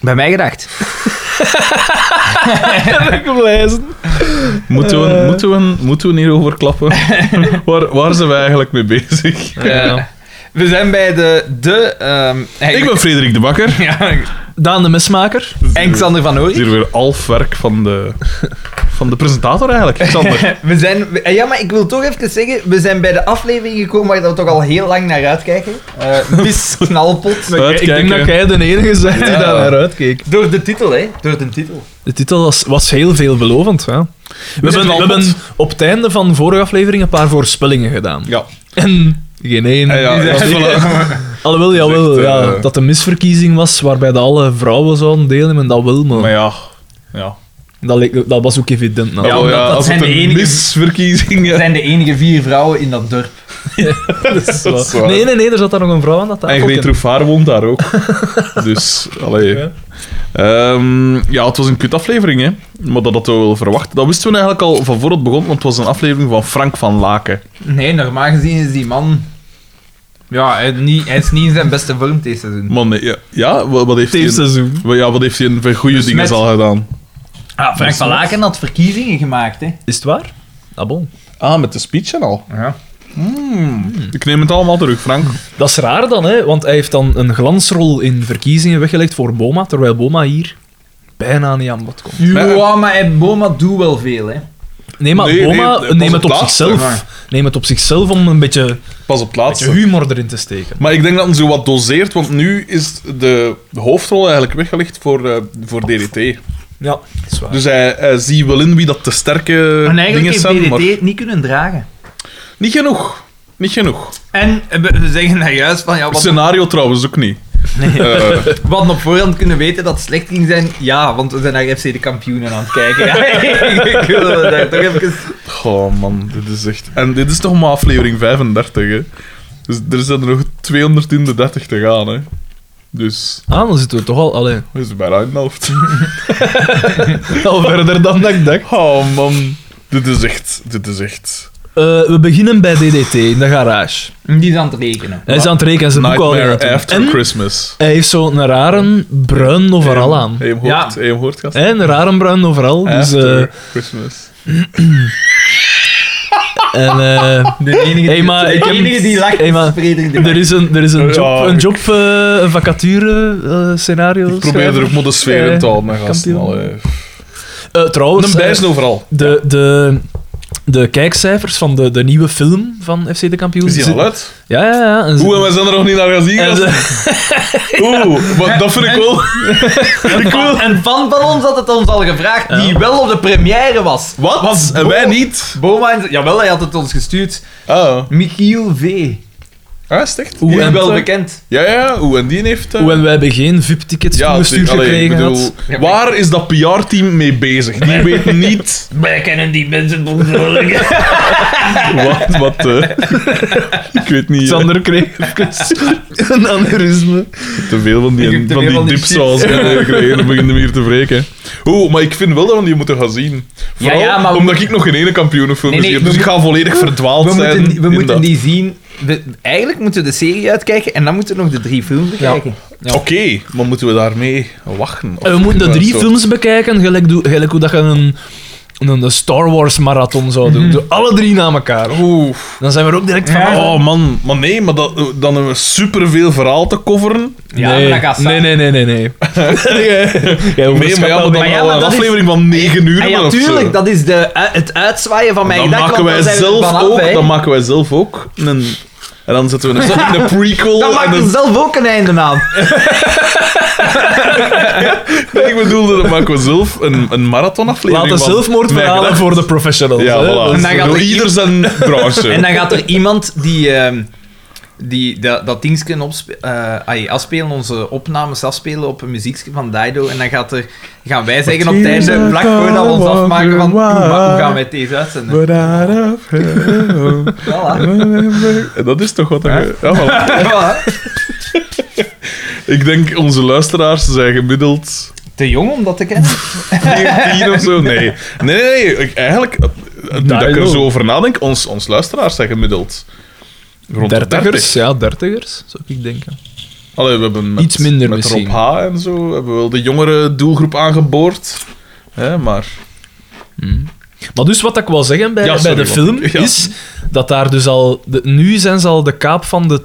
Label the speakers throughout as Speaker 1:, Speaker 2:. Speaker 1: Bij mij gedacht.
Speaker 2: Moeten we, moeten we, moeten we hierover klappen? waar, waar zijn we eigenlijk mee bezig?
Speaker 1: Ja. We zijn bij de... de ehm,
Speaker 2: Ik ben Frederik de Bakker.
Speaker 1: Ja,
Speaker 3: Daan de Mesmaker.
Speaker 1: en Xander van
Speaker 2: Het is
Speaker 1: Oorik.
Speaker 2: hier weer half werk van de, van de presentator eigenlijk, Xander.
Speaker 1: We zijn... eh, Ja, maar ik wil toch even zeggen, we zijn bij de aflevering gekomen waar we toch al heel lang naar uitkijken. Eh Bis Knalpot.
Speaker 3: Ik denk
Speaker 2: Uitkijken.
Speaker 3: dat jij de enige bent die
Speaker 1: Ja.
Speaker 3: daar naar uitkeek.
Speaker 1: Door de titel, hè. Door de titel.
Speaker 3: De titel was, was heel veelbelovend. Hè? We, hebben, we
Speaker 2: al bot.
Speaker 3: hebben op het einde van de vorige aflevering een paar voorspellingen gedaan.
Speaker 2: Ja.
Speaker 3: En geen één.
Speaker 2: Ja, ja, ja, voilà.
Speaker 3: Alhoewel,
Speaker 2: Dat is
Speaker 3: jawel,
Speaker 2: echt,
Speaker 3: ja,
Speaker 2: eh,
Speaker 3: dat de misverkiezing was waarbij de alle vrouwen zouden deelnemen, dat wil, maar,
Speaker 2: Maar ja. Ja.
Speaker 3: dat, leek- dat was ook evident. nou.
Speaker 2: Ja,
Speaker 1: omdat dat
Speaker 2: als
Speaker 1: zijn
Speaker 2: het
Speaker 1: de
Speaker 2: een
Speaker 1: enige-
Speaker 2: misverkiezing
Speaker 1: Er
Speaker 2: is.
Speaker 1: zijn de enige vier vrouwen in dat dorp.
Speaker 3: Dat is
Speaker 2: Dat is
Speaker 3: waar.
Speaker 2: waar.
Speaker 3: Nee, nee, nee, er zat daar nog een vrouw aan dat
Speaker 2: En
Speaker 3: tafeltje.
Speaker 2: Greet Roefaar woont daar ook. dus, allee.
Speaker 3: Ja.
Speaker 2: Ehm, ja, het was een kutaflevering, hè. Maar dat hadden we wel verwacht. Dat wisten we eigenlijk al van voor het begon, want het was een aflevering van Frank van Laken.
Speaker 1: Nee, normaal gezien is die man... Ja, hij, niet, hij is niet in zijn beste vorm deze seizoen.
Speaker 2: Man, nee, ja, ja, wa- wat heeft hij...
Speaker 3: Deze
Speaker 2: een-
Speaker 3: seizoen.
Speaker 2: wa- Ja, wat heeft hij een- voor goede dingen
Speaker 1: met-
Speaker 2: al gedaan?
Speaker 1: Ah, Frank van Laken had verkiezingen gemaakt, hè.
Speaker 3: Is het waar? Ah, bon.
Speaker 2: Ah, met de speech en al.
Speaker 1: Ja.
Speaker 2: Hm. Ik neem het allemaal terug, Frank.
Speaker 3: Dat is raar dan, hè? want hij heeft dan een glansrol in verkiezingen weggelegd voor Boma, terwijl Boma hier bijna niet aan bod komt.
Speaker 1: Ja, maar hij- Boma doet wel veel, hè.
Speaker 3: Nee, maar
Speaker 2: Nee, nee,
Speaker 3: Boma
Speaker 2: pas
Speaker 3: neemt neem
Speaker 2: op
Speaker 3: het op
Speaker 2: het laatste,
Speaker 3: zichzelf.
Speaker 1: maar.
Speaker 3: Neem het op zichzelf om een beetje, een
Speaker 2: Pas op het
Speaker 3: beetje
Speaker 2: laatste.
Speaker 3: humor erin te steken.
Speaker 2: Maar ik denk dat hij zo wat doseert, want nu is de hoofdrol eigenlijk weggelegd voor, eh, voor DDT.
Speaker 3: Ja, dat is waar.
Speaker 2: Dus hij, hij ziet wel in wie dat de
Speaker 3: Eh,
Speaker 2: sterke
Speaker 1: En eigenlijk
Speaker 2: dingen
Speaker 1: heeft
Speaker 2: zijn,
Speaker 1: DDT
Speaker 2: maar
Speaker 1: het niet kunnen dragen.
Speaker 2: niet genoeg. Niet genoeg.
Speaker 1: En eh, we we zeggen daar juist van, ja,
Speaker 2: Het
Speaker 1: wat,
Speaker 2: scenario trouwens ook niet. Eh,
Speaker 1: we hadden op voorhand kunnen weten dat het slecht ging zijn. Ja, want we zijn naar FC de kampioenen aan het kijken. Ja, ik wil daar toch even...
Speaker 2: goh, man, dit is echt... En dit is toch maar aflevering 35, hè. Dus er zijn er nog 200 in de 30 te gaan, hè. Dus,
Speaker 3: Ah, dan zitten we toch al... Allee,
Speaker 2: dat is bijna een helft.
Speaker 3: al verder dan dat ik dacht.
Speaker 2: Oh, man. Dit is echt... Dit is echt...
Speaker 3: Eh, we beginnen bij DDT in de garage.
Speaker 1: Die is aan het rekenen.
Speaker 3: Hij is aan het rekenen, zijn boek al aan het doen.
Speaker 2: Nightmare After
Speaker 3: En
Speaker 2: Christmas.
Speaker 3: hij heeft zo'n rare bruin overal aan.
Speaker 2: Heb je hem gehoord?
Speaker 1: Ja.
Speaker 2: Heb je hem gehoord, gast?
Speaker 3: Hè, een rare bruin overal. Dus, eh,
Speaker 2: After Christmas.
Speaker 3: en, eh,
Speaker 1: De enige die,
Speaker 3: Hey, maar
Speaker 1: de
Speaker 3: ik heb-
Speaker 1: enige die lacht
Speaker 3: Hey, maar-
Speaker 1: is Frederik de
Speaker 3: er is een, er is een
Speaker 2: Ja,
Speaker 3: job, een,
Speaker 2: ik-
Speaker 3: job eh, een vacature eh, scenario.
Speaker 2: Ik probeer er ook maar de sfeer in te houden, mijn gasten.
Speaker 3: eh, kampioen.
Speaker 2: allee.
Speaker 3: Eh, trouwens,
Speaker 2: Een
Speaker 3: eh,
Speaker 2: bijzen overal.
Speaker 3: de, de, de kijkcijfers van de, de nieuwe film van FC de Kampioen.
Speaker 2: Is die
Speaker 3: zit-
Speaker 2: al uit?
Speaker 3: Ja, ja, ja. En ze-
Speaker 2: Oeh, en wij zijn er nog niet naar gezien.
Speaker 3: en ze-
Speaker 2: gasten. Oeh, maar dat vind ik wel...
Speaker 1: Een fan, een fan van ons had het ons al gevraagd, die wel op de première was.
Speaker 2: Wat? En wij niet?
Speaker 1: Boma en... Jawel, hij had het ons gestuurd.
Speaker 2: Oh.
Speaker 1: Michiel V.
Speaker 2: Ah, is het echt?
Speaker 3: Oeh,
Speaker 2: Die
Speaker 3: en-
Speaker 2: heeft,
Speaker 1: Wel
Speaker 2: eh,
Speaker 1: bekend.
Speaker 2: Ja, ja, oeh, en die heeft... eh,
Speaker 3: Oeh, en wij hebben geen VIP-tickets
Speaker 2: ja,
Speaker 3: toegestuurd
Speaker 2: die- allee, ik
Speaker 3: gekregen.
Speaker 2: bedoel,
Speaker 3: had.
Speaker 1: Ja, maar-
Speaker 2: Waar is dat PR-team mee bezig? Die weet niet
Speaker 1: Wij kennen die mensen natuurlijk.
Speaker 2: wat... wat eh, ik weet niet. eh,
Speaker 3: Xander kreeg even een aneurysme.
Speaker 2: Te veel van
Speaker 1: Ik
Speaker 2: die,
Speaker 1: heb te
Speaker 2: van
Speaker 1: veel
Speaker 2: die
Speaker 1: van die
Speaker 2: dipsaus
Speaker 1: chips.
Speaker 2: gekregen. Dan begint hem hier te wreken. Oeh, maar ik vind wel dat we die moeten gaan zien. Vooral
Speaker 1: ja, maar we
Speaker 2: omdat ik nog geen ene kampioenenfilm
Speaker 1: Nee, nee,
Speaker 2: gezien heb.
Speaker 1: we
Speaker 2: Dus ik ga volledig verdwaald
Speaker 1: We
Speaker 2: zijn.
Speaker 1: moeten, we
Speaker 2: in
Speaker 1: moeten
Speaker 2: dat.
Speaker 1: die zien. We- eigenlijk moeten we de serie uitkijken en dan moeten we nog de drie films bekijken.
Speaker 2: Oké, maar moeten we daarmee wachten? Of
Speaker 3: En we moeten de
Speaker 2: een
Speaker 3: drie
Speaker 2: soort-
Speaker 3: films bekijken, gelijk, doe- gelijk hoe dat je een, een Star Wars marathon zou doen.
Speaker 2: Mhm.
Speaker 3: Doe alle drie na elkaar.
Speaker 2: Oeh.
Speaker 3: Dan zijn we er ook direct van.
Speaker 1: Ja.
Speaker 2: Oh man, maar nee, maar dat, dan hebben we superveel verhaal te coveren.
Speaker 1: Ja,
Speaker 3: nee.
Speaker 1: maar dat gaat
Speaker 3: nee,
Speaker 1: samen.
Speaker 3: nee, nee, nee, nee. Jij
Speaker 2: Nee, maar ja, maar dan
Speaker 1: Maar ja,
Speaker 2: wel
Speaker 1: maar
Speaker 2: een
Speaker 1: dat is-
Speaker 2: aflevering van 9 uur.
Speaker 1: Ah, ja,
Speaker 2: hebben of zo.
Speaker 1: tuurlijk. Dat is de, eh, het uitzwaaien van mijn
Speaker 2: Dan
Speaker 1: gedachten.
Speaker 2: maken
Speaker 1: want
Speaker 2: wij
Speaker 1: dan zijn we er
Speaker 2: zelf
Speaker 1: vanaf,
Speaker 2: ook,
Speaker 1: hè.
Speaker 2: dan maken wij zelf ook een... En dan zetten we een, een prequel.
Speaker 1: Dan
Speaker 2: en
Speaker 1: maken
Speaker 2: een-
Speaker 1: we zelf ook een einde aan.
Speaker 2: Nee, ik bedoelde, dan maken we zelf een, een marathonaflevering.
Speaker 3: Laat een
Speaker 2: van mijn
Speaker 3: zelfmoordverhalen
Speaker 2: gedachten.
Speaker 3: voor de professionals.
Speaker 2: Ja,
Speaker 3: hè.
Speaker 2: voilà.
Speaker 3: Dat
Speaker 1: En
Speaker 3: is-
Speaker 1: dan gaat
Speaker 2: Door
Speaker 1: er-
Speaker 2: ieder zijn branche.
Speaker 1: En dan gaat er iemand die, ehm, die dat, dat dingetje opspe- eh, ai, afspelen, onze opnames afspelen op een muziekje van Daido. En dan gaat er, gaan wij zeggen op het einde, vlak voordat we ons afmaken, van, "Oeh, maar hoe gaan wij deze uitzenden? Voilà.
Speaker 2: En dat is toch wat... er- Ja, voilà.
Speaker 1: Voilà.
Speaker 2: Ik denk, onze luisteraars zijn gemiddeld
Speaker 1: Te jong om dat te kennen.
Speaker 2: 14 of zo. Nee, nee, nee. nee. Ik- eigenlijk, eh, nu dat ik er
Speaker 3: Dial.
Speaker 2: zo over nadenk, ons, ons luisteraars zijn gemiddeld... Rond de 30.
Speaker 3: Dertigers, ja, dertigers, zou ik denken.
Speaker 2: Allee, we hebben met,
Speaker 3: Iets minder
Speaker 2: met
Speaker 3: misschien.
Speaker 2: Rob H. en zo hebben we wel de jongere doelgroep aangeboord. Hè, maar
Speaker 3: Maar dus wat ik wil zeggen bij,
Speaker 2: Ja, sorry,
Speaker 3: bij de
Speaker 2: wat-
Speaker 3: film
Speaker 2: ja.
Speaker 3: is dat daar dus al... De, nu zijn ze al de kaap van de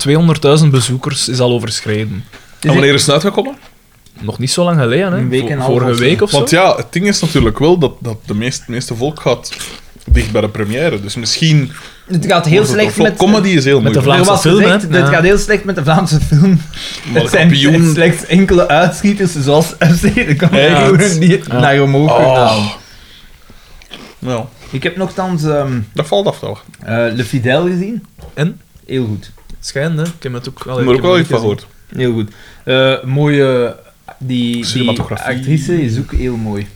Speaker 3: 200.000 bezoekers is al overschreden.
Speaker 2: en wanneer is het uitgekomen?
Speaker 3: Nog niet zo lang geleden, hè?
Speaker 1: Een week en een half
Speaker 3: Vorige
Speaker 1: of zo.
Speaker 3: week of zo.
Speaker 2: Want ja, het ding is natuurlijk wel dat, dat de meest, het meeste volk gaat dicht bij de première. Dus misschien...
Speaker 1: Het gaat heel
Speaker 2: wordt het
Speaker 1: slecht
Speaker 2: wel
Speaker 1: met...
Speaker 2: Comedy is heel
Speaker 3: met de
Speaker 2: moeilijk.
Speaker 1: Er
Speaker 3: Vlaamse
Speaker 1: was
Speaker 3: film, hè?
Speaker 1: gezegd,
Speaker 3: Ja.
Speaker 1: Het gaat heel slecht met de Vlaamse film.
Speaker 2: Maar
Speaker 1: Het zijn
Speaker 2: kampioen-
Speaker 1: slechts enkele uitschieters, dus zoals FC de Kampioenen, die het
Speaker 3: Ja.
Speaker 1: naar omhoog
Speaker 2: Oh.
Speaker 1: gedaan.
Speaker 2: Ja,
Speaker 1: Ik heb nogthans ehm
Speaker 2: dat valt af toch.
Speaker 1: eh, Le Fidel gezien.
Speaker 3: En?
Speaker 1: Heel goed.
Speaker 3: Schijn, hè? Ik heb het ook...
Speaker 2: Ik
Speaker 3: allee,
Speaker 2: heb
Speaker 3: ik
Speaker 2: er ook
Speaker 3: heb
Speaker 2: wel
Speaker 3: het
Speaker 2: iets van
Speaker 3: gezien.
Speaker 2: gehoord.
Speaker 1: Heel goed. Eh, mooie... Die, die
Speaker 2: Cinematografie.
Speaker 1: actrice is ook heel mooi.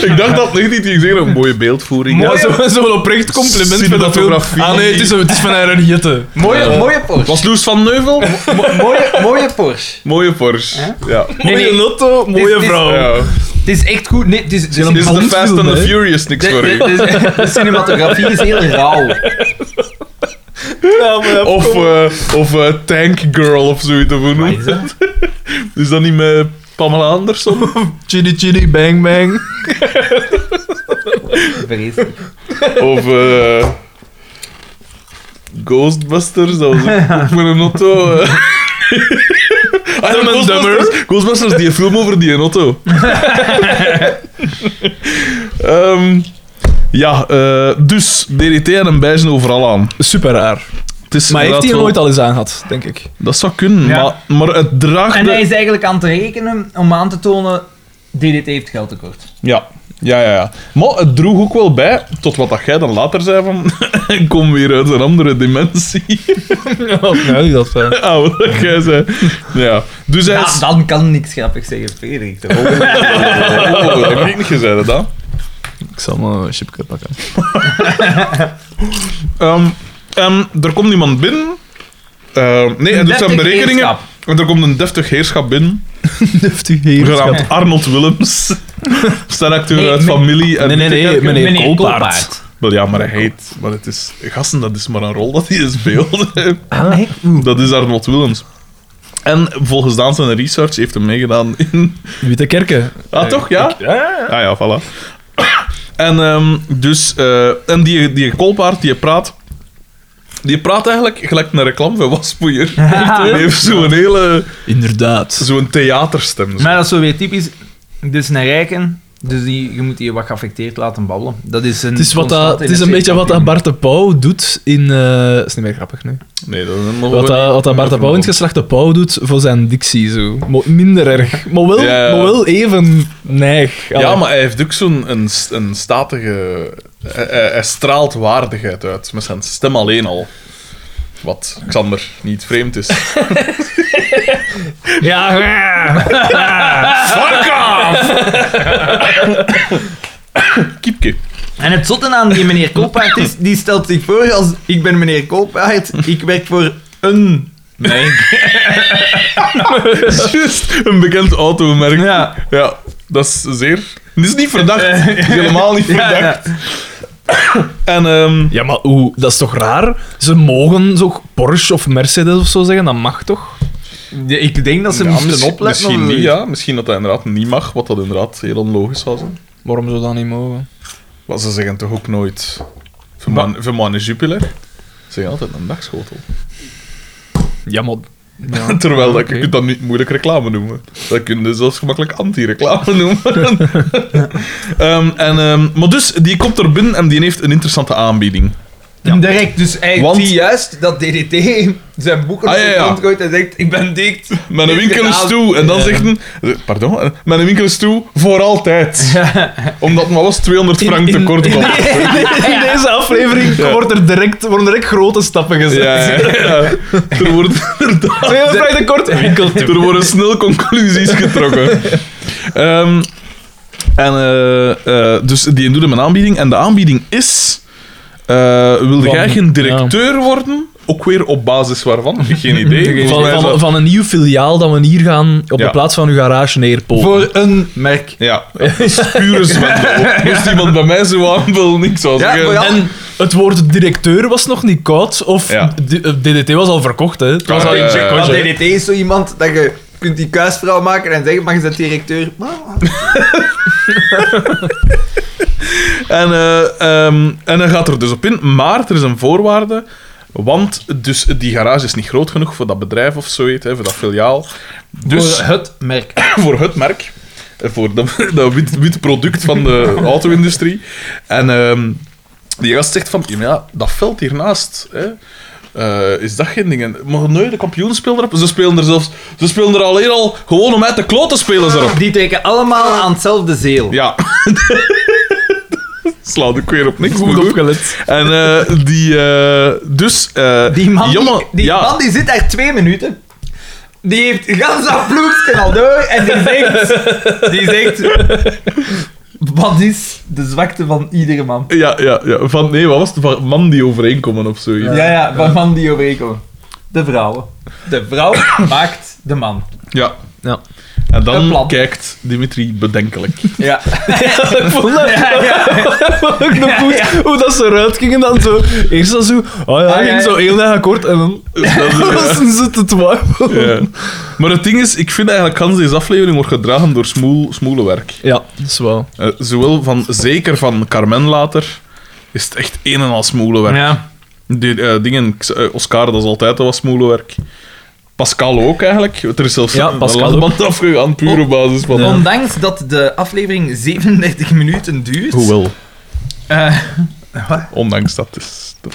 Speaker 2: Ik dacht dat niet, die ging zeggen, een mooie beeldvoering.
Speaker 3: Ja, zo- Zo'n oprecht compliment voor dat film.
Speaker 2: Cinematografie.
Speaker 3: Ah nee, het is, het is van Aaron Gitte.
Speaker 1: Mooie,
Speaker 2: Eh,
Speaker 1: mooie Porsche.
Speaker 2: Was Loes van Neuvel?
Speaker 1: Mo- mooie, mooie Porsche.
Speaker 2: Mooie Porsche. Ja.
Speaker 1: Nee, nee.
Speaker 3: Mooie lotto, mooie
Speaker 1: Het is-
Speaker 3: vrouw.
Speaker 2: ja.
Speaker 1: Het is echt goed. Nee, het is, het is-
Speaker 2: Dit is de
Speaker 3: handfilm,
Speaker 2: Fast and the
Speaker 3: hè?
Speaker 2: Furious niks voor
Speaker 1: de,
Speaker 2: u.
Speaker 1: de- de- de cinematografie is heel rauw.
Speaker 3: Ja, maar ja,
Speaker 2: Of, eh, of eh, Tank Girl of zoiets. Of hoe noem je dat? Is dat niet met Pamela Anderson?
Speaker 3: Chitty chitty bang bang.
Speaker 1: Vreselijk.
Speaker 2: Of eh, Ghostbusters, dat was ook ook met een auto. eh. Ah, ja,
Speaker 3: Dumb and
Speaker 2: Ghostbusters, Ghostbusters, die film over die auto. Ehm, ja, eh, dus DDT en een bijzen overal aan.
Speaker 3: Super raar.
Speaker 2: Het is
Speaker 3: Maar heeft
Speaker 2: inderdaad
Speaker 3: hij er
Speaker 2: wel-
Speaker 3: nooit al eens aan gehad, denk ik.
Speaker 2: Dat zou kunnen,
Speaker 1: Ja.
Speaker 2: maar, maar het draagt...
Speaker 1: En
Speaker 2: de-
Speaker 1: hij is eigenlijk aan het rekenen om aan te tonen... DDT heeft geldtekort.
Speaker 2: Ja. Ja, ja, ja. Maar het droeg ook wel bij, tot wat dat jij dan later zei van... ik kom weer uit een andere dimensie.
Speaker 3: Ja, eh, dat fijn.
Speaker 2: Ah, wat dat jij zei. Ja. Dus hij
Speaker 1: Nou,
Speaker 2: is...
Speaker 1: dan kan niks grappig zeggen, Frederik. De volgende.
Speaker 2: Oh, dat heb ik niet gezegd, hè.
Speaker 3: Ik zal maar een chipje pakken.
Speaker 2: Ehm, en er komt iemand binnen. Ehm, nee, hij
Speaker 1: Een
Speaker 2: doet zijn
Speaker 1: deftig
Speaker 2: berekeningen.
Speaker 1: heerschap.
Speaker 2: En er komt een deftig heerschap binnen,
Speaker 3: Deftig hier.
Speaker 2: genaamd Arnold Willems. Steracteur
Speaker 1: Nee,
Speaker 2: uit
Speaker 1: men-
Speaker 2: familie. En
Speaker 3: Nee, nee, nee,
Speaker 2: Dikke-
Speaker 3: meneer,
Speaker 1: Meneer
Speaker 3: Koolpaard.
Speaker 1: Koolpaard.
Speaker 2: Wel ja, maar hij heet... Maar het is... Gasten, dat is maar een rol dat hij speelt.
Speaker 1: Ah, ik- oeh.
Speaker 2: Dat is Arnold Willems. En volgens Daan zijn research heeft hem meegedaan in...
Speaker 3: Witte Kerken.
Speaker 1: Eh,
Speaker 2: Ah, toch? Ja?
Speaker 3: Ja,
Speaker 2: Ah ja, voilà. En, ehm, dus, eh, en die, die kolpaard, die praat... Die praat eigenlijk gelijk een reclame van waspoeier. Die heeft zo'n hele...
Speaker 3: Inderdaad.
Speaker 2: Zo'n theaterstem. zo.
Speaker 1: Maar dat is zo weer typisch. Dus naar rijken, dus die, je moet die wat geaffecteerd laten babbelen. Dat is een,
Speaker 3: Het is, wat dat,
Speaker 1: constant
Speaker 3: het is
Speaker 1: in
Speaker 3: een
Speaker 1: FC
Speaker 3: beetje wat dat
Speaker 1: kampioen.
Speaker 3: Bart de Pauw doet in... eh is niet meer grappig, nee.
Speaker 2: Nee, dat is
Speaker 3: Wat, dat, wat dat Bart de Pauw in het geslacht de Pauw doet voor zijn dictie, zo. Mo- minder erg. Maar wel,
Speaker 2: Ja, ja.
Speaker 3: maar wel even neig.
Speaker 2: Ja, maar hij heeft ook zo'n een, een statige... Hij, hij- hij straalt waardigheid uit, met zijn stem alleen al. Wat Xander niet vreemd is.
Speaker 3: Ja, ja.
Speaker 2: Fuck off! Kiepke.
Speaker 1: En het zotte aan die meneer Koolpaard is, die stelt zich voor als ik ben meneer Koolpaard, ik werk voor een... Nee.
Speaker 2: Juist, een bekend automerk.
Speaker 1: Ja.
Speaker 2: Ja, dat is zeer... Het is niet verdacht. Het is helemaal niet
Speaker 1: Ja, ja.
Speaker 2: verdacht. En ehm
Speaker 3: ja, maar hoe, dat is toch raar? Ze mogen zo Porsche of Mercedes of zo zeggen, dat mag toch?
Speaker 1: Ja, ik denk dat ze
Speaker 2: ja,
Speaker 1: moesten
Speaker 2: misschien,
Speaker 1: opletten.
Speaker 2: misschien
Speaker 1: of
Speaker 2: niet,
Speaker 1: zoiets.
Speaker 2: ja. Misschien dat dat inderdaad niet mag, wat dat inderdaad heel onlogisch zou zijn.
Speaker 3: Waarom zou dat niet mogen?
Speaker 2: Maar ze zeggen toch ook nooit... Van
Speaker 3: Maar-
Speaker 2: mijn- Van mijn Jupiler. Ze zeggen altijd een dagschotel.
Speaker 3: Ja, maar... Ja.
Speaker 2: Terwijl dat,
Speaker 3: oké.
Speaker 2: je kunt dat niet moeilijk reclame noemen. Dat kun je zelfs gemakkelijk anti-reclame noemen. Ehm, en, ehm, maar dus, die komt er binnen en die heeft een interessante aanbieding.
Speaker 1: Direct, dus hij
Speaker 2: Want-
Speaker 1: zie juist dat DDT zijn boeken
Speaker 2: Ah, ja, ja.
Speaker 1: rondgooit en zegt, ik ben dikt.
Speaker 2: Met een winkel is toe. En dan zegt hij... Pardon? eh, Met een winkel is toe voor altijd. Omdat maar was 200 frank
Speaker 3: in-
Speaker 2: tekort
Speaker 3: in-
Speaker 2: kwam.
Speaker 3: In deze aflevering
Speaker 2: Ja.
Speaker 3: wordt er direct, worden direct grote stappen gezet.
Speaker 2: Ja, ja, ja. Er worden inderdaad...
Speaker 3: Twee vrij tekort. Winkel toe.
Speaker 2: Er worden snel conclusies getrokken. Ehm, en, eh, eh, dus die doet hem een aanbieding. En de aanbieding is... eh wilde
Speaker 3: Van-
Speaker 2: jij geen directeur worden? ook weer op basis waarvan? Ik heb Geen idee. Volgens
Speaker 3: Van,
Speaker 2: mij is
Speaker 3: van,
Speaker 2: dat-
Speaker 3: van een nieuw filiaal dat we hier gaan op
Speaker 2: Ja.
Speaker 3: de plaats van uw garage neerpolen.
Speaker 1: Voor een merk.
Speaker 2: Ja, pure zwendel. Moest iemand bij mij zo aanvullen, ik zou
Speaker 1: Ja,
Speaker 2: zeggen...
Speaker 1: maar ja.
Speaker 3: En het woord directeur was nog niet koud, of
Speaker 2: Ja.
Speaker 3: D- eh, DDT was al verkocht, hè? Het was
Speaker 2: Ja,
Speaker 3: al
Speaker 2: ja,
Speaker 3: in
Speaker 2: ja,
Speaker 3: check,
Speaker 2: ja.
Speaker 3: was,
Speaker 1: Want
Speaker 3: hè.
Speaker 1: DDT is Eh, zo iemand dat je kunt die kuisvrouw maken en zeggen, maar je bent directeur. Maar,
Speaker 2: En, eh, ehm, en dan gaat er dus op in, maar er is een voorwaarde. Want dus die garage is niet groot genoeg voor dat bedrijf of zoiets, hè, voor dat filiaal. Dus
Speaker 1: Voor het merk.
Speaker 2: voor het merk, eh, voor dat, dat wit, wit product van de auto-industrie. En ehm, die gast zegt van, ja, dat veld hiernaast, hè, eh, is dat geen ding? En Maar nee, de kampioen speelt erop. Ze spelen er zelfs, ze spelen er alleen al gewoon om uit de kloten spelen ze erop.
Speaker 1: Die trekken allemaal aan hetzelfde zeel.
Speaker 2: Ja. Slaat ook weer op niks. maar
Speaker 3: Goed
Speaker 2: goed.
Speaker 3: opgelet.
Speaker 2: En eh, die... eh, dus... eh,
Speaker 1: Die man,
Speaker 2: jammer-
Speaker 1: die, die
Speaker 2: ja,
Speaker 1: man die zit daar twee minuten. Die heeft gans dat ploegje al door en die zegt... Die zegt... Wat is de zwakte van iedere man?
Speaker 2: Ja, ja, ja. Van, nee, wat was het? Van man die overeenkomen of zoiets.
Speaker 1: Ja,
Speaker 2: Ja.
Speaker 1: ja, van man die overeenkomen. De vrouwen. De vrouw maakt de man.
Speaker 3: Ja.
Speaker 2: En
Speaker 1: Een
Speaker 2: dan
Speaker 1: plan.
Speaker 2: kijkt Dimitri bedenkelijk.
Speaker 1: Ja.
Speaker 3: Ik vond dat
Speaker 1: ja, ja.
Speaker 3: ook nog goed,
Speaker 1: Ja,
Speaker 3: hoe dat ze eruit gingen dan zo. Eerst dan zo, oh ja,
Speaker 1: Ah, ja,
Speaker 3: ging
Speaker 1: ja.
Speaker 3: zo heel erg akkoord en dan
Speaker 2: Dus
Speaker 3: was ze te
Speaker 2: eh,
Speaker 3: twijfelen.
Speaker 2: Ja. Maar het ding is, ik vind eigenlijk Hans deze aflevering wordt gedragen door smoel, smoelenwerk.
Speaker 3: Ja, dat is wel.
Speaker 2: Eh, zowel van, zeker van Carmen later, is het echt een en al smoelenwerk.
Speaker 1: Ja.
Speaker 2: Die, eh, dingen, X- eh, Oscar, dat is altijd al wat smoelenwerk. Pascal ook eigenlijk. Er is zelfs
Speaker 3: Ja,
Speaker 2: een
Speaker 3: Pascal
Speaker 2: lachband afgegaan, puur
Speaker 1: Oh.
Speaker 2: op basis van...
Speaker 1: Ondanks dat de aflevering 37 minuten duurt...
Speaker 2: Hoewel,
Speaker 1: eh,
Speaker 2: ondanks dat is... Dat,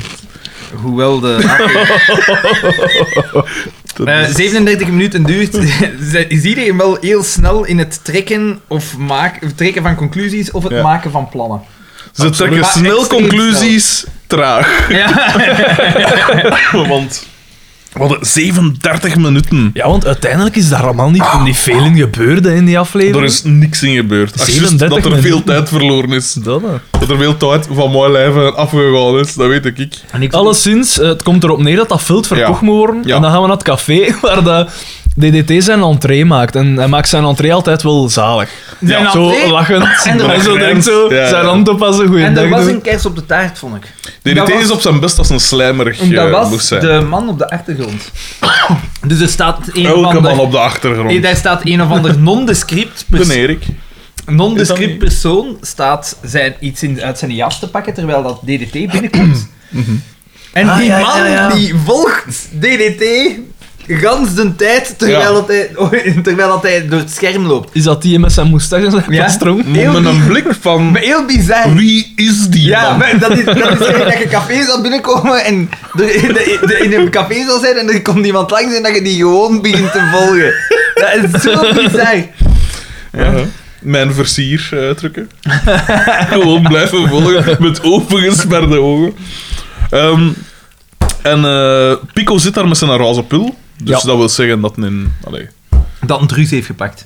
Speaker 1: hoewel de aflevering...
Speaker 2: dat
Speaker 1: Eh,
Speaker 2: is-
Speaker 1: 37 minuten duurt, ze- is iedereen wel heel snel in het trekken, of maak, of trekken van conclusies of het
Speaker 2: Ja.
Speaker 1: maken van plannen.
Speaker 2: ze trekken
Speaker 1: Maar
Speaker 2: snel
Speaker 1: extreem
Speaker 2: conclusies, traag.
Speaker 1: Ja.
Speaker 2: Want we hadden 37 minuten.
Speaker 3: Ja, want uiteindelijk is daar allemaal niet, niet veel in gebeurd hè, in die
Speaker 2: Er
Speaker 3: aflevering.
Speaker 2: is niks in gebeurd. Als juist
Speaker 3: 37
Speaker 2: dat er
Speaker 3: minuten.
Speaker 2: veel tijd verloren is.
Speaker 3: dat, hè.
Speaker 2: Dat er veel tijd van mijn leven afgegaan is, dat weet ik.
Speaker 3: Alleszins, eh, het komt erop neer dat dat veld verkocht
Speaker 2: Ja.
Speaker 3: moet worden.
Speaker 2: Ja.
Speaker 3: En dan gaan we naar het café waar de DDT zijn entree maakt. En hij maakt zijn entree altijd wel zalig.
Speaker 1: Zijn
Speaker 3: zo
Speaker 1: entree?
Speaker 3: lachend.
Speaker 1: En er
Speaker 3: En
Speaker 1: was-
Speaker 3: zo denkt zo,
Speaker 2: Ja, ja.
Speaker 3: zijn hand oppassen,
Speaker 1: En
Speaker 3: goeiedag
Speaker 1: er was
Speaker 3: doen.
Speaker 1: een kers op de taart, vond ik.
Speaker 2: DDT
Speaker 1: Dat was-
Speaker 2: E is op zijn best als een slijmerig
Speaker 1: En dat
Speaker 2: eh,
Speaker 1: was
Speaker 2: moest zijn.
Speaker 1: de man op de achtergrond. Dus er staat een of
Speaker 2: Elke
Speaker 1: ander...
Speaker 2: man op de achtergrond.
Speaker 1: Nee, daar staat een of ander nondescript, pers
Speaker 2: De Erik. Is
Speaker 1: nondescript
Speaker 2: dat
Speaker 1: persoon staat zijn, iets in, uit zijn jas te pakken terwijl dat DDT binnenkomt. en
Speaker 3: Mhm. Ah,
Speaker 1: die
Speaker 3: ja,
Speaker 1: man
Speaker 3: ja, ja.
Speaker 1: die volgt DDT gans de tijd terwijl,
Speaker 2: Ja.
Speaker 1: dat hij, terwijl dat hij door het scherm loopt.
Speaker 3: Is dat die met zijn moustache en zijn
Speaker 1: Ja.
Speaker 3: pastrong?
Speaker 1: Heel
Speaker 2: Met een
Speaker 1: die-
Speaker 2: blik van...
Speaker 1: Maar heel bizar.
Speaker 2: Wie is die
Speaker 1: Ja,
Speaker 2: man?
Speaker 1: maar dat is, dat is eigenlijk dat je café zal binnenkomen en er in, de- de- in een café zal zijn en er komt iemand langs en dat je die gewoon begint te volgen. Dat is zo bizar.
Speaker 2: Ja. Mijn versier eh, drukken. Gewoon blijven volgen met opengesperde ogen. Ehm, en eh, Pico zit daar met zijn roze pul. Dus
Speaker 3: Ja.
Speaker 2: dat wil zeggen dat een... Allee.
Speaker 1: Dat een drugs heeft gepakt.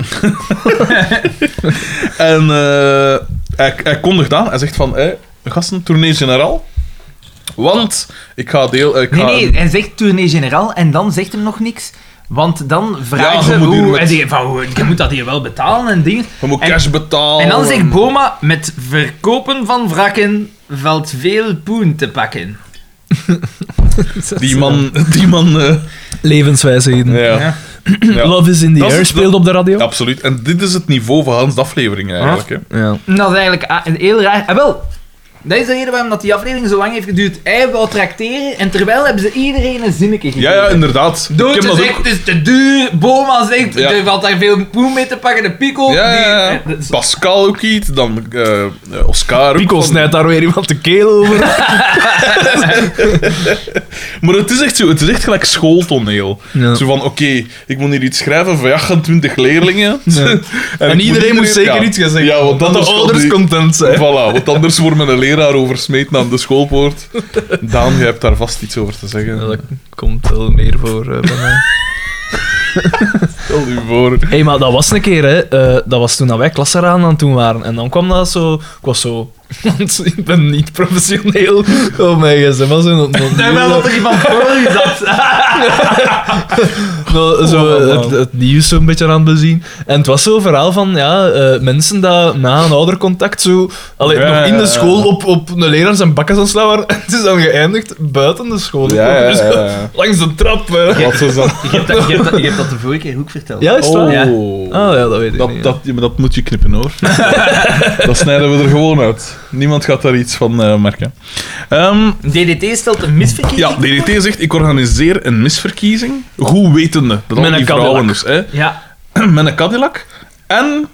Speaker 2: En eh, hij, hij kondigt aan. Hij zegt van... Hey, gasten, tournee generaal. Want ik ga deel... Ik
Speaker 1: Nee,
Speaker 2: ga
Speaker 1: nee, hij zegt tournee generaal en dan zegt hem nog niks. Want dan vragen
Speaker 2: Ja, je
Speaker 1: ze
Speaker 2: moet hier
Speaker 1: hoe,
Speaker 2: met-
Speaker 1: en die- van, hoe- je moet dat hier wel betalen en dingen.
Speaker 2: Je moet
Speaker 1: En-
Speaker 2: cash betalen.
Speaker 1: En dan zegt Boma, met verkopen van wrakken valt veel poen te pakken.
Speaker 2: Die man... Die man eh,
Speaker 3: Levenswijsheden.
Speaker 2: ja.
Speaker 1: Mm, Ja.
Speaker 2: Ja.
Speaker 3: Love is in the
Speaker 2: Dat is-
Speaker 3: air speelt
Speaker 2: dat-
Speaker 3: op de radio.
Speaker 2: Absoluut. En dit is het niveau van Hans de aflevering eigenlijk. Hè.
Speaker 3: Ja.
Speaker 1: En dat is eigenlijk a- een heel raar... Ah, wel, dat is de reden waarom dat die aflevering zo lang heeft geduurd. Hij wou tracteren en terwijl hebben ze iedereen een zinnetje gegeven.
Speaker 2: Ja, ja, inderdaad.
Speaker 1: Doodje
Speaker 2: ik heb dat
Speaker 1: zegt,
Speaker 2: ook...
Speaker 1: het is te duur. Boma zegt,
Speaker 2: Ja.
Speaker 1: er valt daar veel poen mee te pakken. De pico...
Speaker 2: Ja,
Speaker 1: die-
Speaker 2: ja, ja.
Speaker 1: eh, dat is-
Speaker 2: Pascal ook iets, dan eh, eh, Oscar ook
Speaker 3: Pico
Speaker 2: van-
Speaker 3: snijdt daar weer iemand de keel over.
Speaker 2: Maar het is echt zo, het is echt gelijk schooltoneel.
Speaker 3: Ja.
Speaker 2: Zo van, oké, ik moet hier iets schrijven van 28 leerlingen.
Speaker 3: Ja.
Speaker 2: En, ik
Speaker 3: En
Speaker 2: moet
Speaker 3: iedereen moet zeker
Speaker 2: ja.
Speaker 3: iets gaan zeggen.
Speaker 2: Ja, want
Speaker 3: dat de
Speaker 2: anders
Speaker 3: ouders
Speaker 2: komt
Speaker 3: content
Speaker 2: die-
Speaker 3: zijn.
Speaker 2: Voilà, want anders wordt mijn leraar oversmeten aan de schoolpoort. Daan, jij hebt daar vast iets over te zeggen.
Speaker 3: Ja, dat komt wel meer voor eh, bij mij.
Speaker 2: Stel u voor.
Speaker 3: Hé, hey, maar dat was een keer, hè. Eh, dat was toen dat wij klasseraan aan het doen waren. En dan kwam dat zo... Ik was zo... Want ik ben niet professioneel. Oh mijn gsm was zo... nog- eh, nog-
Speaker 1: Terwijl dat er iemand voor u zat.
Speaker 3: Nou, zo
Speaker 1: Oh, wow.
Speaker 3: het, het nieuws zo'n beetje aan het bezien. En het was zo'n verhaal van ja, eh, mensen dat na een oudercontact zo allee,
Speaker 2: Ja,
Speaker 3: nog in
Speaker 2: ja,
Speaker 3: de
Speaker 2: ja.
Speaker 3: school op, op een leraar zijn bakken aan het slaan waren. En het is dan geëindigd buiten de school.
Speaker 2: Ja, ja,
Speaker 3: Dus
Speaker 2: ja, ja.
Speaker 3: langs de trap. Hè.
Speaker 2: Wat is dat?
Speaker 1: Je hebt dat, je hebt dat, je hebt dat de vorige keer ook verteld.
Speaker 3: Ja, is het waar?
Speaker 2: Oh.
Speaker 1: Ja.
Speaker 3: Ah ja, dat weet ik
Speaker 2: Dat,
Speaker 3: niet.
Speaker 2: dat, ja, maar dat moet je knippen hoor. dat snijden we er gewoon uit. Niemand gaat daar iets van eh, merken. Ehm,
Speaker 1: DDT stelt een misverkiezing.
Speaker 2: ja, DDT zegt: Ik organiseer een misverkiezing. Goed wetende. Dat al
Speaker 3: Met een
Speaker 2: die vrouwen dus,
Speaker 3: Cadillac.
Speaker 2: hè?
Speaker 1: Ja.
Speaker 2: Met een Cadillac. En.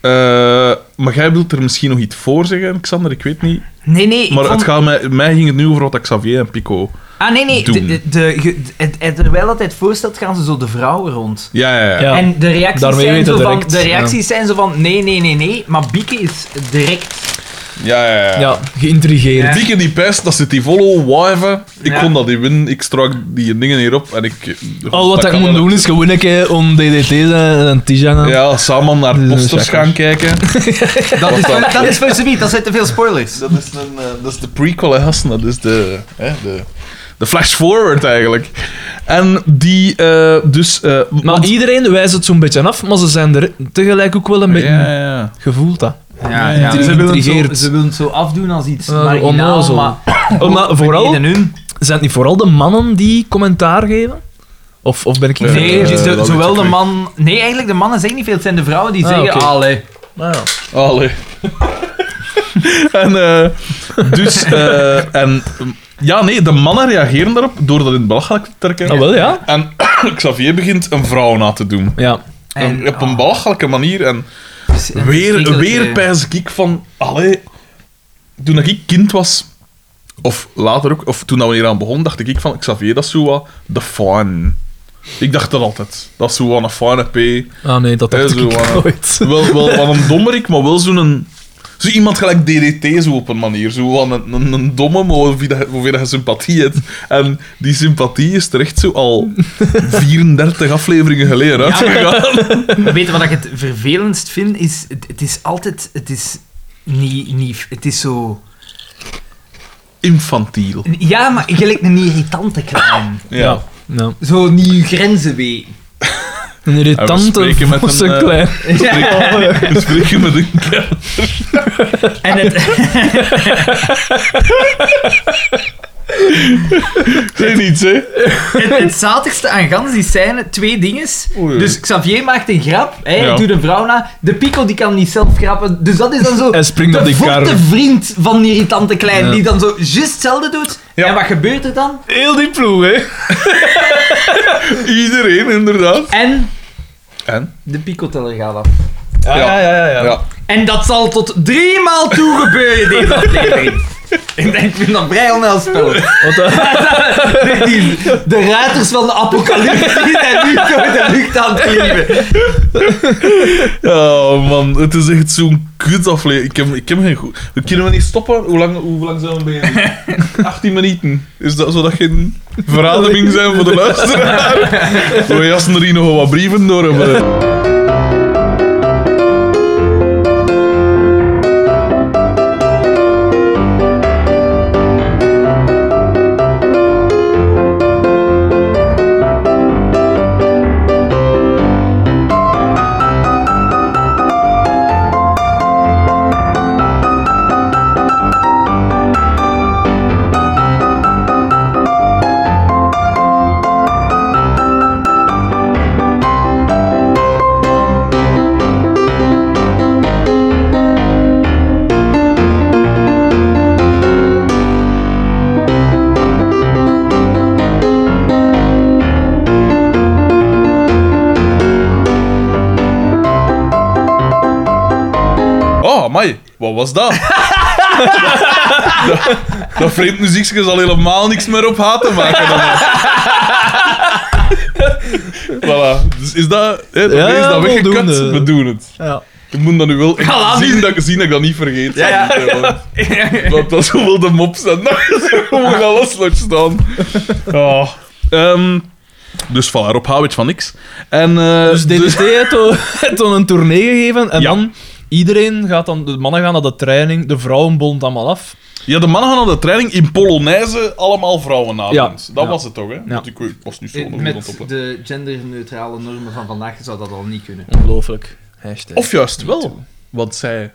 Speaker 2: eh, maar jij wilt er misschien nog iets voor zeggen, Xander? Ik weet niet.
Speaker 1: Nee, nee. ik
Speaker 2: Maar
Speaker 1: vond-
Speaker 2: het gaat mij, mij ging het nu over wat Xavier en Pico.
Speaker 1: Ah, nee, nee.
Speaker 2: doen.
Speaker 1: De, de, de, ge- het- het- terwijl dat hij het voorstelt, gaan ze zo de vrouwen rond.
Speaker 2: Ja, ja, ja.
Speaker 3: Ja.
Speaker 1: En de reacties,
Speaker 3: Daarmee
Speaker 1: zijn
Speaker 3: weet
Speaker 1: zo
Speaker 3: het
Speaker 1: van,
Speaker 3: direct,
Speaker 1: de reacties zijn zo van nee, nee, nee, nee. Maar Bieke is direct.
Speaker 2: ja, ja, ja.
Speaker 3: Ja, geïntrigeerd.
Speaker 1: Ja.
Speaker 2: Dikke die pest, dat zit die volle wijven. Ik
Speaker 1: Ja.
Speaker 2: kon dat niet winnen. Ik strak die dingen hierop en ik... eh,
Speaker 3: Al Oh, wat
Speaker 2: dat
Speaker 3: ik
Speaker 2: kan
Speaker 3: moet
Speaker 2: wel-
Speaker 3: doen is gewoon een keer om DDT en en Tijan aan.
Speaker 2: Ja, samen naar
Speaker 3: is een
Speaker 2: posters
Speaker 3: chakker.
Speaker 2: gaan kijken.
Speaker 1: Dat is, voor- dat is voor ze niet, dat zijn te veel spoilers.
Speaker 2: Dat is, een, eh, dat is de prequel, hè, gasten. Dat is de, hè, de, de flash forward eigenlijk. En die, eh, dus... eh,
Speaker 3: Maar
Speaker 2: want-
Speaker 3: iedereen wijst het zo'n beetje af, maar ze zijn er tegelijk ook wel een beetje
Speaker 2: Ja, ja, ja.
Speaker 3: gevoeld Oh, dat.
Speaker 1: Ja,
Speaker 2: ja.
Speaker 1: Ze, willen het zo,
Speaker 3: Intrigeert.
Speaker 1: ze willen het zo afdoen als iets
Speaker 3: Eh,
Speaker 1: marginaal,
Speaker 3: onnozel.
Speaker 1: maar...
Speaker 3: Oh, maar vooral-
Speaker 1: beneden hun.
Speaker 3: Zijn het niet vooral de mannen die commentaar geven? Of, of ben ik...
Speaker 1: Nee,
Speaker 2: eh,
Speaker 1: dus de-
Speaker 2: dat weet
Speaker 1: zowel
Speaker 2: ik
Speaker 1: de
Speaker 2: niet.
Speaker 1: man... Nee, eigenlijk de mannen zeggen niet veel. Het zijn de vrouwen die
Speaker 3: Ah,
Speaker 1: zeggen...
Speaker 3: oké.
Speaker 1: Allee.
Speaker 3: Nou ja.
Speaker 2: Allee. en eh, dus... eh, en, ja, nee, de mannen reageren daarop door dat in het belachelijk te trekken.
Speaker 3: Ah, wel ja.
Speaker 2: En Xavier begint een vrouw na te doen.
Speaker 3: Ja.
Speaker 2: En, op een
Speaker 1: oh,
Speaker 2: belachelijke manier. En
Speaker 1: het is- het is
Speaker 2: weer,
Speaker 1: verschrikkelijk,
Speaker 2: weer
Speaker 1: eh.
Speaker 2: pijs ik van... Allee, toen dat ik kind was, of later ook, of toen dat we hier aan begonnen, dacht ik van Xavier, dat is zo wat de fun. Ik dacht dat altijd. Dat is zo wat een fijne P.
Speaker 3: Ah nee, dat
Speaker 2: Hè,
Speaker 3: dacht
Speaker 2: zo,
Speaker 3: ik
Speaker 2: eh,
Speaker 3: nooit.
Speaker 2: Wel, wel wat een dommerik, maar wel zo'n... Zo iemand gelijk DDT, zo op een manier. Zo wat een, een, een domme, maar hoeveel dat je- hoeveel dat je sympathie hebt. En die sympathie is terecht zo al 34 afleveringen geleden uitgegaan.
Speaker 1: Maar Weet je wat ik het vervelendst vind? Is, het, het is altijd... Het is niet... niet het is zo...
Speaker 2: Infantiel.
Speaker 1: Ja, maar gelijk een irritante kraan.
Speaker 2: Ja.
Speaker 3: Ja.
Speaker 1: Zo niet grenzen weten.
Speaker 3: Een irritante
Speaker 2: Ja, we spreken met
Speaker 3: voor
Speaker 2: een,
Speaker 3: zijn
Speaker 2: eh,
Speaker 3: klein.
Speaker 2: We spreken met een kerel.
Speaker 1: En het...
Speaker 2: Zeg niets, hè?
Speaker 1: Het, het zaligste aan gans die scène, twee dingen.
Speaker 2: Oei.
Speaker 1: Dus Xavier maakt een grap, hè,
Speaker 2: Ja.
Speaker 1: doet een vrouw na. De Pico die kan niet zelf grappen. Dus dat is dan zo
Speaker 3: Hij springt
Speaker 1: de
Speaker 3: op die kar.
Speaker 1: vochte vriend van die irritante klein,
Speaker 3: Ja.
Speaker 1: die dan zo juist hetzelfde doet.
Speaker 2: Ja.
Speaker 1: En wat gebeurt er dan?
Speaker 3: Heel die ploeg, hè.
Speaker 2: Iedereen, inderdaad.
Speaker 1: En
Speaker 2: En?
Speaker 1: de Pico-teller gaat af.
Speaker 3: Ja, ja, ja. ja,
Speaker 2: Ja.
Speaker 1: En dat zal tot drie maal toe gebeuren, deze aflevering. Ik denk, ik vind dat vrij onheilspellend.
Speaker 3: Want, eh,
Speaker 1: De, die- de ruiters van de apocalypse die zijn nu door de lucht aan het vliegen.
Speaker 2: Oh, man. Het is echt zo'n kut aflevering. Ik heb, ik heb geen goed... We kunnen we niet stoppen? Hoe lang, hoe lang zijn we bezig? 18 minuten. Is dat, zou dat geen verademing zijn voor de luisteraar? We jassen er hier nog wat brieven door hebben. Oh, mai. Wat was dat? dat, dat vreemd muziekje zal helemaal niks meer op haat te maken hebben. voilà. Dus is dat... Hè,
Speaker 3: Ja,
Speaker 2: is dat
Speaker 3: voldoende.
Speaker 2: weggekut? We doen het.
Speaker 3: ja.
Speaker 2: Ik moet dat nu wel echt
Speaker 1: Voilà, nu-
Speaker 2: zien, dat, ik- zien dat ik dat niet vergeet.
Speaker 1: Ja, ja.
Speaker 2: Want dat zo wel de
Speaker 1: Oh.
Speaker 2: mop zijn. Dat is gewoon alles laat staan. Ja. Ehm, Dus voilà, Rob Howitz van niks. En, eh,
Speaker 3: Dus
Speaker 2: dus-
Speaker 3: DDT heeft dan- heeft dan een tournee gegeven en
Speaker 2: Ja.
Speaker 3: dan iedereen gaat dan, de mannen gaan naar de training, de vrouwen bond allemaal af.
Speaker 2: ja, de mannen gaan aan de training in Polonaise allemaal vrouwen
Speaker 3: Ja.
Speaker 2: Dat
Speaker 3: Ja.
Speaker 2: was het toch, hè?
Speaker 3: Ja.
Speaker 2: Want Ik ik was niet zo onder de
Speaker 1: Eh, Met
Speaker 2: toppen.
Speaker 1: de genderneutrale normen van vandaag zou dat al niet kunnen.
Speaker 3: Ongelooflijk. Hashtag.
Speaker 2: Of juist wel, want zij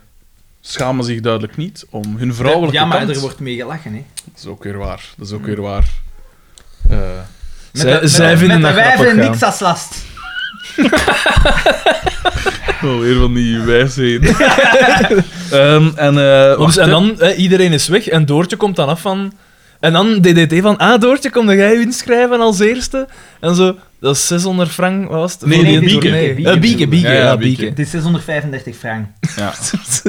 Speaker 2: schamen zich duidelijk niet om hun vrouwelijke
Speaker 1: Ja, maar
Speaker 2: kant-
Speaker 1: er wordt mee gelachen, hè.
Speaker 2: Dat is ook weer waar. Dat is ook weer waar. Eh,
Speaker 3: Zij- zij vinden
Speaker 1: met
Speaker 3: dat
Speaker 1: de wijven
Speaker 3: grappig, ja.
Speaker 1: niks als last.
Speaker 2: Oh, weer van die wijsheid. Ehm, en, eh, wacht,
Speaker 3: Dus, en
Speaker 2: hè.
Speaker 3: dan, hè, iedereen is weg en Doortje komt dan af van... En dan DDT van, ah Doortje, kom dan jij je inschrijven als eerste? En zo, dat is 600 frank, wat was het?
Speaker 2: Nee,
Speaker 3: Voor
Speaker 2: nee,
Speaker 3: die
Speaker 2: Bieke.
Speaker 3: tournee.
Speaker 1: Bieke.
Speaker 3: Eh, Bieke, Bieke,
Speaker 2: Ja, ja,
Speaker 3: ja,
Speaker 2: Bieke.
Speaker 3: Bieke.
Speaker 1: Het is 635 frank.
Speaker 2: Ja.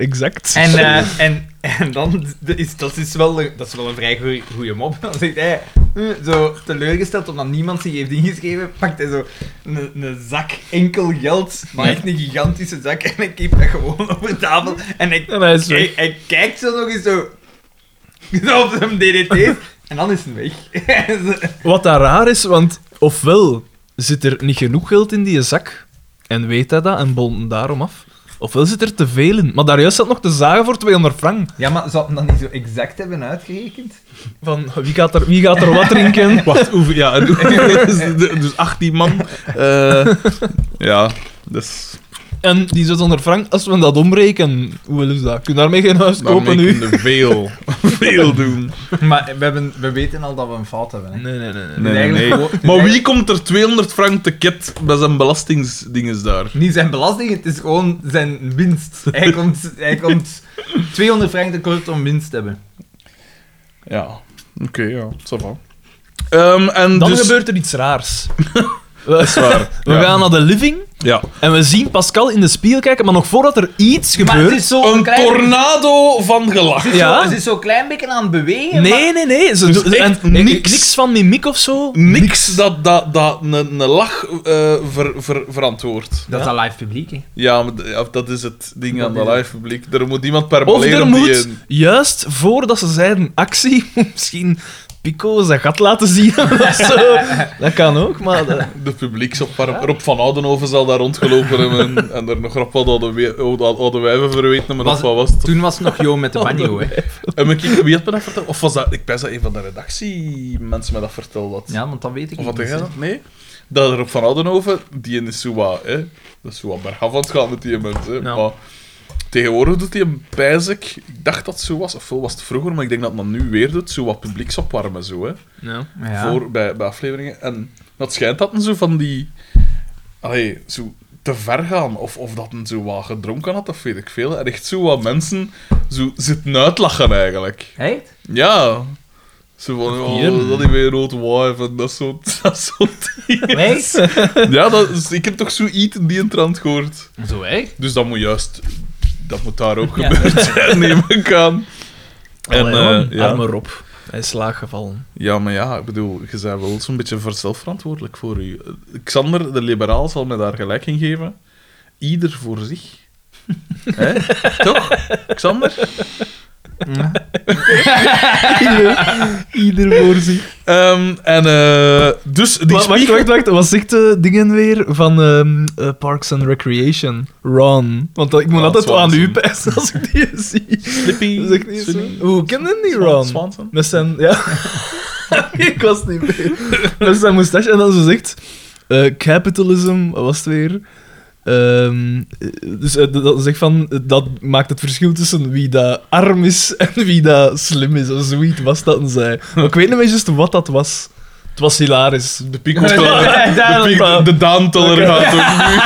Speaker 3: exact.
Speaker 1: En, eh, en, en dan de- is dat is wel een, dat is wel een vrij goede mop. Dan zegt hij eh, zo teleurgesteld omdat niemand zich heeft ingeschreven, pakt hij zo een, een zak enkel geld, maar echt een gigantische zak en hij keept dat gewoon op de tafel en hij,
Speaker 3: En hij is weg.
Speaker 1: hij, hij kijkt zo nog eens zo, zo op zijn DDT en dan is hij weg. En zo-
Speaker 3: Wat daar raar is, want ofwel zit er niet genoeg geld in die zak en weet hij dat en bond hem daarom af. Ofwel zit er te veel in. Maar daar juist zat nog te zagen voor 200 frank.
Speaker 1: ja, maar zou hem dat niet zo exact hebben uitgerekend?
Speaker 3: Van wie gaat er, wie gaat er wat drinken?
Speaker 2: Wacht, hoeveel- ja, en hoeveel is de- dus 18 man. Eh, ja, dus.
Speaker 3: En die 600 frank, als we dat omrekenen, hoeveel is dat? Kun je daarmee geen huis kopen
Speaker 2: daarmee
Speaker 3: nu?
Speaker 2: kunnen we veel, veel doen.
Speaker 1: Maar we, hebben, we weten al dat we een fout hebben. Hè.
Speaker 3: Nee, nee, nee. nee.
Speaker 2: Nee, nee, nee.
Speaker 1: Eigenlijk gewoon-
Speaker 2: Maar wie komt er 200 frank te kit bij zijn belastingsdinges daar?
Speaker 1: Niet zijn belasting, het is gewoon zijn winst. Hij komt, hij komt 200 frank tekort om winst te hebben.
Speaker 2: Ja, oké, ja, ça va. Ehm, en
Speaker 3: Dan
Speaker 2: dus,
Speaker 3: gebeurt er iets raars.
Speaker 2: Dat is waar.
Speaker 3: We
Speaker 2: ja.
Speaker 3: gaan naar de living
Speaker 2: Ja.
Speaker 3: en we zien Pascal in de spiegel kijken, maar nog voordat er iets gebeurt...
Speaker 1: zo
Speaker 2: Een tornado van gelach.
Speaker 1: het is
Speaker 3: Ja.
Speaker 1: zo- het is zo'n klein beetje aan het bewegen.
Speaker 3: Nee, nee, nee. Ze
Speaker 2: Dus
Speaker 3: doen-
Speaker 2: echt
Speaker 3: en-
Speaker 2: niks.
Speaker 3: niks van mimiek of zo.
Speaker 2: Niks dat, dat, dat een, een lach eh ver, ver, verantwoordt.
Speaker 1: Dat
Speaker 3: Dat
Speaker 1: is
Speaker 3: is
Speaker 1: een live publiek, hè.
Speaker 2: Ja, maar d- ja, dat is het ding
Speaker 1: Dat
Speaker 2: aan de
Speaker 1: is het.
Speaker 2: live publiek. Er moet iemand permaleren
Speaker 3: Of er
Speaker 2: op die eh,
Speaker 3: moet,
Speaker 2: een-
Speaker 3: juist voordat ze zeiden actie, misschien Pico zijn gat laten zien of zo. Dat kan ook, maar... eh, dat-
Speaker 2: eh, de publieksopwarm. Rob van Oudenhoven zal daar rondgelopen hebben en, en er nog rap wat oude, we- oude, oude wijven verweten hebben. Of
Speaker 1: Was-
Speaker 2: wat was het?
Speaker 1: Toen was het nog Jo met de banjo, hè.
Speaker 2: En ik, wie had me dat verteld? Of was dat... Ik ben dat een van de redactiemensen me dat verteld had.
Speaker 1: Ja, want dat weet ik
Speaker 2: Of
Speaker 1: niet.
Speaker 2: wat
Speaker 1: dus,
Speaker 2: jij
Speaker 1: hè.
Speaker 2: dat? Nee. Dat Rob van Oudenhoven, die in Suwa, hè. Dat is Suwa bergaf aan het gaan met die mensen. hè.
Speaker 3: Ja.
Speaker 2: Maar tegenwoordig doet hij een pijzik. Ik dacht dat het zo was, of wel was het vroeger, maar ik denk dat dat nu weer doet. Zo wat publieksopwarmen, zo, hè.
Speaker 1: Ja.
Speaker 2: Voor, bij, bij afleveringen. En dat schijnt dat een zo van die... Allee, zo te ver gaan. Of, of dat een zo wat gedronken had, of weet ik veel. En echt zo wat mensen zo zitten uitlachen, eigenlijk.
Speaker 1: Echt?
Speaker 2: Ja. Zo van,
Speaker 3: Hier.
Speaker 2: oh, dat is weer een rood wijf en dat soort, dat soort dingen.
Speaker 1: Echt?
Speaker 2: Ja, dat is- ik heb toch zoiets in die trant gehoord.
Speaker 1: Zo echt?
Speaker 2: Dus dat moet juist... Dat moet daar ook
Speaker 1: Ja.
Speaker 2: gebeurd zijn, neem ik aan. En,
Speaker 3: Allee, man,
Speaker 2: eh, ja.
Speaker 3: Arme Rob. Hij is laag gevallen.
Speaker 2: Ja, maar ja, ik bedoel, je bent wel zo'n beetje voor zelfverantwoordelijk voor u. Xander, de liberaal, zal mij daar gelijk in geven. Ieder voor zich. Hè? Toch? Xander?
Speaker 3: Ieder voor zich.
Speaker 2: Ehm, en eh, dus... Die
Speaker 3: Wacht, wacht, wacht, wacht. Wat zegt de dingen weer van ehm, eh, Parks and Recreation? Ron. Want dat- ik moet
Speaker 2: Ron
Speaker 3: altijd wel aan u
Speaker 2: Swanson.
Speaker 3: pijzen als ik die zie.
Speaker 2: Slippy,
Speaker 3: Zeg niet zo.
Speaker 2: Sunny,
Speaker 3: Hoe kende die
Speaker 2: Swan-
Speaker 3: Ron?
Speaker 2: Swanson?
Speaker 3: Met zijn... Ja. ik was niet mee. Met zijn moustache. En dan zo zegt... eh, capitalism, wat was het weer? Ehm, eh, dus eh, dat- dat zegt van... eh, Dat maakt het verschil tussen wie dat arm is en wie dat slim is. Of zoiets was dat een zij. Maar ik weet niet meer juist wat dat was. Het was hilarisch.
Speaker 2: De pikkelteller.
Speaker 3: Ja, ja, ja,
Speaker 2: de
Speaker 3: ja.
Speaker 2: pik, de daanteller gaat ook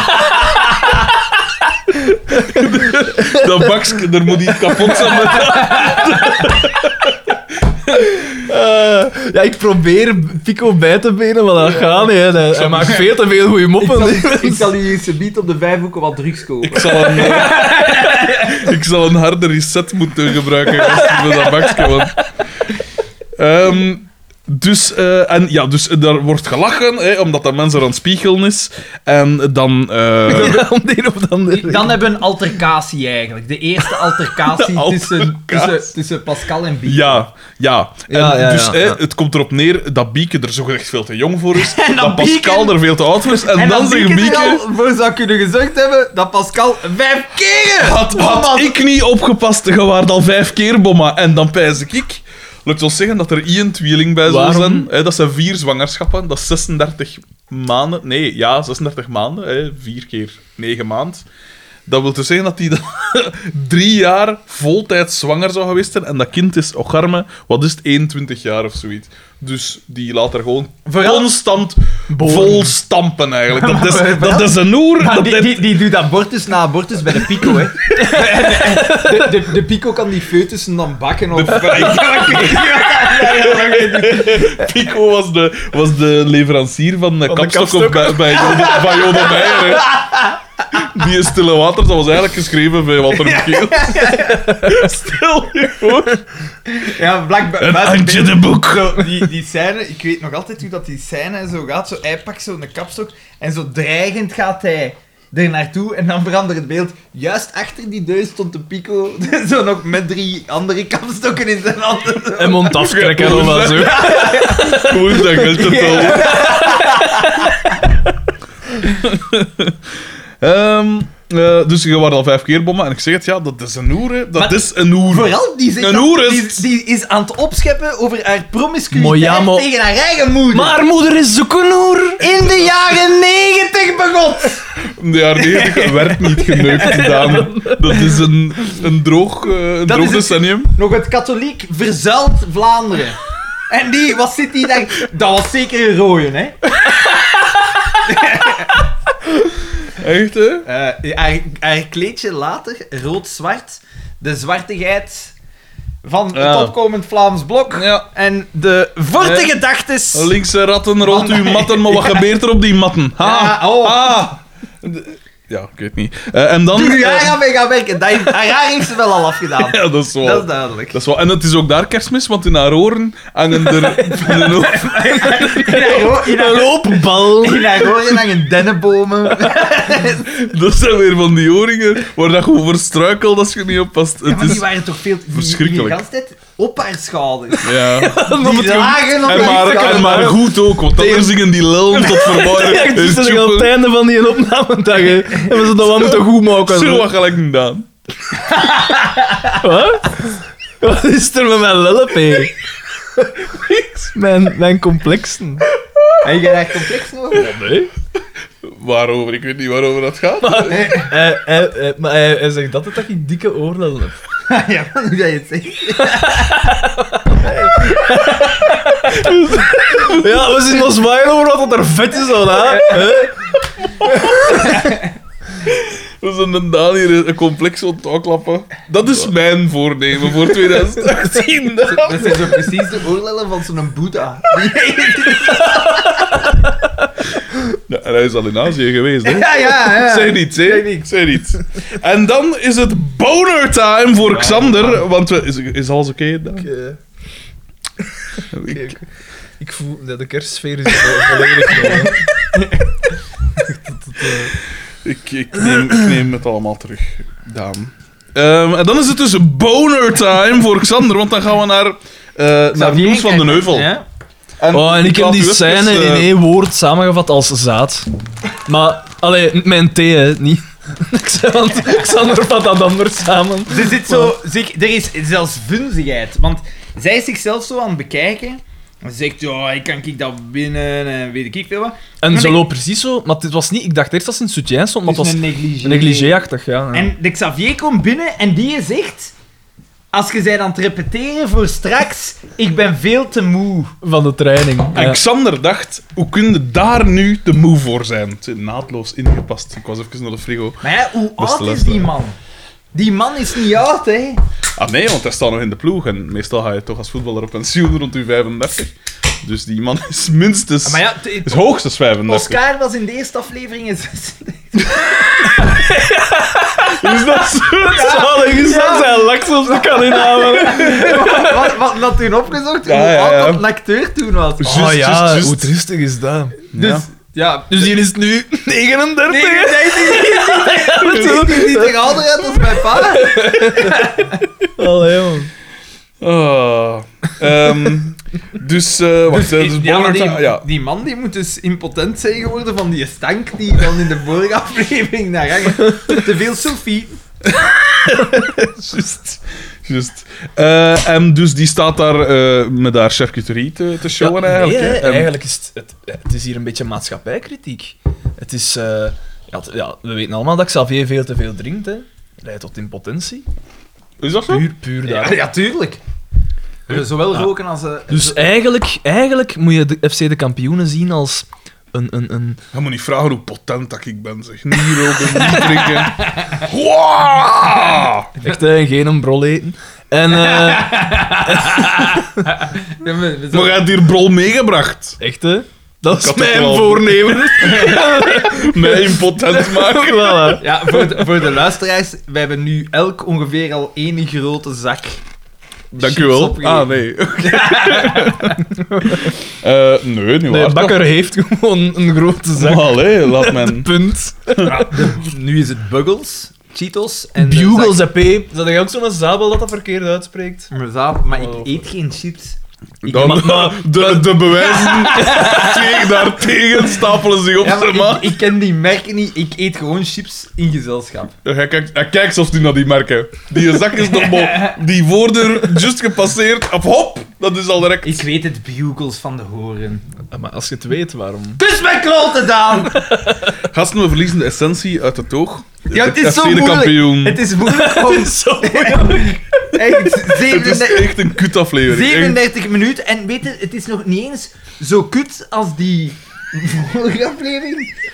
Speaker 2: nu. dat bakske, er moet iets kapot zijn. met-
Speaker 3: Eh, ja, ik probeer Pico bij te benen, maar dat gaat niet. hè. Hij, hij maakt veel te veel goede
Speaker 1: Ik
Speaker 3: moppen.
Speaker 1: zal, ik zal u subiet op de vijfhoeken wat drugs kopen.
Speaker 2: Ik zal, een, eh, ik zal een harde reset moeten gebruiken als ik voor dat bakske. Want, Ehm, Dus, eh, en ja, dus daar wordt gelachen, hè, omdat dat mensen aan het spiegelen is. En dan... eh,
Speaker 3: Om de een of de andere
Speaker 1: Dan hebben we een altercatie eigenlijk. De eerste altercatie,
Speaker 2: De
Speaker 1: Tussen,
Speaker 2: altercatie.
Speaker 1: tussen, tussen Pascal en Bieke.
Speaker 2: Ja, ja. En
Speaker 3: Ja, ja,
Speaker 2: dus
Speaker 3: ja,
Speaker 2: hè,
Speaker 3: ja.
Speaker 2: het komt erop neer dat Bieke er zo echt veel te jong voor is,
Speaker 1: En
Speaker 2: dat
Speaker 1: dat
Speaker 2: Pascal
Speaker 1: Bieke-
Speaker 2: er veel te oud voor is, en,
Speaker 1: En
Speaker 2: dan
Speaker 1: dan
Speaker 2: zegt
Speaker 1: Bieke er
Speaker 2: Bieke...
Speaker 1: al voor zou kunnen gezegd hebben dat Pascal vijf keren
Speaker 2: Had, had ik niet opgepast, je waart al vijf keer, bomma. En dan pijs ik, ik... Laat ons zeggen dat er Ian Tweeling bij zou
Speaker 3: Waarom?
Speaker 2: zijn. hè, dat zijn vier zwangerschappen, dat is 36 maanden... Nee, ja, 36 maanden. hè, vier keer negen maand. Dat wil dus zeggen dat hij dan drie jaar voltijds zwanger zou geweest zijn. En dat kind is ocharme, wat is het, 21 jaar of zoiets. Dus die laat er gewoon
Speaker 1: Vooral-
Speaker 2: constant vol stampen, eigenlijk. Dat is,
Speaker 1: maar-
Speaker 2: dat is een oer.
Speaker 1: Maar
Speaker 2: Dat
Speaker 1: die,
Speaker 2: heeft-
Speaker 1: die, die doet abortus na abortus bij de pico, hè. De, de, de pico kan die foetussen dan bakken of...
Speaker 2: Pico was de, was de leverancier van de kapstokken bij, bij Jode, van Jode Meijer. hè. Die is Stille Waters, dat was eigenlijk geschreven bij Walter Michiel. Stel je voor.
Speaker 1: Ja, blijkbaar...
Speaker 2: Een
Speaker 1: buiten
Speaker 2: handje de boek.
Speaker 1: beeld. Die, die scène, ik weet nog altijd hoe dat die scène zo gaat. Zo, hij pakt zo'n kapstok en zo dreigend gaat hij er naartoe en dan verandert het beeld. Juist achter die deus stond de pico, zo nog met drie andere kapstokken in zijn handen.
Speaker 3: En mond aftrekken en allemaal zo.
Speaker 2: Goed, dat geldt het al. Ehm, eh, dus je waren al vijf keer bommen en ik zeg het, ja, dat is een oer. hè. Dat
Speaker 1: Maar-
Speaker 2: is een oer.
Speaker 1: Vooral, die, zegt
Speaker 2: Een
Speaker 1: dat-
Speaker 2: hoer is
Speaker 1: die,
Speaker 2: het.
Speaker 1: die is aan het opscheppen over haar promiscuïteit
Speaker 3: Maar ja, maar-
Speaker 1: tegen haar eigen moeder.
Speaker 3: Maar moeder is zoek een hoer.
Speaker 1: In de jaren negentig begon.
Speaker 2: De jaren 90 werd niet geneukt, Daan. Dat is een, een droog, eh,
Speaker 1: Dat
Speaker 2: een droog
Speaker 1: is het-
Speaker 2: decennium.
Speaker 1: Nog het katholiek verzuild Vlaanderen. En die, wat zit die daar? Dat was zeker een rooien, hè?
Speaker 2: Echt, hè?
Speaker 1: Eh, haar, haar kleedje later, rood-zwart, de zwartigheid van het
Speaker 2: Ja.
Speaker 1: opkomend Vlaams blok
Speaker 2: Ja.
Speaker 1: en de forte
Speaker 2: Ja.
Speaker 1: gedachtes.
Speaker 2: Linkse ratten, rolt uw matten, maar wat gebeurt er op die matten? Ha!
Speaker 1: Ja, oh.
Speaker 2: ha. De- Ja, ik weet niet. Eh, en dan...
Speaker 1: Toen u haar
Speaker 2: eh,
Speaker 1: aan mee gaan werken, dat, haar haar heeft ze wel al afgedaan.
Speaker 2: ja, dat is wel...
Speaker 1: Dat is duidelijk.
Speaker 2: Dat is wel... En het is ook daar kerstmis, want in haar oren hangen er... in een hoop-
Speaker 1: In haar, ho- in haar,
Speaker 3: Loopbal.
Speaker 1: in haar horen hangen dennenbomen.
Speaker 2: dat zijn weer van die oringen waar dat gewoon voor struikelt als je niet oppast.
Speaker 1: Ja,
Speaker 2: Het
Speaker 1: maar die
Speaker 2: is...
Speaker 1: waren toch veel... die-
Speaker 2: verschrikkelijk.
Speaker 1: Die de tijd op haar schouders.
Speaker 2: Ja.
Speaker 1: Die lagen op haar
Speaker 2: En maar,
Speaker 1: schouders.
Speaker 2: en maar goed ook, want anders zingen die lelm tot verwarring.
Speaker 3: Ja, ik zit er al op het einde van die opnamedag, hè. En we ze dat wel moeten goed maken.
Speaker 2: Zo
Speaker 3: zo.
Speaker 2: wat gelijk niet aan.
Speaker 3: Wat? Wat is er met mijn lulp, hè? Mijn, mijn complexen.
Speaker 1: Heb jij daar complex over?
Speaker 3: Nee?
Speaker 2: Waarover? Ik weet niet waarover dat gaat.
Speaker 3: Hij, hij, hij- maar hij, hij zegt altijd dat ik dikke oorlellen heb.
Speaker 1: ja, hoe dat je het zegt.
Speaker 3: Ja, we zien ons waaien over wat dat er vet is al, hè? Hè?
Speaker 2: We zijn een Daan hier een complex ontklappen. Dat is mijn voornemen voor 2018.
Speaker 1: Dat zijn zo precies de oorlellen van zo'n boeddha.
Speaker 2: Ja, en hij is al in Azië geweest, hè?
Speaker 1: ja, ja, ja.
Speaker 2: Zeg niets, hè?
Speaker 1: Zeg niets.
Speaker 2: Zeg niets. En dan is het boner time voor Xander. Want we, is, is alles oké? Daan?
Speaker 3: Ik, eh, ik, eh, ik voel dat de kerstsfeer is vo- volledig. eh,
Speaker 2: Ik, ik, neem, ik neem het allemaal terug, Daan. Ehm, en dan is het dus boner time voor Xander, want dan gaan we naar, eh naar Nieuws van den Heuvel.
Speaker 1: Ja?
Speaker 2: En
Speaker 3: Oh, en ik heb
Speaker 2: laat
Speaker 3: die
Speaker 2: u even,
Speaker 3: scène
Speaker 2: eh,
Speaker 3: in één woord samengevat als zaad. Maar, allee, mijn thee, hè, niet. Want Xander vat dat anders samen.
Speaker 1: Ze zit zo... Zich, er is zelfs vunzigheid. Want zij is zichzelf zo aan het bekijken. En ze zegt, ja, ik kan ik dat winnen en weet ik veel wat.
Speaker 3: En
Speaker 1: Maar
Speaker 3: ze
Speaker 1: ik-
Speaker 3: loopt precies zo, maar dit was niet, ik dacht eerst dat ze in soutien stond, maar
Speaker 1: Het
Speaker 3: het
Speaker 1: is
Speaker 3: was
Speaker 1: een negligé.
Speaker 3: negligé-achtig, ja. ja.
Speaker 1: En de Xavier komt binnen en die zegt... Als je zij aan het repeteren voor straks, ik ben veel te moe.
Speaker 3: Van de training.
Speaker 2: En
Speaker 3: Ja.
Speaker 2: Xander dacht, hoe kun je daar nu te moe voor zijn? Het is naadloos ingepast. Ik was even naar de frigo.
Speaker 1: Maar ja, hoe
Speaker 2: Beste
Speaker 1: oud is die
Speaker 2: luisteraar.
Speaker 1: man? Die man is niet oud, hè?
Speaker 2: Ah nee, want hij staat nog in de ploeg. En meestal ga je toch als voetballer op pensioen rond je 35. Dus die man is minstens...
Speaker 1: Ah, Maar ja, t-
Speaker 2: is hoogstens 35.
Speaker 1: Oscar was in de eerste aflevering een 36.
Speaker 2: Dus
Speaker 3: Is dat zo? Zalig is dat zijn laks op de Scandinaven.
Speaker 1: Wat, wat had toen opgezocht?
Speaker 2: Ja,
Speaker 1: hoe
Speaker 2: ja,
Speaker 1: oud
Speaker 2: ja.
Speaker 1: dat een acteur toen was.
Speaker 2: Juist,
Speaker 3: Oh ja,
Speaker 2: juist, juist.
Speaker 3: hoe triestig is dat?
Speaker 1: Dus, ja.
Speaker 3: Dus hier is het nu 39.
Speaker 1: Nee, nee, nee, nee, nee, nee, niet tegen ouder uit als mijn pa.
Speaker 3: Allee, man.
Speaker 2: Ah. Ehm, dus, eh wacht, eh, dus
Speaker 1: ja, maar
Speaker 2: Bonhart-
Speaker 1: die,
Speaker 2: ja, ja.
Speaker 1: die man die moet dus impotent zijn geworden van die stank die dan in de vorige aflevering naar hangt. Te veel Sophie.
Speaker 2: Juist. Juist. Eh, en dus die staat daar eh, met haar charcuterie te, te
Speaker 3: Ja,
Speaker 2: showen
Speaker 3: nee,
Speaker 2: eigenlijk. hè. Ehm,
Speaker 3: hè, Ehm,
Speaker 2: En-
Speaker 3: eigenlijk is het, het, het is hier een beetje maatschappijkritiek. Het is... eh, ja, het- ja, we weten allemaal dat Xavier veel te veel drinkt, hè. Leidt tot impotentie.
Speaker 2: Is dat zo?
Speaker 3: Puur, puur daar.
Speaker 1: Ja, ja, tuurlijk. Zowel roken als... eh,
Speaker 3: Dus eigenlijk, eigenlijk moet je de FC de kampioenen zien als een... een, een
Speaker 2: Je moet niet vragen hoe potent dat ik ben, zeg. Niet roken, niet drinken. Wow!
Speaker 3: echt hè, geen een brol eten. En... eh,
Speaker 1: ja, we- we-
Speaker 2: Maar jij hebt hier brol meegebracht.
Speaker 3: echt, hè. Dat
Speaker 2: Ik
Speaker 3: is
Speaker 2: had het
Speaker 3: mijn
Speaker 2: wel.
Speaker 3: voornemen.
Speaker 2: Mij impotent maken.
Speaker 3: Voilà.
Speaker 1: Ja, voor de, voor de luisteraars, wij hebben nu elk ongeveer al één grote zak.
Speaker 2: Dank u wel.
Speaker 1: Chips opgegeven.
Speaker 2: Ah, nee. Eh, nee, niet
Speaker 3: De
Speaker 2: waar.
Speaker 3: bakker heeft gewoon een grote
Speaker 2: toch?
Speaker 3: zak.
Speaker 2: Maar allee, laat men...
Speaker 3: Punt.
Speaker 1: Nu is het Buggles, Cheetos en... de
Speaker 3: Bugles, hè, P. Is dat ook zo'n zabel dat dat verkeerd uitspreekt?
Speaker 1: zak- Maar, zaad- maar ik
Speaker 3: Oh.
Speaker 1: eet geen chips.
Speaker 2: Dan,
Speaker 3: maar-
Speaker 2: de, de bewijzen tegen, daartegen stapelen zich op,
Speaker 1: Ja,
Speaker 2: zeg
Speaker 1: maar
Speaker 2: maar.
Speaker 1: ik, ik ken die merken niet. Ik eet gewoon chips in gezelschap.
Speaker 2: Hij kijkt, hij kijkt zelfs niet naar die merken. Die zak is nog maar... Die voordeur, just gepasseerd. Of hop, dat is al direct...
Speaker 1: Ik weet het bugles van de horen.
Speaker 3: Maar als je het weet, waarom?
Speaker 1: Dus mijn klote Daan!
Speaker 2: Gasten, we verliezen de essentie uit het oog.
Speaker 1: Ja, het is
Speaker 2: FC
Speaker 1: zo
Speaker 2: de
Speaker 1: moeilijk.
Speaker 2: kampioen.
Speaker 1: Het is moeilijk om...
Speaker 3: Zo.
Speaker 1: Echt,
Speaker 2: Het is
Speaker 1: 37,
Speaker 2: echt een kutaflevering. Echt.
Speaker 1: 37 minuten. En weet je, het is nog niet eens zo kut als die vorige aflevering.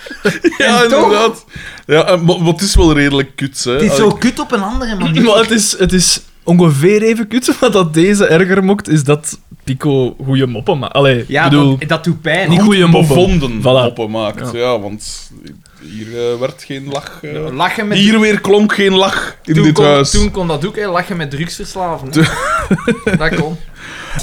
Speaker 2: Ja,
Speaker 1: en toch-
Speaker 2: inderdaad. Ja, en- maar, maar het is wel redelijk kut, hè.
Speaker 1: Het is
Speaker 2: Als
Speaker 1: zo
Speaker 2: ik-
Speaker 1: kut op een andere manier.
Speaker 3: Eh, Maar het is, het is ongeveer even kut. Wat dat deze erger mokt, is dat Pico goede moppen maakt. Allee,
Speaker 1: Ja,
Speaker 3: ik bedoel,
Speaker 1: dat, dat doet pijn.
Speaker 3: niet goede moppen.
Speaker 2: bevonden
Speaker 3: Voilà.
Speaker 2: moppen maakt. Ja.
Speaker 3: Ja.
Speaker 2: want hier eh, werd geen lach. eh,
Speaker 1: Lachen met...
Speaker 2: hier weer klonk geen lach in
Speaker 1: toen,
Speaker 2: dit
Speaker 1: kon,
Speaker 2: huis.
Speaker 1: toen kon dat ook, hè. Lachen met drugsverslaven. hè. dat kon.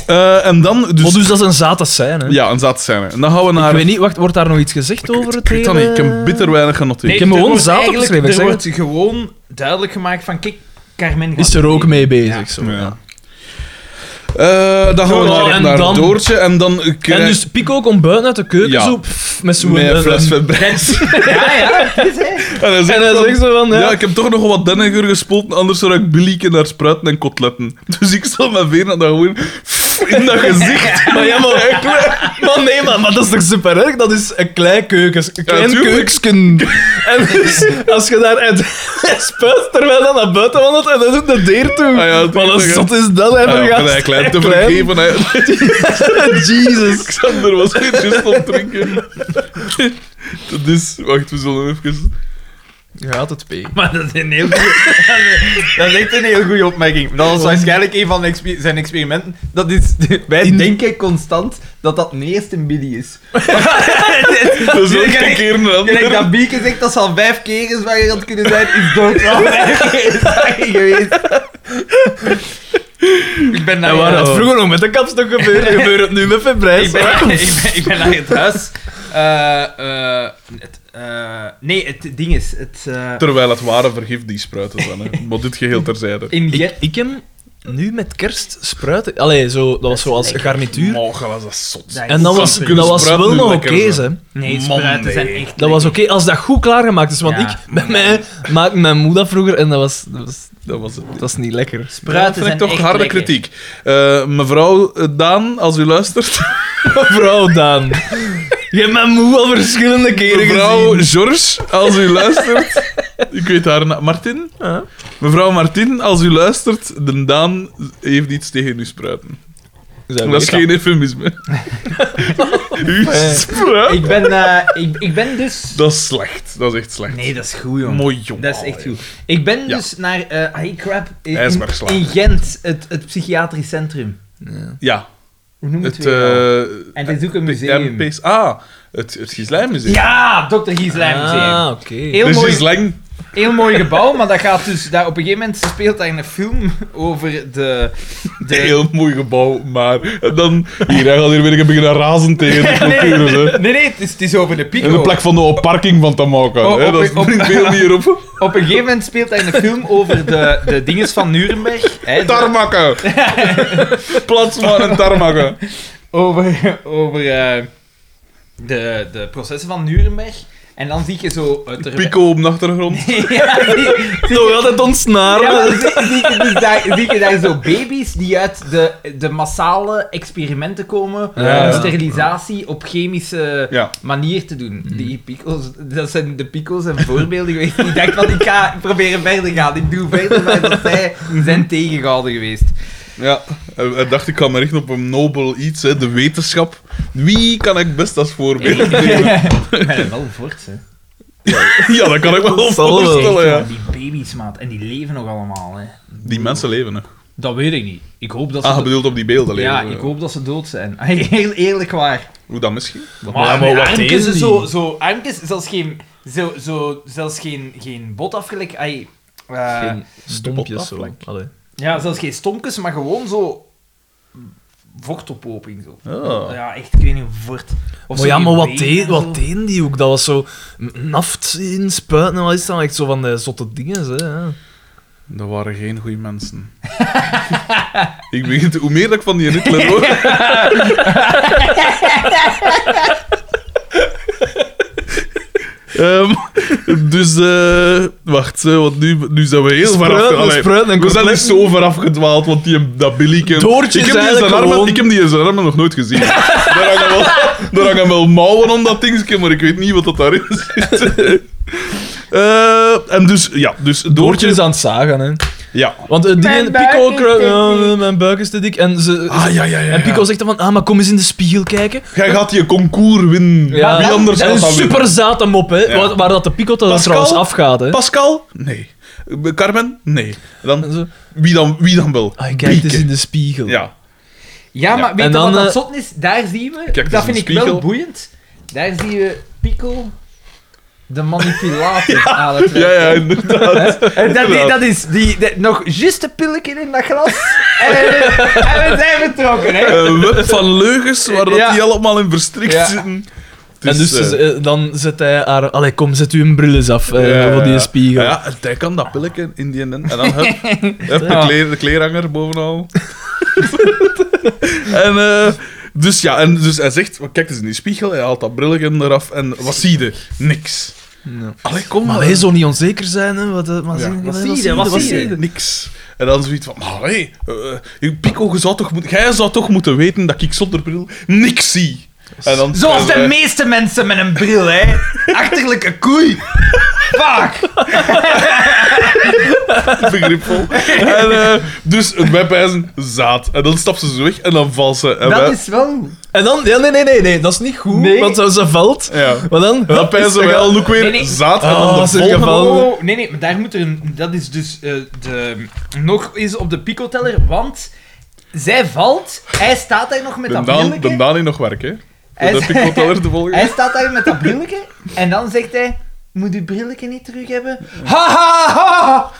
Speaker 2: Eh, en dan, dus,
Speaker 3: Dus, dus dat is een zate scène. hè.
Speaker 2: ja, een zat scène. En dan gaan we naar.
Speaker 3: Ik weet niet, wacht, wordt daar nog iets gezegd over het
Speaker 2: Ik weet dat
Speaker 3: hele-
Speaker 2: niet, ik heb bitter weinig
Speaker 3: Ik
Speaker 2: genoteerd.
Speaker 3: heb
Speaker 1: er
Speaker 3: gewoon
Speaker 1: wordt
Speaker 3: zaad
Speaker 1: eigenlijk-
Speaker 3: opgeschreven,
Speaker 1: Er
Speaker 3: zeg
Speaker 1: wordt gewoon duidelijk gemaakt van, kijk, Carmen gaat
Speaker 3: Is er ook
Speaker 1: mee.
Speaker 3: mee bezig. Zo,
Speaker 2: Ja.
Speaker 3: ja.
Speaker 2: Eh, dan gaan we
Speaker 3: Oh,
Speaker 2: naar,
Speaker 3: en
Speaker 2: naar
Speaker 3: dan-
Speaker 2: Doortje en dan eh, krijg-
Speaker 3: En dus Pico komt buiten uit de keuken,
Speaker 2: Ja.
Speaker 3: zo, pff, met zo'n...
Speaker 2: mijn
Speaker 3: een-
Speaker 2: fles
Speaker 3: een-
Speaker 2: verbrijst.
Speaker 1: Ja, ja. het is, hè.
Speaker 2: En hij zegt
Speaker 3: En hij
Speaker 2: dan-
Speaker 3: zegt zo van,
Speaker 2: Ja,
Speaker 3: ja.
Speaker 2: ik heb toch nog wat denniger gespoeld, anders zou ik bilieken naar spruiten en kotletten. Dus ik zal mijn veren en dan gewoon in dat gezicht.
Speaker 3: Maar ja, maar, maar nee, maar, maar dat is toch super erg? Dat is een klein keukens, een klein
Speaker 2: tuurlijk.
Speaker 3: keuksken. En dus, als je daar uit spuit terwijl dat naar buiten wandelt en dan doet de deur toe.
Speaker 2: ja, tuurlijk,
Speaker 3: maar dat
Speaker 2: hè.
Speaker 3: zot is dat,
Speaker 2: Ah
Speaker 3: hè,
Speaker 2: ja,
Speaker 3: vergast.
Speaker 2: vrij klein te
Speaker 3: Klein.
Speaker 2: vergeven. hè.
Speaker 3: Jesus.
Speaker 2: Xander was geen just op drinken. Dat is... Wacht, we zullen even...
Speaker 3: Je gaat het, P.
Speaker 1: Maar dat is een heel goeie... dat is echt een heel goede opmerking. Dat was waarschijnlijk een van de expe- zijn experimenten. Dat is... Wij
Speaker 3: In-
Speaker 1: denken constant dat dat een eerste biddy is.
Speaker 2: Dat is
Speaker 1: Nee,
Speaker 2: elke
Speaker 1: kijk,
Speaker 2: keer een
Speaker 1: Gelijk
Speaker 2: ander.
Speaker 1: dat Bieke zegt dat ze al vijf keer zwanger had kunnen zijn, is dood al vijf keer zwanger geweest. Ik ben naar
Speaker 3: En waar dat
Speaker 1: eh,
Speaker 3: vroeger nog met de kapstok gebeurde, gebeurt het nu met
Speaker 1: ik,
Speaker 3: Febrijs.
Speaker 1: ben, ik, ben, ik ben naar het huis. Eh, eh, het, eh, nee, het ding is... Het, eh,
Speaker 2: Terwijl het ware vergif die spruiten zijn. Hè. Maar dit geheel terzijde.
Speaker 1: in
Speaker 3: Ik,
Speaker 1: Jet...
Speaker 3: ik heb nu met kerst spruiten... Allee, zo, dat was zo als garnituur.
Speaker 2: Morgen was dat zot.
Speaker 3: En dat was,
Speaker 2: Kunnen
Speaker 3: dat was
Speaker 2: spruiten
Speaker 3: wel
Speaker 2: nu
Speaker 3: nog oké,
Speaker 2: lekker zijn?
Speaker 3: hè.
Speaker 1: Nee,
Speaker 2: Man,
Speaker 1: spruiten zijn
Speaker 2: nee.
Speaker 1: echt
Speaker 3: Dat was oké als dat goed klaargemaakt is. Want
Speaker 1: Ja.
Speaker 3: ik, bij mij, maakte mijn moeder dat vroeger en dat was, dat was,
Speaker 2: Dat was het.
Speaker 3: dat was niet lekker.
Speaker 2: Dat
Speaker 1: Spruiten
Speaker 2: vind ik
Speaker 1: zijn
Speaker 2: toch
Speaker 1: echt
Speaker 2: harde
Speaker 1: lekker.
Speaker 2: kritiek. Eh, mevrouw eh, Daan, als u luistert.
Speaker 3: Mevrouw Daan. Je hebt mijn moe al verschillende keren
Speaker 2: Mevrouw
Speaker 3: gezien.
Speaker 2: George, als u luistert. Ik weet haar naam. Martin?
Speaker 3: Ja.
Speaker 2: Mevrouw Martin, als u luistert, de Daan heeft iets tegen u spruiten.
Speaker 3: Zij
Speaker 2: dat is
Speaker 3: weet
Speaker 2: geen eufemisme. u spruit.
Speaker 1: Eh, Ik ben, eh, ik, ik ben dus...
Speaker 2: Dat is slecht. Dat is echt slecht.
Speaker 1: Nee, dat is goed, jongen.
Speaker 2: Mooi jong.
Speaker 1: Dat is echt goed. Ik ben
Speaker 2: Ja.
Speaker 1: dus naar eh High Crap in,
Speaker 2: IJsbergslaag.
Speaker 1: in Gent, het, het psychiatrisch centrum.
Speaker 2: Ja.
Speaker 1: Hoe noem het,
Speaker 2: Het,
Speaker 1: het weer? al?
Speaker 2: eh
Speaker 1: En het is ook een museum.
Speaker 2: MP's. Ah, het, het Gislijnmuseum.
Speaker 1: Ja, Dr. Gieslijm Museum.
Speaker 3: Ah, oké.
Speaker 1: Heel
Speaker 2: de
Speaker 1: mooi.
Speaker 2: Gislijn.
Speaker 1: Heel mooi gebouw, maar dat gaat dus... Daar, op een gegeven moment speelt daar een film over de... de
Speaker 2: Heel mooi gebouw, maar... En dan... Hier, hij gaat hier weer een beginnen razen tegen de
Speaker 1: nee, nee,
Speaker 2: cultuur. hè.
Speaker 1: nee, nee, het is, het is over de
Speaker 2: En de
Speaker 1: pico.
Speaker 2: plek van de parking van te maken.
Speaker 1: Oh,
Speaker 2: hè.
Speaker 1: op-
Speaker 2: Dat
Speaker 1: op-
Speaker 2: brengt veel meer op.
Speaker 1: Op een gegeven moment speelt hij een film over de, de dinges van Nuremberg. Hè, de-
Speaker 2: Tarmakken! Plats maar een tarmakken.
Speaker 1: over, over eh, de, de processen van Nuremberg. En dan zie je zo... uit de-
Speaker 2: Pico op de achtergrond.
Speaker 1: Ja, zie-
Speaker 3: Nog altijd ontsnaren.
Speaker 1: Ja, maar zie, zie je dus daar, zie je daar zo baby's die uit de, de massale experimenten komen
Speaker 2: Ja.
Speaker 1: om sterilisatie op chemische
Speaker 2: Ja.
Speaker 1: manier te doen. Die pico's, dat zijn de pico's en voorbeelden geweest. Die dacht van ik ga proberen verder gaan, ik doe verder, maar dat zij zijn tegengehouden geweest.
Speaker 2: Ja, hij hij dacht ik ga me richten op een nobel iets, hè, de wetenschap. Wie kan ik best als voorbeeld nemen?
Speaker 1: Maar wel voort, hè.
Speaker 2: Ja, dat kan ik me wel
Speaker 3: Dat zal wel.
Speaker 2: voorstellen,
Speaker 1: Echt,
Speaker 2: ja.
Speaker 1: man, Die baby's, maat. En die leven nog allemaal, hè.
Speaker 2: Die mensen leven nog.
Speaker 1: Dat weet ik niet. Ik hoop dat ze...
Speaker 2: Ah, je
Speaker 1: do-
Speaker 2: bedoelt op die beelden leven.
Speaker 1: ja, ik hoop dat ze dood zijn. Heel eerlijk waar.
Speaker 2: Hoe dan misschien?
Speaker 1: Maar,
Speaker 3: maar wat
Speaker 1: armpjes,
Speaker 3: deden die?
Speaker 1: zo, zo, armpjes, zelfs geen, zo, zo, zelfs geen, geen bot afgelekt. ai, eh,
Speaker 3: Stompjes zo.
Speaker 2: Aflek.
Speaker 3: Allee.
Speaker 1: Ja, zelfs geen stompjes, maar gewoon zo vochtopoping. Zo.
Speaker 2: Oh.
Speaker 1: Ja, echt, ik weet niet hoe voort. Of
Speaker 3: Maar
Speaker 1: zo
Speaker 3: ja,
Speaker 1: die
Speaker 3: maar wat
Speaker 1: benen
Speaker 3: deed,
Speaker 1: en zo.
Speaker 3: wat deed die ook? Dat was zo naft in spuiten en wat is dat? Echt zo van de zotte dingen, hè.
Speaker 2: Dat waren geen goede mensen. ik begin te- hoe meer dat ik van die Hitler hoor. Ehm, dus, eh, wacht, eh, want nu, nu zijn we heel ver
Speaker 3: Spruiten,
Speaker 2: afgedwaald.
Speaker 3: spruiten en
Speaker 2: We zijn niet
Speaker 3: kotletten.
Speaker 2: zo ver afgedwaald, want die, dat billieken...
Speaker 3: Doortje
Speaker 2: ik
Speaker 3: is
Speaker 2: heb, die in zijn
Speaker 3: eigenlijk
Speaker 2: armen,
Speaker 3: gewoon-
Speaker 2: ik heb die in zijn armen nog nooit gezien. daar, hangen wel, daar hangen wel mouwen om dat dingetje, maar ik weet niet wat dat daarin zit. Eh, en dus, ja, dus
Speaker 3: Doortje
Speaker 2: Doortje...
Speaker 3: is aan het zagen, hè.
Speaker 2: Ja,
Speaker 3: Want eh, die
Speaker 1: Mijn
Speaker 3: en
Speaker 1: buik
Speaker 3: Pico...
Speaker 1: is
Speaker 3: kru-
Speaker 1: te
Speaker 3: eh,
Speaker 1: dik.
Speaker 3: mijn buik is te dik. En, ze,
Speaker 2: Ah, ja, ja, ja.
Speaker 3: en Pico
Speaker 2: ja.
Speaker 3: zegt dan van, ah, maar kom eens in de spiegel kijken.
Speaker 2: Jij gaat je concours winnen.
Speaker 3: Ja.
Speaker 2: Wie anders
Speaker 3: En
Speaker 2: gaat
Speaker 3: een
Speaker 2: dat winnen?
Speaker 3: super zate mop, hè.
Speaker 2: Ja.
Speaker 3: Waar, waar dat de Pico
Speaker 2: Pascal?
Speaker 3: dat trouwens afgaat, hè.
Speaker 2: Pascal? Nee. Carmen? Nee.
Speaker 3: En
Speaker 2: Dan,
Speaker 3: zo,
Speaker 2: wie, dan, wie dan wel?
Speaker 3: ah, kijk eens
Speaker 2: Bieke.
Speaker 3: in de spiegel.
Speaker 2: Ja.
Speaker 1: Ja, maar
Speaker 2: Ja.
Speaker 1: weet
Speaker 3: En
Speaker 1: je
Speaker 3: dan,
Speaker 1: wat dat
Speaker 3: eh,
Speaker 1: zot is? Daar zien we,
Speaker 2: eens
Speaker 1: dat
Speaker 2: in
Speaker 1: vind
Speaker 2: de
Speaker 1: ik wel
Speaker 2: spiegel.
Speaker 1: boeiend. Daar zien we Pico, de manipulator, aan het werk.
Speaker 2: Ja, ja, inderdaad.
Speaker 1: En dat, die, dat is die, dat- nog juist een pilletje in dat glas. en, en we zijn vertrokken, hè?
Speaker 2: Een web van leugens waar dat
Speaker 1: Ja.
Speaker 2: die allemaal in verstrikt
Speaker 1: Ja.
Speaker 2: zitten. Het
Speaker 3: En
Speaker 2: is,
Speaker 3: dus
Speaker 2: eh,
Speaker 3: ze- eh, dan zet hij haar... Allee, kom, zet u een bril eens af eh,
Speaker 2: ja,
Speaker 3: voor
Speaker 2: ja.
Speaker 3: die spiegel.
Speaker 2: Ja, en hij kan dat pilletje in die en en dan heb, heb de,
Speaker 1: Ja.
Speaker 2: kleer, de kleerhanger bovenal. en eh, dus ja, en dus hij zegt, kijk eens in die spiegel, hij haalt dat brilletje eraf en wat zie je? Niks.
Speaker 3: Ja.
Speaker 2: Allee, kom
Speaker 3: Maar
Speaker 2: maar.
Speaker 3: hij zo niet onzeker zijn, hè. Wat, eh, maar
Speaker 2: Ja.
Speaker 3: zie-
Speaker 1: Wat zie je, wat zie je?
Speaker 2: Niks. En dan zoiets van, maar hé, eh, eh, Pico, je zou toch moeten- jij zou toch moeten weten dat ik zonder bril niks zie. En dan
Speaker 1: Zoals de
Speaker 2: en, eh,
Speaker 1: meeste mensen met een bril, hè? Achterlijke koei. Fuck!
Speaker 2: begripvol. En, eh, dus wij pijzen zaad. En dan stapt ze zo weg en dan valt ze. En
Speaker 1: Dat
Speaker 2: wij-
Speaker 1: is wel.
Speaker 3: En dan... Ja, nee, nee, nee, nee. Dat is niet goed.
Speaker 1: Nee.
Speaker 3: Want ze, ze valt.
Speaker 2: Ja.
Speaker 3: Maar dan...
Speaker 2: Dan
Speaker 3: hup, is
Speaker 2: pijzen
Speaker 3: ze
Speaker 2: wij
Speaker 3: gaan-
Speaker 2: al ook weer
Speaker 1: Nee, nee.
Speaker 2: zaad. En
Speaker 3: Oh,
Speaker 2: dan de
Speaker 3: ze is
Speaker 2: volgende-
Speaker 3: gevallen.
Speaker 1: Oh, oh, nee, nee, maar daar moet er een. Dat is dus eh, de, nog eens op de picoteller, want zij valt. Hij staat daar nog met
Speaker 2: De
Speaker 1: dat
Speaker 2: Daan, de
Speaker 1: brilletje.
Speaker 2: Daan heeft nog werk, hè.
Speaker 1: Hij
Speaker 2: Dat
Speaker 1: is-
Speaker 2: heb ik wel te volgen.
Speaker 1: Hij staat daar met dat brilletje en dan zegt hij: Moet uw brilletje niet terug hebben? Ha ha ha!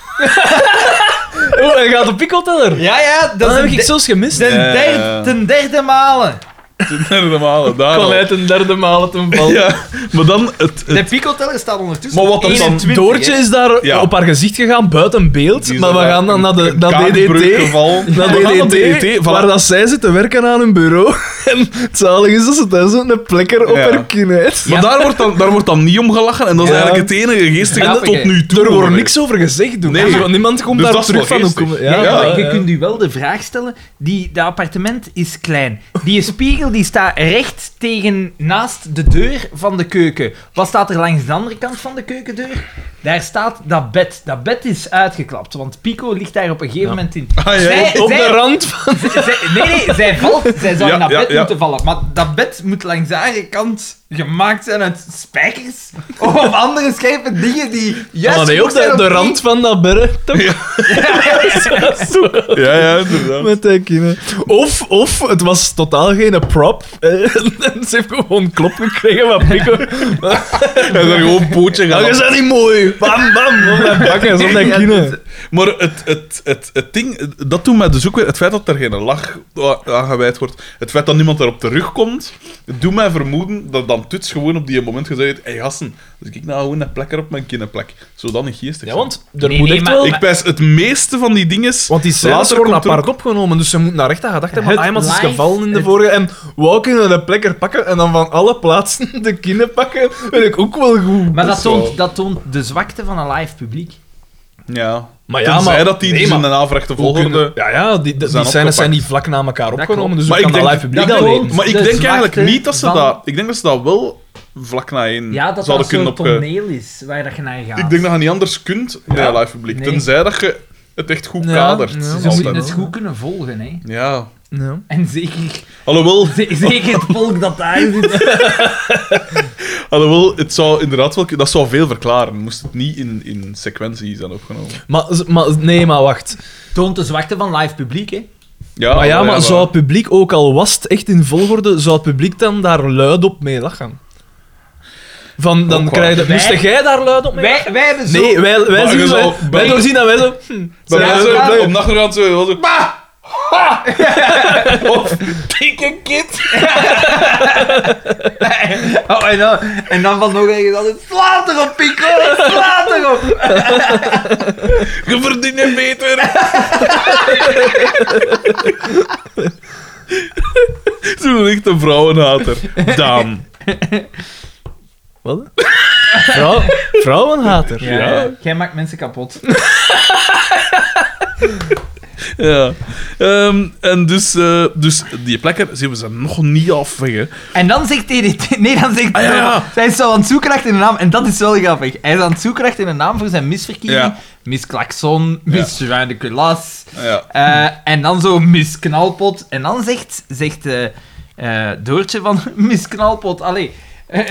Speaker 3: Oh, hij gaat op pikkelteller.
Speaker 1: Ja, ja, dat
Speaker 3: Dat
Speaker 1: is
Speaker 3: heb
Speaker 1: een
Speaker 3: ik
Speaker 1: de-
Speaker 3: zelfs gemist.
Speaker 1: Ten,
Speaker 2: Ja, ja, ja.
Speaker 1: derde, ten derde malen.
Speaker 2: De normale, daar
Speaker 3: Kon
Speaker 2: al.
Speaker 3: hij ten derde maal ten val.
Speaker 2: Ja, maar dan... Het, het-
Speaker 1: De picoteller staat ondertussen
Speaker 2: Maar
Speaker 1: op
Speaker 2: wat dat dan-
Speaker 1: 21,
Speaker 3: Doortje
Speaker 1: hè.
Speaker 3: is daar
Speaker 2: Ja.
Speaker 3: op haar gezicht gegaan, buiten beeld.
Speaker 2: die
Speaker 3: maar we
Speaker 2: zijn
Speaker 3: gaan dan
Speaker 2: een-
Speaker 3: naar, de,
Speaker 2: een
Speaker 3: naar
Speaker 2: kaakbreuk
Speaker 3: DDT.
Speaker 2: gevallen.
Speaker 3: Naar
Speaker 2: We gaan
Speaker 3: DDT,
Speaker 2: DDT, voilà.
Speaker 3: waar dat zij zit te werken aan hun bureau. En het zalig is dat ze daar zo'n plekker op
Speaker 2: Ja.
Speaker 3: haar kin heeft.
Speaker 2: Maar daar, wordt dan, daar wordt dan niet om gelachen en dat is
Speaker 3: Ja.
Speaker 2: eigenlijk het enige geestige
Speaker 1: En dat-
Speaker 2: tot nu toe.
Speaker 3: Er wordt niks over gezegd, doen.
Speaker 2: Nee.
Speaker 3: Nee. niemand komt
Speaker 2: Dus
Speaker 3: daar
Speaker 2: dat is
Speaker 3: terug
Speaker 2: wel
Speaker 3: van. hoe
Speaker 2: geestig.
Speaker 3: kom- eh,
Speaker 1: Ja,
Speaker 2: Ja,
Speaker 1: maar
Speaker 2: ja,
Speaker 1: je kunt u wel de vraag stellen, die, dat appartement is klein. Die spiegel die staat recht tegen naast de deur van de keuken. Wat staat er langs de andere kant van de keukendeur? Daar staat dat bed. Dat bed is uitgeklapt, want Pico ligt daar op een gegeven
Speaker 3: Ja.
Speaker 1: moment in.
Speaker 2: Ah, ja.
Speaker 1: Zij-
Speaker 3: Op
Speaker 1: zij-
Speaker 3: de rand van...
Speaker 1: zij- nee, nee, zij valt. Zij zou
Speaker 2: Ja,
Speaker 1: in dat
Speaker 2: ja,
Speaker 1: bed
Speaker 2: ja.
Speaker 1: moeten vallen. Maar dat bed moet langs de andere kant gemaakt zijn uit spijkers of andere schepen dingen die juist
Speaker 3: maar nee, op
Speaker 1: genoeg
Speaker 3: de,
Speaker 1: zijn
Speaker 3: de
Speaker 1: om
Speaker 3: rand van dat berg. toch?
Speaker 2: Ja, ja, inderdaad.
Speaker 3: Met dat kind, hè. Of, of het was totaal geen prop. eh, en ze heeft gewoon een klop gekregen van Pico.
Speaker 2: Hij is er gewoon een pootje
Speaker 3: Ja,
Speaker 2: gaan.
Speaker 3: Oh, je bent niet mooi. Bam, bam. Op mijn bakken, zo naar kino.
Speaker 2: Maar het, het, het, het ding, dat doet mij dus ook weer... Het feit dat er geen lach aangeweid wordt, het feit dat niemand erop terugkomt, het doet mij vermoeden dat dan Tuts gewoon op die moment gezegd heeft hé hey, gasten, dus ik nou gewoon een plekker op mijn kinnenplek. Zodanig geestig
Speaker 3: Ja,
Speaker 2: zijn.
Speaker 3: want er
Speaker 1: Nee,
Speaker 3: moet
Speaker 1: nee,
Speaker 3: echt
Speaker 1: maar-
Speaker 3: wel...
Speaker 2: Ik pijs het meeste van die dinges...
Speaker 3: Want die scènes
Speaker 2: Later
Speaker 3: worden
Speaker 2: komt er
Speaker 3: apart opgenomen, dus ze moeten naar recht aan gedacht hebben.
Speaker 1: Het
Speaker 3: van, ah, iemand is
Speaker 1: live-
Speaker 3: gevallen in de
Speaker 1: het-
Speaker 3: vorige. En wou kunnen we een plekker pakken en dan van alle plaatsen de kinderen pakken, vind ik ook wel goed.
Speaker 1: Maar dat
Speaker 2: Dat is wel-
Speaker 1: toont, dat toont de zwakte van een live publiek.
Speaker 2: Ja.
Speaker 3: Maar
Speaker 2: Tenzij dat die
Speaker 3: nee,
Speaker 2: dus
Speaker 3: maar-
Speaker 2: in een aanvrachte
Speaker 3: Hoe kunnen-
Speaker 2: volgorde...
Speaker 3: Ja, ja, die, die
Speaker 2: zijn
Speaker 3: scènes zijn
Speaker 2: opgepakt.
Speaker 3: niet vlak na elkaar opgenomen,
Speaker 1: klopt.
Speaker 3: dus
Speaker 2: Maar
Speaker 3: ik kan
Speaker 2: ik
Speaker 3: dat
Speaker 2: denk-
Speaker 3: live publiek
Speaker 1: dat
Speaker 3: al
Speaker 1: klopt.
Speaker 3: weten.
Speaker 2: Maar ik
Speaker 1: De
Speaker 2: denk eigenlijk
Speaker 1: zwakte
Speaker 2: niet dat ze
Speaker 1: van-
Speaker 2: dat... Ik denk dat ze dat wel vlak na één
Speaker 1: Ja, dat dat
Speaker 2: zouden
Speaker 1: zo'n
Speaker 2: kunnen opge-
Speaker 1: toneel is waar dat je naar gaat.
Speaker 2: Ik denk dat je niet anders kunt bij
Speaker 1: Ja.
Speaker 2: een live publiek.
Speaker 1: Nee.
Speaker 2: Tenzij dat je het echt goed
Speaker 3: Ja,
Speaker 2: kadert.
Speaker 3: ja. Ze
Speaker 1: Ze
Speaker 2: Altijd.
Speaker 1: moeten het
Speaker 3: wel,
Speaker 1: goed kunnen volgen, hè.
Speaker 2: Ja.
Speaker 3: Ja.
Speaker 1: En zeker,
Speaker 2: Alhoewel,
Speaker 1: ze- zeker het volk dat daar zit.
Speaker 2: alhoewel, het zou inderdaad wel... Dat zou veel verklaren. Moest het niet in, in sequentie zijn opgenomen.
Speaker 3: Maar, maar, nee, maar wacht.
Speaker 1: Toont de zwakte van live publiek, hè.
Speaker 2: Oh, Ja,
Speaker 3: maar ja, maar zou het publiek, ook al was het echt in volgorde, zou het publiek dan daar luid op mee lachen? Van, dan
Speaker 2: Ook
Speaker 3: krijg je...
Speaker 1: waar.
Speaker 3: Moest
Speaker 1: Wij-
Speaker 3: jij daar luid op mee
Speaker 1: Wij, wij hebben zo...
Speaker 3: Nee, wij, wij,
Speaker 2: Maar
Speaker 3: zien,
Speaker 2: je
Speaker 3: wij,
Speaker 2: zou-
Speaker 3: wij doorzien dat wij zo... hm,
Speaker 2: Bij
Speaker 1: Ja,
Speaker 2: mensen
Speaker 1: ja.
Speaker 2: blij op nacht gaan ze wel zo... Ma! Ha! of...
Speaker 1: dikke kind. oh, en, dan, en dan van nog ergens altijd... Slaat erop, Pico! Slaat erop!
Speaker 2: Je verdient het beter. Zo'n echte vrouwenhater. Daan.
Speaker 3: Wat? Vrouw, vrouwenhater.
Speaker 1: Ja,
Speaker 2: Ja.
Speaker 1: Jij maakt mensen kapot.
Speaker 2: Ja. Ehm, en dus, eh, dus die plekken zien we ze nog niet af. hè.
Speaker 1: En dan zegt hij dit. Nee, dan zegt
Speaker 2: Ah, ja, ja.
Speaker 1: Hij is zo aan het zoeken achter een naam. En dat is wel grappig. Hij is aan het zoeken achter een naam voor zijn misverkiezing.
Speaker 2: Ja.
Speaker 1: Miss Klaxon, Miss ja. de Culas.
Speaker 2: Ja.
Speaker 1: eh, en dan zo Miss Knalpot. En dan zegt, zegt eh, eh, Doortje van Miss Knalpot. Allee. eh,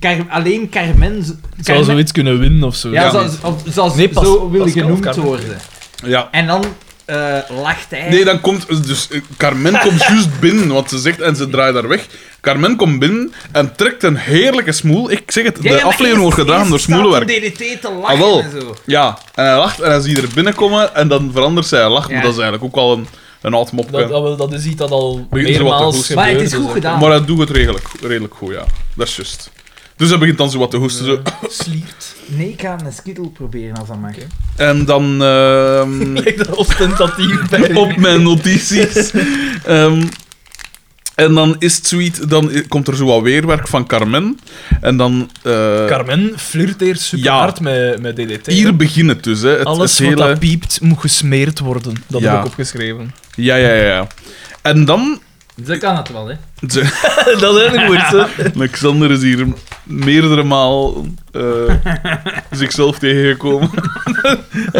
Speaker 1: Car- alleen Carmen... z-
Speaker 3: Zou
Speaker 1: Carmen-
Speaker 3: zoiets kunnen winnen of zo.
Speaker 1: Ja,
Speaker 2: Ja.
Speaker 1: Zou, of, zou
Speaker 3: Nee, pas-
Speaker 1: zo willen
Speaker 3: Pascal of
Speaker 1: genoemd
Speaker 3: Carmen.
Speaker 1: worden.
Speaker 2: ja.
Speaker 1: En dan eh, lacht hij.
Speaker 2: Nee, dan komt... Dus eh, Carmen komt juist binnen, want ze zegt... En ze draait daar weg. Carmen komt binnen en trekt een heerlijke smoel. Ik zeg het,
Speaker 1: Ja, ja,
Speaker 2: de
Speaker 1: maar
Speaker 2: aflevering
Speaker 1: eerst-
Speaker 2: wordt gedaan
Speaker 1: eerst
Speaker 2: door
Speaker 1: staat
Speaker 2: smoelenwerk.
Speaker 1: de DDT te lachen
Speaker 2: Ah, wel.
Speaker 1: en zo.
Speaker 2: Ja, en hij lacht en hij ziet er binnenkomen en dan verandert zij haar lach.
Speaker 1: Ja.
Speaker 2: Maar dat is eigenlijk ook al een, een oud mopje.
Speaker 3: Dat, dat, wel- dat is iets dat al
Speaker 2: Begint zo wat te
Speaker 3: meermaals
Speaker 2: hoesten.
Speaker 3: gebeurd
Speaker 1: Maar het is
Speaker 3: dus
Speaker 1: goed
Speaker 3: dat-
Speaker 1: gedaan.
Speaker 2: Maar hij doet het redelijk, redelijk goed, ja. Dat is juist. Dus hij begint dan zo wat te hoesten. Zo.
Speaker 3: Sliert.
Speaker 1: Nee, ik ga een skittle proberen als dat mag.
Speaker 2: En dan... ehm,
Speaker 3: Lijkt dat ostentatief bij.
Speaker 2: op mijn notities. Ehm, en dan is het zoiets... Dan i- komt er zo wat weerwerk van Carmen. En dan... eh,
Speaker 3: Carmen flirteert super
Speaker 2: Ja.
Speaker 3: hard met, met DDT.
Speaker 2: hier begint het dus, hè. Het,
Speaker 3: Alles
Speaker 2: het
Speaker 3: wat
Speaker 2: hele...
Speaker 3: dat piept moet gesmeerd worden. Dat
Speaker 2: Ja.
Speaker 3: heb ik opgeschreven.
Speaker 2: Ja, ja, ja, ja. En dan...
Speaker 1: Dat kan het wel, hè?
Speaker 2: ze-
Speaker 3: dat is een goed, hè.
Speaker 2: Alexander is hier meerdere maal eh, zichzelf tegengekomen.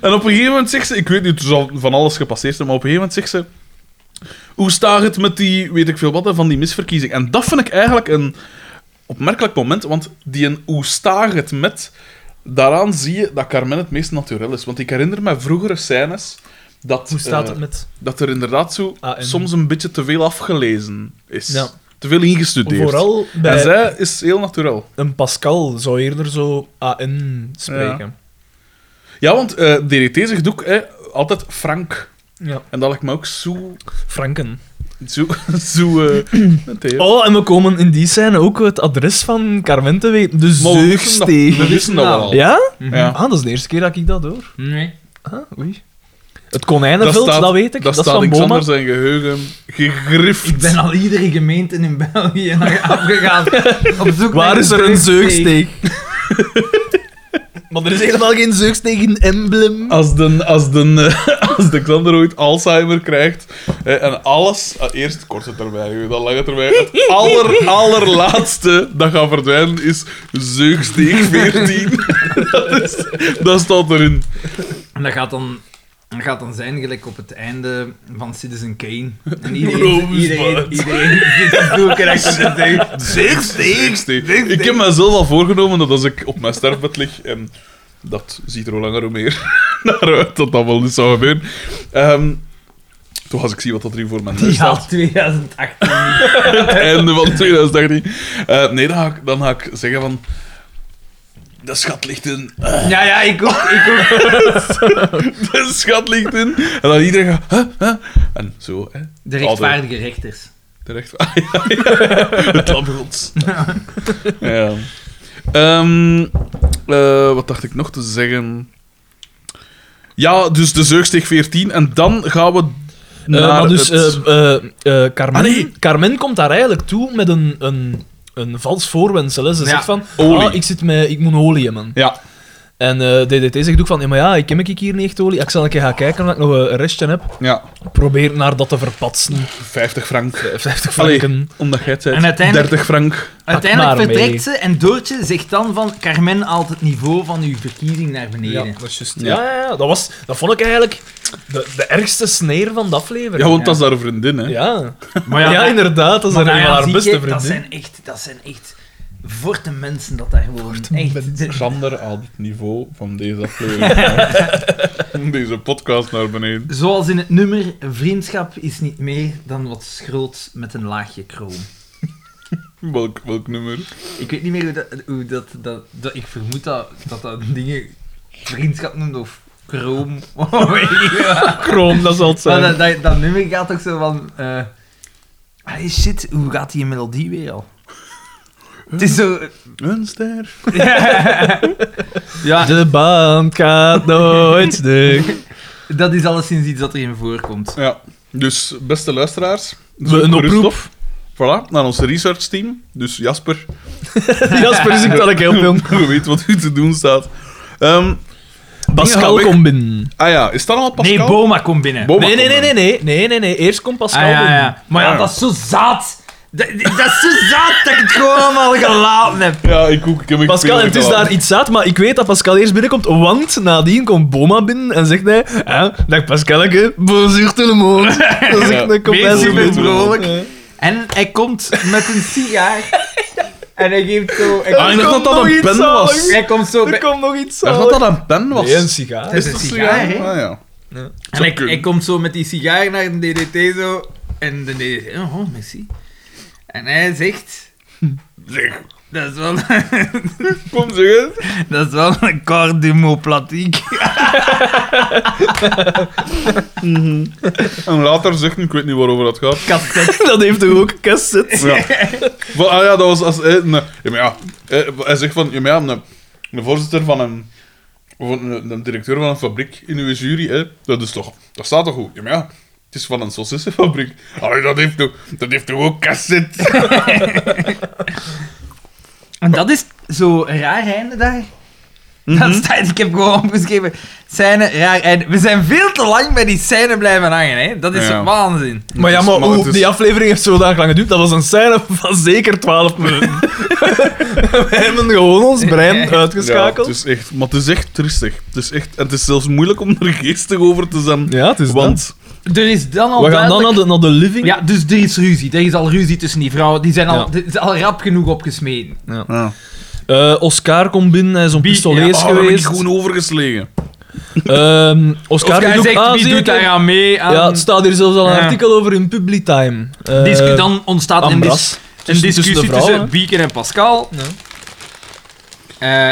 Speaker 2: en op een gegeven moment zegt ze, ik weet niet, er zal van alles gepasseerd zijn, maar op een gegeven moment zegt ze. Hoe staat het met die, weet ik veel wat, hè, van die misverkiezing? En dat vind ik eigenlijk een opmerkelijk moment, want die een hoe staat het met, daaraan zie je dat Carmen het meest natuurlijk is. Want ik herinner me vroegere scènes dat,
Speaker 3: Hoe staat
Speaker 2: eh,
Speaker 3: het met...
Speaker 2: dat er inderdaad zo
Speaker 3: Ah, en-
Speaker 2: soms een beetje te veel afgelezen is.
Speaker 3: Ja.
Speaker 2: Te veel ingestudeerd.
Speaker 3: Vooral
Speaker 2: En
Speaker 3: bij
Speaker 2: zij is heel natuurlijk.
Speaker 3: een Pascal zou eerder zo AN spreken.
Speaker 2: Ja, want eh DDT zegt ook hè, altijd Frank.
Speaker 3: Ja.
Speaker 2: En dat lijkt me ook zo...
Speaker 3: Franken.
Speaker 2: zo, zo eh, het heel-
Speaker 3: Oh, en we komen in die scène ook het adres van Carmen te weten. De
Speaker 2: Maar we wisten dat-
Speaker 3: zeugsteeg.
Speaker 2: We wisten dat wel al.
Speaker 3: Ja?
Speaker 2: Ja.
Speaker 3: Ah, dat is de eerste keer dat ik dat hoor.
Speaker 1: Nee.
Speaker 3: Ah, oei. Het konijnenveld, dat,
Speaker 2: staat-
Speaker 3: weet
Speaker 2: Dat,
Speaker 3: ik. Dat, is
Speaker 2: staat
Speaker 3: van Boma.
Speaker 2: Alexander zijn geheugen gegrift.
Speaker 1: Ik ben al iedere gemeente in België naar afgegaan. Op zoek naar
Speaker 3: Waar is er een
Speaker 1: zeugsteek.
Speaker 3: zeugsteeg? maar er is helemaal geen zeugsteeg in Emblem.
Speaker 2: Als de, als, de, eh, als de Xander ooit Alzheimer krijgt hè, en alles, eh, eerst korte termijn, dan lange termijn, het aller, allerlaatste dat gaat verdwijnen is zeugsteek 14. dat, is, dat staat erin.
Speaker 1: En dat gaat dan Dat gaat dan zijn gelijk op het einde van Citizen Kane. En
Speaker 2: Rosebud.
Speaker 1: iedereen, iedereen, iedereen zit te zoeken achter de deur.
Speaker 2: Zeer Ik heb mezelf al voorgenomen dat als ik op mijn sterfbed lig, en dat ziet er hoe langer hoe meer naar uit dat dat wel niet zou gebeuren. Ehm toch als ik zie wat dat er hier voor mijn neus
Speaker 1: Ja,
Speaker 2: staat.
Speaker 1: 2018.
Speaker 2: Het einde van 2018. Eh, nee, dan ga, ik, dan ga ik zeggen van... De schat ligt in.
Speaker 1: Ja, ja, ik ook. Ik ook.
Speaker 2: De schat ligt in. En dan iedereen gaat... Huh, huh? En zo, hè.
Speaker 1: De
Speaker 2: Altijd.
Speaker 1: rechtvaardige rechters.
Speaker 2: De recht... Ah, ja, ja. Het labyrint. Ja. Ehm, eh, wat dacht ik nog te zeggen? Ja, dus de zeugsteeg 14. En dan gaan we
Speaker 3: Eh,
Speaker 2: naar
Speaker 3: maar dus,
Speaker 2: het...
Speaker 3: eh, eh, eh, Carmen,
Speaker 2: Ah, nee.
Speaker 3: Carmen komt daar eigenlijk toe met een, een, een vals voorwensel. Hè. Ze
Speaker 1: Ja.
Speaker 3: zegt van,
Speaker 2: Olie.
Speaker 3: ah, ik, zit met, ik moet olie hebben.
Speaker 2: Ja.
Speaker 3: En eh, DDT zegt ook van, ja, maar ja, ik heb ik hier niet echt olie. Ah, Ik zal een keer gaan kijken of ik nog een restje heb.
Speaker 2: ja,
Speaker 3: Probeer naar dat te verpatsen.
Speaker 2: 50 frank.
Speaker 3: 50
Speaker 2: Allee,
Speaker 3: franken.
Speaker 2: omdat jij het zei,
Speaker 1: En uiteindelijk-
Speaker 2: 30 frank.
Speaker 1: Uiteindelijk
Speaker 3: maar mee.
Speaker 1: vertrekt ze en Doortje zegt dan van Carmen haalt het niveau van uw verkiezing naar beneden.
Speaker 3: dat is juist.
Speaker 2: Ja.
Speaker 3: Ja, ja, ja. Dat, was, dat vond ik eigenlijk de, de ergste sneer van de aflevering.
Speaker 2: Ja,
Speaker 3: Ja,
Speaker 2: want eh, dat is daar een vriendin, hè.
Speaker 1: Maar
Speaker 3: ja, inderdaad, dat is
Speaker 1: maar
Speaker 3: een van
Speaker 1: dan
Speaker 3: haar
Speaker 1: zie
Speaker 3: beste
Speaker 1: je,
Speaker 3: vriendin.
Speaker 1: Dat zijn echt, dat zijn echt forte mensen dat daar gewoon. echt, de-
Speaker 2: Sander haalt het niveau van deze aflevering. deze podcast naar beneden.
Speaker 1: Zoals in het nummer, vriendschap is niet meer dan wat schroot met een laagje kroon.
Speaker 2: Welk, welk nummer?
Speaker 1: Ik weet niet meer hoe dat... Hoe dat, dat, dat- ik vermoed dat, dat dat dingen vriendschap noemt of kroom. Weet ik niet wat.
Speaker 3: Kroon, dat zal het
Speaker 1: Maar dat,
Speaker 3: zijn.
Speaker 1: dat, dat nummer gaat ook zo van... eh allee, shit, hoe gaat die melodie weer al? Het is zo...
Speaker 2: Een ster.
Speaker 1: ja,
Speaker 3: De band gaat nooit stuk.
Speaker 1: dat is alleszins iets dat erin voorkomt.
Speaker 2: Ja, dus beste luisteraars.
Speaker 3: Een
Speaker 2: zoek gerust
Speaker 3: oproep.
Speaker 2: op. Voilà, naar ons researchteam. Dus Jasper,
Speaker 3: Jasper is ik dat ik heel veel.
Speaker 2: je weet wat u te doen staat. Ehm,
Speaker 3: Pascal Oh,
Speaker 2: weg.
Speaker 3: komt binnen.
Speaker 2: ah ja, is dat al Pascal?
Speaker 1: Nee, Boma komt binnen.
Speaker 2: Boma
Speaker 3: Nee, nee,
Speaker 2: komt
Speaker 3: nee, nee,
Speaker 2: binnen.
Speaker 3: nee, nee, nee, nee. Eerst komt Pascal
Speaker 1: Ah, ja,
Speaker 3: binnen.
Speaker 1: ja. Maar
Speaker 2: Ah,
Speaker 1: ja,
Speaker 2: ja.
Speaker 1: dat is zo zaad. Dat, dat is zo zaad dat ik het gewoon allemaal gelaten heb.
Speaker 2: Ja, ik ook. Ik heb echt
Speaker 3: Pascal,
Speaker 2: veel
Speaker 3: het is
Speaker 2: gedaan.
Speaker 3: daar iets zaad, maar ik weet dat Pascal eerst binnenkomt, want nadien komt Boma binnen en zegt hij, ah, dag Pascalke, bonjour tout le monde. Dan zegt
Speaker 2: Ja.
Speaker 3: hij, kom
Speaker 1: Wees
Speaker 3: bij
Speaker 1: super
Speaker 3: zitten.
Speaker 1: vrolijk.
Speaker 3: Ja.
Speaker 1: En hij komt met een sigaar. En hij geeft zo... Hij
Speaker 2: Ah, ik
Speaker 1: komt,
Speaker 2: dacht dat
Speaker 3: komt
Speaker 2: dat
Speaker 3: nog
Speaker 2: een
Speaker 3: iets
Speaker 2: pen
Speaker 3: zalig.
Speaker 2: was.
Speaker 1: hij komt zo...
Speaker 3: Er
Speaker 1: bij-
Speaker 3: komt nog iets
Speaker 2: Ik
Speaker 3: aan.
Speaker 2: dacht dat dat een pen was.
Speaker 3: Nee, een sigaar.
Speaker 1: Het is
Speaker 2: Is
Speaker 1: een
Speaker 2: dat
Speaker 1: sigaar, hè?
Speaker 2: Ah, ja.
Speaker 1: En hij,
Speaker 2: kunnen.
Speaker 1: hij komt zo met die sigaar naar de DDT zo. En de DDT, oh, oh, merci. En hij zegt.
Speaker 2: Zeg,
Speaker 1: Dat is wel,
Speaker 2: kom zeg eens.
Speaker 1: dat is wel een cardiomoplatiek.
Speaker 2: En later zegt, hij, ik weet niet waarover dat gaat.
Speaker 1: cassette.
Speaker 3: Dat heeft toch ook cassette?
Speaker 2: Ja. Van, ah ja, dat was als hij. een- ja, maar ja, eh, hij zegt van. Ja, maar ja, een, een voorzitter van een. Of een, een directeur van een fabriek in uw jury, hè, dat, is toch, dat staat toch goed? Ja, maar ja, het is van een sausissenfabriek. Allee, dat heeft toch, dat heeft toch ook cassette?
Speaker 1: En dat is zo raar einde daar. Dat staat, ik heb gewoon opgeschreven. Scène, raar einde. We zijn veel te lang bij die scène blijven hangen, hè? Dat is
Speaker 2: Ja.
Speaker 1: waanzin.
Speaker 3: Maar ja,
Speaker 2: Het is-
Speaker 3: maar
Speaker 2: maar
Speaker 3: hoe-
Speaker 2: het is-
Speaker 3: die aflevering heeft zodanig lang geduurd. Dat was een scène van zeker 12 minuten. We hebben gewoon ons brein
Speaker 2: Ja, het
Speaker 3: uitgeschakeld.
Speaker 2: is echt, maar het is echt tristig. Het is echt, en het is zelfs moeilijk om er geestig over te zijn.
Speaker 3: Ja, het is
Speaker 2: want
Speaker 1: Er is dan al
Speaker 3: We gaan dan
Speaker 1: Oh, duidelijk-
Speaker 3: naar de, naar de living.
Speaker 1: Ja, dus er is ruzie. Er is al ruzie tussen die vrouwen. Die zijn al,
Speaker 3: Ja.
Speaker 1: dit is al rap genoeg opgesmeten.
Speaker 2: ja.
Speaker 3: Eh, Oscar komt binnen, hij is een
Speaker 1: Wie-
Speaker 3: pistolees
Speaker 2: oh, we
Speaker 3: geweest.
Speaker 2: gewoon overgeslagen.
Speaker 3: Ehm, Oscar,
Speaker 1: Oscar
Speaker 3: die doet,
Speaker 1: zegt,
Speaker 3: ah,
Speaker 1: wie
Speaker 3: zie
Speaker 1: doet
Speaker 3: ik, hè.
Speaker 1: daar aan mee? Aan...
Speaker 3: Ja, het staat hier zelfs al een
Speaker 1: Ja.
Speaker 3: artikel over in Publitime. Eh,
Speaker 1: Discu- dan ontstaat een, dis-
Speaker 3: Ambras. dus
Speaker 1: een
Speaker 3: Tussen-
Speaker 1: discussie
Speaker 3: tussen
Speaker 1: tussen,
Speaker 3: de vrouwen.
Speaker 1: Bieken en Pascal.
Speaker 3: Ja.
Speaker 1: Eh,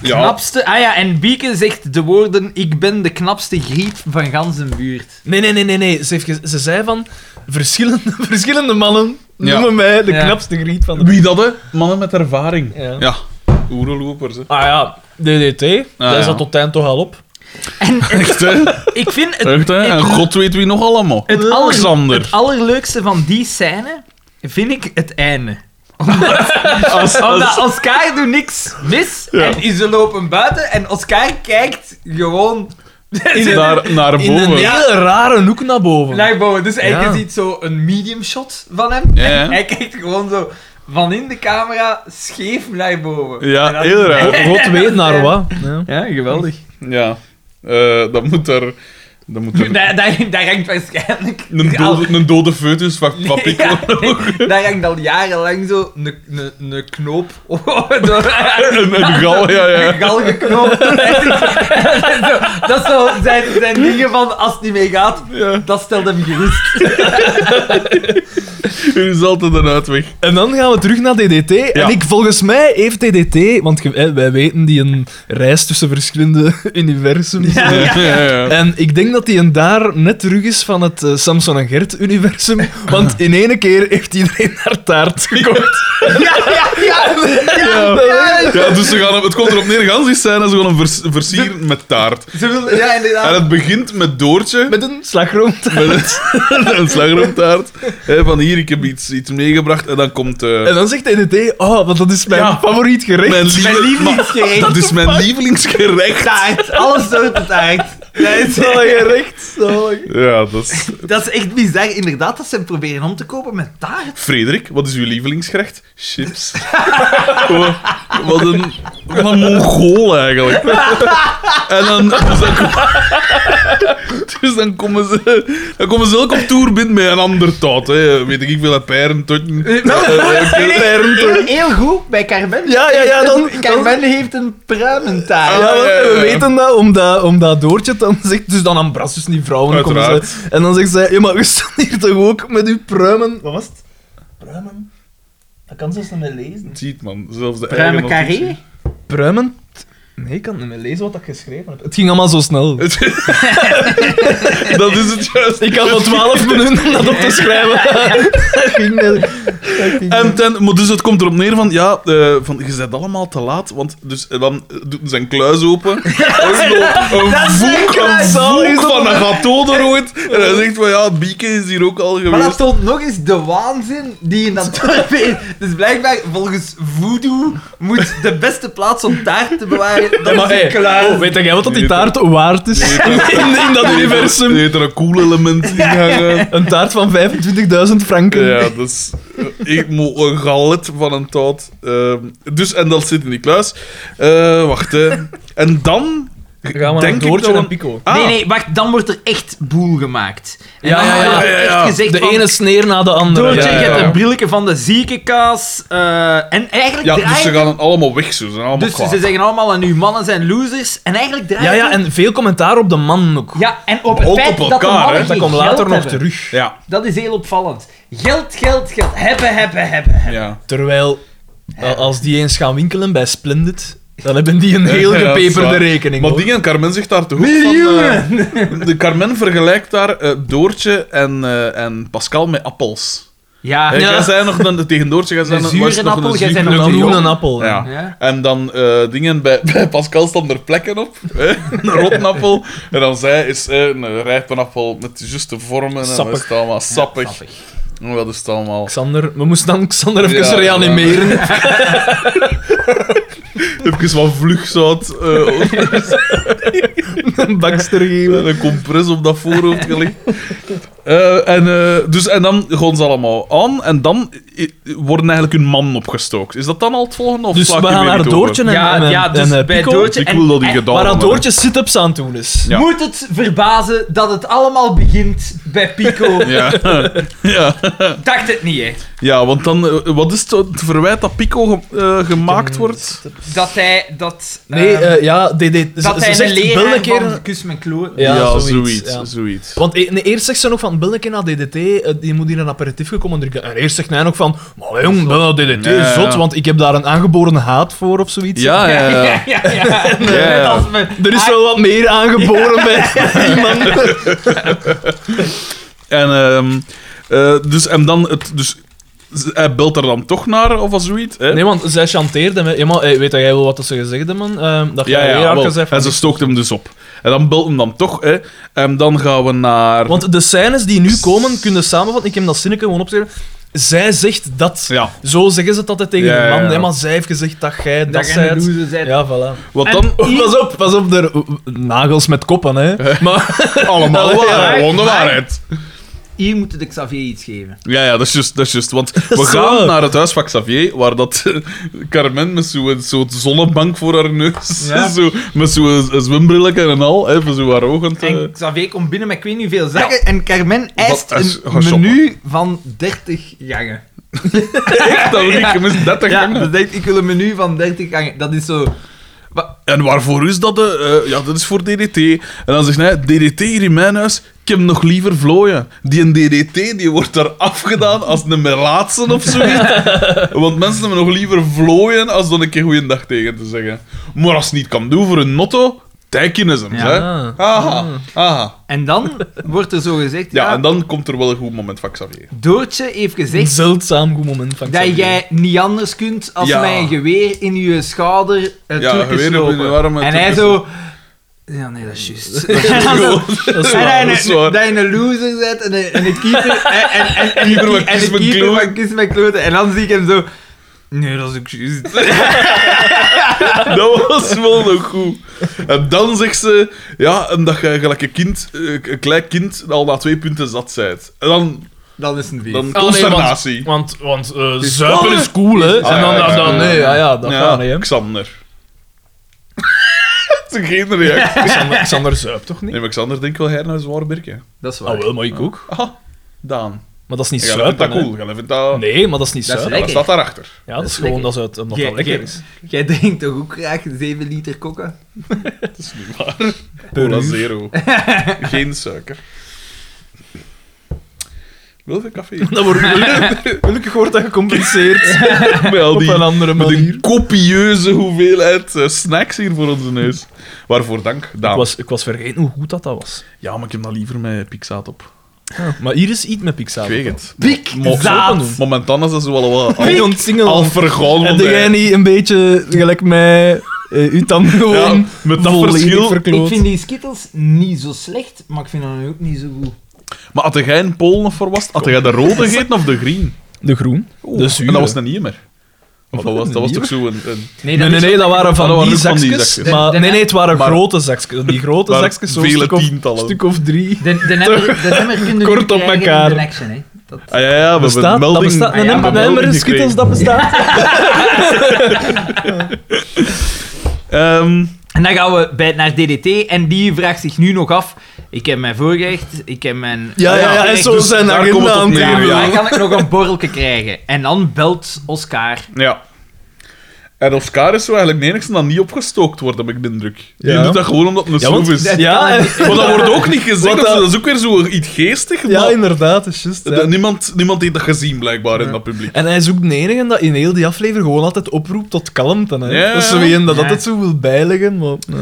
Speaker 2: Ja.
Speaker 1: knapste... Ah ja, en Bieken zegt de woorden ik ben de knapste griep van ganzenbuurt.
Speaker 3: Nee, nee, nee, nee. nee. Ze, heeft ge- ze zei van verschillende, verschillende mannen
Speaker 2: Ja.
Speaker 3: noemen mij de
Speaker 1: Ja.
Speaker 3: knapste griet van de...
Speaker 2: Wie dat, hè? Mannen met ervaring.
Speaker 3: Ja.
Speaker 2: Ja, oerlopers, hè.
Speaker 3: Ah ja, DDT.
Speaker 1: Ah,
Speaker 3: dat
Speaker 2: ja.
Speaker 3: is dat tot het eind toch al op.
Speaker 1: En eh,
Speaker 2: Echt, hè?
Speaker 1: ik vind het,
Speaker 2: Echt, hè? En
Speaker 1: Ik-
Speaker 2: god weet wie nog allemaal.
Speaker 1: het, aller-
Speaker 2: Alexander.
Speaker 1: het allerleukste van die scène, vind ik het einde.
Speaker 2: Als,
Speaker 1: Omdat Oscar doet niks mis
Speaker 2: Ja.
Speaker 1: en ze lopen buiten en Oscar kijkt gewoon
Speaker 2: naar, naar
Speaker 3: In een
Speaker 2: boven. Ja,
Speaker 3: hele rare hoek naar boven.
Speaker 1: naar boven. Dus hij
Speaker 3: Ja.
Speaker 1: je ziet zo een medium shot van hem.
Speaker 2: Ja, ja.
Speaker 1: En hij kijkt gewoon zo van in de camera scheef naar boven. En dat-
Speaker 2: heel raar.
Speaker 3: God weet naar wat. Ja.
Speaker 1: Ja, geweldig.
Speaker 2: Ja. Eh, dat moet daar... Dan moet
Speaker 1: Nu,
Speaker 2: er
Speaker 1: Daar, daar, daar hangt waarschijnlijk...
Speaker 2: een,
Speaker 1: al-
Speaker 2: dode, een dode foetus van, van Piccolo.
Speaker 1: Ja, daar hangt al jarenlang zo een, een, een knoop door,
Speaker 2: Een, een gal, ja, ja.
Speaker 1: een gal geknoopt. Zo, dat zo zijn, zijn dingen van, als het niet mee gaat, dat stelt hem gerust.
Speaker 2: Er is altijd een uitweg.
Speaker 3: En dan gaan we terug naar DDT. En ik, volgens mij heeft DDT, want ge- eh, wij weten die een reis tussen verschillende universums.
Speaker 1: Ja.
Speaker 2: Ja, ja, ja.
Speaker 3: En ik denk dat hij een daar net terug is van het eh, Samson en Gert-universum. Want in ene keer heeft iedereen haar taart gekocht.
Speaker 1: Ja, ja, ja.
Speaker 3: Ja.
Speaker 2: Ja, dus ze gaan, het komt erop neer, gans die scène, ze gaan hem vers, versieren met taart.
Speaker 1: Ze wil, ja,
Speaker 2: En
Speaker 1: inderdaad.
Speaker 2: het begint met Doortje,
Speaker 3: Met een slagroom.
Speaker 2: met een, een slagroomtaart. Hè, van hier, ik heb iets, iets meegebracht. En dan komt... eh,
Speaker 3: En dan zegt DDT, oh, want dat is mijn
Speaker 2: Ja.
Speaker 3: favoriet gerecht.
Speaker 2: mijn lieve-
Speaker 1: Mijn
Speaker 2: maar-
Speaker 1: lievelingsgerecht.
Speaker 2: Dat is mijn lievelingsgerecht.
Speaker 1: Taart. Alle soorten taart. Dat is,
Speaker 3: Zalig gerecht. zalig.
Speaker 2: Ja, dat is...
Speaker 1: dat is echt bizar, inderdaad, dat ze hem proberen om te kopen met taart.
Speaker 2: Frederik, wat is uw lievelingsgerecht? Chips. Wat- wat, een, wat een mongool eigenlijk. En dan, dus dan, kom- dus dan komen ze, dan komen ze elk op tour binnen met een ander taart. Hè. Weet ik, ik wil een pijrentotten. eh,
Speaker 1: Heel, heel goed bij Carmen.
Speaker 3: Ja, ja, ja, dan-
Speaker 1: Carmen heeft een pruimentaart.
Speaker 3: Ja, want
Speaker 2: ja, ja,
Speaker 3: we
Speaker 2: ja.
Speaker 3: weten dat, omdat, omdat Doortje dan zegt... Dus dan aan Brassus die vrouwen dan komen
Speaker 2: Uiteraard.
Speaker 3: ze... En dan zegt zij, ja, maar we staan hier toch ook met uw pruimen... Wat was het? Pruimen? Dat kan zelfs niet meer lezen.
Speaker 2: Ziet man, zelfs de
Speaker 1: Pruimen
Speaker 2: eigen
Speaker 1: carré.
Speaker 3: Pruimen? Nee, ik kan niet meer lezen wat ik geschreven heb. Het ging allemaal zo snel.
Speaker 2: notitie. Dat is het juist.
Speaker 3: Ik had wel twaalf minuten om dat op te schrijven. dat ging niet. Dat ging niet.
Speaker 2: En ten, maar dus het komt erop neer van, ja, eh, van, je bent allemaal te laat, want dus, en dan doet hij zijn kluis open. Er is nog een voek, een
Speaker 3: kluis al, is
Speaker 2: voek
Speaker 3: dat
Speaker 2: van
Speaker 3: maar-
Speaker 2: een gâteau er ooit. En hij zegt van, ja, Bieke is hier ook al
Speaker 1: Maar dat
Speaker 2: geweest.
Speaker 1: toont nog eens de waanzin die in dat dorp is. Dus blijkbaar, volgens voodoo, moet de beste plaats om taart te bewaren, dat
Speaker 3: maar,
Speaker 1: is
Speaker 3: hey,
Speaker 1: een kluis.
Speaker 3: oh, weet jij wat dat die taart waard is? In, in dat
Speaker 2: Er
Speaker 3: universum.
Speaker 2: heeft er een cool element in hangen.
Speaker 3: Een taart van 25.000 franken.
Speaker 2: Ja, dat is... Ik moet een galet van een taart. ehm, dus, en dat zit in die kluis. Eh, wacht, hè. En dan...
Speaker 3: Gaan
Speaker 2: denk ik dat we-
Speaker 3: Pico.
Speaker 2: Ah,
Speaker 1: Nee, nee, wacht, dan wordt er echt boel gemaakt. En
Speaker 3: Ja,
Speaker 1: dan
Speaker 3: ja, ja,
Speaker 1: wordt er
Speaker 2: ja, ja.
Speaker 1: echt gezegd
Speaker 3: De
Speaker 1: van,
Speaker 3: ene sneer na de andere.
Speaker 1: Doortje,
Speaker 2: Ja, ja,
Speaker 1: je hebt
Speaker 2: ja.
Speaker 1: een brilletje van de ziekenkaas. eh, en eigenlijk
Speaker 2: Ja, dus
Speaker 1: draaien...
Speaker 2: ze gaan het allemaal weg, zo. Ze zijn allemaal
Speaker 1: dus
Speaker 2: klaar.
Speaker 1: ze zeggen allemaal, en uw mannen zijn losers. En eigenlijk draaien...
Speaker 3: Ja, ja, en veel commentaar op de man ook.
Speaker 1: Ja, en op het
Speaker 2: Ook
Speaker 1: feit
Speaker 2: op
Speaker 1: dat de
Speaker 2: elkaar,
Speaker 1: mannen
Speaker 2: hè.
Speaker 3: dat
Speaker 1: geen
Speaker 3: komt
Speaker 1: geld
Speaker 3: later nog
Speaker 1: hebben.
Speaker 3: terug.
Speaker 2: Ja,
Speaker 1: Dat is heel opvallend. Geld, geld, geld. Hebben, hebben, hebben. hebben.
Speaker 2: ja.
Speaker 3: Terwijl, eh, als die eens gaan winkelen bij Splendid, dan hebben die een heel
Speaker 2: Ja, dat is
Speaker 3: gepeperde
Speaker 2: waar.
Speaker 3: rekening.
Speaker 2: Maar
Speaker 3: hoor.
Speaker 2: dingen, Carmen zegt daar toch ook van... eh, de Carmen vergelijkt daar eh, Doortje en, eh, en Pascal met appels.
Speaker 1: Ja,
Speaker 2: Hè,
Speaker 1: Ah, ja.
Speaker 3: Ja.
Speaker 2: Jij zei nog dan, tegen Doortje... Jij zei
Speaker 1: Een
Speaker 2: nog-
Speaker 1: zure
Speaker 2: was het nog
Speaker 1: appel, jij
Speaker 2: zure-
Speaker 1: zei nog
Speaker 3: een
Speaker 1: dat die
Speaker 3: groene
Speaker 1: jongen-
Speaker 3: appel.
Speaker 2: Ja.
Speaker 1: Ja.
Speaker 2: En dan eh, dingen, bij, bij Pascal staan er plekken op. Hè? Een rottanappel. En dan zij is eh, een rijpe appel met de juiste vormen. En dat
Speaker 3: Sappig.
Speaker 2: is het allemaal sappig. En Wat is het allemaal?
Speaker 3: Xander, we moesten dan Xander even
Speaker 2: Ja,
Speaker 3: reanimeren.
Speaker 2: Even wat vlugzout. eh,
Speaker 3: Een bakster geven.
Speaker 2: Met een compress op dat voorhoofd gelegd. Eh, en, eh, dus, en dan gaan ze allemaal aan en dan eh, worden eigenlijk hun man opgestookt. Is dat dan al het volgende? Of
Speaker 3: Dus we
Speaker 2: sla ik hier
Speaker 3: gaan
Speaker 2: weer
Speaker 3: naar
Speaker 2: niet over?
Speaker 3: Doortje en,
Speaker 1: Ja,
Speaker 3: en,
Speaker 1: ja,
Speaker 3: en,
Speaker 1: dus bij
Speaker 3: eh, Pico.
Speaker 1: Doortje-
Speaker 2: Ik wil dat die
Speaker 1: En-
Speaker 2: gedaan
Speaker 3: Waar dat
Speaker 2: worden.
Speaker 3: Doortje sit-ups aan het doen is.
Speaker 2: Ja.
Speaker 1: Moet het verbazen dat het allemaal begint bij Pico?
Speaker 2: Ja. ja.
Speaker 1: Dacht het niet, hè?
Speaker 2: ja, want dan, eh, wat is het, het verwijt dat Pico ge- eh, gemaakt wordt?
Speaker 1: Dat hij dat.
Speaker 3: Nee,
Speaker 1: ehm,
Speaker 3: eh, ja, DD. ze-
Speaker 1: dat
Speaker 3: ze
Speaker 1: hij een
Speaker 3: zegt
Speaker 1: leraar
Speaker 3: bel een
Speaker 1: van
Speaker 3: keer.
Speaker 1: kus mijn kloot.
Speaker 3: Ja, zoiets,
Speaker 2: zoiets.
Speaker 3: ja.
Speaker 2: zoiets.
Speaker 3: Want e- nee, eerst zegt ze nog van, bel een keer naar DDT, eh, die moet hier een aperitief komen drinken. En eerst zegt hij nog van, maar jong, bel naar DDT,
Speaker 2: Ja, ja.
Speaker 3: zot, want ik heb daar een aangeboren haat voor of zoiets.
Speaker 2: Ja, ja, ja.
Speaker 1: ja, ja. ja.
Speaker 2: ja.
Speaker 1: Als we-
Speaker 3: Er is wel wat meer aangeboren bij iemand.
Speaker 2: En, ehm, eh, dus, en dan, het, dus, z- hij belt er dan toch naar of als zoiets? Hè?
Speaker 3: Nee, want zij chanteerde me. Ja, maar hey, weet dat jij wel wat dat ze gezegd hebben, man? Ehm, dat
Speaker 2: Ja,
Speaker 3: jij
Speaker 2: ja,
Speaker 3: leraar
Speaker 2: wel.
Speaker 3: gezegd
Speaker 2: En ze stookt hem dus op. En dan belt hem dan toch, hè. En dan gaan we naar...
Speaker 3: Want de scènes die nu komen, kunnen samenvatten. Ik heb dat zinnetje gewoon opgeschreven. Zij zegt dat.
Speaker 2: Ja.
Speaker 3: Zo zeggen ze dat altijd tegen
Speaker 2: Ja,
Speaker 3: een man.
Speaker 2: ja, ja.
Speaker 3: hè, maar zij heeft gezegd dat jij dat,
Speaker 1: Dat jij een
Speaker 3: zijt.
Speaker 1: loser bent.
Speaker 3: Ja, voilà.
Speaker 2: Wat
Speaker 1: En-
Speaker 2: dan?
Speaker 1: I-
Speaker 3: Oh, Pas op, pas op. De nagels met koppen, hè. Maar
Speaker 2: Allemaal
Speaker 3: Ja,
Speaker 2: waar,
Speaker 3: ja.
Speaker 2: gewoon de
Speaker 1: Maar-
Speaker 2: waarheid.
Speaker 1: hier moet de Xavier iets geven.
Speaker 2: Ja, ja, dat is juist. Dat is juist want
Speaker 3: is
Speaker 2: we gaan
Speaker 3: waar.
Speaker 2: naar het huis van Xavier, waar dat Carmen met zo'n zo zonnebank voor haar neus,
Speaker 1: Ja.
Speaker 2: zo, met zo'n zwembrilletje en al, hè, voor zo haar ogen te...
Speaker 1: En Xavier komt binnen met ik weet niet hoeveel zakken en Carmen eist
Speaker 2: Dat is-
Speaker 1: een
Speaker 2: ga shoppen.
Speaker 1: menu van 30 gangen.
Speaker 2: Echt, dat ja. mis 30
Speaker 1: Ja,
Speaker 2: gangen.
Speaker 1: dat denkt, ik wil een menu van 30 gangen. Dat is zo... Wa-
Speaker 2: En waarvoor is dat? De, eh, ja, dat is voor DDT. En dan zegt hij, DDT hier in mijn huis, ik heb nog liever vlooien. Die een DDT, die wordt daar afgedaan als een melaatsen of zoiets. Want mensen hebben nog liever vlooien als dan een keer goeiedag tegen te zeggen. Maar als het niet kan doen voor een motto, tijken is hem,
Speaker 1: Ja.
Speaker 2: hè. Aha, aha.
Speaker 1: En dan wordt er zo gezegd...
Speaker 2: Ja,
Speaker 1: ja,
Speaker 2: en dan komt er wel een goed moment van Xavier.
Speaker 1: Doortje heeft
Speaker 3: Een
Speaker 1: gezegd
Speaker 3: zeldzaam goed moment van
Speaker 1: dat
Speaker 3: Xavier.
Speaker 1: jij niet anders kunt als
Speaker 2: Ja.
Speaker 1: met een geweer in je schouder het
Speaker 2: Ja,
Speaker 1: Turkisch
Speaker 2: geweer op
Speaker 1: lopen.
Speaker 2: je arm en
Speaker 1: en hij
Speaker 2: Turkisch-
Speaker 1: zo... Ja, nee, dat is juist. En dan zo-
Speaker 3: Dat is
Speaker 1: En
Speaker 3: waar.
Speaker 1: hij
Speaker 2: dat
Speaker 1: een-
Speaker 2: is waar.
Speaker 1: dat je een loser zet en een, en een keeper. En, en, en, en, en,
Speaker 2: Keeper met kist
Speaker 1: de
Speaker 2: met
Speaker 1: keeper
Speaker 2: kloten.
Speaker 1: van kist met kloten. En dan zie ik hem zo. Nee, dat is ook juist.
Speaker 2: Dat was wel nog goed. En dan zegt ze, ja, en dat je gelijk een kind, eh, een klein kind, al na twee punten zat zijt. En dan,
Speaker 1: Dan is het een feest.
Speaker 2: dan
Speaker 4: Ah, nee,
Speaker 2: consternatie.
Speaker 4: Want, want eh,
Speaker 2: is
Speaker 4: zuipen
Speaker 2: cool,
Speaker 4: is cool, hè?
Speaker 2: Ah,
Speaker 4: en dan,
Speaker 2: ja, ja,
Speaker 4: dan, dan-
Speaker 2: ja.
Speaker 4: nee, ja, ja.
Speaker 3: dat
Speaker 2: ja,
Speaker 3: gaat niet, hè.
Speaker 2: Xander. Dat is geen reactie.
Speaker 4: Xander, Xander zuipt toch niet?
Speaker 2: Nee, maar Xander denkt wel, hij naar een zwaar birkje.
Speaker 1: Dat is waar.
Speaker 4: Ah, wel, maar ik ook.
Speaker 2: Aha, Daan.
Speaker 3: Maar dat is niet
Speaker 2: Jij vindt
Speaker 3: zuipen,
Speaker 2: dat
Speaker 3: hè.
Speaker 2: cool. Jij vindt dat...
Speaker 3: Nee, maar dat is niet
Speaker 1: Dat is
Speaker 3: zuipen.
Speaker 2: Ja, dat staat daarachter.
Speaker 3: Ja, dat
Speaker 1: Dat
Speaker 3: is
Speaker 1: is
Speaker 3: gewoon dat
Speaker 1: lekker.
Speaker 3: ze het omdat
Speaker 1: Jij-
Speaker 3: dat lekker
Speaker 1: jij-
Speaker 3: is.
Speaker 1: Jij drinkt toch ook graag 7 liter kokken?
Speaker 2: Dat is niet waar. Cola
Speaker 3: uur.
Speaker 2: zero. Geen suiker. Wel veel café.
Speaker 3: Dat wordt gelukkig wordt dat gecompenseerd
Speaker 2: Met al
Speaker 3: op
Speaker 2: die
Speaker 3: een andere
Speaker 2: Met
Speaker 3: manier.
Speaker 2: een copieuze hoeveelheid eh, snacks hier voor onze neus. Waarvoor dank,
Speaker 3: Ik
Speaker 2: Daan.
Speaker 3: was, ik was vergeten hoe goed dat, dat was.
Speaker 2: Ja, maar ik heb dan liever mijn pikzaad op.
Speaker 3: Maar hier is iets met Pixar.
Speaker 2: Ik weet het.
Speaker 1: Piek!
Speaker 2: Mo-
Speaker 3: zaad.
Speaker 2: zo- Momentan is dat zo al wel...
Speaker 3: Niet
Speaker 2: Al,
Speaker 3: ontzingelen.
Speaker 2: al vergaan.
Speaker 3: Heb
Speaker 2: want
Speaker 3: jij
Speaker 2: hij-
Speaker 3: niet een beetje gelijk mij eh u dan gewoon
Speaker 2: Ja, met dat
Speaker 3: volledig
Speaker 2: verschil-
Speaker 1: Ik
Speaker 3: verkloot?
Speaker 1: vind die skittles niet zo slecht, maar ik vind dat ook niet zo goed.
Speaker 2: Maar had jij een Polen of voor was het? Had jij de rode gegeten of de green? Dus
Speaker 3: De groen. De
Speaker 2: en
Speaker 3: zure.
Speaker 2: dat was een Niemer. Of dat
Speaker 3: Wat,
Speaker 2: was,
Speaker 3: een
Speaker 2: dat was
Speaker 3: Niemer?
Speaker 2: toch zo een... een
Speaker 3: Nee, nee, nee, dat waren van
Speaker 2: dat waren
Speaker 3: die
Speaker 2: ook van die
Speaker 3: zakjes.
Speaker 2: zakjes.
Speaker 3: Maar,
Speaker 1: De- de
Speaker 3: nee, nee, het waren
Speaker 2: maar-
Speaker 3: grote zakjes. Die grote
Speaker 2: waren
Speaker 3: zakjes, zo'n
Speaker 2: vele
Speaker 3: stuk, of-
Speaker 2: tientallen.
Speaker 3: stuk of drie.
Speaker 1: De, de, nemmer, de nemmer kunnen
Speaker 3: Kort
Speaker 1: niet
Speaker 3: op
Speaker 1: krijgen
Speaker 3: elkaar.
Speaker 1: in de action, hè. Dat...
Speaker 2: ah ja, ja, we hebben
Speaker 3: Bestaat,
Speaker 2: een
Speaker 3: dat
Speaker 2: melding...
Speaker 3: bestaat.
Speaker 1: Ah,
Speaker 3: Een
Speaker 1: ja,
Speaker 3: emmer-
Speaker 1: maar
Speaker 3: een emmer
Speaker 2: melding
Speaker 3: is skittels,
Speaker 2: gekregen.
Speaker 3: dat bestaat.
Speaker 2: Ehm,
Speaker 1: En dan gaan we bij, naar DDT en die vraagt zich nu nog af. Ik heb mijn voorgerecht, ik heb mijn...
Speaker 3: Ja, ja, ja. En
Speaker 1: Voorgerecht,
Speaker 3: zo
Speaker 2: dus
Speaker 3: zijn
Speaker 2: daar komt
Speaker 3: agenda
Speaker 2: het op
Speaker 3: aan het
Speaker 1: Ja,
Speaker 2: neer, ja.
Speaker 1: maar dan kan ik nog een borrelke krijgen. En dan belt Oscar.
Speaker 2: Ja. En Oscar is zo eigenlijk de enigste dat niet opgestookt wordt, heb ik de indruk. Die
Speaker 3: Ja.
Speaker 2: doet dat gewoon omdat het een
Speaker 3: Ja, want-
Speaker 2: snoef is.
Speaker 3: Ja, en-
Speaker 2: Maar dat wordt ook niet gezegd.
Speaker 3: Wat dat-
Speaker 2: Dat is ook weer zo iets geestig.
Speaker 3: ja,
Speaker 2: maar
Speaker 3: inderdaad. is juist, ja.
Speaker 2: dat- niemand, niemand heeft dat gezien, blijkbaar, in dat publiek.
Speaker 3: En hij is ook de enige dat in heel die aflevering gewoon altijd oproept tot kalmte. Hè.
Speaker 2: Ja, ja,
Speaker 3: Dat is zo
Speaker 2: ja.
Speaker 3: een dat
Speaker 1: Ja.
Speaker 3: altijd zo wil bijleggen, maar... Ja.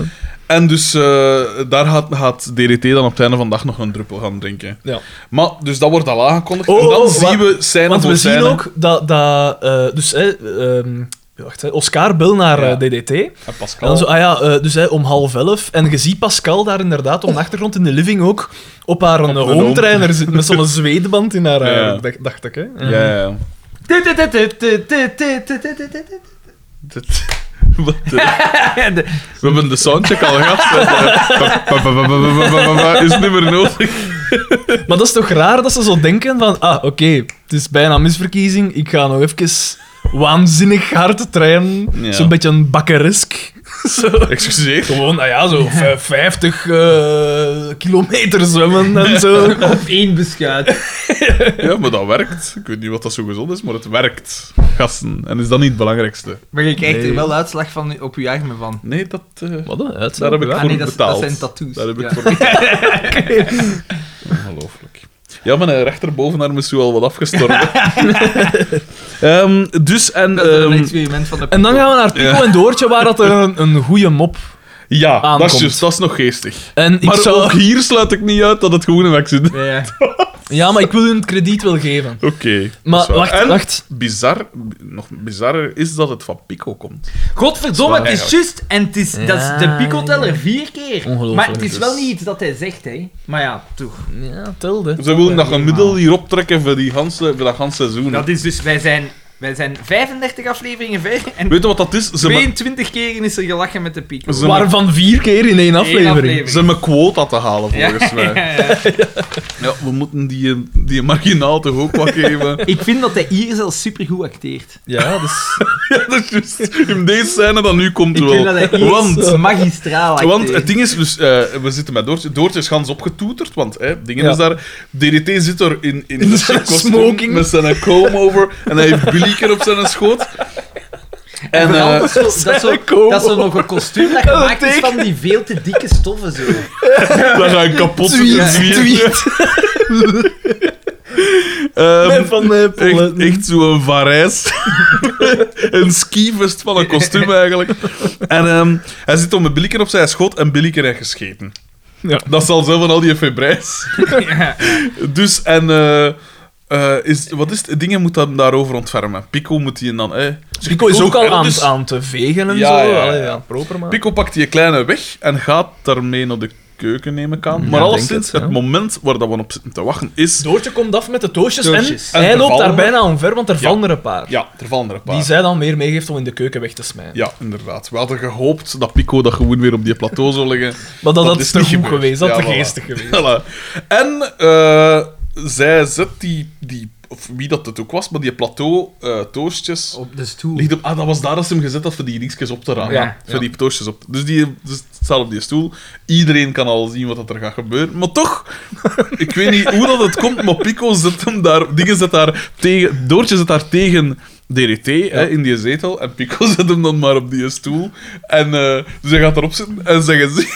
Speaker 2: En dus eh, daar gaat, gaat DDT dan op het einde van de dag nog een druppel gaan drinken.
Speaker 3: Ja.
Speaker 2: Maar, dus dat wordt al aangekondigd.
Speaker 3: Oh,
Speaker 2: en dan
Speaker 3: oh,
Speaker 2: zien
Speaker 3: wa-
Speaker 2: we scène
Speaker 3: Want
Speaker 2: voor
Speaker 3: we zien
Speaker 2: scène.
Speaker 3: ook dat... dat eh, dus, hè, ehm, wacht, hè, Oscar bel naar
Speaker 2: Ja.
Speaker 3: eh, DDT.
Speaker 2: En
Speaker 3: En
Speaker 2: Pascal.
Speaker 3: dan zo, ah ja, eh, dus hè, om half elf. En je ziet Pascal daar inderdaad op de achtergrond in de living ook op haar eh, een
Speaker 2: een
Speaker 3: home
Speaker 2: home.
Speaker 3: trainer zitten met zo'n zweetband in haar haar,
Speaker 2: Ja.
Speaker 3: dacht, dacht ik. Hè.
Speaker 2: Ja, ja, ja. Dat- Wat, eh, we hebben de soundcheck al gehad. Eh, Is niet meer nodig.
Speaker 3: Maar dat is toch raar dat ze zo denken van... Ah, oké, het is bijna misverkiezing. Ik ga nog even waanzinnig hard trainen.
Speaker 2: Ja.
Speaker 3: Zo'n beetje een bakkeresk. Zo.
Speaker 2: Excuseer.
Speaker 3: Gewoon, nou ja, zo vijf- 50 eh, kilometer zwemmen en zo.
Speaker 1: Op één beschuit.
Speaker 2: Ja, maar dat werkt. Ik weet niet wat dat zo gezond is, maar het werkt. Gasten. En is dat niet het belangrijkste?
Speaker 1: Maar je krijgt
Speaker 3: Nee.
Speaker 1: er wel uitslag van, op je armen van.
Speaker 2: Nee, dat, eh,
Speaker 3: Wat een uitzet.
Speaker 2: daar heb ik
Speaker 3: Ja.
Speaker 2: voor
Speaker 1: nee, dat is- dat
Speaker 2: betaald.
Speaker 1: zijn tattoos.
Speaker 2: Daar heb ik
Speaker 1: Ja.
Speaker 2: voor betaald. Ongelooflijk. Ja, mijn eh, rechterbovenarm is zo al wat afgestorven. Ehm, dus, en...
Speaker 1: Dat is een
Speaker 2: ehm,
Speaker 1: experiment van de
Speaker 3: En dan gaan we naar Pico
Speaker 2: Ja.
Speaker 3: en Doortje, waar dat een, een goede mop...
Speaker 2: ja, dat is,
Speaker 3: aankomt.
Speaker 2: juist, dat is nog geestig.
Speaker 3: En ik
Speaker 2: Maar
Speaker 3: zou...
Speaker 2: ook hier sluit ik niet uit dat het gewoon een accident...
Speaker 1: Ja, ja.
Speaker 3: Ja, maar ik wil hun het krediet wel geven.
Speaker 2: Oké. dat is
Speaker 3: Maar
Speaker 2: waar.
Speaker 3: wacht,
Speaker 2: En
Speaker 3: wacht.
Speaker 2: Bizar, nog bizarrer is dat het van Pico komt.
Speaker 1: Godverdomme, het is
Speaker 2: Eigenlijk.
Speaker 1: juist. En het is, dat is de
Speaker 3: Ja,
Speaker 1: picoteller vier keer.
Speaker 3: Ongelooflijk,
Speaker 1: Maar het is
Speaker 2: dus.
Speaker 1: wel niet iets dat hij zegt, hè. Maar ja, toch.
Speaker 3: Ja, telde.
Speaker 2: Ze willen nog een middel hier optrekken voor, die ganse, voor dat ganse seizoen.
Speaker 1: Dat is dus, wij zijn Wij zijn 35 afleveringen ver en
Speaker 2: Weet je wat dat is? Ze, me,
Speaker 1: 22 keren is er gelachen met de pico.
Speaker 2: Ze-
Speaker 3: Waarvan vier keer in één aflevering.
Speaker 1: aflevering.
Speaker 2: ze me quota te halen,
Speaker 1: Ja,
Speaker 2: volgens mij.
Speaker 1: ja, ja.
Speaker 2: Ja, we moeten die, eh, die marginaal toch ook wat geven.
Speaker 1: Ik vind dat hij hier zelfs supergoed acteert.
Speaker 3: Ja, dus...
Speaker 2: ja, dat is juist. In deze scène dan nu komt
Speaker 1: Ik vind dat
Speaker 2: wel.
Speaker 1: hij hier
Speaker 2: Want,
Speaker 1: magistraal acteert.
Speaker 2: want het ding is, dus, eh, we zitten met Doortje. Doortje is gans opgetoeterd, want hè, dingen
Speaker 3: Ja.
Speaker 2: is daar. DDT zit er in, in,
Speaker 3: In zijn
Speaker 2: kostuum
Speaker 3: smoking.
Speaker 2: met zijn comb-over en hij heeft Billieker op zijn schoot. En,
Speaker 1: En vooral
Speaker 2: eh,
Speaker 1: dat, zo, dat, zo, dat zo nog een kostuum dat gemaakt is van die veel te dikke stoffen. Zo.
Speaker 2: dan ga ik kapot zitten
Speaker 3: Tweet,
Speaker 2: zwieren. Ehm,
Speaker 3: Met Van eh,
Speaker 2: Echt,
Speaker 3: Nijpel.
Speaker 2: echt zo'n varijs. een skivest van een kostuum eigenlijk. En ehm, hij zit om met Billiken op zijn schot en Billiken heeft gescheten.
Speaker 3: Ja.
Speaker 2: Dat zal zo van al die febrijs.
Speaker 1: Ja.
Speaker 2: Dus en. eh, eh, is, wat is het? Dingen moet hem daarover ontfermen. Pico moet hij dan. eh, dus
Speaker 3: Pico is ook al aan,
Speaker 2: dus
Speaker 3: aan te vegen en
Speaker 2: Ja,
Speaker 3: zo.
Speaker 2: ja, ja.
Speaker 3: Allee, ja, proper maar.
Speaker 2: Pico pakt die kleine weg en gaat daarmee naar de keuken, neem ik aan. Maar
Speaker 3: Ja, denk
Speaker 2: alleszins,
Speaker 3: het,
Speaker 2: het,
Speaker 3: ja.
Speaker 2: moment waar dat we op zitten te wachten is.
Speaker 3: Doortje komt af met de toosjes,
Speaker 1: Toosjes.
Speaker 3: en,
Speaker 2: En
Speaker 3: hij
Speaker 2: er
Speaker 3: loopt
Speaker 2: vallen
Speaker 3: daar
Speaker 2: er-
Speaker 3: bijna omver, want er vallen er een paar.
Speaker 2: Ja, er vallen er een paar.
Speaker 3: Die zij dan meer meegeeft om in de keuken weg te smijten.
Speaker 2: Ja, inderdaad. We hadden gehoopt dat Pico dat gewoon weer op die plateau zou leggen.
Speaker 3: Maar dat,
Speaker 2: Dat
Speaker 3: dat,
Speaker 2: is
Speaker 3: is te
Speaker 2: niet
Speaker 3: goed
Speaker 2: gebeurd.
Speaker 3: geweest, dat
Speaker 2: Ja,
Speaker 3: is te
Speaker 2: voilà.
Speaker 3: geestig geweest.
Speaker 2: Voilà. En eh, zij zet die, die, of wie dat het ook was, maar die plateau eh toastjes.
Speaker 1: Op de stoel.
Speaker 2: Ligt op, ah, dat was daar dat ze hem gezet had voor die dingetjes op te raken.
Speaker 1: Ja,
Speaker 2: voor die toastjes op. Dus die dus het staat op die stoel. Iedereen kan al zien wat dat er gaat gebeuren. Maar toch, ik weet niet hoe dat het komt, maar Pico zet hem daar, dingen zet daar tegen, Doortje zet daar tegen DDT hè, in die zetel. En Pico zet hem dan maar op die stoel. En eh, dus hij gaat erop zitten en zijn gezicht,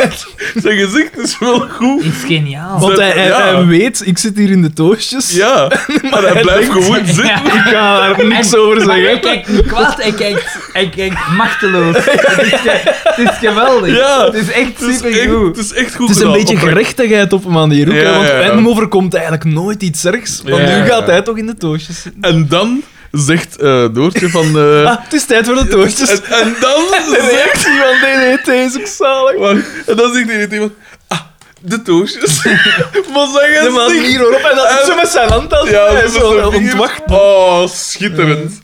Speaker 2: zijn gezicht is wel goed.
Speaker 1: is geniaal.
Speaker 3: Want hij, hij,
Speaker 2: Ja.
Speaker 3: hij weet, ik zit hier in de toosjes.
Speaker 2: Ja, maar hij
Speaker 3: hij
Speaker 2: blijft
Speaker 3: denkt-
Speaker 2: gewoon zitten.
Speaker 3: Ik ga daar niks
Speaker 1: En-
Speaker 3: over
Speaker 1: maar
Speaker 3: zeggen.
Speaker 1: Hij kijkt niet kwaad, hij kijkt, hij kijkt machteloos. het, is, ge- het is geweldig.
Speaker 2: Ja,
Speaker 1: het is echt
Speaker 2: Het is echt,
Speaker 1: supergoed.
Speaker 2: het is echt goed
Speaker 3: Het is een
Speaker 2: gedaan,
Speaker 3: beetje
Speaker 2: oprecht.
Speaker 3: gerechtigheid op een manier ook,
Speaker 2: Ja,
Speaker 3: hè, want
Speaker 2: ja, ja.
Speaker 3: hem overkomt eigenlijk nooit iets ergs. Want
Speaker 2: Ja, ja,
Speaker 3: nu gaat
Speaker 2: ja.
Speaker 3: hij toch in de toosjes zitten.
Speaker 2: En dan zegt eh, Doortje van... eh,
Speaker 3: Ah, het is tijd voor de toosjes.
Speaker 2: en, en dan zegt...
Speaker 3: reactie van DDT is ook zalig.
Speaker 2: wacht, En dan zegt hij iemand... Ah, de toosjes. maar zeg
Speaker 3: De man
Speaker 2: eens niet.
Speaker 3: hier hoor op en dat
Speaker 2: En-
Speaker 3: zo met zijn hand als
Speaker 2: Ja,
Speaker 3: hij
Speaker 2: dat is
Speaker 3: zo
Speaker 2: een vinger.
Speaker 3: ontwacht.
Speaker 2: Oh, schitterend.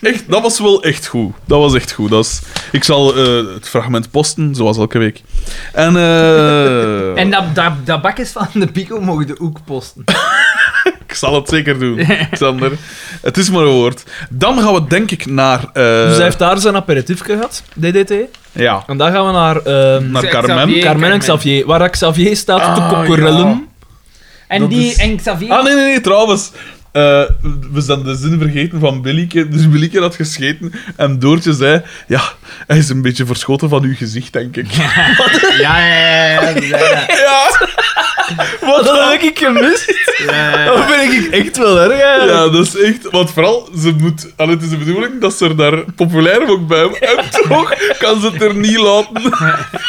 Speaker 2: Echt, dat was wel echt goed. Dat was echt goed. Dat is, ik zal eh, het fragment posten, zoals elke week. En... eh,
Speaker 1: En dat, dat, dat bakjes van de Pico mogen de ook posten.
Speaker 2: Ik zal het zeker doen, Xander. Het is maar een woord. Dan gaan we denk ik naar... eh,
Speaker 3: Dus hij heeft daar zijn aperitief gehad, DDT.
Speaker 2: Ja,
Speaker 3: En dan gaan we naar, ehm,
Speaker 2: naar
Speaker 1: Zeg,
Speaker 2: Carmen.
Speaker 1: Xavier.
Speaker 3: Carmen en Xavier, waar Xavier staat
Speaker 2: Ah,
Speaker 3: te kokkerellen.
Speaker 1: En,
Speaker 2: Dat
Speaker 1: die,
Speaker 2: is-
Speaker 1: en Xavier...
Speaker 2: Ah, nee, nee, nee, trouwens. Eh, we zijn de zin vergeten van Billieke. Dus Billieke had gescheten en Doortje zei... Ja, hij is een beetje verschoten van uw gezicht, denk ik.
Speaker 1: Ja, ja, ja, ja, ja, ja, ja.
Speaker 2: ja,
Speaker 3: Wat dat heb ik gemist? Dat vind ik echt wel erg. eigenlijk.
Speaker 2: ja, dat is echt... Want vooral, ze moet... Allee, het is de bedoeling dat ze er daar populair ook bij hem. En toch kan ze het er niet laten.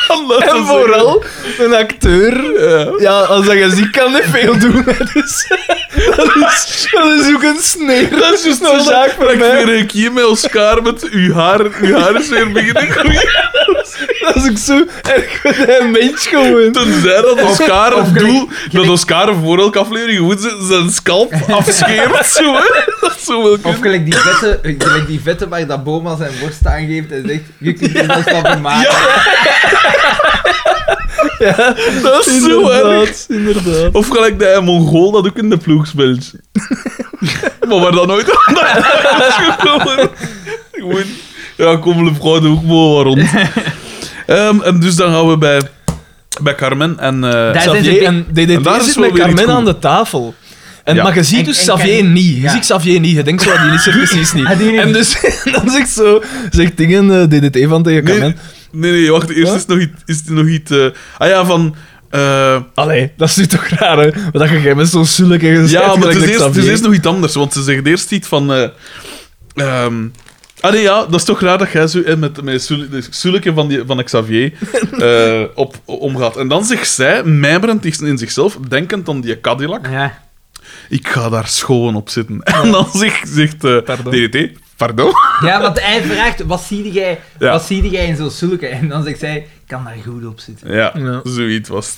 Speaker 2: Omdat ze
Speaker 3: En
Speaker 2: zeggen-
Speaker 3: vooral een acteur.
Speaker 2: Ja.
Speaker 3: Ja, als dat je ziek kan niet veel doen. hè, Dus, dat, is, dat is ook een sneer.
Speaker 2: Dat is juist
Speaker 3: Zo'n
Speaker 2: nou
Speaker 3: zaak
Speaker 2: zaak
Speaker 3: voor
Speaker 2: voor Ik
Speaker 3: mij.
Speaker 2: weer een keer met Oscar met uw haar, uw haar is weer beginnen groeien.
Speaker 3: Dat is ook zo erg met een mens gewoon.
Speaker 2: Tenzij dat Oscar, of doel, dat Oscar voor elke aflevering goed zijn- zijn scalp afscheert. Zo, hè. Dat is zo wel
Speaker 1: Of
Speaker 2: kunnen.
Speaker 1: gelijk die vette, eh, gelijk die vette waar dat Boma zijn worst aangeeft en zegt, je kunt er nog van vermaken.
Speaker 2: Dat is zo erg.
Speaker 3: Inderdaad, inderdaad.
Speaker 2: Of gelijk dat hij Mongool dat ook in de ploeg speelt. maar waar dan nooit aan is gekomen. Gewoon, ja, kom, le vrouw, doe ook maar rond. Ehm, en dus dan gaan we bij, bij Carmen en... eh,
Speaker 1: Daar zijn ze
Speaker 3: Xavier
Speaker 1: bi-
Speaker 3: en
Speaker 2: En
Speaker 3: DDT
Speaker 2: daar is
Speaker 3: zit
Speaker 2: wel
Speaker 3: met
Speaker 2: weer iets
Speaker 3: Carmen
Speaker 2: goed.
Speaker 3: aan de tafel. En,
Speaker 2: Ja.
Speaker 3: Maar je ziet
Speaker 1: En-
Speaker 3: dus
Speaker 1: en
Speaker 3: Xavier
Speaker 1: Carmen-
Speaker 3: niet. Je
Speaker 1: ja.
Speaker 3: ziet Xavier niet. Je denkt zo, ah, die is er precies niet.
Speaker 1: Ah, die niet.
Speaker 3: En dus dan zegt zo, zegt dingen eh, DDT van tegen
Speaker 2: Nee,
Speaker 3: Carmen.
Speaker 2: nee, nee, wacht. Eerst
Speaker 3: Huh?
Speaker 2: is nog iets... Is er nog iets eh, ah ja, van... eh,
Speaker 3: Allee, dat is nu toch raar, hè? Maar dat je geen met zo'n zulke gezegd
Speaker 2: ja, maar het is, eerst, het is eerst nog iets anders. Want ze zegt eerst iets van... eh, ehm, ah nee, ja, dat is toch raar dat jij zo eh, met, met Sul- de Suleke van, die, van Xavier eh, op, omgaat. En dan zegt zij, mijmerend in zichzelf, denkend aan die Cadillac,
Speaker 1: Ja.
Speaker 2: ik ga daar schoon op zitten. En dan zegt, zegt eh,
Speaker 3: Pardon.
Speaker 2: DDT, Pardon?
Speaker 1: Ja, want hij vraagt, wat zie jij,
Speaker 2: Ja.
Speaker 1: wat zie jij in zo'n zulke? En dan zegt zij, ik kan daar goed op zitten.
Speaker 2: Ja,
Speaker 3: Ja.
Speaker 2: zoiets was het.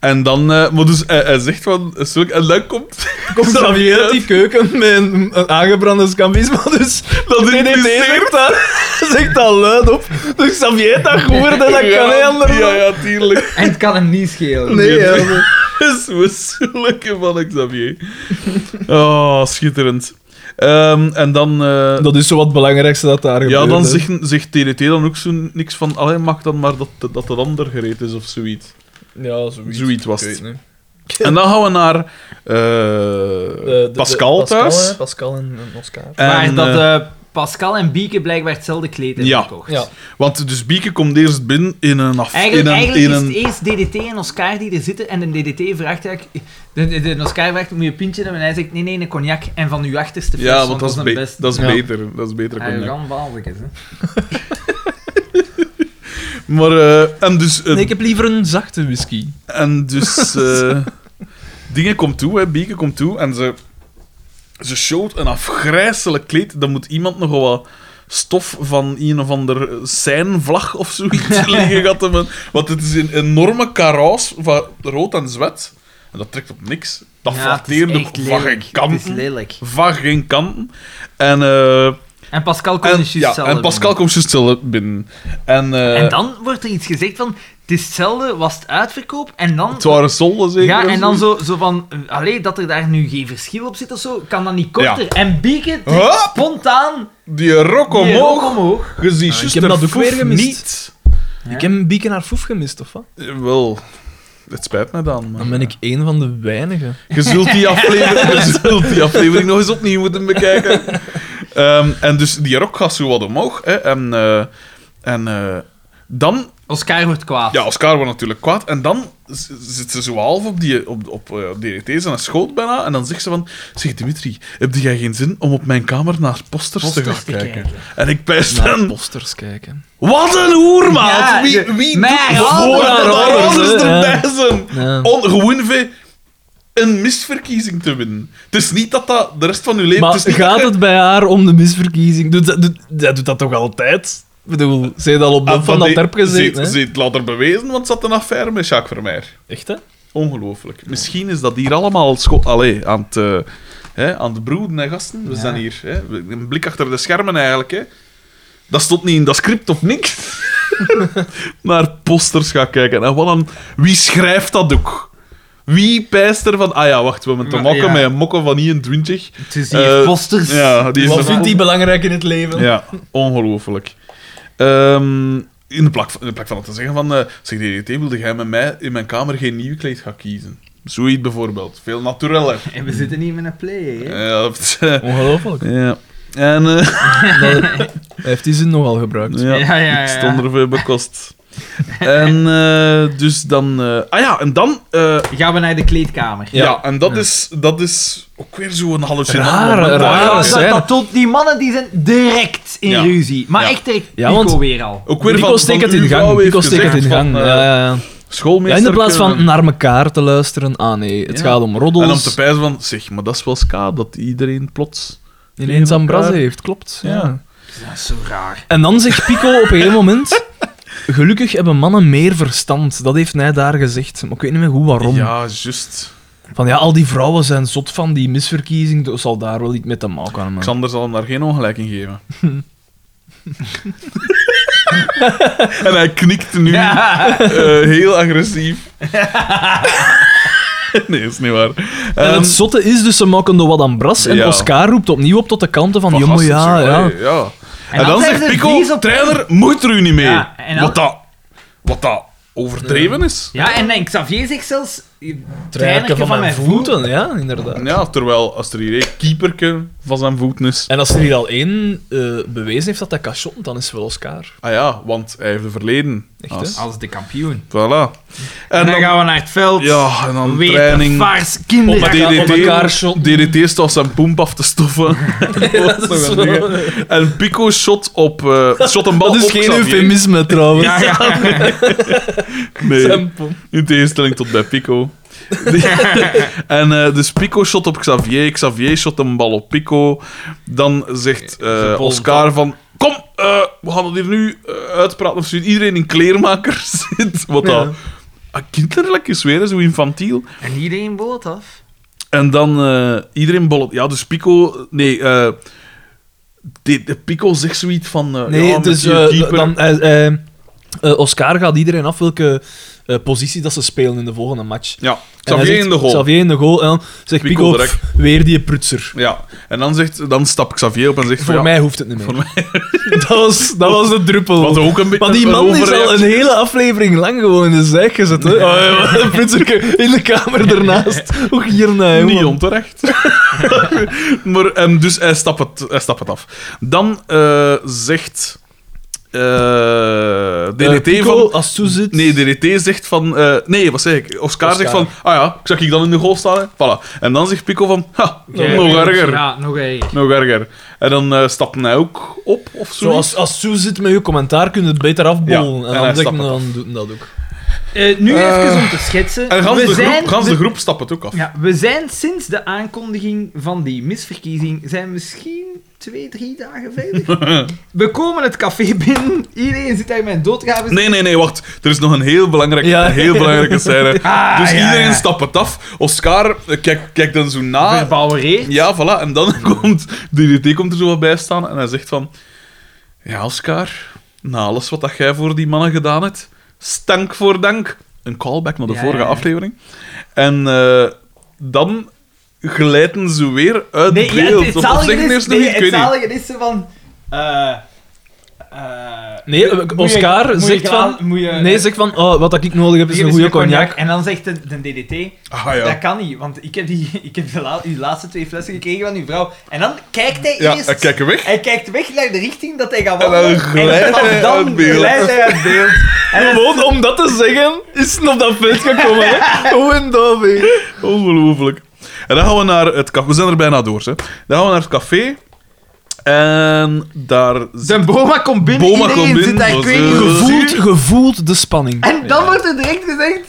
Speaker 2: En dan, eh, maar dus hij, hij zegt van, eh, zulk, en dan komt,
Speaker 3: Komt er
Speaker 2: Xavier
Speaker 3: uit die keuken met een, een aangebrande scambismo, dus dat
Speaker 2: is
Speaker 3: nee, nee, nee,
Speaker 2: gezeerd.
Speaker 3: zegt dat, zegt dat luid op. Dus Xavier heeft dat gehoord en dat kan
Speaker 2: ja,
Speaker 3: hij anders
Speaker 2: Ja, ja, tuurlijk.
Speaker 1: En het kan hem niet schelen.
Speaker 3: Nee, ja.
Speaker 2: Dat is zulke Dus van Xavier. Oh, schitterend. Ehm, en dan... eh,
Speaker 3: Dat is zo wat het belangrijkste dat daar gebeurt.
Speaker 2: ja, dan
Speaker 3: hè.
Speaker 2: zegt, zegt TRT dan ook zo niks van, allee, mag dan maar dat, dat het ander gereed is of zoiets.
Speaker 3: Ja, zoiets.
Speaker 2: Zoiets was
Speaker 3: Ik weet
Speaker 2: het.
Speaker 3: niet.
Speaker 2: En dan gaan we naar eh,
Speaker 3: De- de- de-
Speaker 2: Pascal thuis.
Speaker 3: hè, Pascal en, en Oscar.
Speaker 2: En,
Speaker 1: maar dat
Speaker 2: eh,
Speaker 1: eh, Pascal en Bieke blijkbaar hetzelfde kleed hebben
Speaker 2: Ja.
Speaker 1: gekocht.
Speaker 3: Ja.
Speaker 2: Want dus Bieke komt eerst binnen in een af...
Speaker 1: Eigenlijk,
Speaker 2: in een,
Speaker 1: eigenlijk
Speaker 2: in
Speaker 1: is
Speaker 2: een-
Speaker 1: het eerst DDT en Oscar die er zitten. En de DDT vraagt... eigenlijk- De, de, de Oscar vraagt, moet je een pintje hebben? En hij zegt, nee, nee, een cognac. En van uw achterste fles,
Speaker 2: Ja, want dat is,
Speaker 1: het
Speaker 2: be-
Speaker 1: beste.
Speaker 2: dat is
Speaker 3: Ja.
Speaker 2: beter. Dat is beter.
Speaker 1: Hij
Speaker 2: cognac.
Speaker 1: kan baallijk is, hè.
Speaker 2: Maar, eh, en dus... eh,
Speaker 3: Nee, ik heb liever een zachte whisky.
Speaker 2: En dus... eh, dingen komt toe, hè. Bieke komt toe en ze... Ze showt een afgrijselijk kleed. Dan moet iemand nogal wat stof van een of ander seinvlag of zoiets liggen gehad hebben. Want het is een enorme karaas van rood en zwet. En dat trekt op niks. Dat
Speaker 1: Ja, het is
Speaker 2: flatteerde
Speaker 1: echt
Speaker 2: van geen
Speaker 1: lelijk. Het is
Speaker 2: kanten.
Speaker 1: lelijk.
Speaker 2: Van geen kanten. En... eh,
Speaker 1: En Pascal komt
Speaker 2: En,
Speaker 1: dus juist
Speaker 2: ja,
Speaker 1: hetzelfde
Speaker 2: en Pascal komt juist zelf binnen. En, eh,
Speaker 1: En dan wordt er iets gezegd van, het is hetzelfde, was het uitverkoop, en dan...
Speaker 2: Het waren solden zeker.
Speaker 1: Ja,
Speaker 2: of
Speaker 1: en dan
Speaker 2: zoiets?
Speaker 1: zo, zo van, eh, allee, dat er daar nu geen verschil op zit of zo, kan dat niet korter.
Speaker 2: Ja.
Speaker 1: En Bieke trekt
Speaker 2: Hup!
Speaker 1: spontaan
Speaker 2: Die rok
Speaker 1: die
Speaker 2: omhoog.
Speaker 1: rok omhoog.
Speaker 2: Je ziet
Speaker 3: Ah, ik
Speaker 2: juist
Speaker 3: heb
Speaker 2: haar
Speaker 3: dat ook
Speaker 2: foef
Speaker 3: weer gemist.
Speaker 2: Niet.
Speaker 1: Ja.
Speaker 3: Ik heb een bieken naar foef gemist, of wat?
Speaker 2: Eh, Wel, het spijt me dan. Maar...
Speaker 3: Dan ben ik één van de weinigen.
Speaker 2: Je zult die aflevering, je zult die aflevering nog eens opnieuw moeten bekijken. Ehm, en dus die rok gaat zo wat omhoog. Hè, en eh, en eh, dan
Speaker 1: Oscar wordt kwaad.
Speaker 2: Ja, Oscar wordt natuurlijk kwaad. En dan z- zit ze zo half op, die, op, op eh, DDT's en een schoot bijna. En dan zegt ze van... Zeg, Dimitri, heb jij geen zin om op mijn kamer naar posters, te
Speaker 1: Posters
Speaker 2: gaan
Speaker 1: te
Speaker 2: kijken?
Speaker 1: kijken.
Speaker 2: En ik pijs
Speaker 3: Naar
Speaker 2: dan...
Speaker 3: posters kijken.
Speaker 2: Wat een hoermaat!
Speaker 1: Ja,
Speaker 2: wie
Speaker 1: de-
Speaker 2: wie
Speaker 1: mijn
Speaker 2: doet
Speaker 1: ouders,
Speaker 2: voor dat
Speaker 3: mijn
Speaker 2: de ouders
Speaker 3: ouders, hè,
Speaker 2: erbij zijn?
Speaker 3: Ja.
Speaker 2: Om gewoon weer een misverkiezing te winnen. Het is niet dat dat de rest van uw leven...
Speaker 3: Maar
Speaker 2: het is niet
Speaker 3: gaat
Speaker 2: dat
Speaker 3: het bij haar om de misverkiezing? Doet dat, doet, dat doet dat toch altijd? Ik bedoel, zij heeft al op
Speaker 2: je-
Speaker 3: dat van dat
Speaker 2: Ah, die-
Speaker 3: terp gezeten,
Speaker 2: Ze,
Speaker 3: hè?
Speaker 2: ze het later bewezen, want ze had een affaire met Jacques Vermeer.
Speaker 3: Echt, hè?
Speaker 2: Ongelooflijk. Misschien is dat hier allemaal scho- Allee, aan het, eh, hè, aan het broeden, hè, gasten. We
Speaker 1: Ja.
Speaker 2: zijn hier. Hè. Een blik achter de schermen eigenlijk. Hè. Dat stond niet in dat script of niks. Naar posters gaan kijken. En wat een... Wie schrijft dat ook? Wie pijst er van... Ah ja, wacht, we hebben te
Speaker 1: Maar,
Speaker 2: mokken
Speaker 1: ja.
Speaker 2: met een mokken van 21.
Speaker 1: Het is hier
Speaker 2: Eh,
Speaker 1: posters.
Speaker 2: Ja, die is
Speaker 3: Wat
Speaker 2: er-
Speaker 3: vindt die belangrijk in het leven?
Speaker 2: ja, ongelooflijk. Ehm, in, de plak, in de plak van het te zeggen van... eh zeg, DDT, wilde jij met mij in mijn kamer geen nieuw kleed gaan kiezen? Zoiets bijvoorbeeld. Veel natureller.
Speaker 1: En we zitten hier met een play, hè.
Speaker 2: Ja, dat- eh,
Speaker 3: Ongelooflijk.
Speaker 2: ja. En... eh,
Speaker 3: Hij heeft die zin nogal gebruikt.
Speaker 2: ja,
Speaker 1: Ja, ja,
Speaker 2: ik
Speaker 1: ja.
Speaker 2: stond er veel bekost. en eh, dus dan... eh, ah ja, en dan... eh,
Speaker 1: Gaan we naar de kleedkamer.
Speaker 2: ja.
Speaker 3: Ja.
Speaker 2: en dat, Is, dat is ook weer zo'n hallucinant
Speaker 3: Rare,
Speaker 2: moment.
Speaker 3: rare
Speaker 2: Ja,
Speaker 1: dat,
Speaker 2: ja.
Speaker 1: dat,
Speaker 3: scène.
Speaker 1: dat tot, die mannen die zijn direct in
Speaker 2: Ja.
Speaker 1: ruzie. Maar
Speaker 2: Ja.
Speaker 1: echt direct.
Speaker 3: Ja,
Speaker 1: Nico
Speaker 3: want-
Speaker 1: weer al.
Speaker 2: Ook weer
Speaker 3: Nico
Speaker 2: van,
Speaker 3: steekt
Speaker 2: van
Speaker 3: het in
Speaker 2: uw
Speaker 3: gang.
Speaker 2: vrouw
Speaker 3: Nico
Speaker 2: heeft
Speaker 3: steekt het in
Speaker 2: gezegd
Speaker 3: gang.
Speaker 2: van,
Speaker 3: Ja,
Speaker 2: eh,
Speaker 3: ja, ja. Ja,
Speaker 2: Schoolmeester
Speaker 3: in de plaats van
Speaker 2: kunnen-
Speaker 3: naar elkaar te luisteren. Ah nee, het
Speaker 2: Ja.
Speaker 3: gaat om roddels.
Speaker 2: En om te pijzen van... Zeg, maar dat is wel ska dat iedereen plots...
Speaker 3: Ineens aan bras heeft, klopt.
Speaker 2: Ja.
Speaker 3: ja.
Speaker 1: Dat is zo raar.
Speaker 3: En dan zegt Pico op een gegeven moment... Gelukkig hebben mannen meer verstand. Dat heeft hij daar gezegd. Maar ik weet niet meer hoe waarom.
Speaker 2: Ja, juist.
Speaker 3: Van ja, al die vrouwen zijn zot van die misverkiezing. Dus zal daar wel iets mee te maken hebben.
Speaker 2: Xander zal hem daar geen ongelijk in geven. en hij knikt nu
Speaker 1: Ja.
Speaker 2: eh, heel agressief. nee, is niet waar.
Speaker 3: En
Speaker 2: Ehm,
Speaker 3: het zotte is dus, ze maken er wat aan bras. En
Speaker 2: Ja.
Speaker 3: Oscar roept opnieuw op tot de kanten van...
Speaker 2: van
Speaker 3: Jongen,
Speaker 2: gasten,
Speaker 3: ja,
Speaker 2: zo,
Speaker 3: ja.
Speaker 2: hey, ja. En,
Speaker 1: dan
Speaker 2: dan,
Speaker 1: zijn
Speaker 2: zegt
Speaker 1: ze
Speaker 2: Pico,
Speaker 1: vies op-
Speaker 2: trainer, moet er u niet mee.
Speaker 1: Ja, en dan-
Speaker 2: Wat dat... Wat dat overdreven is.
Speaker 1: Ja, en dan Xavier zegt zelfs...
Speaker 3: Trainerke
Speaker 1: Trainerke van, mijn voeten.
Speaker 3: voeten. Ja, inderdaad.
Speaker 2: Ja, terwijl als er hier een keeperke van zijn voeten is...
Speaker 3: En als er hier al één eh, bewezen heeft dat hij cachot, dan is het wel Oscar.
Speaker 2: Ah ja, want hij heeft een verleden.
Speaker 3: Echt, hè?
Speaker 2: Als-
Speaker 1: Als de kampioen.
Speaker 2: Voilà. En,
Speaker 1: En, dan,
Speaker 2: dan,
Speaker 1: gaan we naar het veld.
Speaker 2: Ja, en dan
Speaker 1: Weer
Speaker 2: training...
Speaker 1: vaars
Speaker 3: Op
Speaker 1: kinderen.
Speaker 3: elkaar-
Speaker 2: DDT,
Speaker 3: elkaar shotten.
Speaker 2: DDT staat zijn pomp af te stoffen. Dat was toch een ding. en Pico shot op... eh shot een bal
Speaker 3: Dat is
Speaker 2: op
Speaker 3: geen
Speaker 2: Xavier.
Speaker 3: eufemisme trouwens.
Speaker 1: Ja, ja.
Speaker 2: Nee, in tegenstelling tot bij Pico. en eh, dus Pico shot op Xavier, Xavier shot een bal op Pico. Dan zegt eh,
Speaker 1: Ze bol-
Speaker 2: Oscar van... Kom, eh, we gaan het hier nu eh, uitpraten. Of zoiets. iedereen in kleermakers zit. Wat dat ah, kinderlijk is weer, hè, zo infantiel.
Speaker 1: En iedereen bood af.
Speaker 2: En dan eh, iedereen bollet. Ja, dus Pico... Nee, eh, de, de Pico zegt zoiets van... eh,
Speaker 3: Nee,
Speaker 2: ja,
Speaker 3: dus
Speaker 2: monsieur
Speaker 3: eh,
Speaker 2: keeper.
Speaker 3: dan, eh, eh, eh, Oscar gaat iedereen af welke eh, positie dat ze spelen in de volgende match.
Speaker 2: Ja,
Speaker 3: En hij
Speaker 2: Xavier
Speaker 3: zegt
Speaker 2: in de goal.
Speaker 3: Xavier in de goal. En dan zegt
Speaker 2: Pico
Speaker 3: Pico,
Speaker 2: direct.
Speaker 3: "Pff, weer die prutser.
Speaker 2: Ja, en dan, zegt, dan stapt Xavier op en zegt...
Speaker 3: Voor
Speaker 2: van, ja,
Speaker 3: mij hoeft het niet meer.
Speaker 2: Voor
Speaker 3: dat, was, dat was de druppel.
Speaker 2: Wat ook een beetje
Speaker 3: Maar die
Speaker 2: een
Speaker 3: man is al
Speaker 2: overreactie.
Speaker 3: een hele aflevering lang gewoon in de zijk gezet. Hè? Oh, ja, een prutserke in de kamer ernaast. Ook hierna, jongen.
Speaker 2: Niet onterecht. maar, ehm, dus hij stapt het, hij stapt het af. Dan eh, zegt... eh,
Speaker 3: Eh,
Speaker 2: DDT
Speaker 3: Pico,
Speaker 2: van...
Speaker 3: als het zo zit...
Speaker 2: Nee, DDT zegt van... eh, nee, wat zeg ik? Oscar, zegt van... Ah ja, ik zag ik dan in de goal staan, hè? Voilà. En dan zegt Pico van... Ha, nog erger.
Speaker 1: Ja, nog erger.
Speaker 2: Nog erger. En dan eh stapt hij ook op, of zo.
Speaker 3: Zo, als, als het zo zit met je commentaar, kun je het beter afbollen.
Speaker 2: Ja, en
Speaker 3: en
Speaker 2: hij
Speaker 3: dan, denk ik,
Speaker 2: stapt het
Speaker 3: dan doet hij dat ook.
Speaker 1: Eh, nu
Speaker 2: Eh,
Speaker 1: even om te schetsen.
Speaker 2: En gans,
Speaker 1: we,
Speaker 2: de,
Speaker 1: zijn,
Speaker 2: groep, gans
Speaker 1: we,
Speaker 2: de groep stapt het ook af.
Speaker 1: ja, we zijn sinds de aankondiging van die misverkiezing, zijn misschien twee, drie dagen verder. we komen het café binnen, iedereen zit daar met doodgaven.
Speaker 2: Nee, nee, nee, wacht. Er is nog een heel belangrijke,
Speaker 3: Ja.
Speaker 2: een heel belangrijke scène.
Speaker 1: Ah,
Speaker 2: dus
Speaker 1: ja,
Speaker 2: iedereen
Speaker 1: ja.
Speaker 2: stapt het af. Oscar eh, kijkt kijkt dan zo na.
Speaker 1: Verbouwereerd.
Speaker 2: Ja, voilà. En dan komt DDT komt er zo wat bij staan en hij zegt van... Ja, Oscar, na alles wat dat jij voor die mannen gedaan hebt, stank voor dank. Een callback naar de
Speaker 1: Ja,
Speaker 2: vorige
Speaker 1: ja, ja.
Speaker 2: aflevering. En eh, dan glijden ze weer uit
Speaker 1: Nee, ja,
Speaker 2: beeld.
Speaker 1: het, het
Speaker 2: Of- of
Speaker 1: zalige
Speaker 2: zeggen
Speaker 1: is,
Speaker 2: ze eerst nog
Speaker 1: nee, het
Speaker 2: iets? ik weet niet.
Speaker 1: zalige is zo van... eh, eh,
Speaker 3: Nee,
Speaker 1: moet je-
Speaker 3: Oscar
Speaker 1: moet je
Speaker 3: zegt
Speaker 1: gla-
Speaker 3: van-
Speaker 1: moet je-
Speaker 3: Nee, zeg van, oh, wat dat ik nodig heb is
Speaker 1: hier
Speaker 3: een
Speaker 1: is
Speaker 3: goede
Speaker 1: een
Speaker 3: cognac.
Speaker 1: En dan zegt de, de DDT,
Speaker 2: Ah, ja.
Speaker 1: dat kan niet, want ik heb, die, ik heb de la- die laatste twee flessen gekregen van uw vrouw. En dan kijkt hij
Speaker 2: Ja,
Speaker 1: eerst...
Speaker 2: eh, kijk weg.
Speaker 1: Hij kijkt weg naar de richting dat hij gaat
Speaker 2: En dan
Speaker 1: wandelen.
Speaker 2: glijdt
Speaker 1: vanaf
Speaker 2: hij
Speaker 1: dan
Speaker 2: uit beeld.
Speaker 1: glijdt hij uit beeld. En dan-
Speaker 3: Gewoon om dat te zeggen, is het op dat punt gekomen. hè. Gewoon dat weer.
Speaker 2: Ongelooflijk. En dan gaan we naar het café. We zijn er bijna door, hè. Dan gaan we naar het café. En daar...
Speaker 1: zijn Boma komt binnen,
Speaker 2: Boma
Speaker 1: iedereen
Speaker 2: komt
Speaker 1: zit
Speaker 2: binnen,
Speaker 1: daar, ik
Speaker 2: was,
Speaker 1: weet niet
Speaker 2: eh,
Speaker 1: hoe
Speaker 3: Gevoeld,
Speaker 1: zuur.
Speaker 3: gevoeld de spanning.
Speaker 1: En dan wordt er direct gezegd...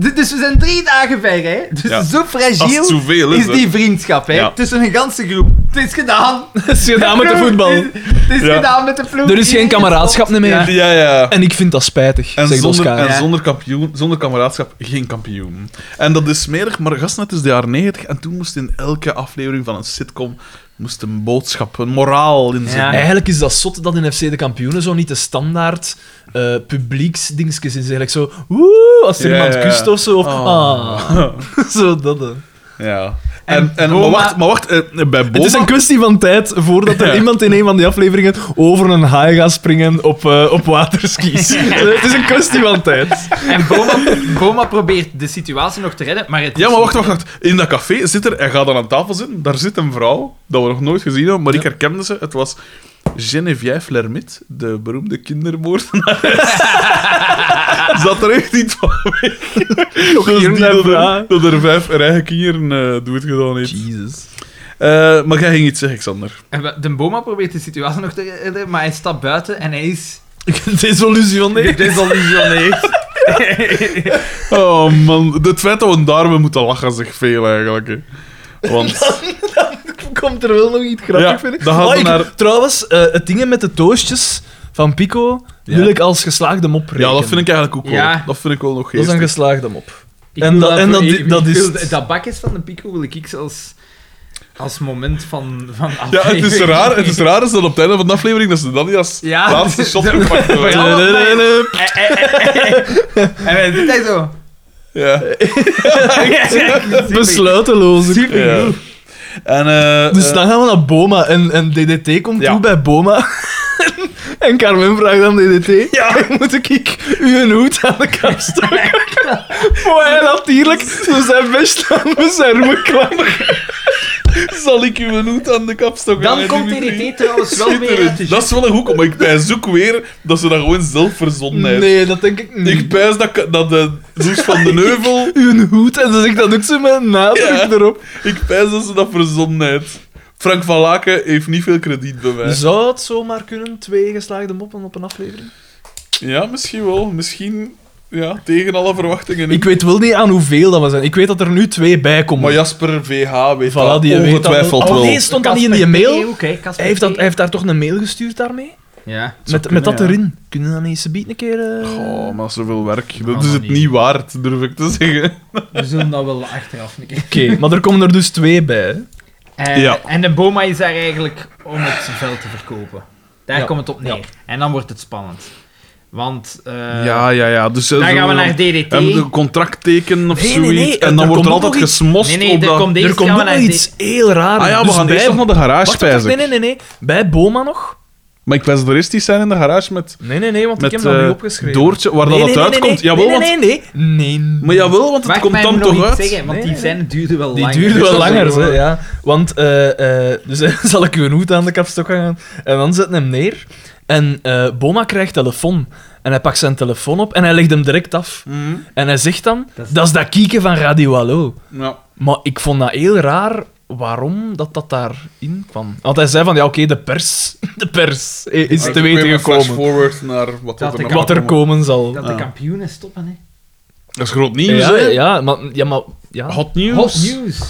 Speaker 1: d- Dus we zijn drie dagen ver, hè. Dus
Speaker 2: Ja.
Speaker 1: zo
Speaker 2: Als het
Speaker 1: fragiel
Speaker 2: zoveel is,
Speaker 1: is
Speaker 2: hè.
Speaker 1: die vriendschap, hè.
Speaker 2: Ja.
Speaker 1: Tussen een ganse groep. Het is gedaan.
Speaker 3: Het is gedaan met de voetbal.
Speaker 1: Het is- Het is
Speaker 2: Ja.
Speaker 1: gedaan met de ploeg.
Speaker 3: Er is geen kameraadschap meer.
Speaker 1: Ja.
Speaker 2: Ja, ja.
Speaker 3: En ik vind dat spijtig,
Speaker 2: En,
Speaker 3: zegt
Speaker 2: zonder,
Speaker 3: Oscar.
Speaker 2: en
Speaker 1: Ja.
Speaker 2: zonder, kampioen, zonder kameraadschap geen kampioen. En dat is smerig, maar gastnet is de jaren 90 en toen moest in elke aflevering van een sitcom moest een boodschap, een moraal in zitten.
Speaker 1: Ja.
Speaker 3: Eigenlijk is dat zot dat in FC de kampioenen zo niet de standaard eh publieksdingsjes is. Eigenlijk zo, woe, als er
Speaker 2: Ja,
Speaker 3: iemand
Speaker 2: ja.
Speaker 3: kust of zo. Of,
Speaker 2: Oh.
Speaker 3: ah. zo dat. hè.
Speaker 2: Ja.
Speaker 1: En
Speaker 2: En, en, maar
Speaker 1: Boma-
Speaker 2: wacht, maar wacht eh, eh, bij Boma...
Speaker 3: Het is een kwestie van tijd voordat er
Speaker 2: Ja.
Speaker 3: iemand in een van die afleveringen over een haai gaat springen op, eh, op waterskis. Eh, Het is een kwestie van tijd.
Speaker 1: En Boma, Boma probeert de situatie nog te redden, maar het
Speaker 2: Ja,
Speaker 1: is
Speaker 2: maar wacht, wacht, wacht. In dat café zit er, hij gaat dan aan tafel zitten, daar zit een vrouw, dat we nog nooit gezien hebben, maar ik herkende ze. Het was Geneviève Lermit, de beroemde kindermoordenaar. Zat er echt niet van weg. Dus
Speaker 3: hier
Speaker 2: die
Speaker 3: naar
Speaker 2: dat,
Speaker 3: vraag.
Speaker 2: er, dat er vijf haar eigen kinderen eh, doet gedaan heeft.
Speaker 3: Jesus.
Speaker 2: Eh, maar jij ging iets zeggen, Xander.
Speaker 1: En we- De Boma probeert de situatie nog te redden, maar hij stapt buiten en hij is
Speaker 3: Desillusioneerd.
Speaker 1: desillusioneerd.
Speaker 2: Oh man, het feit dat we daarmee moeten lachen zegt veel eigenlijk. hè. Want
Speaker 3: Komt er wel nog iets grappig,
Speaker 2: Ja,
Speaker 3: vind ik.
Speaker 2: dan gaan we
Speaker 3: ik-
Speaker 2: naar-
Speaker 3: Trouwens, eh, het ding met de toastjes van Pico wil
Speaker 2: Ja.
Speaker 3: ik als geslaagde mop rekenen.
Speaker 2: ja, dat vind ik eigenlijk ook wel.
Speaker 1: Ja.
Speaker 2: Dat vind ik wel nog
Speaker 3: Dat is
Speaker 2: geestig.
Speaker 3: een geslaagde mop.
Speaker 1: Ik
Speaker 3: En
Speaker 1: wil
Speaker 3: dat-
Speaker 1: voor-
Speaker 3: en dat-
Speaker 1: ik-
Speaker 3: dat
Speaker 1: ik
Speaker 3: is
Speaker 1: wil
Speaker 3: het.
Speaker 1: Dat bakjes van de pico wil ik ik als, als moment van, van
Speaker 2: Ja, het is
Speaker 1: aflevering.
Speaker 2: raar. Het is raar is dat op het einde van de aflevering dat ze dat niet als
Speaker 1: Ja.
Speaker 2: laatste shot gepakt hebben.
Speaker 1: Ja. En hij zit daar zo.
Speaker 2: Ja.
Speaker 3: Besluiteloos.
Speaker 2: Ja. En, eh,
Speaker 3: Dus
Speaker 2: eh,
Speaker 3: dan gaan we naar Boma en, en DDT komt
Speaker 2: Ja.
Speaker 3: toe bij Boma. en Carmen vraagt aan DDT: ja. Moet ik, ik u een hoed aan de kast stoken? maar hij natuurlijk, dus zijn best aan mijn armen kwam.
Speaker 2: zal ik u een hoed aan de kap stokken.
Speaker 1: Dan
Speaker 2: hè,
Speaker 1: komt
Speaker 2: Dimitri?
Speaker 1: DDT trouwens wel weer uit
Speaker 2: Schitterend.
Speaker 1: de
Speaker 2: Dat is wel een hoek, maar ik pijs ook weer dat ze dat gewoon zelf verzonnen heeft.
Speaker 3: Nee, dat denk ik niet.
Speaker 2: Ik pijs dat, dat de Loes van de Neuvel...
Speaker 3: U een hoed en ze zegt dat ook zo met een nadruk
Speaker 2: Ja.
Speaker 3: erop.
Speaker 2: Ik pijs dat ze dat verzonnen heeft. Frank van Laken heeft niet veel krediet bij mij.
Speaker 3: Zou het zomaar kunnen, twee geslaagde moppen op een aflevering?
Speaker 2: Ja, misschien wel. Misschien Ja, tegen alle verwachtingen. in.
Speaker 3: Ik weet wel niet aan hoeveel dat we zijn. Ik weet dat er nu twee bij komen.
Speaker 2: Oh, Maar Jasper VH weet
Speaker 3: Voilà,
Speaker 2: dat
Speaker 3: die weet dat
Speaker 2: ongetwijfeld
Speaker 3: wel.
Speaker 2: wel.
Speaker 3: Oh, nee, stond dat niet in die
Speaker 1: Casper
Speaker 3: mail?
Speaker 1: P. ook, hè, Casper
Speaker 3: hij, heeft dat,
Speaker 1: P.
Speaker 3: hij heeft daar toch een mail gestuurd daarmee?
Speaker 1: Ja.
Speaker 3: Met,
Speaker 4: kunnen,
Speaker 3: met dat
Speaker 4: ja.
Speaker 3: erin. Kunnen we dat niet eens een keer... eh,
Speaker 2: Goh, maar zoveel werk. Dat
Speaker 1: Ah,
Speaker 2: is
Speaker 1: maar
Speaker 2: het
Speaker 1: niet.
Speaker 2: niet waard, durf ik te zeggen.
Speaker 1: We zullen dat wel achteraf een keer.
Speaker 3: Oké, maar er komen er dus twee bij. hè.
Speaker 1: Eh,
Speaker 2: Ja.
Speaker 1: En de Boma is daar eigenlijk om het veld te verkopen. Daar
Speaker 3: Ja.
Speaker 1: komt het op neer.
Speaker 3: Ja.
Speaker 1: En dan wordt het spannend. Want eh,
Speaker 2: ja, ja, ja. Dus
Speaker 1: dan gaan we naar DDT.
Speaker 2: Hem een contract tekenen of
Speaker 3: Nee, nee,
Speaker 2: zoiets.
Speaker 3: nee,
Speaker 2: En
Speaker 3: er
Speaker 2: dan wordt
Speaker 3: komt
Speaker 2: er
Speaker 3: ook
Speaker 2: altijd
Speaker 3: nog iets.
Speaker 2: gesmost
Speaker 1: Nee, nee,
Speaker 2: op
Speaker 1: er
Speaker 2: dat...
Speaker 1: komt
Speaker 3: er
Speaker 1: deze
Speaker 3: komt
Speaker 1: gaan we
Speaker 3: ook
Speaker 1: naar
Speaker 3: nog iets
Speaker 1: D-
Speaker 3: heel raars.
Speaker 2: Ah ja, we
Speaker 3: Dus
Speaker 2: gaan
Speaker 3: bij-
Speaker 2: eerst nog naar de garage,
Speaker 3: Wacht, wacht,
Speaker 2: spijs
Speaker 3: nee,
Speaker 2: ik.
Speaker 3: nee, nee, nee. Bij Boma nog?
Speaker 2: Maar ik was er eerst die zijn in de garage met...
Speaker 3: Nee, nee, nee, want
Speaker 2: Met
Speaker 3: ik heb dat
Speaker 2: eh,
Speaker 3: nu opgeschreven.
Speaker 2: Doortje, waar
Speaker 3: Nee,
Speaker 2: dat
Speaker 3: nee, nee, nee,
Speaker 2: uitkomt.
Speaker 3: nee,
Speaker 2: Jawel,
Speaker 3: nee,
Speaker 2: want...
Speaker 3: nee, nee, nee. nee.
Speaker 2: Maar jawel, want het
Speaker 1: Wacht,
Speaker 2: komt
Speaker 1: mij
Speaker 2: dan
Speaker 1: nog
Speaker 2: toch
Speaker 1: iets
Speaker 2: uit.
Speaker 1: zeggen, want
Speaker 3: Nee,
Speaker 1: die
Speaker 3: nee.
Speaker 1: zijn duurde wel
Speaker 3: Die
Speaker 1: lang.
Speaker 3: duurde
Speaker 1: Dus
Speaker 3: wel
Speaker 1: dat
Speaker 3: langer,
Speaker 1: is
Speaker 3: hè,
Speaker 1: wel-
Speaker 3: ja. Want eh, eh, dus zal ik uw hoed aan de kapstok gaan en dan zetten hem neer. En eh, Boma krijgt telefoon. En hij pakt zijn telefoon op en hij legt hem direct af.
Speaker 2: Mhm.
Speaker 3: En hij zegt dan,
Speaker 1: Dat is-
Speaker 3: dat is dat kieken van Radio Hallo.
Speaker 2: Ja.
Speaker 3: Maar ik vond dat heel raar waarom dat, dat daarin kwam. Want hij zei van, ja oké, de pers, de pers i- is
Speaker 2: Maar
Speaker 3: te
Speaker 2: ik
Speaker 3: weten
Speaker 2: weer een
Speaker 3: gekomen.
Speaker 2: flash-forward naar wat
Speaker 1: Dat
Speaker 2: er
Speaker 1: ik-
Speaker 2: nog
Speaker 3: Wat er
Speaker 2: gaat
Speaker 3: komen zal.
Speaker 1: Dat
Speaker 2: Ja.
Speaker 1: de kampioenen stoppen, hè.
Speaker 2: Dat is groot nieuws,
Speaker 3: Ja,
Speaker 2: hè?
Speaker 3: ja, maar... Ja, maar ja.
Speaker 2: Hot nieuws.
Speaker 1: Hot news.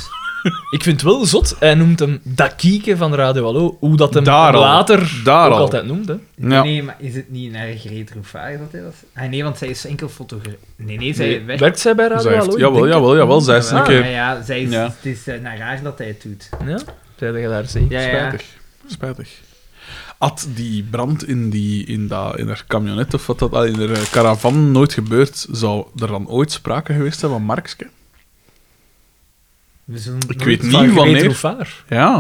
Speaker 3: Ik vind het wel zot. Hij noemt hem dat kieken van Radio Hallo. Hoe dat hem
Speaker 2: Daar al.
Speaker 3: later
Speaker 2: Daar
Speaker 3: ook
Speaker 2: al.
Speaker 3: altijd noemde.
Speaker 2: Ja.
Speaker 1: Nee, maar is het niet een erg retrovaar dat hij dat... Ah, nee, want zij is enkel fotograaf. Nee, nee, zij
Speaker 2: Nee,
Speaker 1: werkt...
Speaker 3: Werkt zij bij Radio
Speaker 2: Zij heeft-
Speaker 3: Hallo? Ik
Speaker 2: jawel,
Speaker 3: denk
Speaker 2: jawel,
Speaker 3: het.
Speaker 2: jawel. Zij is een
Speaker 3: Ah,
Speaker 1: Maar
Speaker 2: keer...
Speaker 1: ja, zij is,
Speaker 2: Ja.
Speaker 1: het is eh, naar haar dat hij het doet.
Speaker 3: Ja? Zij je daar zeker?
Speaker 1: Ja, ja.
Speaker 2: Spijtig. Spijtig. Had die brand in, die, in, dat, in haar camionet of wat dat ah, in haar eh, caravan nooit gebeurd, zou er dan ooit sprake geweest zijn van Markske?
Speaker 1: We zullen...
Speaker 2: Ik weet
Speaker 3: Van
Speaker 2: niet
Speaker 3: Greet
Speaker 2: wanneer.
Speaker 3: Roefaar.
Speaker 2: Ja,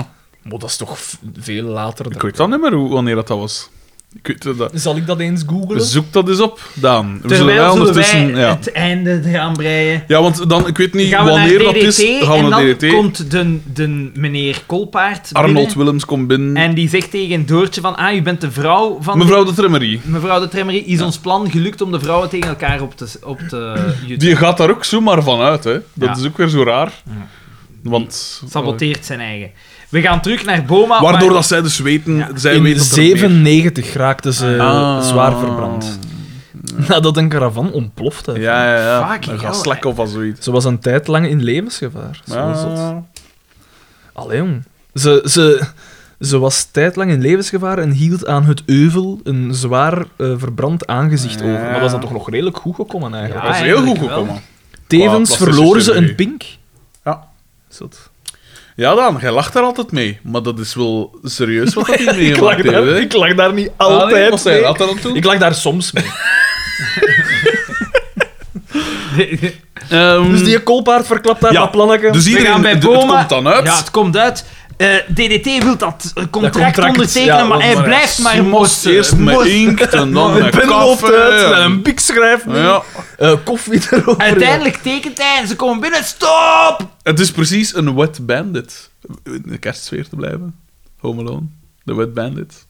Speaker 3: Maar dat is toch v- veel later dan...
Speaker 2: ik weet dan niet meer hoe, wanneer dat, dat was. Ik weet Dus dat- dat.
Speaker 3: Zal ik dat eens googlen?
Speaker 2: Zoek dat eens op, Daan. We zullen wij
Speaker 1: Terwijl zullen
Speaker 2: ondertussen...
Speaker 1: wij
Speaker 2: ja.
Speaker 1: het einde eraan breien.
Speaker 2: ja, want dan, ik weet niet
Speaker 1: Gaan we
Speaker 2: wanneer
Speaker 1: naar
Speaker 2: dat
Speaker 1: DDT,
Speaker 2: is. Gaan we
Speaker 1: en
Speaker 2: naar
Speaker 1: dan
Speaker 2: DDT.
Speaker 1: komt de, de meneer Kolpaard
Speaker 2: Arnold
Speaker 1: binnen
Speaker 2: Willems komt binnen.
Speaker 1: en die zegt tegen Doortje van, ah, u bent de vrouw van...
Speaker 2: Mevrouw de Tremmerie.
Speaker 1: Mevrouw de Tremmerie, is ons plan gelukt om de vrouwen tegen elkaar op te, op te jutten?
Speaker 2: Die gaat daar ook zomaar van uit, hè. Dat
Speaker 1: Ja.
Speaker 2: is ook weer zo raar.
Speaker 1: Ja.
Speaker 2: Want... eh,
Speaker 1: Saboteert zijn eigen. We gaan terug naar Boma.
Speaker 2: Waardoor
Speaker 1: waar-
Speaker 2: dat zij dus weten...
Speaker 1: Ah, Ja.
Speaker 2: Zij
Speaker 3: In
Speaker 2: weten dat er meer-
Speaker 3: 97 raakten ze
Speaker 2: Ah.
Speaker 3: zwaar verbrand. Nadat een caravan ontplofte.
Speaker 2: Ja, ja, ja.
Speaker 1: Fucking
Speaker 2: Een
Speaker 1: hell,
Speaker 2: gaslek of wat zoiets.
Speaker 3: Ze was een tijd lang in levensgevaar. Zo
Speaker 2: Ja.
Speaker 3: zot. Allee, jong. Ze, ze, ze was tijdlang in levensgevaar en hield aan het euvel een zwaar eh, verbrand aangezicht
Speaker 2: Ja.
Speaker 3: over. Maar dat is dan toch nog redelijk goed gekomen, eigenlijk.
Speaker 1: Ja,
Speaker 2: dat is heel goed
Speaker 1: eigenlijk wel.
Speaker 2: gekomen.
Speaker 3: Tevens
Speaker 2: plastische
Speaker 3: verloren ze
Speaker 2: chirurgie.
Speaker 3: een pink.
Speaker 2: Ja.
Speaker 3: Zot.
Speaker 2: Ja, Daan, jij lacht daar altijd mee. Maar dat is wel serieus wat dat hier
Speaker 3: Ik lag,
Speaker 2: meegemaakt
Speaker 3: daar,
Speaker 2: heeft, hè.
Speaker 3: ik lag daar niet
Speaker 2: Ah, nee,
Speaker 3: altijd
Speaker 2: Wat zei
Speaker 3: mee.
Speaker 2: dat dan toe?
Speaker 3: Ik lag daar soms mee.
Speaker 2: Ehm,
Speaker 3: Dus die koolpaard verklapt daar
Speaker 2: Ja,
Speaker 3: dat plannetje.
Speaker 2: dus
Speaker 1: We
Speaker 2: iedereen...
Speaker 1: gaan bij
Speaker 2: het-
Speaker 1: Boma.
Speaker 2: Het komt dan uit.
Speaker 1: Ja, het komt uit. Eh, DDT wil dat eh, contract,
Speaker 3: contract,
Speaker 1: ondertekenen,
Speaker 3: ja,
Speaker 1: maar hij
Speaker 3: maar
Speaker 1: blijft maar
Speaker 2: Moest
Speaker 1: mosten.
Speaker 2: eerst met
Speaker 1: Mosten.
Speaker 2: inkt en dan
Speaker 3: Mijn
Speaker 2: met
Speaker 3: pen loopt
Speaker 2: koffie.
Speaker 3: uit, met een bik schrijft niet.
Speaker 2: Ja.
Speaker 3: Eh, koffie erover.
Speaker 1: Uiteindelijk tekent hij en ze komen binnen. Stop!
Speaker 2: Het is precies een wet bandit. In de kerstsfeer te blijven. Home Alone. De wet bandit.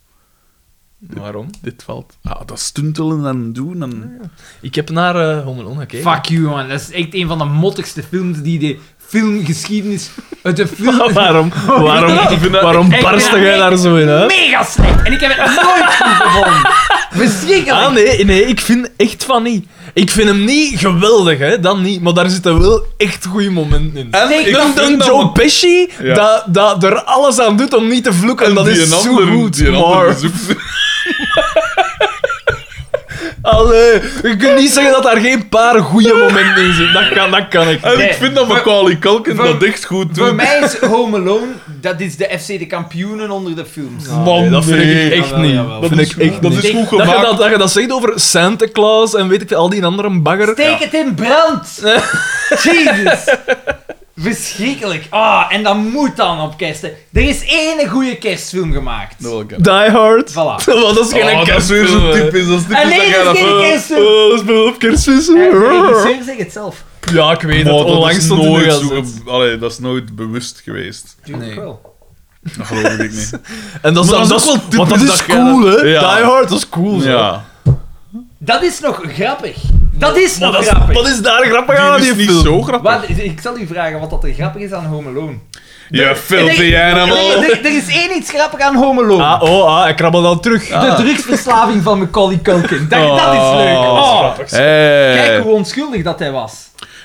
Speaker 3: Waarom?
Speaker 2: Dit valt. Ah, dat stuntelen en doen. En...
Speaker 3: Ik heb naar eh Home Alone gekeken.
Speaker 1: Fuck you, man. Dat is echt een van de mottigste films die de filmgeschiedenis... uit de
Speaker 3: Maar
Speaker 1: film...
Speaker 3: waarom, waarom,
Speaker 2: Ik vind dat-
Speaker 3: waarom
Speaker 1: Ik vind
Speaker 3: barstte
Speaker 1: dat
Speaker 3: jij
Speaker 1: me-
Speaker 3: daar zo in uit?
Speaker 1: Mega slecht. En ik heb het nooit goed gevonden. Verschrikkelijk.
Speaker 3: Ah, nee, nee, ik vind echt van niet. Ik vind hem niet geweldig, hè, dan niet. Maar daar zitten wel echt goede momenten in.
Speaker 2: En
Speaker 1: Denk
Speaker 2: ik
Speaker 3: Dan,
Speaker 2: vind
Speaker 3: dan
Speaker 2: dat
Speaker 3: Joe
Speaker 2: we-
Speaker 3: Pesci,
Speaker 2: Ja.
Speaker 3: dat, dat er alles aan doet om niet te vloeken. En dat
Speaker 2: die
Speaker 3: is
Speaker 2: een
Speaker 3: zo
Speaker 2: ander- die
Speaker 3: goed,
Speaker 2: een ander
Speaker 3: maar...
Speaker 2: bezoekt.
Speaker 3: Allee, je kunt niet zeggen dat daar geen paar goede momenten in zitten. Dat kan, dat kan ik.
Speaker 2: En
Speaker 3: niet.
Speaker 2: ik
Speaker 1: Nee,
Speaker 2: vind dat Macaulay Culkin
Speaker 1: voor-
Speaker 2: dat echt goed doet.
Speaker 1: Voor mij is Home Alone, dat is de FC de kampioenen onder de films.
Speaker 2: Man,
Speaker 3: Nee, dat vind
Speaker 2: nee.
Speaker 3: ik echt
Speaker 1: Jawel,
Speaker 3: niet.
Speaker 1: jawel.
Speaker 3: Dat vind ik echt
Speaker 2: dat
Speaker 3: niet.
Speaker 2: is goed
Speaker 3: Dat je
Speaker 2: gemaakt.
Speaker 3: dat, dat je dat zegt over Santa Claus en weet ik veel, al die andere bagger.
Speaker 1: Steek het in brand! Jesus! Verschrikkelijk. Ah, en dat moet dan op kerst. hè. Er is één goede kerstfilm gemaakt.
Speaker 2: Dat wil ik hebben.
Speaker 3: Die Hard.
Speaker 1: Voilà.
Speaker 3: Wat is geen
Speaker 2: Oh, dat is weer zo typisch. Dat is typisch
Speaker 1: Ah, nee,
Speaker 2: jij
Speaker 1: dat is geen
Speaker 2: eh,
Speaker 1: kerstfilm.
Speaker 3: Oh, dat is wel op kerstmis.
Speaker 1: Eh, De regisseur zegt het zelf.
Speaker 3: Ja, ik weet
Speaker 2: Maar
Speaker 3: het.
Speaker 2: dat
Speaker 3: Onlangs
Speaker 2: is
Speaker 3: stond
Speaker 2: nooit
Speaker 3: het
Speaker 2: zo
Speaker 3: in de
Speaker 2: ge- Allee, dat is nooit bewust geweest.
Speaker 1: Tuurlijk
Speaker 3: Nee.
Speaker 1: wel.
Speaker 2: Dat geloof ik niet.
Speaker 3: En dat is,
Speaker 2: Maar
Speaker 3: dan-
Speaker 2: dat is
Speaker 3: dat
Speaker 2: ook wel
Speaker 3: Want dat
Speaker 2: typisch
Speaker 3: is
Speaker 2: dat jij
Speaker 3: cool, hè?
Speaker 2: dat- Ja.
Speaker 3: Die Hard, dat is cool. zo.
Speaker 2: Ja.
Speaker 1: Dat is nog grappig. Dat is
Speaker 3: Maar
Speaker 1: nog
Speaker 3: dat is,
Speaker 1: grappig.
Speaker 3: wat is daar grappig aan aan
Speaker 2: Die
Speaker 3: die
Speaker 2: is niet
Speaker 3: film?
Speaker 2: zo grappig.
Speaker 1: Wat- ik zal u vragen wat dat er grappig is aan Home Alone.
Speaker 2: Je
Speaker 1: Er-
Speaker 2: filthy
Speaker 1: er-
Speaker 2: animal.
Speaker 1: er- Er er is één iets grappig aan Home Alone.
Speaker 3: Ah, oh, ah, hij krabbelt dan terug.
Speaker 1: De drugsverslaving van Macaulay Culkin. Dat, dat is leuk. Oh,
Speaker 2: Hey.
Speaker 1: kijk hoe onschuldig dat hij was.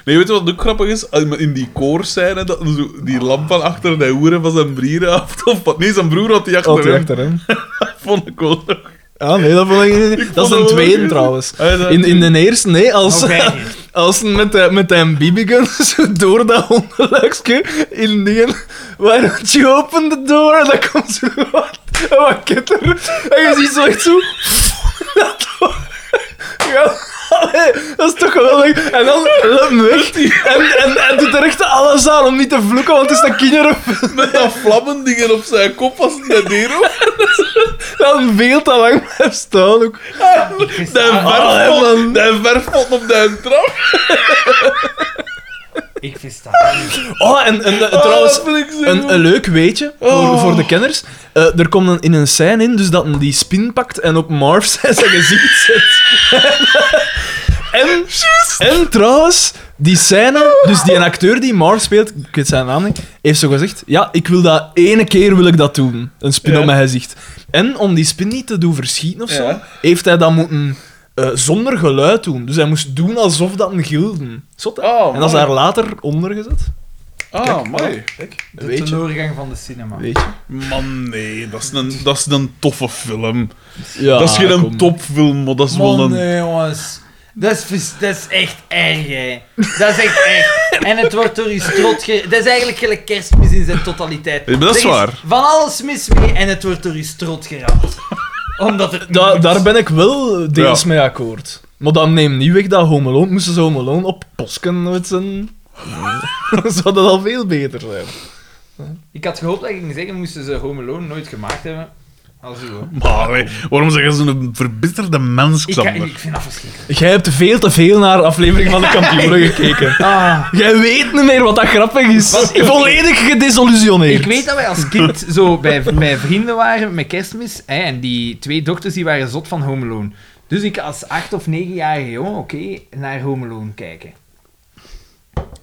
Speaker 2: Nee, weet je wat ook grappig is? In die koorscène, dat zo die lamp van achter en hij hoeren van zijn broer af. Of wat? Nee, zijn broer had die achter
Speaker 3: Oh,
Speaker 2: hem.
Speaker 3: terug achter hem.
Speaker 2: Vond ik wel leuk.
Speaker 3: Ah, nee, dat vond ik niet. dat is
Speaker 2: vond
Speaker 3: een
Speaker 2: dat wel
Speaker 3: tweede
Speaker 2: goed.
Speaker 3: trouwens.
Speaker 2: Ah, dat-
Speaker 3: In, in de eerste, nee, als,
Speaker 1: Oké.
Speaker 3: als ze met, de- met een BB-gun zo door dat hondenluikje in dingen. Why don't you open the door? En dan komt zo wat, een raketter. En je ziet zo echt zo. dat door. Ja, allee, dat is toch geweldig. En dan loopt hem weg. En, en, en doet er echt alles aan om niet te vloeken, want het is dat kinderfilm.
Speaker 2: Met dat vlammendingen op zijn kop als hij dat deed. hoor.
Speaker 3: Dan veel te lang blijft staan ook.
Speaker 2: Die
Speaker 1: Ah,
Speaker 2: verfpot- Die verfpot op de trap.
Speaker 1: Ik versta het niet.
Speaker 3: Oh, en, en eh,
Speaker 2: Oh,
Speaker 3: trouwens,
Speaker 2: dat vind ik zo
Speaker 3: een, een leuk weetje voor,
Speaker 2: Oh.
Speaker 3: voor de kenners. Eh, er komt een, in een scène in, dus dat hem die spin pakt en op Marv zijn zijn gezicht zet. en, en trouwens, die scène, dus die acteur die Marv speelt, ik weet zijn naam niet, heeft zo gezegd, ja, ik wil dat ene keer wil ik dat doen, een spin
Speaker 2: Ja.
Speaker 3: op mijn gezicht. En om die spin niet te doen verschieten of zo,
Speaker 2: Ja.
Speaker 3: heeft hij dat moeten... eh, zonder geluid doen. Dus hij moest doen alsof dat een gilden. Zot, hè?
Speaker 2: Oh,
Speaker 3: en dat is
Speaker 2: mooi.
Speaker 3: daar later onder gezet.
Speaker 2: Ah, mooi.
Speaker 1: De
Speaker 3: Weet je.
Speaker 1: doorgang van de cinema.
Speaker 3: Weet je?
Speaker 2: Man, nee, dat is een, dat is een toffe film.
Speaker 3: Ja,
Speaker 2: dat is geen
Speaker 3: kom.
Speaker 2: topfilm, maar dat is wel
Speaker 1: Man,
Speaker 2: een...
Speaker 1: nee, jongens. Dat is, vers- dat is echt erg, hè. Dat is echt erg. En het wordt door je strot ge... Dat is eigenlijk gelijk kerstmis in zijn totaliteit.
Speaker 2: Ja, maar dat is
Speaker 1: Er
Speaker 2: waar.
Speaker 1: Van alles mis mee en het wordt door je strot geraakt. Omdat het...
Speaker 3: Da-
Speaker 1: moet.
Speaker 3: daar ben ik wel deels
Speaker 2: Ja.
Speaker 3: mee akkoord. Maar dan neem niet weg dat Home Alone, moesten ze Home Alone op posken met zijn... Zou dat al veel beter zijn.
Speaker 1: Ik had gehoopt dat ik ging zeggen, moesten ze Home Alone nooit gemaakt hebben. Als u.
Speaker 2: Maar hé, waarom zeggen ze een verbitterde mens,
Speaker 1: Ik, ga-
Speaker 2: Xander?
Speaker 1: ik vind dat verschrikkelijk.
Speaker 3: Jij hebt veel te veel naar de aflevering van de kampioenen gekeken.
Speaker 1: Ah.
Speaker 3: Jij weet niet meer wat dat grappig is.
Speaker 1: Wat?
Speaker 3: Volledig gedesillusioneerd.
Speaker 1: Ik weet dat wij als kind zo bij, bij vrienden waren met kerstmis. Hè, en die twee dokters die waren zot van Home Alone. Dus ik als acht of negenjarige jongen, oké, naar Home Alone kijken.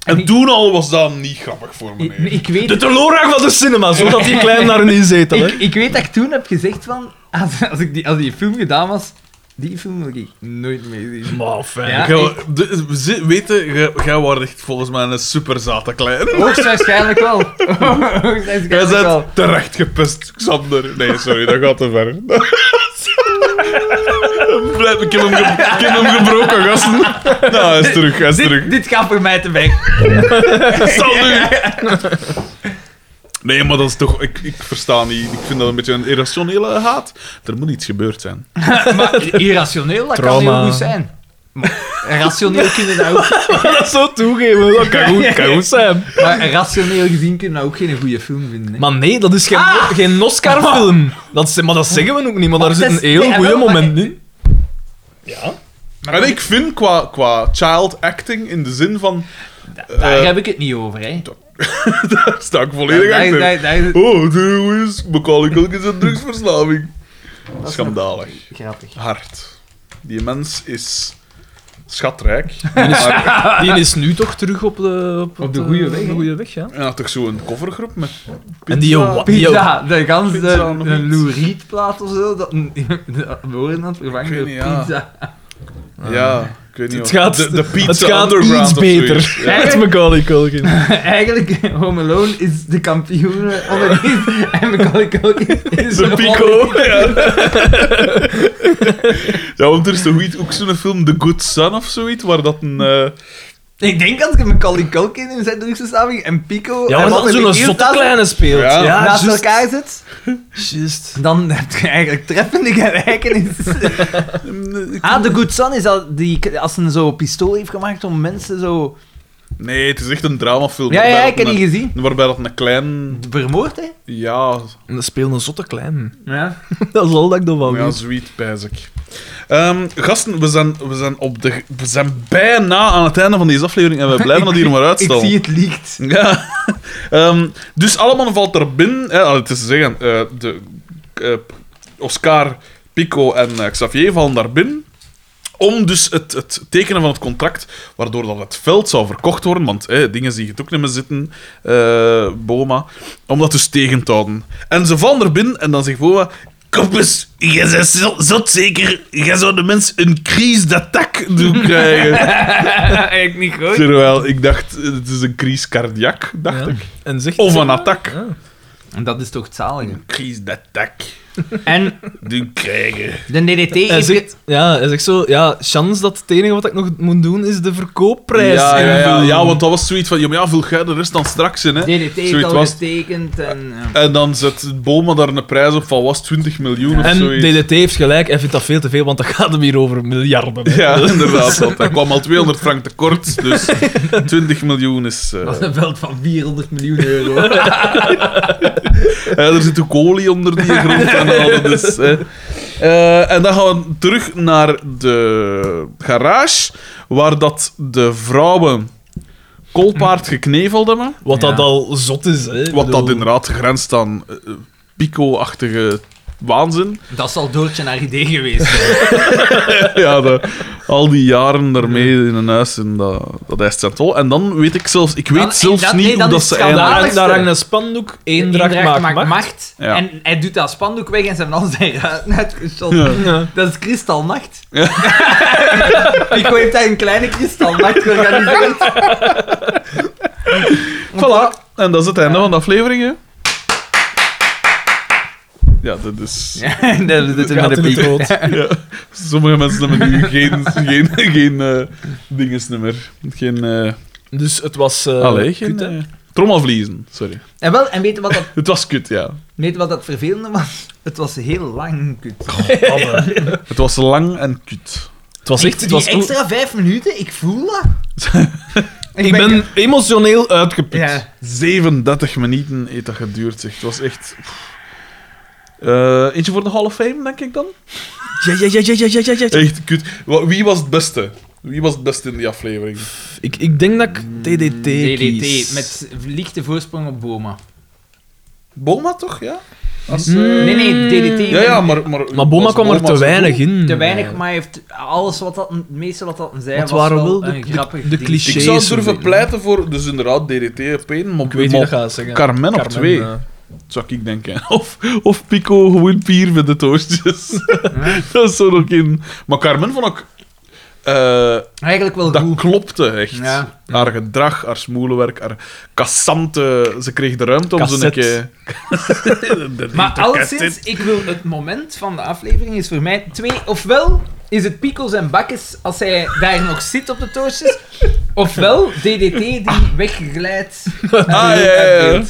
Speaker 2: En
Speaker 1: ik-
Speaker 2: toen al was dat niet grappig voor me.
Speaker 1: Ik,
Speaker 2: Oh, nee.
Speaker 1: ik weet,
Speaker 3: De teleurgang van de cinema, zodat die klein daar niet zetel.
Speaker 1: ik,
Speaker 3: hè.
Speaker 1: ik weet dat ik toen heb gezegd van... Als, als, ik die, als die film gedaan was, die film wil ik nooit meer zien.
Speaker 3: Maar fijn.
Speaker 1: Ja,
Speaker 2: Gij wa-
Speaker 1: ik-
Speaker 2: de- ze- Weten, jij- jij was echt volgens mij een super zate klein.
Speaker 1: hoogstwaarschijnlijk wel.
Speaker 2: Jij
Speaker 1: Hoogstwaarschijnlijk Oh, wel.
Speaker 2: bent terecht gepest, Xander. Nee, sorry, dat gaat te ver. Blijf, ik, heb hem ge- ik heb hem gebroken, gasten. Nou, hij is terug, hij is terug.
Speaker 1: Dit, dit gaat voor mij te weg.
Speaker 2: Xander! Nee, maar dat is toch... Ik, ik versta niet. Ik vind dat een beetje een irrationele haat. Er moet iets gebeurd zijn.
Speaker 1: Maar irrationeel, dat
Speaker 3: Trauma.
Speaker 1: kan heel goed zijn. Maar rationeel kunnen dat ook...
Speaker 3: dat zo toegeven, dat kan goed, kan goed zijn.
Speaker 1: Maar rationeel gezien kunnen we ook geen goede film vinden. Hè?
Speaker 3: Maar nee, dat is geen, geen Oscar-film. Dat, is- maar dat zeggen we ook niet, maar daar
Speaker 1: Ah! Maar dat
Speaker 3: zitten
Speaker 1: is-
Speaker 3: heel
Speaker 1: nee,
Speaker 3: goede
Speaker 1: wel, maar-
Speaker 3: momenten in.
Speaker 2: En ik vind qua, qua child acting in de zin van...
Speaker 1: Daar
Speaker 2: eh,
Speaker 1: heb ik het niet over, hè.
Speaker 2: daar sta ik volledig
Speaker 1: Daar-
Speaker 2: achter.
Speaker 1: daar- daar-
Speaker 2: Oh, de is Macaulay Culkin zijn drugsverslaving.
Speaker 1: nog-
Speaker 2: Schandalig.
Speaker 1: Grappig.
Speaker 2: Hard. Die mens is schatrijk.
Speaker 3: Die is nu toch terug op de,
Speaker 1: Op de
Speaker 3: het,
Speaker 1: goede
Speaker 3: eh,
Speaker 1: weg,
Speaker 3: op de
Speaker 1: hè?
Speaker 3: goede weg, ja.
Speaker 2: En had toch zo'n covergroep met
Speaker 3: En die
Speaker 2: pizza.
Speaker 3: wa-
Speaker 1: Pizza, de gans de,
Speaker 2: Pizza nog
Speaker 1: een
Speaker 2: iets.
Speaker 1: Lou Reed plaat of zo, dat een- de woorden aan het vervangen door
Speaker 2: Ik weet niet, ja.
Speaker 1: pizza.
Speaker 2: Ja, ik weet niet
Speaker 3: Het
Speaker 2: of-
Speaker 3: gaat,
Speaker 2: de, de pizza
Speaker 3: het gaat
Speaker 2: underground of
Speaker 3: iets beter
Speaker 2: zoiets. Ja.
Speaker 3: met Macaulay Culkin.
Speaker 1: Eigenlijk, eh, Home Alone is de kampioen eh, op het lied. en Macaulay Culkin is
Speaker 2: De
Speaker 1: een
Speaker 2: Pico. Ja. ja, want er is toch iets- ook zo'n film The Good Son of zoiets, waar dat een... eh,
Speaker 1: Ik denk dat ik Macaulay Culkin in zijn drugsverslaving en Pico...
Speaker 3: Ja,
Speaker 1: en
Speaker 3: maar
Speaker 1: wat
Speaker 3: dat
Speaker 1: heb
Speaker 3: zo'n
Speaker 1: ik hier
Speaker 3: zotte
Speaker 1: naast-
Speaker 3: kleine speelt.
Speaker 2: Ja.
Speaker 3: Ja,
Speaker 1: Naast
Speaker 3: juist.
Speaker 1: elkaar zit,
Speaker 3: Juist.
Speaker 1: dan heb je eigenlijk treffende gelijkenis. Ah, The Good Son is dat die, als een zo pistool heeft gemaakt om mensen zo...
Speaker 2: Nee, het is echt een dramafilm.
Speaker 1: Ja, ja,
Speaker 2: waarbij
Speaker 1: ik heb
Speaker 2: dat
Speaker 1: die
Speaker 2: een-
Speaker 1: gezien.
Speaker 2: Waarbij dat een klein...
Speaker 1: Vermoord, hè?
Speaker 2: Ja,
Speaker 3: En dat speelt een zotte klein.
Speaker 1: Ja.
Speaker 3: Dat is al dat ik ervan
Speaker 2: ja
Speaker 3: weet.
Speaker 2: zoiets, pijs ik. Ehm, gasten, we zijn, we, zijn op de, we zijn bijna aan het einde van deze aflevering en we blijven dat hier maar
Speaker 1: Ik
Speaker 2: uitstellen.
Speaker 1: zie het liegt.
Speaker 2: Ja. Ehm, dus allemaal valt er binnen. Hè, al, het is te zeggen, eh, de, eh, Oscar, Pico en eh, Xavier vallen daar binnen. om dus het, het tekenen van het contract, waardoor dat het veld zou verkocht worden, want hè, dingen zie je het ook niet meer zitten, eh, Boma, om dat dus tegen te houden. En ze vallen er binnen en dan zegt Boma... Koppes, jij bent zo- zot zeker, jij zou de mens een crisis d'attack doen krijgen.
Speaker 1: Eigenlijk niet goed.
Speaker 2: Terwijl ik dacht, het is een crisis cardiac, dacht
Speaker 3: Ja.
Speaker 2: ik.
Speaker 3: En zegt
Speaker 2: Of
Speaker 3: ze-
Speaker 2: een attack.
Speaker 3: Ja.
Speaker 1: En dat is toch het zalige.
Speaker 2: Crisis d'attack
Speaker 1: En
Speaker 2: doen krijgen.
Speaker 1: de DDT
Speaker 3: Hij
Speaker 1: heeft...
Speaker 3: zegt, ja, hij zegt zo, ja, chance dat het enige wat ik nog moet doen is de verkoopprijs.
Speaker 2: Ja, ja, ja,
Speaker 3: invullen.
Speaker 2: ja, want dat was zoiets van, ja, maar ja, vul jij de rest dan straks in, hè.
Speaker 1: DDT heeft
Speaker 2: Zoiets
Speaker 1: al
Speaker 2: was-
Speaker 1: getekend en... ja.
Speaker 2: En dan zet Boma daar een prijs op van was het, 20 miljoen of
Speaker 3: En
Speaker 2: zoiets.
Speaker 3: DDT heeft gelijk, hij vindt dat veel te veel, want dat gaat hem hier over miljarden. hè.
Speaker 2: Ja, inderdaad. Want hij kwam al 200 frank tekort, dus 20 miljoen is... eh,
Speaker 1: Dat is een veld van 400 miljoen euro.
Speaker 2: eh, er zit ook olie onder die grond en al, dus... eh. Eh, en dan gaan we terug naar de garage, waar dat de vrouwen koolpaard gekneveld hebben.
Speaker 3: Wat dat
Speaker 1: Ja.
Speaker 3: al zot is, hè. Ik
Speaker 2: Wat
Speaker 3: bedoel,
Speaker 2: dat inderdaad grenst aan eh, eh, pico-achtige waanzin.
Speaker 1: Dat zal Doortje naar idee geweest zijn.
Speaker 2: ja, dat- al die jaren daarmee in een huis en dat, dat eist zijn tol. En dan weet ik zelfs, ik weet
Speaker 1: Dan- en
Speaker 2: zelfs
Speaker 1: dat-
Speaker 2: niet
Speaker 1: nee,
Speaker 2: hoe
Speaker 1: dan
Speaker 2: dat
Speaker 1: is
Speaker 2: ze
Speaker 1: het
Speaker 2: eindigen.
Speaker 1: schandalig.
Speaker 3: Daar, daar hangt een spandoek, één
Speaker 1: Eendracht
Speaker 3: dracht maakt macht.
Speaker 1: macht.
Speaker 2: Ja.
Speaker 1: En hij doet dat spandoek weg en zijn al zijn ruiten uitgeschoten.
Speaker 2: Ja.
Speaker 3: Ja.
Speaker 1: Dat is kristalnacht. Pico heeft daar een kleine kristalnacht georganiseerd.
Speaker 2: Voilà, en dat is het einde van de aflevering. hè. Ja, dat is.
Speaker 1: dat
Speaker 3: Dit is met de pico.
Speaker 2: ja. Sommige mensen hebben nu geen, geen, geen eh dinges meer. Geen. eh
Speaker 3: Dus het was... eh,
Speaker 2: allee, geen.
Speaker 3: kut, hè.
Speaker 2: eh, trommelvliezen, sorry.
Speaker 1: En, wel, en weet, je wat dat,
Speaker 2: Het was kut, ja.
Speaker 1: weet je wat dat vervelende was? Het was heel lang kut.
Speaker 2: Het was lang en kut.
Speaker 3: Het was echt...
Speaker 1: Die
Speaker 3: Het was
Speaker 1: extra vijf minuten, ik voel dat.
Speaker 3: Ik ben emotioneel uitgeput.
Speaker 1: Ja.
Speaker 2: 37 minuten heeft dat geduurd, zeg. Het was echt. Eh, eentje voor de Hall of Fame, denk ik dan?
Speaker 3: Ja, ja, ja, ja, ja, ja, ja, ja.
Speaker 2: Echt kut. Wa- Wie was het beste? Wie was het beste in die aflevering?
Speaker 3: Ik, ik denk dat ik DDT kies.
Speaker 1: DDT, met lichte voorsprong op Boma.
Speaker 2: Boma toch, ja? Als, eh,
Speaker 3: Mm.
Speaker 1: Nee, nee, DDT.
Speaker 2: Ja, ja, maar... Maar,
Speaker 3: Maar Boma
Speaker 2: als
Speaker 3: kwam er te
Speaker 2: zo
Speaker 3: weinig
Speaker 2: goed-
Speaker 3: in.
Speaker 1: Te weinig, maar hij heeft alles wat dat, het meeste wat dat zei,
Speaker 3: Mm. Wat
Speaker 1: was
Speaker 3: waren
Speaker 1: wel
Speaker 3: wel de-
Speaker 1: een
Speaker 3: de-
Speaker 1: grappig
Speaker 3: de
Speaker 1: ding.
Speaker 3: clichés?
Speaker 2: Ik zou
Speaker 3: Jezus,
Speaker 2: durven
Speaker 3: weet-
Speaker 2: pleiten voor... Dus inderdaad, DDT op één, maar
Speaker 3: Ik weet wie dat gaat zeggen.
Speaker 2: Carmen op twee.
Speaker 3: eh.
Speaker 2: zou ik denken. Of, of Pico gewoon pier met de toastjes. dat is zo nog in... Maar Carmen vond ik... eh,
Speaker 1: Eigenlijk wel
Speaker 2: dat
Speaker 1: goed.
Speaker 2: klopte echt.
Speaker 1: Ja.
Speaker 2: Haar gedrag, haar smoelenwerk, haar kassante... Ze kreeg de ruimte om zo'n
Speaker 3: Cassette.
Speaker 2: keer...
Speaker 1: Maar alleszins, ik wil het moment van de aflevering is voor mij twee. Ofwel is het Pico's en Bakkes als hij daar nog zit op de toosjes. Ofwel DDT die wegglijdt.
Speaker 2: Ah, ja, ja, ja.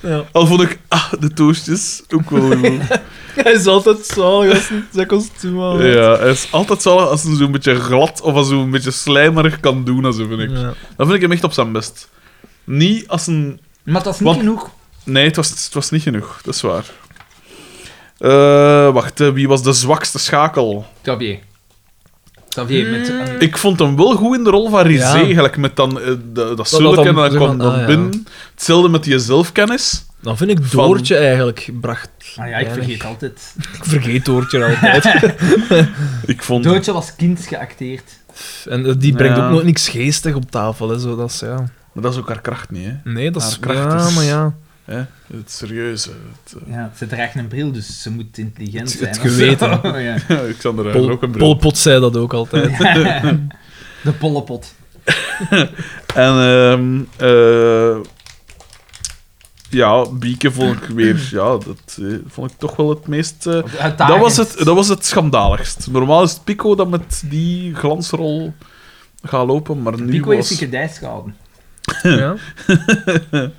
Speaker 3: Ja.
Speaker 2: Al vond ik... Ah, de toastjes. Ook wel goed.
Speaker 3: Hij is altijd zo, als een- zijn kostuum aan.
Speaker 2: Ja, het is altijd zo als hij zo'n beetje glad of als hij zo'n beetje slijmerig kan doen, als vind ik.
Speaker 3: Ja.
Speaker 2: Dan vind ik hem echt op zijn best. Niet als een...
Speaker 1: Maar dat is niet
Speaker 2: Want-
Speaker 1: genoeg.
Speaker 2: Nee, het was, het was niet genoeg, dat is waar. Eh, wacht, hè, wie was de zwakste schakel?
Speaker 1: Xavier. Xavier met...
Speaker 2: Ik vond hem wel goed in de rol van Rizé,
Speaker 3: Ja.
Speaker 2: eigenlijk, met dan, eh, de- dat
Speaker 3: dat
Speaker 2: zulke
Speaker 3: dan-
Speaker 2: en dan
Speaker 3: zo
Speaker 2: kwam
Speaker 3: van,
Speaker 2: dan
Speaker 3: ah, ja.
Speaker 2: binnen. Hetzelfde met die zelfkennis.
Speaker 3: Dan vind ik
Speaker 2: Van-
Speaker 3: Doortje eigenlijk bracht.
Speaker 1: Ah ja, ik vergeet altijd.
Speaker 3: Ik vergeet Doortje altijd.
Speaker 2: Ik vond...
Speaker 1: Doodje was kind geacteerd.
Speaker 3: en eh, die brengt
Speaker 2: Ja.
Speaker 3: ook nooit niks geestig op tafel. Hè, zo, dat is, ja.
Speaker 2: Maar dat is ook haar kracht niet, hè.
Speaker 3: Nee, dat is...
Speaker 2: Haar kracht
Speaker 3: Ja,
Speaker 2: is-
Speaker 3: maar ja.
Speaker 2: Hè, Het serieuze. Het, eh,
Speaker 1: Ja, ze draagt een bril, dus ze moet intelligent
Speaker 3: Het-
Speaker 1: zijn. of
Speaker 3: het
Speaker 1: zo. Oh
Speaker 3: geweten.
Speaker 1: ja.
Speaker 2: Alexander heeft
Speaker 3: Pol,
Speaker 2: ook een bril.
Speaker 3: Pol Pot zei dat ook altijd.
Speaker 1: De pollepot.
Speaker 2: En ehm eh, ja, Bieke vond ik weer, ja, dat eh, vond ik toch wel het meest. eh, dat, was het, dat was het schandaligst. Normaal is het Pico dat met die glansrol gaat lopen, maar nu
Speaker 1: Pico heeft
Speaker 2: was
Speaker 1: zich gedijs gehouden.
Speaker 3: ja.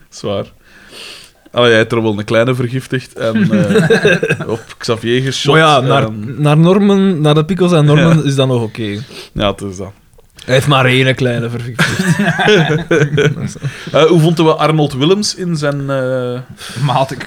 Speaker 2: zwaar. Allee, hij heeft er wel een kleine vergiftigd en eh, op Xavier geschot. Ehm,
Speaker 3: Maar ja, naar,
Speaker 2: en-
Speaker 3: naar normen, naar de pico's en normen is dat nog oké.
Speaker 2: ja, het is dat.
Speaker 3: Hij heeft maar één kleine verfrikking.
Speaker 2: Eh, hoe vonden we Arnold Willems in zijn... eh,
Speaker 1: Matig.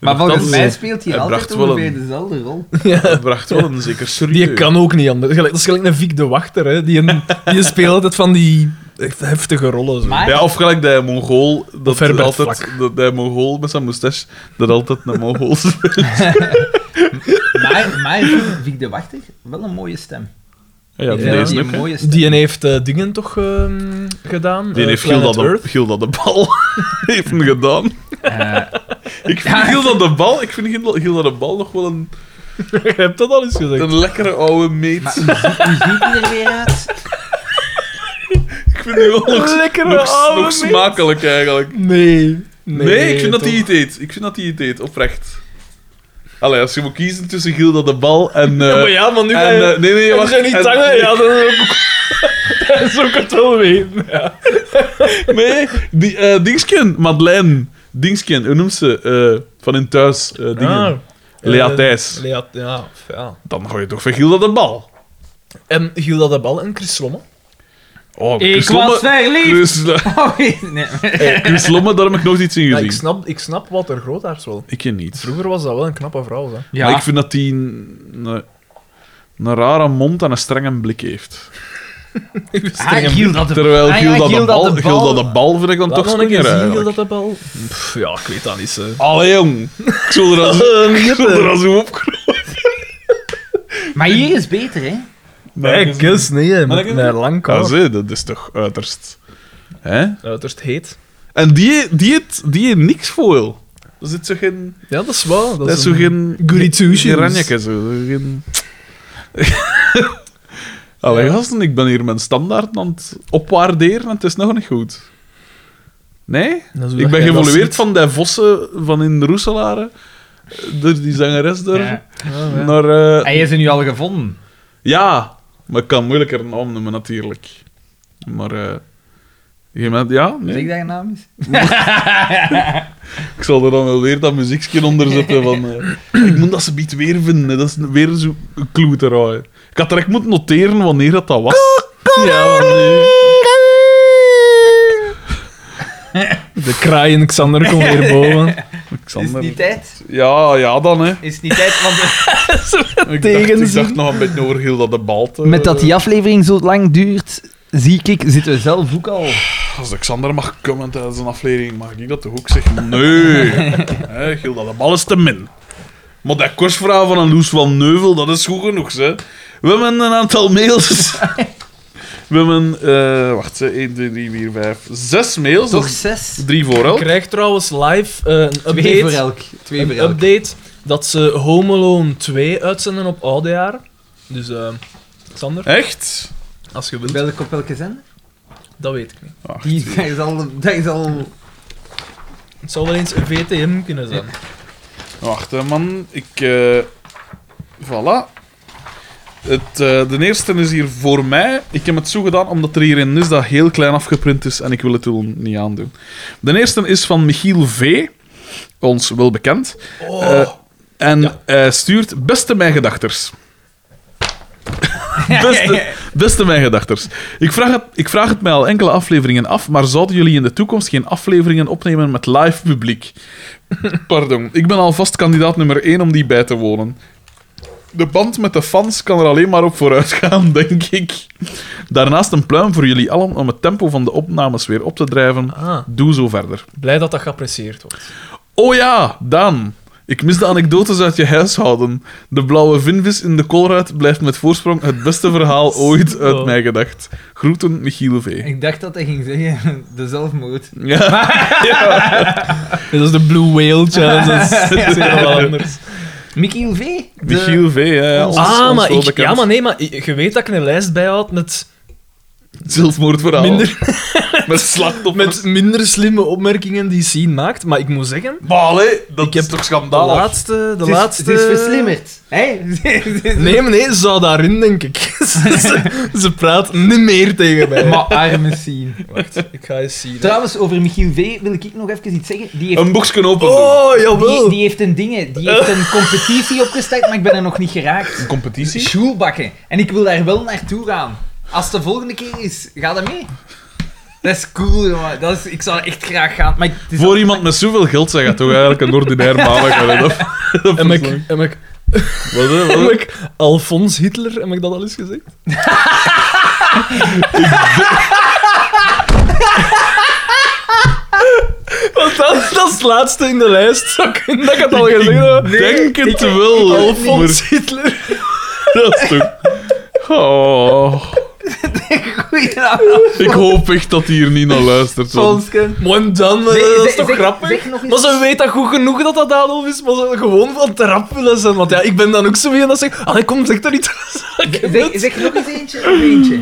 Speaker 1: maar volgens
Speaker 2: Dat-
Speaker 1: mij speelt hij
Speaker 2: Hij
Speaker 1: altijd
Speaker 2: bracht wel
Speaker 1: ongeveer
Speaker 2: een-
Speaker 1: dezelfde rol.
Speaker 2: Hij bracht wel een zeker serieus.
Speaker 3: Die kan ook niet anders. Gelijk- Dat is gelijk een Vic de Wachter, hè. Die, een, die speelt altijd van die echt heftige rollen. Zo.
Speaker 1: Maar
Speaker 2: Ja, of gelijk de Mongool, dat
Speaker 3: Herbert
Speaker 2: altijd,
Speaker 3: Vlak.
Speaker 2: dat de Mongool met zijn moustache, dat altijd een Mongool is.
Speaker 1: Maar, maar Vic de Wachter, wel een mooie stem.
Speaker 2: Ja, die
Speaker 3: Ja,
Speaker 2: is
Speaker 1: die
Speaker 2: ook, hè.
Speaker 1: mooie stem.
Speaker 3: Die heeft eh, dingen toch ehm, gedaan?
Speaker 2: Die
Speaker 3: Eh,
Speaker 2: heeft Gilda
Speaker 3: Planet
Speaker 2: de,
Speaker 3: Earth.
Speaker 2: Gilda de Bal heeft hem gedaan.
Speaker 1: Eh,
Speaker 2: Ik vind Gilda de Bal, ik vind Gilda, Gilda de Bal nog wel een,
Speaker 3: Je hebt dat al eens gezegd.
Speaker 2: een lekkere oude meet.
Speaker 1: maar hoe ziet- hoe ziet die er weer uit?
Speaker 2: ik vind die wel nog,
Speaker 3: Lekkere
Speaker 2: nog,
Speaker 3: oude
Speaker 2: nog
Speaker 3: mens.
Speaker 2: smakelijk eigenlijk.
Speaker 3: Nee.
Speaker 2: Nee, ik vind dat hij het eet. Ik vind dat hij het eet, oprecht. Allee, als je moet kiezen tussen Gilda de Bal en... eh,
Speaker 3: Ja, maar ja, maar nu ga
Speaker 2: en
Speaker 3: je-
Speaker 2: eh, nee, nee,
Speaker 3: Dat
Speaker 2: wacht,
Speaker 3: zijn die
Speaker 2: en-
Speaker 3: tangen, ja, dat is ook... dat is ook het wel weten.
Speaker 2: Nee, die, eh Dingsken, Madeleine. Dingsken, hoe noemt ze? eh, van in thuis, eh,
Speaker 3: Ah.
Speaker 2: dingen. Lea
Speaker 3: Eh,
Speaker 2: Thijs.
Speaker 3: Lea, ja, of ja.
Speaker 2: Dan gooi je toch van Gilda de Bal.
Speaker 3: En Gilda de Bal en Chris Lomme.
Speaker 2: Oh,
Speaker 1: Ik
Speaker 2: Chris Lomme-
Speaker 1: was verliefd!
Speaker 2: Chris, eh,
Speaker 1: Oh, nee.
Speaker 2: Chris Lomme, daar heb ik nooit iets in
Speaker 3: Ja, ik,
Speaker 2: gezien.
Speaker 3: snap, ik snap wat er grootaards wel.
Speaker 2: Ik ken niet.
Speaker 3: Vroeger was dat wel een knappe vrouw, hè.
Speaker 1: Ja,
Speaker 2: Maar ik vind dat hij een, een, een rare mond en een strenge blik heeft.
Speaker 1: Ah, Gilda de-
Speaker 2: Terwijl
Speaker 1: Ah, ja,
Speaker 2: Gilda, de, bal, Gilda de Bal vind ik dan
Speaker 3: Laat
Speaker 2: toch
Speaker 3: nog een keer
Speaker 2: slinger
Speaker 3: zien, Gilda
Speaker 2: eigenlijk.
Speaker 3: de Bal. Pff, ja, ik weet dat niet, hè.
Speaker 2: Allee, jong. Ik zal er als, ik zal er als op
Speaker 1: Maar hier is beter, hè?
Speaker 3: Nee, kus, nee, hè.
Speaker 2: Maar
Speaker 3: Met
Speaker 2: ik-
Speaker 3: mijn lang
Speaker 2: Ja,
Speaker 3: kast.
Speaker 2: Ah, zie, dat is toch uiterst... Hè?
Speaker 3: Uiterst heet.
Speaker 2: En die, die, heeft, die heeft niks foil. Er zit zo geen...
Speaker 3: Ja, dat is wel.
Speaker 2: Dat is zo geen...
Speaker 3: Goody-two-shoes.
Speaker 2: Geen ranjeke, zo. zo Geen... Allee, gasten, ik ben hier mijn standaard aan het opwaarderen en het is nog niet goed. Nee?
Speaker 3: Dat is hoe
Speaker 2: Ik
Speaker 3: dat
Speaker 2: ben
Speaker 3: jij dat
Speaker 2: geëvolueerd
Speaker 3: ziet.
Speaker 2: van die vossen van in Roeselare, door die zangeres daar,
Speaker 1: Ja.
Speaker 3: Oh,
Speaker 2: naar... eh,
Speaker 1: Hij is er nu al gevonden.
Speaker 2: ja, maar ik kan moeilijker een naam noemen, natuurlijk. Maar... eh, je bent- ja, nee.
Speaker 1: Zeg dat nou je naam is?
Speaker 2: Ik zal er dan wel weer dat muziekje onder zetten van... eh, ik moet dat ze biedt weer vinden. hè. Dat is weer zo'n kloeterij. Ik had direct moeten noteren wanneer dat, dat was.
Speaker 3: Ja, want nu... De kraaien Xander komt weer boven.
Speaker 1: Is het
Speaker 2: Xander.
Speaker 1: niet tijd?
Speaker 2: Ja, ja dan, hè.
Speaker 1: Is het niet tijd? Want
Speaker 2: Ik dacht, ik
Speaker 3: Tegenzin.
Speaker 2: dacht nog een beetje over heel dat de balte.
Speaker 1: met dat die aflevering zo lang duurt, zie ik, zitten we zelf ook al.
Speaker 2: Als Xander mag komen tijdens een aflevering, mag ik dat toch ook zeggen? Nee. Hè, Giel, dat de bal is te min. Maar dat korsvraag van een Loes van Neuvel, dat is goed genoeg, hè. We hebben een aantal mails. We hebben, eh, wacht, hè, 1, 2, 3, 4, 5, 6 mails.
Speaker 1: Toch
Speaker 2: Dat is
Speaker 1: zes?
Speaker 2: Drie voor elk.
Speaker 3: Krijg trouwens live eh, een
Speaker 1: Twee voor
Speaker 3: update,
Speaker 1: elk. Twee voor
Speaker 3: een
Speaker 1: elk.
Speaker 3: update dat ze Home Alone 2 uitzenden op oudejaar. Dus, eh Xander,
Speaker 2: Echt?
Speaker 3: als je wilt,
Speaker 1: Welke op welke zender?
Speaker 3: dat weet ik niet.
Speaker 1: Die, dat is al... Dat is al...
Speaker 3: Het zou wel eens VTM kunnen zijn.
Speaker 2: Wacht, hè, man. Ik, eh, voilà. Het, eh, de eerste is hier voor mij. Ik heb het zo gedaan omdat er hierin is dat heel klein afgeprint is en ik wil het toen niet aandoen. De eerste is van Michiel V., ons wel bekend. Eh, en hij stuurt Beste Mijn Gedachters. Beste, beste mijn gedachters. Ik vraag, het, ik vraag het mij al enkele afleveringen af, maar zouden jullie in de toekomst geen afleveringen opnemen met live publiek? Pardon, ik ben alvast kandidaat nummer 1 om die bij te wonen. De band met de fans kan er alleen maar op vooruit gaan, denk ik. Daarnaast een pluim voor jullie allen om het tempo van de opnames weer op te drijven.
Speaker 3: Ah,
Speaker 2: Doe zo verder.
Speaker 3: blij dat dat geapprecieerd wordt.
Speaker 2: Oh ja, Daan. Ik mis de anekdotes uit je huishouden. De blauwe vinvis in de koolruit blijft met voorsprong het beste verhaal ooit uit
Speaker 3: Zo.
Speaker 2: mij gedacht. Groeten, Michiel V.
Speaker 1: Ik dacht dat hij ging zeggen, de zelfmoord.
Speaker 2: Ja.
Speaker 3: Dit is de Blue Whale Challenge, dat is helemaal anders.
Speaker 1: Michiel V. De...
Speaker 2: Michiel V, ja, ons,
Speaker 3: ah,
Speaker 2: ons
Speaker 3: maar
Speaker 2: wel
Speaker 3: ik,
Speaker 2: bekend.
Speaker 3: ja, maar nee, maar je weet dat ik een lijst bijhoud met
Speaker 2: Zelfmoordverhaal.
Speaker 3: minder,
Speaker 2: Met slachtoffers.
Speaker 3: met minder slimme opmerkingen die Sien maakt. Maar ik moet zeggen,
Speaker 2: Maar allee, dat
Speaker 3: Ik heb
Speaker 2: is toch
Speaker 3: de
Speaker 2: schandalig?
Speaker 3: laatste... De
Speaker 1: Het is,
Speaker 3: laatste...
Speaker 1: het is verslimmerd. Hè? Het is-
Speaker 3: Nee, maar nee, ze zou daarin, denk ik. ze, ze- ze praat niet meer tegen mij.
Speaker 1: Maar arme scene.
Speaker 3: Wacht, ik ga eens zien.
Speaker 1: Trouwens, over Michiel V wil ik nog even iets zeggen. Die heeft
Speaker 2: Een boekje open.
Speaker 3: Oh, jawel.
Speaker 1: Die, die heeft een ding, die heeft een competitie opgestart, maar ik ben er nog niet geraakt.
Speaker 2: Een competitie?
Speaker 1: Schoelbakken. En ik wil daar wel naartoe gaan. Als het de volgende keer is, ga dan mee. Dat is cool, jongen. Dat is, ik zou echt graag gaan. Maar ik- het is al-
Speaker 2: Voor iemand met zoveel geld zeg je toch eigenlijk een ordinair maandag. hè, dat- dat
Speaker 3: Heb ik,
Speaker 2: is lang.
Speaker 3: heb, ik,
Speaker 2: Wat, hè,
Speaker 3: heb
Speaker 2: wat?
Speaker 3: ik Alfons Hitler, heb ik dat al eens gezegd? Want dat, dat is het laatste in de lijst. Zou kunnen dat ik het al
Speaker 2: Ik
Speaker 3: gezegd heb.
Speaker 2: denk het
Speaker 3: Ik-
Speaker 2: wel.
Speaker 3: Alfons Hitler.
Speaker 2: Dat is toch... Oh. Oh,
Speaker 1: Goedenavond,
Speaker 2: ik hoop echt dat hij hier niet naar luistert. want-
Speaker 1: Ponske.
Speaker 3: Mooi dan, maar
Speaker 1: Nee,
Speaker 3: dat
Speaker 1: zeg-
Speaker 3: is toch
Speaker 1: zeg-
Speaker 3: grappig?
Speaker 1: zeg nog eens-
Speaker 3: Maar ze weet dat goed genoeg dat dat Adolf is, maar ze gewoon van te rap willen zijn. Want ja, ik ben dan ook zo weer dat zegt, ah, kom, zeg er niet tussen. Ik heb
Speaker 1: Zeg,
Speaker 3: het.
Speaker 1: zeg nog eens eentje, nog eentje.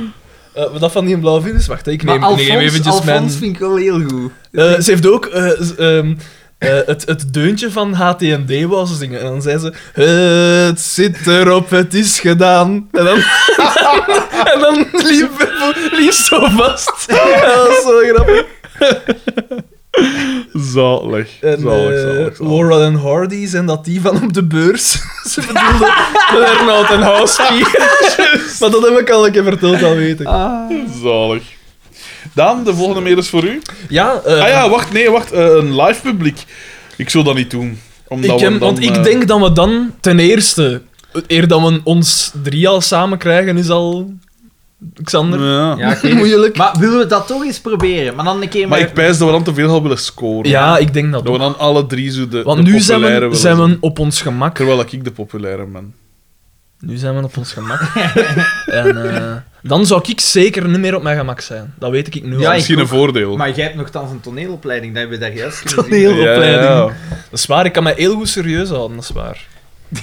Speaker 3: Eh, maar dat van die een blauwe vingers, wacht, hè, ik
Speaker 1: Maar
Speaker 3: neem, ik
Speaker 1: Alfons,
Speaker 3: neem eventjes mijn...
Speaker 1: Alfons vind ik wel heel goed.
Speaker 3: Eh, ze heeft ook eh, z- ehm, eh, het, het deuntje van HTND wou ze zingen. En dan zei ze... Het zit erop, het is gedaan. En dan, en dan liep, liep zo vast. dat was zo grappig.
Speaker 2: Zalig.
Speaker 3: En
Speaker 2: Zalig,
Speaker 3: eh,
Speaker 2: zalig, zalig.
Speaker 3: Laurel en Hardy zijn dat die van op de beurs. ze bedoelde Lernout en Houski. maar dat heb ik al een keer verteld, dat weet
Speaker 2: Ah.
Speaker 3: ik.
Speaker 2: Zalig. Daan, de volgende mail is voor u.
Speaker 3: Ja, eh,
Speaker 2: Ah ja, wacht, nee, wacht. eh, een live publiek. Ik zou dat niet doen. Omdat
Speaker 3: Ik
Speaker 2: we
Speaker 3: heb,
Speaker 2: dan,
Speaker 3: want
Speaker 2: eh,
Speaker 3: ik denk dat we dan ten eerste, eer dat we ons drie al samen krijgen, is al. Xander,
Speaker 2: Ja.
Speaker 1: Ja, oké.
Speaker 3: moeilijk.
Speaker 1: Maar willen we dat toch eens proberen? Maar dan een keer
Speaker 2: Maar
Speaker 1: met-
Speaker 2: ik pijs dat we dan te veel gaan willen scoren.
Speaker 3: ja, ik denk dat
Speaker 2: Dat we
Speaker 3: ook.
Speaker 2: dan alle drie zo de,
Speaker 3: Want
Speaker 2: de
Speaker 3: nu zijn
Speaker 2: populaire
Speaker 3: we,
Speaker 2: willen
Speaker 3: zijn we op ons gemak.
Speaker 2: Terwijl ik de populaire ben.
Speaker 3: Nu zijn we op ons gemak. en eh, dan zou ik zeker niet meer op mijn gemak zijn. Dat weet ik nu
Speaker 1: Ja,
Speaker 3: al.
Speaker 1: ik-
Speaker 2: Misschien een voordeel.
Speaker 1: Maar jij hebt nogthans een toneelopleiding, dat hebben we daar juist gezien.
Speaker 3: Toneelopleiding. Dat is waar, ik kan mij heel goed serieus houden, dat is waar.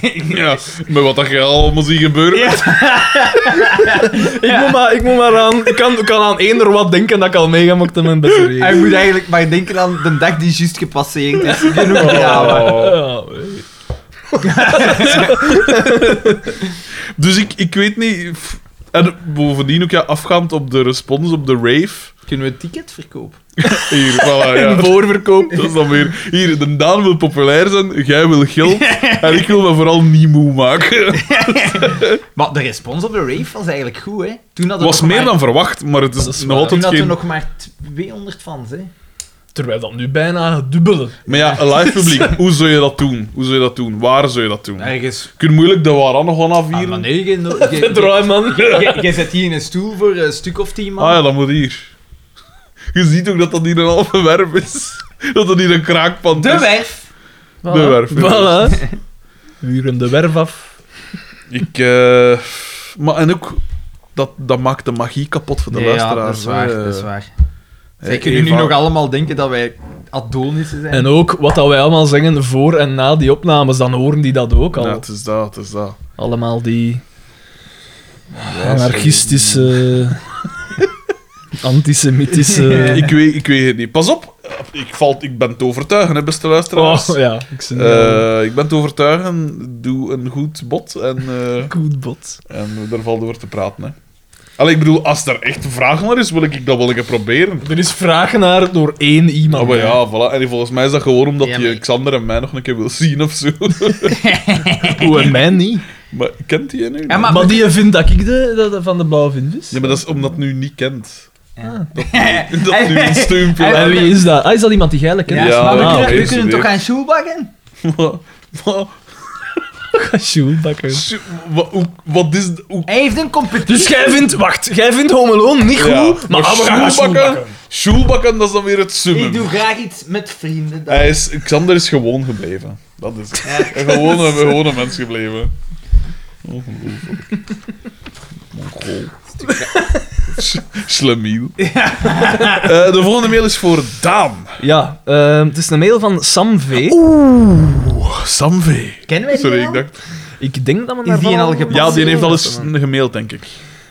Speaker 2: Ja, ja. met wat dat je allemaal ziet gebeuren.
Speaker 3: Ik, moet maar, ik moet maar aan... Ik kan, ik kan aan eender wat denken dat ik al meegemaakt heb met best
Speaker 1: Hij moet eigenlijk maar denken aan de dag die juist gepasseerd is. Genoeg gedaan.
Speaker 2: Oh.
Speaker 3: Ja, weet ik.
Speaker 2: Dus ik, ik weet niet... f- En bovendien ook ja, afgaand op de respons op de rave.
Speaker 1: Kunnen we een ticket verkopen?
Speaker 2: Hier, voilà, ja.
Speaker 3: Een voorverkoop.
Speaker 2: Dat is dan weer... Hier, de Daan wil populair zijn, jij wil geld. En ik wil me vooral niet moe maken.
Speaker 1: Maar de respons op de rave was eigenlijk goed, hè? Toen hadden
Speaker 2: was
Speaker 1: we nog
Speaker 2: meer
Speaker 1: maar-
Speaker 2: dan verwacht, maar het is,
Speaker 3: Dat is
Speaker 2: nog
Speaker 3: waar.
Speaker 1: Toen
Speaker 2: altijd
Speaker 1: hadden
Speaker 2: geen...
Speaker 1: we nog maar 200 fans, hè?
Speaker 3: Terwijl dat nu bijna het dubbele.
Speaker 2: Maar ja, een live publiek, hoe zou je dat doen? Hoe zou je dat doen? Waar zou je dat doen?
Speaker 1: Ergens.
Speaker 2: Je kunt moeilijk de Waran nog
Speaker 1: Ah,
Speaker 2: gaan
Speaker 1: maar
Speaker 2: afvieren.
Speaker 1: nee, jij no- jij- jij-
Speaker 3: Draai, man.
Speaker 1: jij- jij zet hier in een stoel voor een stuk of tien man.
Speaker 2: Ah ja, dat moet hier. Je ziet ook dat dat hier een halve werf is. Dat dat hier een kraakpand
Speaker 1: de
Speaker 2: is.
Speaker 1: werf!
Speaker 2: De werf,
Speaker 3: Voilà. Huren de werf af.
Speaker 2: Ik... eh, Maar en ook... Dat, dat maakt de magie kapot voor de
Speaker 1: Nee, ja,
Speaker 2: luisteraar.
Speaker 1: dat is waar, dat is waar. Zij
Speaker 2: eh,
Speaker 1: kunnen nu
Speaker 2: Eva-
Speaker 1: nog allemaal denken dat wij adonissen zijn.
Speaker 3: En ook wat dat wij allemaal zeggen voor en na die opnames, dan horen die dat ook al.
Speaker 2: Ja, het is dat, het is dat.
Speaker 3: Allemaal die
Speaker 2: Ja,
Speaker 3: anarchistische... antisemitische...
Speaker 2: Eh, ik, weet, ik weet het niet. Pas op, ik, val, ik ben te overtuigen, hè, beste luisteraars.
Speaker 3: Oh, ja. Ik zie
Speaker 2: Eh, ik ben te overtuigen, doe een goed bot en, eh,
Speaker 3: Goed bot.
Speaker 2: en daar valt over te praten. Hè. Allee, ik bedoel, als er echt vraag naar is, wil ik dat wel een keer proberen.
Speaker 3: Er is vraag naar door één iemand.
Speaker 2: Ah, maar ja, voilà. En volgens mij is dat gewoon omdat
Speaker 1: Ja,
Speaker 2: je
Speaker 1: maar-
Speaker 2: Xander en mij nog een keer wil zien of zo.
Speaker 3: Hoe en mij niet.
Speaker 2: maar kent hij nu?
Speaker 1: Ja,
Speaker 3: Maar, die vindt dat ik de, de- de- van de blauwe vinvis.
Speaker 2: Ja, maar dat is omdat het nu niet kent.
Speaker 1: Ja.
Speaker 2: Dat, dat nu een steunpunt.
Speaker 3: En wie is dat? Ah, is dat iemand die geilig
Speaker 1: Ja,
Speaker 3: kent?
Speaker 2: Ja, nou,
Speaker 1: maar we
Speaker 2: ja,
Speaker 1: kunnen, we
Speaker 2: oké,
Speaker 1: kunnen
Speaker 2: serieus.
Speaker 1: toch aan Schulbakken?
Speaker 2: Maar- maar-
Speaker 3: Ah, Sjoelbakker.
Speaker 2: sjo- wa- hoe- Wat is... hoe-
Speaker 1: Hij heeft een competitie.
Speaker 3: Dus jij vindt... Wacht. Jij vindt Home Alone niet goed,
Speaker 2: Ja,
Speaker 3: maar, ah, we gaan naar
Speaker 2: Sjoelbakken, Sjoelbakken, dat is dan weer het summum.
Speaker 1: Ik doe graag iets met vrienden. Dan.
Speaker 2: Hij is, Xander is gewoon gebleven. Dat is het. Een gewone, een gewone mens gebleven. Ongelooflijk. Mongool. S- Slemiel. Eh, de volgende mail is voor Daan.
Speaker 3: Ja, ehm, het is een mail van Sam V.
Speaker 2: Samve.
Speaker 1: Kennen wij die
Speaker 2: Sorry,
Speaker 1: al?
Speaker 2: ik dacht...
Speaker 3: Ik denk dat we
Speaker 1: Is
Speaker 3: naar
Speaker 1: die een al gepast?
Speaker 2: Ja, die heeft al eens gemaild, denk ik.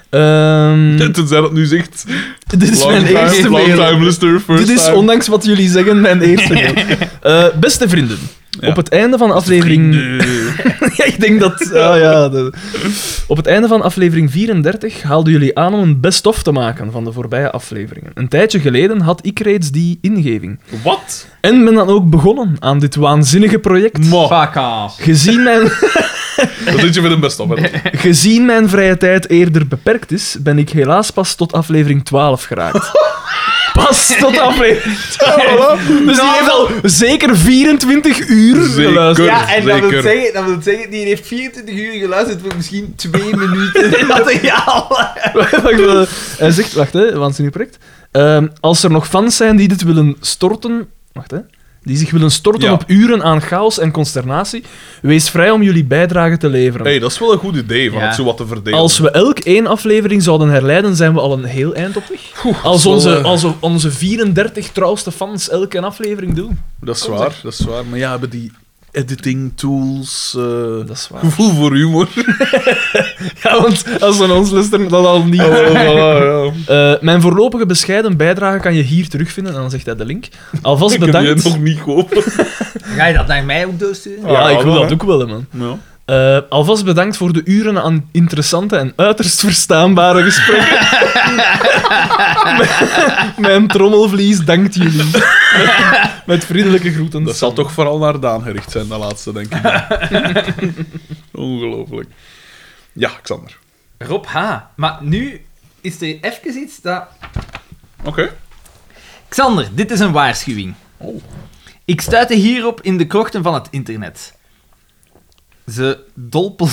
Speaker 3: Ehm,
Speaker 2: Tenzij dat nu zegt...
Speaker 3: Hm. dit is
Speaker 2: long
Speaker 3: mijn
Speaker 2: time,
Speaker 3: eerste
Speaker 2: long
Speaker 3: mail.
Speaker 2: time listener, first
Speaker 3: Dit is,
Speaker 2: time.
Speaker 3: ondanks wat jullie zeggen, mijn eerste mail. Eh, beste vrienden,
Speaker 2: Ja.
Speaker 3: op het einde van aflevering...
Speaker 2: Nee.
Speaker 3: ja, ik denk dat... ah ja, de- Op het einde van aflevering 34 haalden jullie aan om een best-of te maken van de voorbije afleveringen. Een tijdje geleden had ik reeds die ingeving.
Speaker 2: Wat?
Speaker 3: En ben dan ook begonnen aan dit waanzinnige project.
Speaker 2: Ma,
Speaker 1: Fuck off.
Speaker 3: Gezien mijn...
Speaker 2: dat zit je met een best op. hè.
Speaker 3: Gezien mijn vrije tijd eerder beperkt is, ben ik helaas pas tot aflevering 12 geraakt. Pas tot aflevering 12. Dus die heeft al zeker 24 uur
Speaker 2: Zeker.
Speaker 3: geluisterd.
Speaker 1: Ja, en dat wil,
Speaker 2: Zeker.
Speaker 1: zeggen, dat wil zeggen, die heeft 24 uur geluisterd voor misschien 2 minuten materiaal.
Speaker 3: Wacht, eh, Hij zegt, wacht hè, waanzinnig project. Ehm, als er nog fans zijn die dit willen storten... Wacht hè. die zich willen storten
Speaker 2: Ja.
Speaker 3: op uren aan chaos en consternatie, wees vrij om jullie bijdrage te leveren.
Speaker 2: hey, dat is wel een goed idee, van
Speaker 1: Ja.
Speaker 2: het zo wat te verdelen.
Speaker 3: Als we elk één aflevering zouden herleiden, zijn we al een heel eind op weg. als,
Speaker 2: dat is wel,
Speaker 3: onze,
Speaker 2: eh,
Speaker 3: als o- onze 34 trouwste fans elke aflevering doen.
Speaker 2: Dat is waar, Oh, dat is waar. Maar ja, hebben die editing tools... eh,
Speaker 3: Dat is waar.
Speaker 2: Gevoel voor humor.
Speaker 3: Ja, want als ze naar ons luisteren, dat al niet.
Speaker 2: Oh, Ah, ja.
Speaker 3: Eh, mijn voorlopige bescheiden bijdrage kan je hier terugvinden. En dan zegt hij de link. Alvast
Speaker 2: Kun je
Speaker 3: bedankt.
Speaker 2: nog niet kopen?
Speaker 1: Ga je dat naar mij ook
Speaker 2: Oh.
Speaker 1: doorsturen?
Speaker 3: Ja, ik wil
Speaker 2: wel,
Speaker 3: dat
Speaker 2: hè.
Speaker 3: ook wel, hè, man.
Speaker 2: Ja.
Speaker 3: Eh, alvast bedankt voor de uren aan interessante en uiterst verstaanbare gesprekken. M- Mijn trommelvlies dankt jullie. Met, met vriendelijke groeten.
Speaker 2: Dat zal toch vooral naar Daan gericht zijn, dat laatste, denk ik. Ongelooflijk. Ja, Xander.
Speaker 1: Rob H. Maar nu is er even iets dat...
Speaker 2: Oké.
Speaker 1: Xander, dit is een waarschuwing.
Speaker 2: Oh.
Speaker 1: Ik stuitte hierop in de krochten van het internet. Ze dolpelt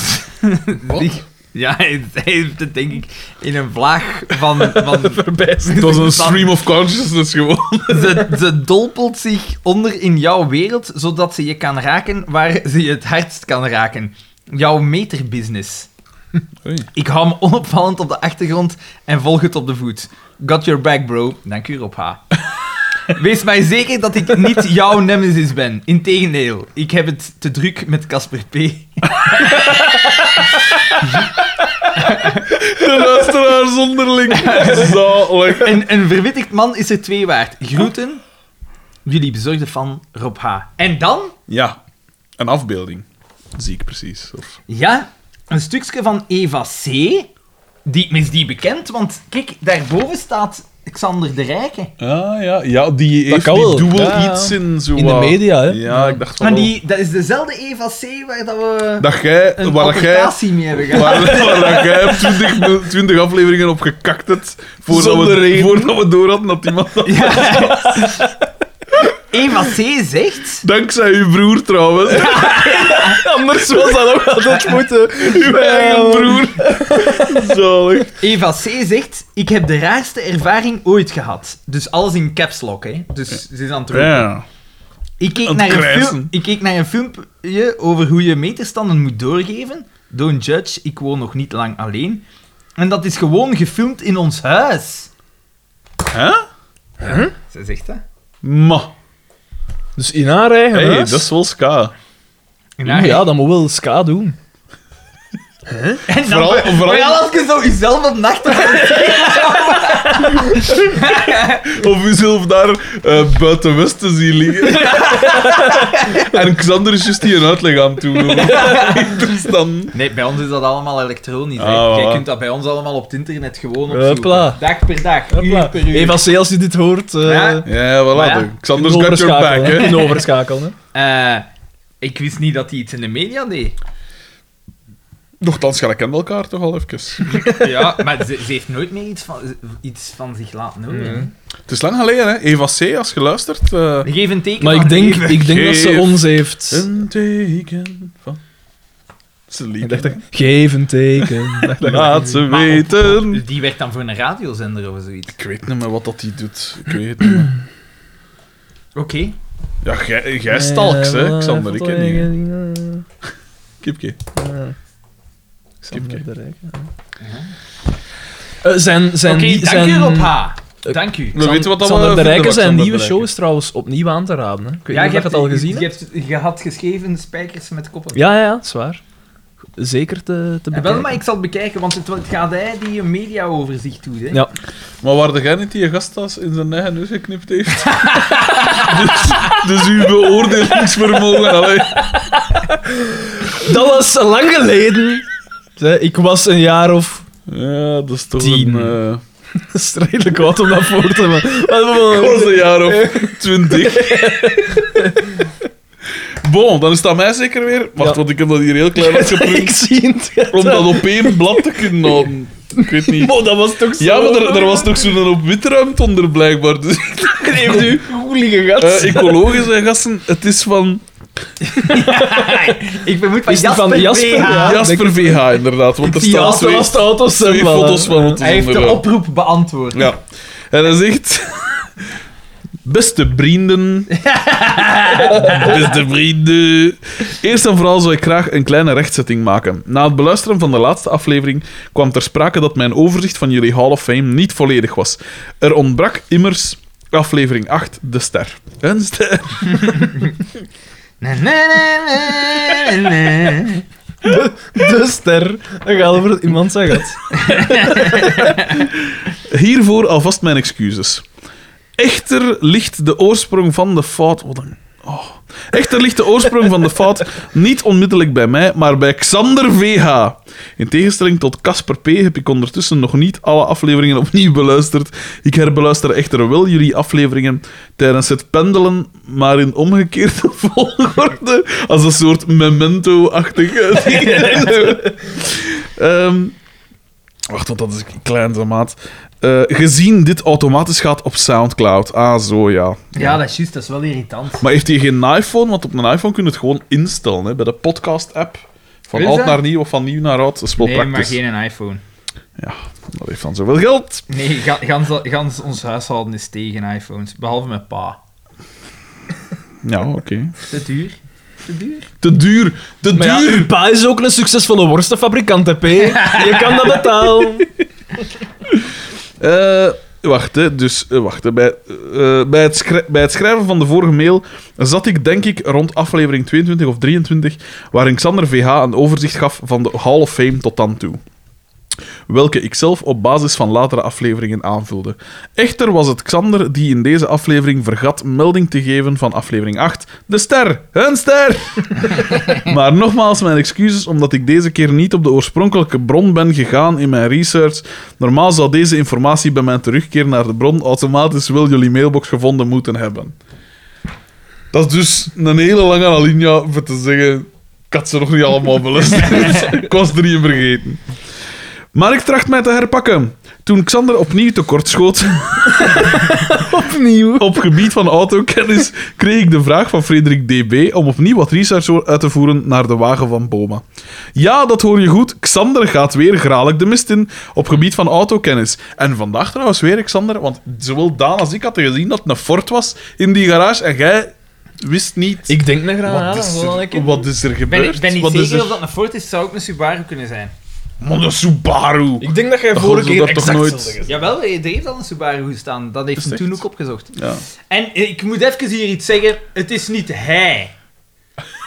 Speaker 1: zich... Ja, hij hij heeft het denk ik in een vlaag van... van
Speaker 2: Het was
Speaker 1: van-
Speaker 2: een stream of consciousness gewoon.
Speaker 1: Ze, ze dolpelt zich onder in jouw wereld, zodat ze je kan raken waar ze je het hardst kan raken. Jouw meterbusiness.
Speaker 2: Oei.
Speaker 1: Ik hou me onopvallend op de achtergrond en volg het op de voet. Got your back, bro. Dank u, Rob H. Wees mij zeker dat ik niet jouw nemesis ben. Integendeel, ik heb het te druk met Casper P.
Speaker 2: De luisteraar zonderling. Zalig.
Speaker 1: Een, een verwittigd man is er twee waard. Groeten, jullie bezorgde van Rob H. En dan
Speaker 2: Ja, een afbeelding. Zie ik precies. Of...
Speaker 1: Ja, een stukje van Eva C. Die, is die bekend? Want kijk, daarboven staat Xander de Rijke.
Speaker 2: Ah ja, ja die heeft
Speaker 3: kan
Speaker 2: die
Speaker 3: wel.
Speaker 2: doet wel
Speaker 3: Ja.
Speaker 2: iets in zo
Speaker 3: In de
Speaker 2: wat-
Speaker 3: media, hè?
Speaker 2: Ja, ik dacht
Speaker 1: Maar
Speaker 2: van
Speaker 1: die, dat is dezelfde Eva C waar dat we
Speaker 2: Dat jij,
Speaker 1: een
Speaker 2: waar dat jij,
Speaker 1: operatie mee hebben gehad.
Speaker 2: waar, waar dat jij op 20, mil- 20 afleveringen op gekakt hebt, voordat
Speaker 3: Zonder
Speaker 2: we,
Speaker 3: reden.
Speaker 2: voordat we door hadden dat iemand... dat-
Speaker 1: Eva C zegt...
Speaker 2: Dankzij uw broer trouwens.
Speaker 3: Anders was dat ook altijd moeten.
Speaker 2: Uw eigen broer. Zalig.
Speaker 1: Eva C zegt, ik heb de raarste ervaring ooit gehad. Dus alles in caps lock, hè. Dus ze is aan het roepen.
Speaker 2: Ja.
Speaker 1: Ik keek,
Speaker 2: Aan
Speaker 1: naar
Speaker 2: het
Speaker 1: een film,
Speaker 2: krijsen.
Speaker 1: ik keek naar een filmpje over hoe je meterstanden moet doorgeven. Don't judge, ik woon nog niet lang alleen. En dat is gewoon gefilmd in ons huis.
Speaker 2: Hè?
Speaker 1: Ze zegt dat.
Speaker 2: Ma.
Speaker 3: Dus in haar eigen
Speaker 2: Hey, dat
Speaker 3: huis?
Speaker 2: is wel ska.
Speaker 3: Oeh, ja, dat moet wel ska doen.
Speaker 1: en dan,
Speaker 2: vooral-
Speaker 1: vooral,
Speaker 2: vooral-
Speaker 1: als je zo jezelf op nacht...
Speaker 2: Of uzelf daar eh, buiten West te zien liggen. en Xander is juist die een uitleg aan toe. dan.
Speaker 1: Nee, bij ons is dat allemaal elektronisch. hè.
Speaker 2: Ah,
Speaker 1: Jij
Speaker 2: voilà.
Speaker 1: kunt dat bij ons allemaal op het internet gewoon opzoeken.
Speaker 3: Hupla.
Speaker 1: Dag per dag, uur per uur.
Speaker 3: Eva C, als je dit hoort, eh
Speaker 1: Ja.
Speaker 3: kun
Speaker 2: Ja, voilà.
Speaker 1: Maar ja,
Speaker 2: de-
Speaker 3: je
Speaker 2: Xander's got your back,
Speaker 3: overschakelen, hè.
Speaker 2: hè.
Speaker 3: Kun je overschakelen, hè.
Speaker 1: Eh, ik wist niet dat hij iets in de media deed.
Speaker 2: Nochtans, ja, dat kennen we elkaar toch al even.
Speaker 1: Ja, maar ze, ze heeft nooit meer iets van, iets van zich laten horen.
Speaker 3: Mm.
Speaker 2: Het is lang geleden, hè. Eva C, als je luistert... eh,
Speaker 1: Geef een teken
Speaker 3: Maar
Speaker 1: van
Speaker 3: ik denk,
Speaker 1: leven.
Speaker 3: ik denk dat ze
Speaker 2: Geef.
Speaker 3: ons heeft.
Speaker 2: Een teken van... Dat is een lied,
Speaker 3: Ik dacht,
Speaker 2: hè.
Speaker 3: Geef een teken.
Speaker 2: Laat
Speaker 3: Ah,
Speaker 2: ze
Speaker 1: Maar op-
Speaker 2: weten.
Speaker 1: Die werd dan voor een radiozender of zoiets.
Speaker 2: Ik weet niet meer wat dat die doet. Ik weet het niet meer.
Speaker 1: Oké.
Speaker 2: Ja, jij jij stalks, hè, Xander. Ik ken niet. Kipke. Kipke.
Speaker 3: Eh, zijn, zijn,
Speaker 1: Oké,
Speaker 3: nie-
Speaker 1: dank
Speaker 3: zijn, Eh,
Speaker 1: u Rob H. Dank u.
Speaker 2: We weten wat dat
Speaker 3: Xander
Speaker 2: we
Speaker 3: de Rijken
Speaker 2: vinden van
Speaker 3: zijn
Speaker 2: Xander
Speaker 3: nieuwe
Speaker 2: de
Speaker 3: show
Speaker 2: Rijken.
Speaker 3: is trouwens opnieuw aan te raden. Hè. Ik weet niet of je het al gezien
Speaker 1: Je
Speaker 3: hebt.
Speaker 1: hebt, je had geschreven spijkers met koppen.
Speaker 3: Ja, ja, ja, dat is waar. Zeker te, te
Speaker 1: Eh,
Speaker 3: bekijken.
Speaker 1: Wel, maar ik zal het bekijken, want het, het gaat hij die een mediaoverzicht doet. Hè.
Speaker 3: Ja.
Speaker 2: Maar waar jij niet die je gastas in zijn eigen neus geknipt heeft? dus, dus uw beoordelingsvermogen. Allee.
Speaker 3: Dat was lang geleden. Zeg, Ik was een jaar of...
Speaker 2: Ja, dat is toch
Speaker 3: Tien.
Speaker 2: een... eh,
Speaker 3: Dat is redelijk oud om dat voor te hebben. Maar- maar-
Speaker 2: Ik was een jaar of twintig. Bon, dan is dat mij zeker weer. Wacht,
Speaker 3: Ja.
Speaker 2: want ik heb dat hier heel klein
Speaker 3: Ik
Speaker 2: uitgeprint.
Speaker 3: zie het.
Speaker 2: Om dat op één blad te kunnen houden. Ik weet niet.
Speaker 3: Oh, dat was toch zo...
Speaker 2: Ja, maar er, er was toch zo'n op wit ruimte onder, blijkbaar. Dus ik dacht, nu,
Speaker 3: Goelige gast.
Speaker 2: eh, ecologische gasten, het is van
Speaker 1: Ik vermoed van
Speaker 3: Is die
Speaker 1: Jasper,
Speaker 3: van Jasper?
Speaker 1: VH.
Speaker 3: Ja, denk
Speaker 2: Jasper VH, inderdaad. Want er
Speaker 3: Die
Speaker 2: staan
Speaker 3: auto
Speaker 2: twee,
Speaker 3: was de auto's.
Speaker 2: twee
Speaker 3: hè, voilà.
Speaker 2: foto's van ons
Speaker 1: Hij heeft de
Speaker 2: onder, eh,
Speaker 1: oproep beantwoord.
Speaker 2: Ja. En hij zegt... Beste vrienden. Beste vrienden. Eerst en vooral zou ik graag een kleine rechtzetting maken. Na het beluisteren van de laatste aflevering kwam ter sprake dat mijn overzicht van jullie Hall of Fame niet volledig was. Er ontbrak immers aflevering 8, de ster. Een ster.
Speaker 1: Na, na, na, na, na, na.
Speaker 3: De ster. Dan gaat over iemand zijn gat.
Speaker 2: Hiervoor alvast mijn excuses. Echter ligt de oorsprong van de fout. Wat een- oh. Echter ligt de oorsprong van de fout niet onmiddellijk bij mij, maar bij Xander VH. In tegenstelling tot Casper P. heb ik ondertussen nog niet alle afleveringen opnieuw beluisterd. Ik herbeluister echter wel jullie afleveringen tijdens het pendelen, maar in omgekeerde volgorde. Als een soort memento-achtige ding. Ehm, Wacht, want dat is een klein maat. Eh, gezien dit automatisch gaat op Soundcloud. Ah, zo ja.
Speaker 1: Ja, dat is juist, dat is wel irritant.
Speaker 2: Maar heeft hij geen iPhone? Want op een iPhone kun je het gewoon instellen hè, bij de podcast-app. Van
Speaker 1: Is
Speaker 2: oud
Speaker 1: dat?
Speaker 2: naar nieuw of van nieuw naar oud. Dat is wel
Speaker 1: Nee, maar
Speaker 2: praktisch.
Speaker 1: geen een iPhone.
Speaker 2: Dat heeft dan zoveel geld.
Speaker 1: Nee, ga- gans, gans ons huishouden is tegen iPhones. Behalve mijn pa.
Speaker 2: Ja, oké.
Speaker 1: Te duur. Te duur.
Speaker 2: Te duur. Te
Speaker 3: Maar ja,
Speaker 2: duur.
Speaker 3: uw pa is ook een succesvolle worstenfabrikant, hè, P. Je kan dat betalen.
Speaker 2: Eh, wacht, hè. Dus, eh, wacht. hè. Bij, eh, bij, het schrij- bij het schrijven van de vorige mail zat ik, denk ik, rond aflevering 22 of 23, waarin Xander VH een overzicht gaf van de Hall of Fame tot dan toe. Welke ik zelf op basis van latere afleveringen aanvulde. Echter was het Xander die in deze aflevering vergat melding te geven van aflevering 8. De ster! Een ster! Maar nogmaals, mijn excuses omdat ik deze keer niet op de oorspronkelijke bron ben gegaan in mijn research. Normaal zou deze informatie bij mijn terugkeer naar de bron automatisch wel jullie mailbox gevonden moeten hebben. Dat is dus een hele lange alinea voor te zeggen... Ik had ze nog niet allemaal beluisterd. ik was er niet vergeten. Maar ik tracht mij te herpakken. Toen Xander opnieuw tekortschoot
Speaker 3: Opnieuw.
Speaker 2: op gebied van autokennis kreeg ik de vraag van Frederik DB om opnieuw wat research uit te voeren naar de wagen van Boma. Ja, dat hoor je goed. Xander gaat weer gralijk de mist in op gebied van autokennis. En vandaag trouwens weer, Xander, want zowel Daan als ik hadden gezien dat het een Ford was in die garage en jij wist niet...
Speaker 3: Ik denk nog graag aan.
Speaker 2: wat, is er, wat is er
Speaker 1: Ben,
Speaker 2: gebeurd?
Speaker 1: ik ben niet
Speaker 2: wat is dus-
Speaker 1: zeker
Speaker 2: er...
Speaker 1: of dat een Ford is. zou ook een Subaru kunnen zijn.
Speaker 2: Man, een Subaru!
Speaker 3: Ik denk dat jij
Speaker 2: Dat
Speaker 3: vorige
Speaker 2: hadden ze
Speaker 3: keer
Speaker 2: dat toch
Speaker 3: exact
Speaker 2: nooit-
Speaker 3: hetzelfde gezegd.
Speaker 1: Jawel, eh, er heeft al een Subaru gestaan. Dat heeft
Speaker 2: Is
Speaker 1: hem
Speaker 2: het
Speaker 1: toen
Speaker 2: echt?
Speaker 1: ook opgezocht.
Speaker 2: Ja.
Speaker 1: En eh, ik moet even hier iets zeggen. Het is niet hij.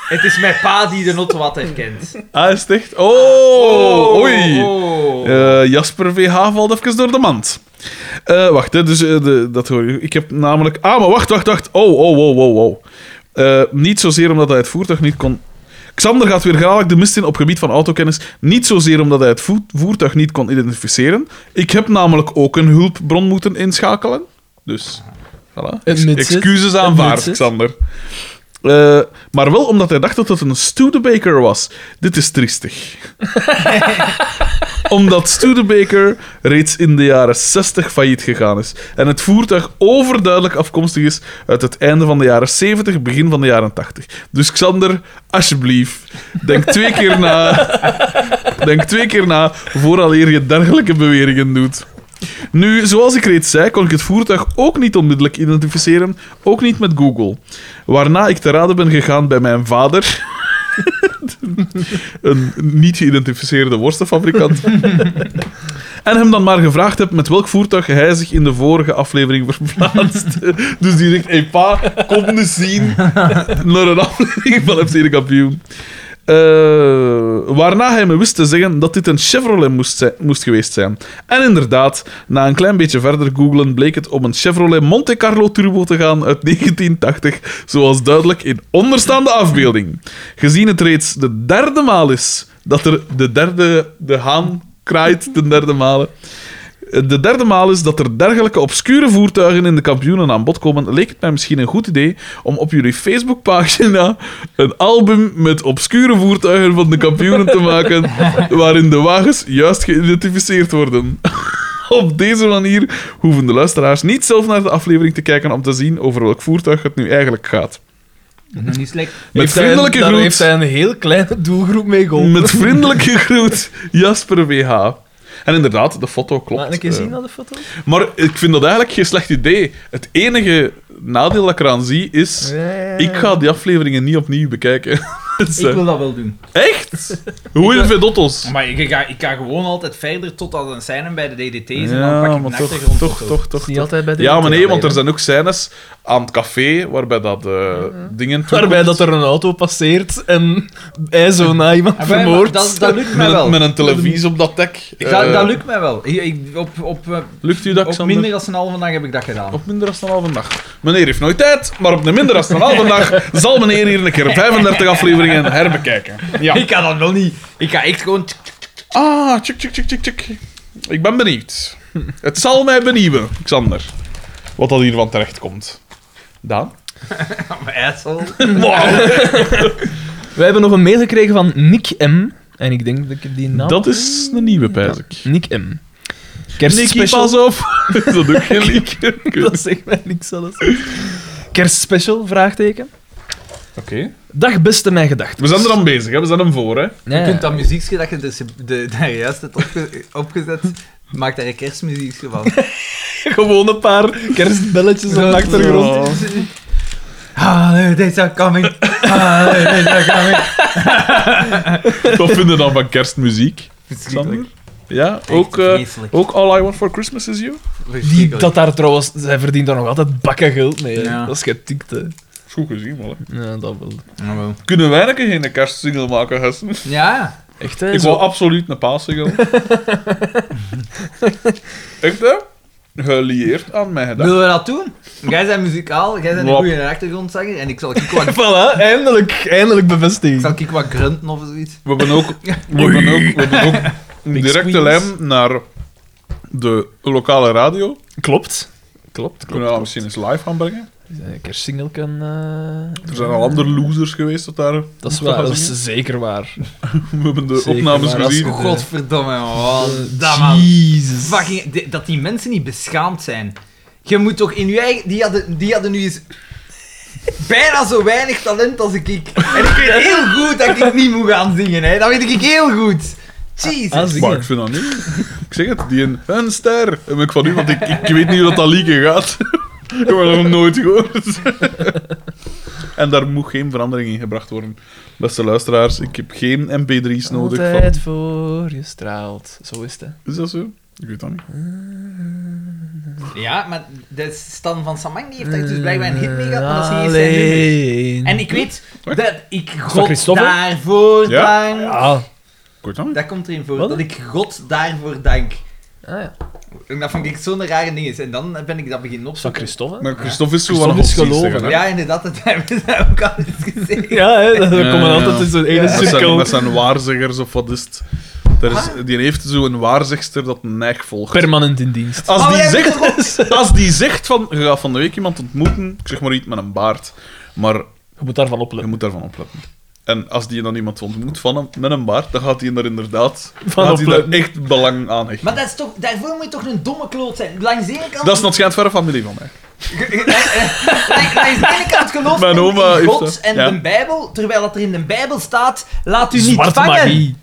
Speaker 1: Het is mijn pa die de Otto wat herkent.
Speaker 2: Ah, is het echt? Oh, oei!
Speaker 1: oh.
Speaker 2: Eh, Jasper VH valt even door de mand. Eh, wacht, hè, dus, eh, de, dat hoor je. Ik heb namelijk... Ah, maar wacht, wacht, wacht. Oh, oh, oh, oh, oh. Eh, niet zozeer omdat hij het voertuig niet kon... Xander gaat weer graag de mist in op gebied van autokennis. Niet zozeer omdat hij het voet- voertuig niet kon identificeren. Ik heb namelijk ook een hulpbron moeten inschakelen. Dus, voilà.
Speaker 3: Admits it.
Speaker 2: Excuses
Speaker 3: Admits
Speaker 2: aanvaard,
Speaker 3: it.
Speaker 2: Xander. Eh, maar wel omdat hij dacht dat het een Studebaker was. Dit is triestig. omdat Studebaker reeds in de jaren 60 failliet gegaan is. En het voertuig overduidelijk afkomstig is uit het einde van de jaren 70, begin van de jaren 80. Dus Xander, alsjeblieft, denk twee keer na. Denk twee keer na vooraleer je dergelijke beweringen doet. Nu, zoals ik reeds zei, kon ik het voertuig ook niet onmiddellijk identificeren, ook niet met Google. Waarna ik te raden ben gegaan bij mijn vader, een niet geïdentificeerde worstenfabrikant, en hem dan maar gevraagd heb met welk voertuig hij zich in de vorige aflevering verplaatste. Dus die zegt, hey pa, kom eens zien naar een aflevering van FC de Kampioen. Eh, waarna hij me wist te zeggen dat dit een Chevrolet moest, zijn- moest geweest zijn. En inderdaad, na een klein beetje verder googlen bleek het om een Chevrolet Monte Carlo Turbo te gaan uit 1980, zoals duidelijk in onderstaande afbeelding. Gezien het reeds de derde maal is dat er de derde de haan kraait, de derde malen. De derde maal is dat er dergelijke obscure voertuigen in de kampioenen aan bod komen, leek het mij misschien een goed idee om op jullie Facebookpagina een album met obscure voertuigen van de kampioenen te maken, waarin de wagens juist geïdentificeerd worden. Op deze manier hoeven de luisteraars niet zelf naar de aflevering te kijken om te zien over welk voertuig het nu eigenlijk gaat.
Speaker 1: Niet slecht.
Speaker 2: Met
Speaker 3: Heeft hij-
Speaker 2: vriendelijke
Speaker 3: daar
Speaker 2: groet.
Speaker 3: heeft hij een heel kleine doelgroep mee geholpen.
Speaker 2: Met vriendelijke groet, Jasper WH. En inderdaad, de foto klopt.
Speaker 3: Mag ik je
Speaker 2: eh.
Speaker 3: zien aan de foto?
Speaker 2: Maar ik vind dat eigenlijk geen slecht idee. Het enige nadeel dat ik eraan zie is... Ik ga die afleveringen niet opnieuw bekijken. Dus,
Speaker 1: Ik
Speaker 2: eh,
Speaker 1: wil dat wel doen.
Speaker 2: Echt? Hoe in de Vedottos?
Speaker 1: Maar ik ga, ik ga gewoon altijd verder totdat een scène bij de DDT's en
Speaker 2: Ja,
Speaker 1: dan pak ik
Speaker 2: maar
Speaker 1: een
Speaker 2: toch,
Speaker 1: achtergrond
Speaker 2: toch,
Speaker 1: of zo.
Speaker 2: toch,
Speaker 3: is
Speaker 2: toch,
Speaker 3: niet
Speaker 2: toch.
Speaker 3: altijd bij de
Speaker 2: Ja, maar nee,
Speaker 3: internet,
Speaker 2: want er
Speaker 3: hè.
Speaker 2: zijn ook scènes aan het café waarbij dat eh, dingen...
Speaker 3: Waarbij dat er een auto passeert en hij zo na iemand
Speaker 1: Ah, maar- maar
Speaker 3: vermoord.
Speaker 1: Dat, dat lukt mij
Speaker 2: Met,
Speaker 1: wel.
Speaker 2: een- met een televisie op dat dek.
Speaker 1: Ik ga-
Speaker 2: Eh,
Speaker 1: dat lukt mij wel. Ik, ik- op, op, eh,
Speaker 2: Lukt u dat,
Speaker 1: op
Speaker 2: Xander?
Speaker 1: minder dan een halve dag heb ik dat gedaan.
Speaker 2: Op minder dan een halve dag. Meneer heeft nooit tijd, maar op de minder dan een halve dag zal meneer hier een keer 35 afleveringen herbekijken. Ja.
Speaker 1: Ik kan dat wel niet. Ik ga echt gewoon... tsk, tsk,
Speaker 2: Ah, tjuk, tjuk, tjuk, tjuk, tjuk. Ik ben benieuwd. Het zal mij benieuwen, Xander. Wat dat hiervan terechtkomt. Daan?
Speaker 1: aan mijn ijsel.
Speaker 3: Wij hebben nog een mail gekregen van Nick M. En ik denk dat ik die naam...
Speaker 2: Dat is een nieuwe, pijs ik.
Speaker 3: Nick M.
Speaker 2: Nicky,
Speaker 3: Kerstspecial.
Speaker 2: pas op. dat doe ik geen leak. Ik weet
Speaker 3: Dat
Speaker 2: het.
Speaker 3: zegt mij niks alles. Kerstspecial, vraagteken.
Speaker 2: Oké.
Speaker 3: Dag beste mijn gedachten.
Speaker 2: We zijn er aan bezig, hè. we zijn hem voor. Hè.
Speaker 1: Je
Speaker 3: Ja.
Speaker 1: kunt dat muziekje dat je dus de, de, daar juist hebt opge- opgezet, maak daar een kerstmuziekje van.
Speaker 3: Gewoon een paar kerstbelletjes op de achtergrond.
Speaker 1: Holidays are coming, holidays are coming.
Speaker 2: Wat vinden we dan van kerstmuziek?
Speaker 1: Verschrikkelijk.
Speaker 2: Ja, ook, eh,
Speaker 1: vreselijk.
Speaker 2: ook All I Want For Christmas Is You?
Speaker 3: Die,
Speaker 1: Verschrikkelijk.
Speaker 3: dat daar trouwens, zij verdient daar nog altijd bakken geld mee. hè.
Speaker 1: Ja.
Speaker 3: Dat is getikt, hè.
Speaker 2: Is Goed gezien, wel. hè.
Speaker 3: Ja, dat wel.
Speaker 1: Jawel.
Speaker 2: Kunnen wij een keer geen kerstsingle maken, gasten?
Speaker 1: Ja,
Speaker 3: Echt, hè?
Speaker 2: Ik
Speaker 3: Zo-
Speaker 2: wil absoluut een paassingle. Echt, hè? Gelieerd aan mij gedaan.
Speaker 1: willen we dat doen? Jij bent muzikaal, jij bent een
Speaker 2: Wap.
Speaker 1: goede achtergrondzanger en ik zal ik wat,
Speaker 3: Voilà, eindelijk, eindelijk
Speaker 1: ik
Speaker 3: bevestiging.
Speaker 1: zal ik wat grunten of zoiets.
Speaker 2: We hebben ook, we hebben ook, we hebben ook een directe
Speaker 3: squeeze.
Speaker 2: lijn naar de lokale radio.
Speaker 3: Klopt. Klopt,
Speaker 2: Kunnen we dat misschien eens live gaan brengen?
Speaker 3: Kerstsingle kan... eh,
Speaker 2: Er zijn al andere losers geweest tot daar.
Speaker 3: Dat is, waar, dat
Speaker 2: We
Speaker 3: is zeker waar.
Speaker 2: hebben de
Speaker 3: Zeker,
Speaker 2: opnames
Speaker 3: maar dat is
Speaker 2: gezien.
Speaker 3: goed.
Speaker 1: Godverdomme,
Speaker 3: Eh,
Speaker 1: man. Dat man.
Speaker 3: Jezus.
Speaker 1: Fucking, de- dat die mensen niet beschaamd zijn. Je moet toch in je eigen... Die hadden, die hadden nu eens... Bijna zo weinig talent als ik. ik. En ik weet heel goed dat ik niet moet gaan zingen, hè. Dat weet ik heel goed.
Speaker 3: Ah,
Speaker 1: Jesus.
Speaker 3: zingen.
Speaker 2: Maar ik vind dat niet. Ik zeg het, die een, een ster. Heb ik van u, want ik, ik weet niet hoe dat, dat liedje gaat. Ik heb dat nog nooit gehoord. En daar moet geen verandering in gebracht worden. Beste luisteraars, ik heb geen mp3's nodig. Van...
Speaker 3: Altijd voor je straalt. Zo is het, hè.
Speaker 2: Is dat zo? Ik weet dat niet.
Speaker 1: Ja, maar dat is Stan van Samang die heeft daar dus blijkbaar een hit mee gehad, maar dat is niet eens zijn nummer.
Speaker 3: Alleen.
Speaker 1: En ik weet dat ik God
Speaker 3: Christoffel?
Speaker 1: daarvoor
Speaker 2: Ja?
Speaker 1: dank...
Speaker 3: Ah.
Speaker 2: Ik weet dat niet.
Speaker 1: Dat komt erin voor,
Speaker 3: Wat?
Speaker 1: dat ik God daarvoor dank.
Speaker 3: Ah, ja.
Speaker 1: En dat vond ik zo'n rare ding. En dan ben ik dat beginnen
Speaker 3: Van
Speaker 1: opzoeken.
Speaker 3: Christophe, hè?
Speaker 2: Maar Christophe is zo wel een
Speaker 3: Christophe is geloven,
Speaker 2: godsdienstige. hè?
Speaker 1: Ja, inderdaad, dat hebben ze ook al eens gezegd.
Speaker 3: Ja, hè, dat
Speaker 2: Ja,
Speaker 3: komen
Speaker 2: ja.
Speaker 3: altijd in zo'n ene
Speaker 1: Ja.
Speaker 2: Dat zijn,
Speaker 3: cirkel. Ah.
Speaker 2: dat zijn waarzeggers of wat is het? Er is, die heeft zo'n waarzegster dat een neig volgt.
Speaker 3: Permanent in dienst.
Speaker 2: Als
Speaker 1: Oh,
Speaker 2: die,
Speaker 1: jij bent
Speaker 2: zegt, als die zegt van, je gaat van de week iemand ontmoeten, ik zeg maar iets met een baard, maar
Speaker 3: Je moet daarvan
Speaker 2: je
Speaker 3: opletten.
Speaker 2: moet daarvan opletten. En als die dan iemand ontmoet van een, met een baard, dan gaat hij er inderdaad
Speaker 3: Van
Speaker 2: gaat die daar
Speaker 3: opletten.
Speaker 2: echt belang aan hechten.
Speaker 1: Maar dat is toch, daarvoor moet je toch een domme kloot zijn. Langs de ene kant...
Speaker 2: Dat is nog schijnt verre familie van mij.
Speaker 1: Langs langs de ene kant gelooft
Speaker 2: Mijn
Speaker 1: men
Speaker 2: oma
Speaker 1: in
Speaker 2: heeft
Speaker 1: God
Speaker 2: dat,
Speaker 1: en
Speaker 2: ja.
Speaker 1: de Bijbel, terwijl dat er in de Bijbel staat, laat u niet
Speaker 3: Zwarte
Speaker 1: vangen
Speaker 3: magie.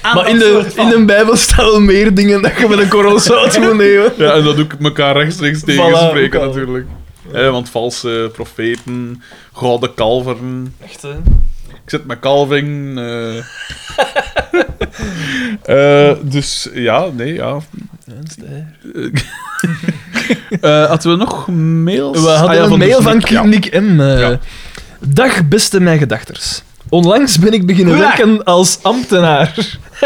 Speaker 1: aan
Speaker 3: Maar
Speaker 1: dat
Speaker 3: in de,
Speaker 1: soort van-
Speaker 3: in de Bijbel staan wel meer dingen dat je met een korrel zout moet nemen.
Speaker 2: Ja, en dat doe ik elkaar rechtstreeks tegenspreken
Speaker 3: ook al.
Speaker 2: natuurlijk. Eh, want valse profeten, gouden kalveren,
Speaker 3: Echt, hè?
Speaker 2: Ik zit met Calvin. eh. Eh, dus ja, nee, ja. Eh, hadden we nog mails?
Speaker 3: We
Speaker 2: Ah
Speaker 3: hadden
Speaker 2: ja,
Speaker 3: een
Speaker 2: de
Speaker 3: mail van
Speaker 2: Snik, ja.
Speaker 3: Nick M. eh,
Speaker 2: Ja.
Speaker 3: Dag beste mijn gedachters. Onlangs ben ik beginnen
Speaker 1: Hoera!
Speaker 3: werken als ambtenaar.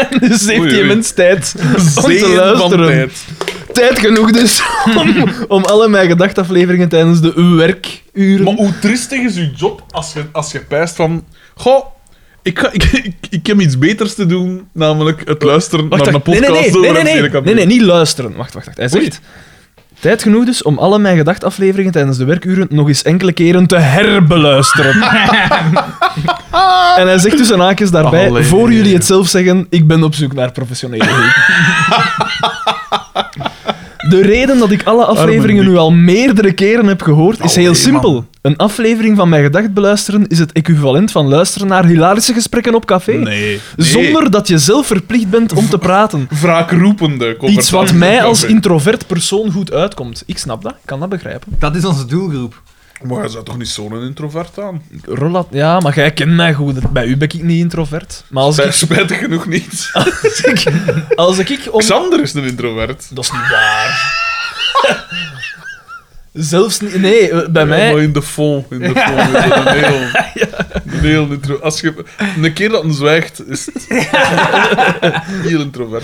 Speaker 3: En dus heeft
Speaker 2: Oei,
Speaker 3: die
Speaker 2: oei.
Speaker 3: mens tijd om
Speaker 2: Zeeën
Speaker 3: te
Speaker 2: van
Speaker 3: luisteren.
Speaker 2: tijd.
Speaker 3: Tijd genoeg dus om, om alle mijn gedachtafleveringen tijdens de werkuren...
Speaker 2: Maar hoe triestig is uw job als je, als je pijst van... Goh, ik, ga, ik, ik, ik heb iets beters te doen, namelijk het luisteren
Speaker 3: Oh, Wacht,
Speaker 2: naar
Speaker 3: wacht,
Speaker 2: een podcast
Speaker 3: nee, nee, nee,
Speaker 2: over
Speaker 3: nee,
Speaker 2: een
Speaker 3: nee, nee,
Speaker 2: telecabinet."
Speaker 3: nee, nee, niet luisteren. Wacht, wacht, wacht. Hij zegt... Tijd genoeg dus om alle mijn gedachtafleveringen tijdens de werkuren nog eens enkele keren te herbeluisteren. en hij zegt tussen haakjes daarbij,
Speaker 2: Allee.
Speaker 3: voor jullie het zelf zeggen, ik ben op zoek naar professionele hulp. de reden dat ik alle afleveringen nu al meerdere keren heb gehoord, is
Speaker 2: Allee,
Speaker 3: heel simpel. Een aflevering van Mijn Gedacht beluisteren is het equivalent van luisteren naar hilarische gesprekken op café.
Speaker 2: Nee.
Speaker 3: Zonder dat je zelf verplicht bent om te praten.
Speaker 2: Wraakroepende
Speaker 3: Iets
Speaker 2: conversatie.
Speaker 3: wat mij als introvert persoon goed uitkomt. Ik snap dat, ik kan dat begrijpen.
Speaker 1: Dat is onze doelgroep.
Speaker 2: Maar hij zou toch niet zo'n introvert aan?
Speaker 3: Rolla, ja, maar jij kent mij goed. Bij u ben ik niet introvert. Maar als
Speaker 2: Zij
Speaker 3: ik,
Speaker 2: spijtig genoeg niet.
Speaker 3: als ik, als ik om...
Speaker 2: Xander is een introvert.
Speaker 3: Dat is niet waar. Zelfs niet... Nee, eh, bij
Speaker 2: Ja,
Speaker 3: mij...
Speaker 2: Maar in de fond. In de fond is dat een heel... Een heel intro... Als je een keer dat een zwijgt, is het... heel introvert.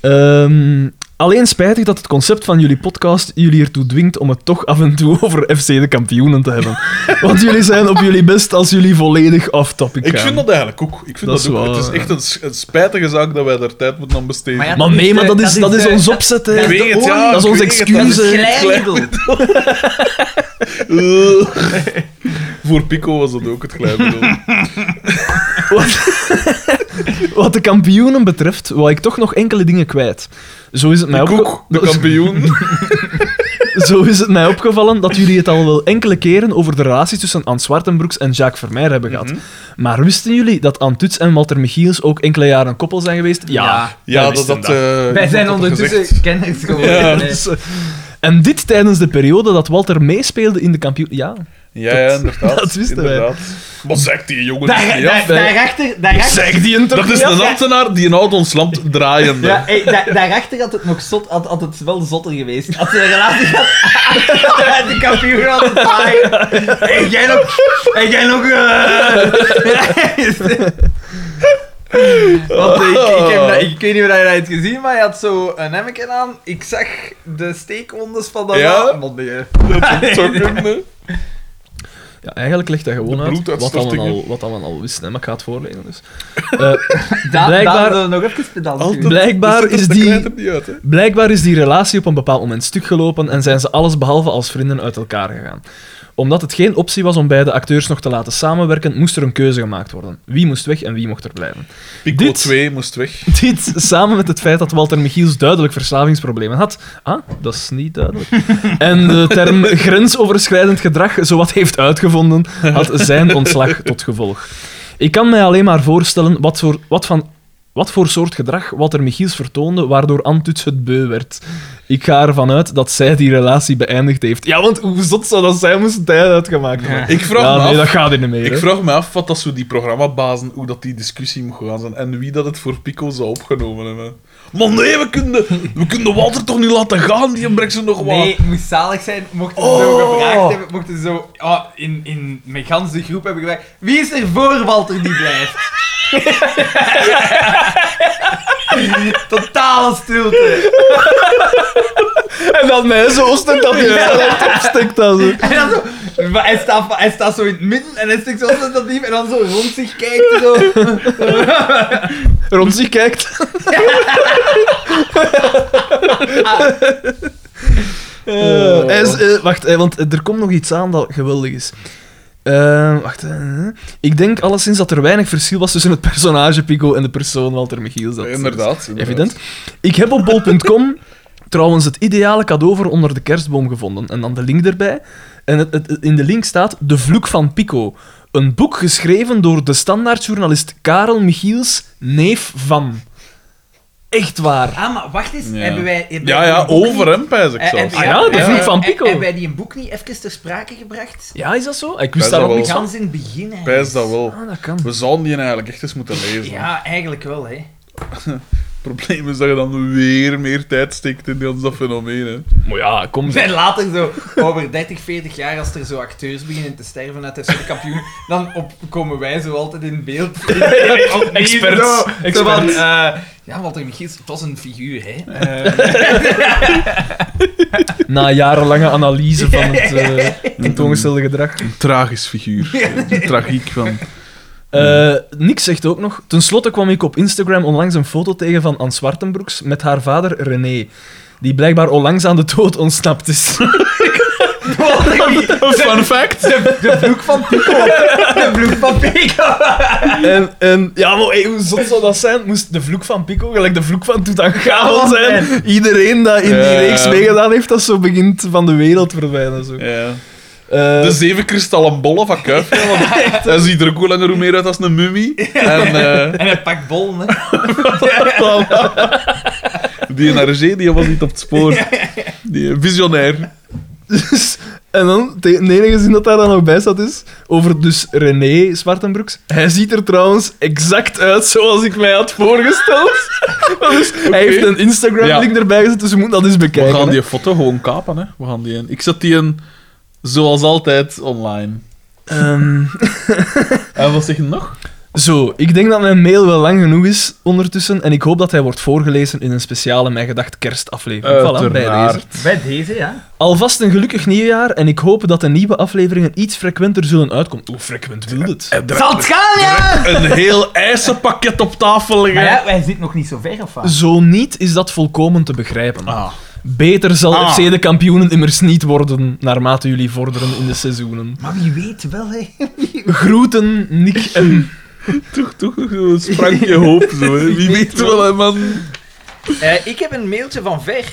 Speaker 3: Ehm, alleen spijtig dat het concept van jullie podcast jullie ertoe dwingt om het toch af en toe over FC de kampioenen te hebben. Want jullie zijn op jullie best als jullie volledig off-topic gaan.
Speaker 2: Ik vind dat eigenlijk ook. Ik vind
Speaker 3: Dat
Speaker 2: dat,
Speaker 3: is eh,
Speaker 2: ook.
Speaker 3: waar,
Speaker 2: Het is echt een, s- een spijtige zaak dat wij daar tijd moeten aan besteden.
Speaker 1: Maar ja,
Speaker 3: Maar nee, maar dat
Speaker 1: Dat
Speaker 3: is,
Speaker 1: is,
Speaker 3: dat is
Speaker 1: eh,
Speaker 3: ons opzet, hè.
Speaker 2: Ik weet het, ja,
Speaker 3: dat is ons
Speaker 2: ik weet het, dat
Speaker 3: excuus,
Speaker 2: is
Speaker 3: hè.
Speaker 1: Glijmiddel.
Speaker 2: Eh. Voor Pico was dat ook het glijmiddel.
Speaker 3: Wat de kampioenen betreft, wou ik toch nog enkele dingen kwijt. Zo is het mij
Speaker 2: De
Speaker 3: opge-
Speaker 2: koek, de kampioen.
Speaker 3: Zo is het mij opgevallen dat jullie het al wel enkele keren over de relatie tussen Anne Zwartenbroeks en Jacques Vermeer hebben gehad. Maar wisten jullie dat Anne Tuts en Walter Michiels ook enkele jaren een koppel zijn geweest? Ja.
Speaker 2: Ja,
Speaker 4: Wij
Speaker 2: dat
Speaker 4: wisten
Speaker 2: dat...
Speaker 4: dat.
Speaker 1: Wij
Speaker 2: eh, dat
Speaker 1: zijn
Speaker 2: dat
Speaker 1: ondertussen
Speaker 2: gezegd.
Speaker 1: kenners geworden.
Speaker 2: Ja.
Speaker 1: Nee.
Speaker 3: Dus, eh, en dit tijdens de periode dat Walter meespeelde in de kampioen... Ja.
Speaker 2: Ja, ja, inderdaad.
Speaker 3: dat wisten wij.
Speaker 2: inderdaad. Wat zegt die jongen?
Speaker 1: Daar,
Speaker 2: dus
Speaker 1: daar,
Speaker 2: niet af, hè?
Speaker 1: daarachter, daarachter,
Speaker 3: Zeg die een
Speaker 2: Dat is een ambtenaar die houdt ons land draaiende.
Speaker 1: ja, hey, daar, daarachter had het nog zot, had, had het wel zotter geweest. Had ze een relatie gehad, de kampioen had het saai. En jij nog... En jij nog... eh. Want eh, ik, ik, heb dat- ik weet niet of je dat hebt gezien, maar je had zo een hemmetje aan. Ik zag de steekwondes van dat
Speaker 2: Ja?
Speaker 1: ja? man. nee.
Speaker 2: Dat is ook een, hè.
Speaker 3: Ja, eigenlijk legt hij gewoon
Speaker 2: De
Speaker 3: uit wat dat we
Speaker 2: bloeduitstortingen.
Speaker 3: al, wat dat we al wisten. Hè. Maar ik ga het voorlezen. Dus. Eh,
Speaker 1: Da,
Speaker 3: Blijkbaar-
Speaker 1: Blijkbaar... nog even pedant
Speaker 2: Altijd-
Speaker 1: doen.
Speaker 3: Blijkbaar
Speaker 2: dat
Speaker 3: is
Speaker 2: dat
Speaker 3: die-
Speaker 2: krijgt er niet uit, hè.
Speaker 3: Blijkbaar is die relatie op een bepaald moment stuk gelopen en zijn ze allesbehalve als vrienden uit elkaar gegaan. Omdat het geen optie was om beide acteurs nog te laten samenwerken, moest er een keuze gemaakt worden. Wie moest weg en wie mocht er blijven?
Speaker 2: Pico
Speaker 3: Dit-
Speaker 2: 2 moest weg.
Speaker 3: Dit samen met het feit dat Walter Michiels duidelijk verslavingsproblemen had. Ah, dat is niet duidelijk. En de term grensoverschrijdend gedrag zowat heeft uitgevonden, had zijn ontslag tot gevolg. Ik kan mij alleen maar voorstellen wat voor, wat van, wat voor soort gedrag Walter Michiels vertoonde, waardoor Antuts het beu werd. Ik ga ervan uit dat zij die relatie beëindigd heeft. Ja, want hoe zot zou dat zijn moest hij uitgemaakt worden?
Speaker 2: Ik vraag
Speaker 3: Ja,
Speaker 2: me
Speaker 3: nee,
Speaker 2: af...
Speaker 3: dat gaat er niet meer.
Speaker 2: Ik
Speaker 3: hè.
Speaker 2: vraag me af wat dat zo die programmabazen, hoe dat die discussie moet gaan zijn en wie dat het voor Pico zou opgenomen hebben. Maar nee, we kunnen, we kunnen Walter toch niet laten gaan, die brengt ze nog wat.
Speaker 1: Nee, het moest zalig zijn. Mochten ze zo gevraagd hebben, mochten ze zo ah, in, in, met gans de groep hebben gevraagd. Wie is er voor Walter die blijft? Totale stilte.
Speaker 3: En dan mij zo ostentatief
Speaker 1: Ja.
Speaker 3: dat hij het opstikt. dat zo.
Speaker 1: En dan zo, hij, staat, hij staat zo in het midden en hij stikt zo ostentatief en dan zo rond zich kijkt. Zo.
Speaker 3: rond zich kijkt. Eh, hij is, eh, wacht, eh, want er komt nog iets aan dat geweldig is. Eh, wacht, eh, ik denk alleszins dat er weinig verschil was tussen het personage Pico en de persoon Walter Michiels. Dat is
Speaker 2: inderdaad. inderdaad.
Speaker 3: Evident. Ik heb op bol.com trouwens het ideale cadeau voor onder de kerstboom gevonden. En dan de link erbij. En het, het- in de link staat De Vloek van Pico. Een boek geschreven door de standaardjournalist Karel Michiels, neef van. Echt waar.
Speaker 1: Ah, maar wacht eens.
Speaker 2: Ja.
Speaker 1: Hebben wij, hebben
Speaker 2: Ja,
Speaker 1: wij
Speaker 2: ja,
Speaker 1: een boek
Speaker 2: over
Speaker 1: niet-
Speaker 2: hem, pijs ik
Speaker 1: Eh,
Speaker 2: zelfs.
Speaker 1: hebben-
Speaker 3: Ah ja, de
Speaker 1: hebben
Speaker 3: vloek
Speaker 1: wij-
Speaker 3: van
Speaker 1: eh,
Speaker 3: Pico.
Speaker 1: Hebben wij die een boek niet even ter sprake gebracht?
Speaker 3: Ja, is dat zo? Ik
Speaker 2: Dat
Speaker 3: wist daar
Speaker 2: is
Speaker 3: nog
Speaker 2: wel-
Speaker 3: niks aan.
Speaker 1: Gans in het begin, hè.
Speaker 2: Pijs dat wel.
Speaker 3: Ah, dat kan.
Speaker 2: We zouden die eigenlijk echt eens moeten lezen.
Speaker 1: Ja, eigenlijk wel, hè.
Speaker 2: Het probleem is dat je dan weer meer tijd steekt in ons dat fenomeen. Hè.
Speaker 3: Maar ja, kom.
Speaker 1: En later, zo, over 30, 40 jaar, als er zo acteurs beginnen te sterven uit de kampioen, dan op, komen wij zo altijd in beeld. Opnieuw
Speaker 3: Experts.
Speaker 1: Zo, Zo van,
Speaker 3: Experts.
Speaker 1: eh, ja, Walter Michiels, het was een figuur, hè. Eh,
Speaker 3: Na jarenlange analyse van het eh, tentoongestelde gedrag.
Speaker 2: Een tragisch figuur. De tragiek van...
Speaker 3: Eh, Nick zegt ook nog. Ten slotte kwam ik op Instagram onlangs een foto tegen van Anne Zwartenbroeks met haar vader René. Die blijkbaar onlangs aan de dood ontsnapt is.
Speaker 2: Fun fact.
Speaker 1: De, de vloek van Pico. De vloek van Pico.
Speaker 3: En, en ja, maar hey, hoe zot zou dat zijn? Moest de vloek van Pico gelijk de vloek van
Speaker 1: Oh,
Speaker 3: Tutankhamon zijn? Iedereen dat in die
Speaker 2: Ja.
Speaker 3: reeks meegedaan heeft, dat zo begint van de wereld verdwijnen. Zo.
Speaker 2: Ja. Dus-
Speaker 3: Eh,
Speaker 2: De zeven kristallen bollen van Kuifje. want Hij ziet er ook hoe langer hoe meer uit als een mummie. En eh,
Speaker 1: En hij pakt bol, hè.
Speaker 2: die NRG die was niet op het spoor. Die eh, visionair.
Speaker 3: dus- en dan, het enige zin dat daar dan nog bij staat is over dus René Zwartenbroeks. Hij ziet er trouwens exact uit zoals ik mij had voorgesteld. Maar dus, Hij heeft een Instagram-link erbij gezet, dus we moeten dat eens
Speaker 2: We
Speaker 3: bekijken.
Speaker 2: gaan
Speaker 3: hè.
Speaker 2: die foto gewoon kapen. Hè. We gaan die een... Ik zet die een, zoals altijd online.
Speaker 3: Ehm,
Speaker 2: En wat zeg je nog?
Speaker 3: Zo, ik denk dat mijn mail wel lang genoeg is ondertussen. En ik hoop dat hij wordt voorgelezen in een speciale Mijn Gedacht kerstaflevering. Voilà, bij
Speaker 2: Eh, Uiteraard.
Speaker 3: deze.
Speaker 1: Bij deze, ja.
Speaker 3: Alvast een gelukkig nieuwjaar. En ik hoop dat de nieuwe afleveringen iets frequenter zullen uitkomen. Hoe frequent wil dit?
Speaker 2: Eh,
Speaker 1: Zal het gaan, ja!
Speaker 2: Een heel ijzerpakket op tafel liggen.
Speaker 1: Maar ja, wij zitten nog niet zo ver, of wat?
Speaker 3: Zo niet is dat volkomen te begrijpen.
Speaker 2: eh. Ah.
Speaker 3: Beter zal
Speaker 2: Ah.
Speaker 3: FC de kampioenen immers niet worden, naarmate jullie vorderen in de seizoenen.
Speaker 1: Maar wie weet wel, hè.
Speaker 3: Groeten, Nick en...
Speaker 2: Toch, toch, toch, een sprankje hoop. Zo, hè. Wie weet wel, hè, man.
Speaker 1: Eh, ik heb een mailtje van ver.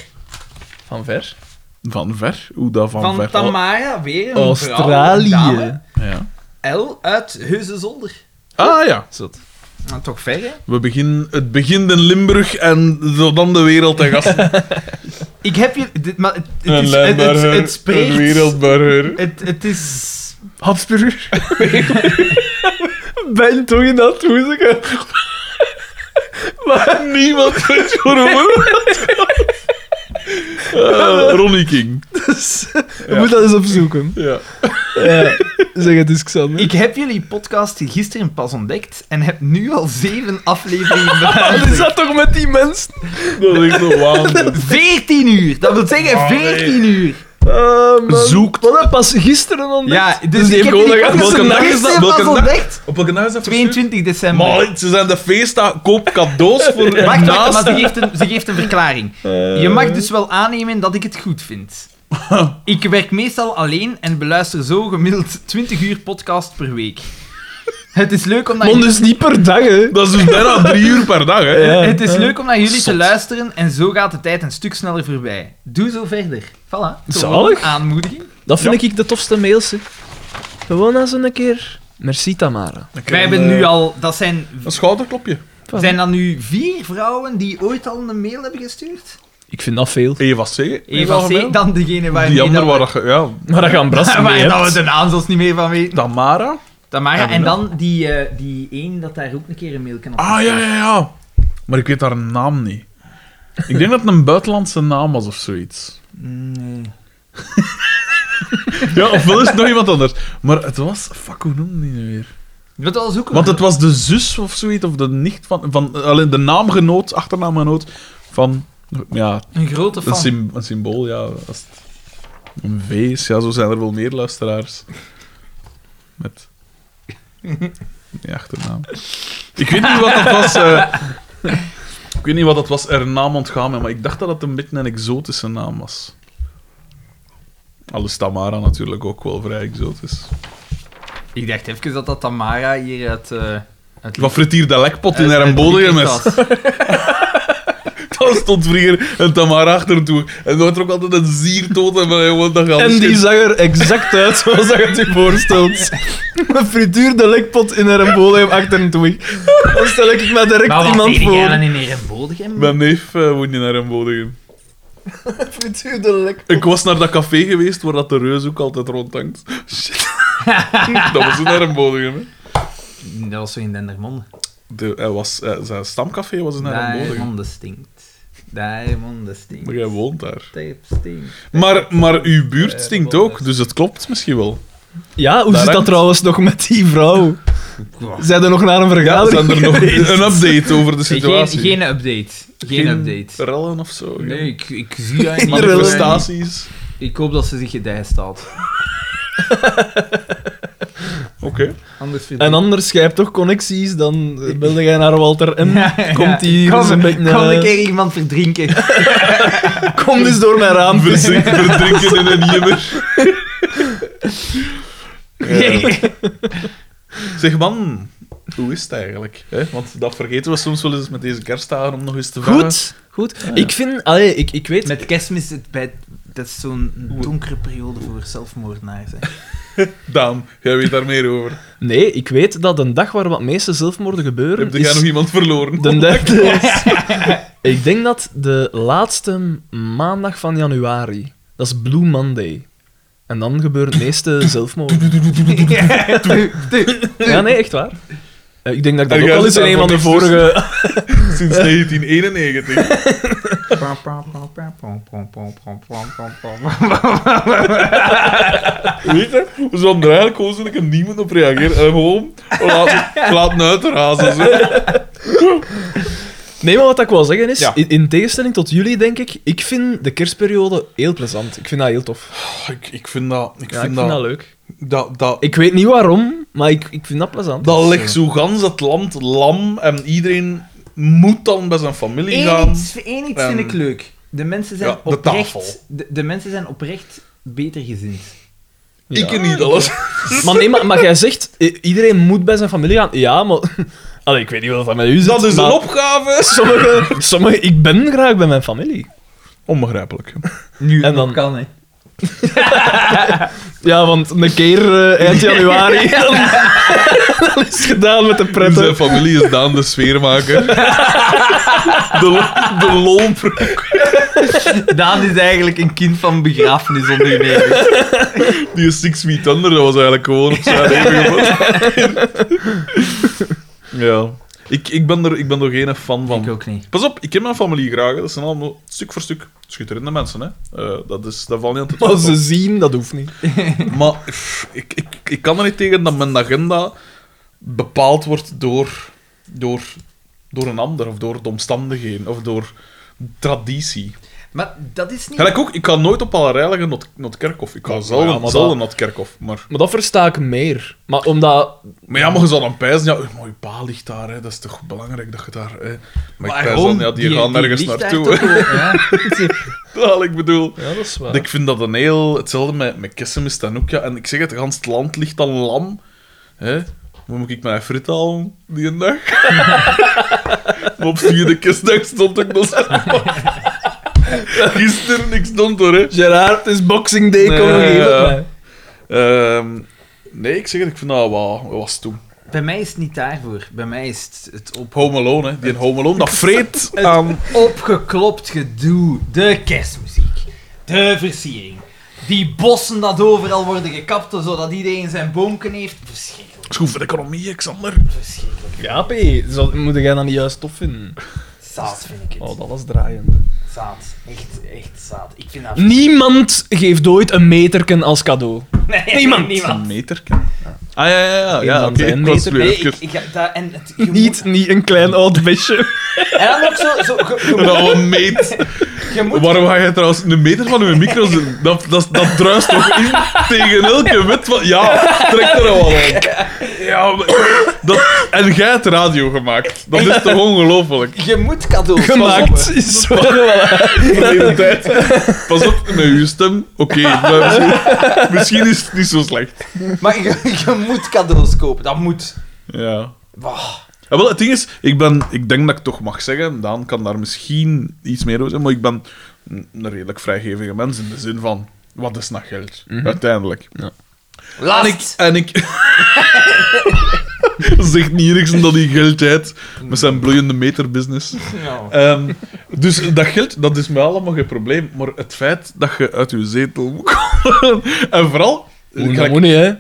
Speaker 3: Van ver?
Speaker 2: Van ver? Hoe dat van,
Speaker 1: Van,
Speaker 2: ver?
Speaker 1: Tamara, weer een
Speaker 3: Australië.
Speaker 1: vrouw, een dame.
Speaker 2: Oh, ja.
Speaker 1: L uit Heusden-Zolder.
Speaker 2: Ah ja.
Speaker 3: Zot.
Speaker 1: Maar toch ver, hè?
Speaker 2: We beginnen, het begint in Limburg en zo dan de wereld te gasten.
Speaker 1: Ik heb je... Dit, maar het, het,
Speaker 2: Een
Speaker 1: is, het, het,
Speaker 2: lijnburger,
Speaker 1: het spreekt...
Speaker 2: een wereldburger.
Speaker 1: Het, het is...
Speaker 3: Habsburger. ben toch in dat hoezeke? maar niemand weet waarom.
Speaker 2: Eh, Ronnie King.
Speaker 3: Dus, we
Speaker 2: Ja.
Speaker 3: moeten dat eens opzoeken.
Speaker 2: Ja.
Speaker 3: Ja. Zeg het eens, Xander.
Speaker 1: Ik heb jullie podcast gisteren pas ontdekt en heb nu al zeven afleveringen
Speaker 3: Is
Speaker 1: beluisterd.
Speaker 3: dat toch met Ah, die mensen?
Speaker 2: Dat is echt een waanzin.
Speaker 1: 14 uur! Dat wil zeggen
Speaker 2: Oh, nee.
Speaker 1: 14 uur!
Speaker 3: Zoekt. Ah, Wat heb pas gisteren ontdekt?
Speaker 1: Ja, dus,
Speaker 3: die
Speaker 1: ik
Speaker 3: heeft
Speaker 1: heb
Speaker 3: gewoon
Speaker 1: jullie
Speaker 3: een-
Speaker 1: podcast
Speaker 2: welke dag is dat?
Speaker 1: gisteren pas
Speaker 2: Welke dag?
Speaker 1: ontdekt.
Speaker 2: Op welke naam is dat
Speaker 1: 22 december.
Speaker 2: Maar ze zijn de feestdag. Koop cadeaus voor
Speaker 1: Wacht,
Speaker 2: naast.
Speaker 1: wacht, maar ze geeft, een, ze geeft een verklaring.
Speaker 2: Eh.
Speaker 1: Je mag dus wel aannemen dat ik het goed vind. Ik werk meestal alleen en beluister zo gemiddeld 20 uur podcast per week. Het is leuk om naar,
Speaker 3: Man, dus niet per dag, hè.
Speaker 2: Dat is dus bijna drie uur per dag, hè?
Speaker 3: Ja.
Speaker 1: het is leuk om naar jullie te
Speaker 2: Eh, Zot.
Speaker 1: luisteren en zo gaat de tijd een stuk sneller voorbij. Doe zo verder. Voilà. Gewoon
Speaker 3: Zalig.
Speaker 1: aanmoediging.
Speaker 3: Dat vind ik de tofste mails, hè. Gewoon eens een keer. Merci, Tamara.
Speaker 1: Wij hebben nu al... Dat zijn,
Speaker 2: eh, Een schouderklopje.
Speaker 1: zijn dat nu vier vrouwen die ooit al een mail hebben gestuurd?
Speaker 3: Ik vind dat veel.
Speaker 2: Eva C.
Speaker 1: Eva C. Dan degene waar
Speaker 2: Die andere waar dat ge- ja,
Speaker 3: Maar dat gaan brassen mee,
Speaker 1: Waar
Speaker 3: hè.
Speaker 1: dat we de naam zelfs niet meer van weten.
Speaker 2: Damara.
Speaker 1: Tamara,
Speaker 2: Hebben
Speaker 1: en
Speaker 2: we
Speaker 1: dan die, eh, die één dat daar ook een keer een mail kan op.
Speaker 2: Ah ja, ja, ja. Maar ik weet haar naam niet. Ik denk dat het een buitenlandse naam was of zoiets.
Speaker 1: Nee.
Speaker 2: Ja, ofwel is het nog iemand anders. Maar het was. Fuck, hoe noemde die nu weer?
Speaker 1: Wat al zoeken?
Speaker 2: Want het was de zus of zoiets, of de nicht van. van alleen de naamgenoot, achternaamgenoot van. Ja,
Speaker 1: Een grote
Speaker 2: een,
Speaker 1: fan.
Speaker 2: sym- een symbool, ja. Als het een V is, ja, zo zijn er wel meer luisteraars. Met. Die achternaam. Ik weet niet wat dat was. eh, ik weet niet wat dat was, er naam ontgaan, mij, maar ik dacht dat het een beetje een exotische naam was. Al is Tamara natuurlijk ook wel vrij exotisch.
Speaker 1: Ik dacht even dat dat Tamara hier uit... eh uit
Speaker 2: Wat frituur de lekpot in
Speaker 1: uit-
Speaker 2: haar
Speaker 1: uit
Speaker 2: bodem
Speaker 1: Utrecht
Speaker 2: is.
Speaker 1: was.
Speaker 2: Dan stond vroeger een Tamara achter toe. En dan trok altijd een ziertoot en van, jongen, dat gaat
Speaker 3: En die
Speaker 2: shit.
Speaker 3: zag er exact uit zoals dat je het je voorstelt. Een frituur de lekpot in een boleem achter een twig. Dan stel ik me direct
Speaker 1: Maar wat
Speaker 3: iemand
Speaker 1: deed jij dan
Speaker 3: voor.
Speaker 1: in Herenbodegem?
Speaker 2: Mijn neef eh, woont in Herrenbodegem.
Speaker 3: Frituur de lekpot.
Speaker 2: Ik was naar dat café geweest waar dat de reus ook altijd rondhangt. Shit. dat was in Herrenbodegem. hè.
Speaker 1: Mm, Dat was zo in Dendermonde.
Speaker 2: De, hij was, eh, zijn stamcafé was in Herrenbodegem.
Speaker 1: Dendermonde stinkt. Dendermonde stinkt.
Speaker 2: Maar jij woont daar.
Speaker 1: Tape stinkt.
Speaker 2: Maar, maar uw
Speaker 1: Eh,
Speaker 2: buurt stinkt ook, dus het klopt misschien wel.
Speaker 3: Ja, hoe
Speaker 2: Daar
Speaker 3: zit dat
Speaker 2: hangt-
Speaker 3: trouwens nog met die vrouw? Zijn er nog naar een
Speaker 2: Ja,
Speaker 3: vergadering
Speaker 2: zijn er nog
Speaker 3: geweest?
Speaker 2: een update over de
Speaker 1: Geen,
Speaker 2: situatie?
Speaker 1: geen update. Geen, update.
Speaker 2: Rellen of zo?
Speaker 1: Nee, ik, ik zie haar
Speaker 2: geen
Speaker 1: niet.
Speaker 2: Manifestaties?
Speaker 1: Ik hoop dat ze zich gedijst had.
Speaker 2: Oké.
Speaker 1: Anders vind
Speaker 3: En anders, jij hebt toch connecties, dan eh, belde jij naar Walter M. Komt hier
Speaker 1: Kom,
Speaker 3: eens een beetje...
Speaker 1: kom een
Speaker 3: eh,
Speaker 1: keer iemand verdrinken.
Speaker 3: kom dus door mijn raam.
Speaker 2: Verzink- Verdrinken in een jimmer. Eh, Ja. Zeg man, hoe is het eigenlijk? hè? Want dat vergeten we soms wel eens met deze kerstdagen om nog eens te vragen.
Speaker 3: Goed, goed. Ik vind... Allee, ik, ik weet...
Speaker 1: Met kerstmis, het bij, dat is zo'n donkere periode voor zelfmoordenaars. hè.
Speaker 2: Daan, jij weet daar meer over.
Speaker 3: Nee, ik weet dat een dag waar wat meeste zelfmoorden gebeuren...
Speaker 2: Heb jij
Speaker 3: is
Speaker 2: nog iemand verloren?
Speaker 3: de derde. ik denk dat de laatste maandag van januari, dat is Blue Monday. En dan gebeuren het meeste zelfmoorden. Ja, nee, echt waar. Eh, Ik denk dat ik
Speaker 2: En
Speaker 3: dat ook
Speaker 2: jij
Speaker 3: al eens in
Speaker 2: staat
Speaker 3: een van de
Speaker 2: er tussen.
Speaker 3: vorige
Speaker 2: Sinds 1991. Weet je, we zouden er eigenlijk gewoon dat ik er niemand op reageer. En gewoon laten, laten uitrazen. Zo.
Speaker 3: Nee, maar wat ik wil zeggen is,
Speaker 2: Ja.
Speaker 3: in, in tegenstelling tot jullie, denk ik, ik vind de kerstperiode heel plezant. Ik vind dat heel tof.
Speaker 2: Oh, ik, ik vind dat... Ik
Speaker 3: Ja,
Speaker 2: vind
Speaker 3: ik
Speaker 2: dat,
Speaker 3: vind dat leuk.
Speaker 2: dat, dat,
Speaker 3: Ik weet niet waarom, maar ik, ik vind dat eh, plezant.
Speaker 2: dat legt zo gans het land lam. En iedereen moet dan bij zijn familie
Speaker 1: Eén
Speaker 2: gaan.
Speaker 1: iets, één iets vind ik
Speaker 2: Ehm,
Speaker 1: leuk. De mensen zijn,
Speaker 2: ja, de tafel.
Speaker 1: oprecht, de, de mensen zijn oprecht beter gezind.
Speaker 3: Ja.
Speaker 2: Ik niet alles.
Speaker 3: Maar nee, maar, maar jij zegt, i- iedereen moet bij zijn familie gaan. Ja, maar... Allee, ik weet niet wat dat met u zit,
Speaker 2: Dat is een
Speaker 3: maar
Speaker 2: opgave.
Speaker 3: Sommige, sommige, ik ben graag bij mijn familie.
Speaker 2: Onbegrijpelijk.
Speaker 1: Nu
Speaker 3: En
Speaker 1: nog
Speaker 3: dan-
Speaker 1: kan, hè.
Speaker 3: Ja, want een keer eh, eind januari, dan, dan is het gedaan met de
Speaker 2: In
Speaker 3: pretten.
Speaker 2: zijn familie is Daan de sfeermaker. De, lo- de lolproek.
Speaker 1: Daan is eigenlijk een kind van begrafenis ondernemers.
Speaker 2: Die Six Feet Under, dat was eigenlijk gewoon op zijn leven gevallen. Ja. Ik, ik, ben er, ik ben er geen fan van.
Speaker 1: Ik ook niet.
Speaker 2: Pas op, ik ken mijn familie graag. hè. Dat zijn allemaal stuk voor stuk schitterende mensen. Hè. Eh, dat, is, dat valt niet aan te
Speaker 3: Maar
Speaker 2: twijfelen.
Speaker 3: ze zien, dat hoeft niet.
Speaker 2: Maar pff, ik, ik, ik kan er niet tegen dat mijn agenda bepaald wordt door, door, door een ander. Of door de omstandigheden. Of door traditie.
Speaker 1: Maar dat is niet...
Speaker 2: Gelijk ook, ik kan nooit op allerlei leggen naar het- naar het kerkhof. Ik ga zelden,
Speaker 3: maar dat-
Speaker 2: zelden naar het kerkhof. Maar...
Speaker 3: Maar dat versta ik meer. Maar omdat...
Speaker 2: Maar ja, maar je zou dan pijzen, ja, maar je pa ligt daar, hè, dat is toch belangrijk dat je daar... Hè. Maar ik pijs dan, ja, die, gaan nergens
Speaker 1: ligt daar
Speaker 2: naartoe.
Speaker 1: toch wel, ja.
Speaker 2: hè. Wel, ik bedoel...
Speaker 3: Ja, dat is waar.
Speaker 2: Ik vind dat een heel... Hetzelfde met, met Kessem is dan ook, ja. En ik zeg het, gans het land ligt dan lam. Hè? Hoe moet ik mijn frit halen die een dag? maar op vierde kerstdag stond ik nog zo. Gisteren, ik stond er, hè.
Speaker 3: Gerard, het is Boxing Day, kom
Speaker 2: Ja,
Speaker 3: nog even
Speaker 2: ja.
Speaker 3: op mij.
Speaker 2: Ehm, nee, ik zeg het, ik vind dat wel... Wat was toen?
Speaker 1: Bij mij is het niet daarvoor. Bij mij is het, het op...
Speaker 2: Home Alone, hè. Die Home Alone, dat vreet
Speaker 1: Het
Speaker 2: aan...
Speaker 1: opgeklopt gedoe. De kerstmuziek. De versiering. Die bossen dat overal worden gekapt, zodat iedereen zijn boomken heeft. Verschrikkelijk,
Speaker 2: Schroef de economie, Xander.
Speaker 1: verschrikkelijk.
Speaker 3: Ja, P. Zo- Moet jij dat niet juist tof vinden?
Speaker 1: Zaad vind ik het.
Speaker 3: Oh, dat was draaiend.
Speaker 1: Zaad. Echt, echt zaad. Ik vind dat...
Speaker 3: Niemand geeft ooit een meterken als cadeau.
Speaker 1: Nee,
Speaker 3: niemand.
Speaker 1: niemand.
Speaker 2: Een meterke. Ah ja, ja, ja. ja
Speaker 3: Iemand
Speaker 2: oké,
Speaker 3: zei een
Speaker 2: ik was
Speaker 3: meter.
Speaker 2: weer
Speaker 1: Nee, ik,
Speaker 2: even-
Speaker 1: ik, ga- dat, en het, je moet-
Speaker 3: Niet, niet een klein oud besje.
Speaker 1: En dan ook zo... zo je, je
Speaker 2: Een
Speaker 1: moet,
Speaker 2: oude meet.
Speaker 1: je moet-
Speaker 2: Waarom ga jij trouwens een meter van uw micro zitten? Dat, dat, dat druist toch in tegen elke wet van... Ja, trek er al aan. Ja, maar, dat, en jij hebt radio gemaakt. Dat is toch ongelooflijk?
Speaker 1: je moet cadeaus
Speaker 3: Gemaakt.
Speaker 1: kopen.
Speaker 3: Zo, voilà.
Speaker 2: De hele tijd. Pas op, met uw stem. Oké, maar misschien, misschien is het niet zo slecht.
Speaker 1: Maar je, je moet cadeaus kopen. Dat moet.
Speaker 2: Ja.
Speaker 1: Wah.
Speaker 2: Ja, wel, het ding is, ik, ben, ik denk dat ik toch mag zeggen, Daan kan daar misschien iets meer over zeggen, maar ik ben een- een redelijk vrijgevige mens in de zin van, wat is nou geld? Uiteindelijk. En ik...
Speaker 1: Last.
Speaker 2: En ik zegt niet Eriksen dat hij geld heeft met zijn bloeiende meterbusiness.
Speaker 1: Nou.
Speaker 2: Ehm, dus dat geld, dat is mij allemaal geen probleem, maar het feit dat je uit je zetel moet komen, en vooral...
Speaker 3: Moet
Speaker 2: gelijk-
Speaker 3: moet niet, hè.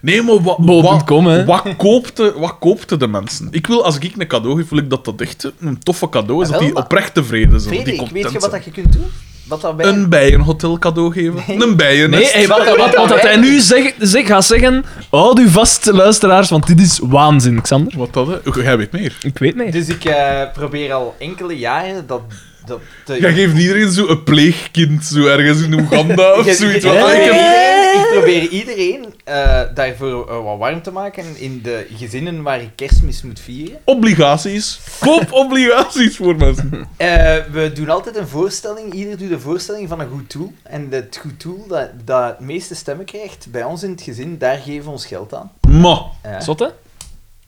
Speaker 2: Nee, maar wat,
Speaker 3: Bo-
Speaker 2: wat,
Speaker 3: moet komen, hè.
Speaker 2: wat, koopte, wat koopte de mensen? Ik wil, als ik een cadeau geef, wil ik dat dat echt een toffe cadeau is.
Speaker 1: Ah,
Speaker 2: Dat
Speaker 1: wel,
Speaker 2: die
Speaker 1: maar-
Speaker 2: oprecht tevreden zijn. dat die
Speaker 1: Frederik,
Speaker 2: content
Speaker 1: weet je wat
Speaker 2: zijn.
Speaker 1: dat je kunt doen? Wat dat bij...
Speaker 2: Een bijenhotel cadeau geven? Een bijennest?
Speaker 3: Nee, hey, wat, wat, wat, dat hij nu zeg, zeg, gaat zeggen... Houd u vast, luisteraars, want dit is waanzin, Xander.
Speaker 2: Wat dat, hè? Jij weet meer.
Speaker 3: Ik weet niet.
Speaker 1: Dus ik eh, probeer al enkele jaren dat... dat te...
Speaker 2: Jij geeft iedereen zo een pleegkind, zo ergens in Oeganda of
Speaker 1: Je-
Speaker 2: zoiets.
Speaker 1: je-
Speaker 2: Wat, ik heb,
Speaker 1: Hey! ik probeer iedereen eh, daarvoor eh, wat warm te maken in de gezinnen waar ik kerstmis moet vieren.
Speaker 2: Obligaties. Koop obligaties voor mensen.
Speaker 1: Eh, we doen altijd een voorstelling. Ieder doet een voorstelling van een goed doel. En het goed doel dat, dat het meeste stemmen krijgt bij ons in het gezin, daar geven we ons geld aan. Eh,
Speaker 2: Maar,
Speaker 1: Ja.
Speaker 3: Zot, hè?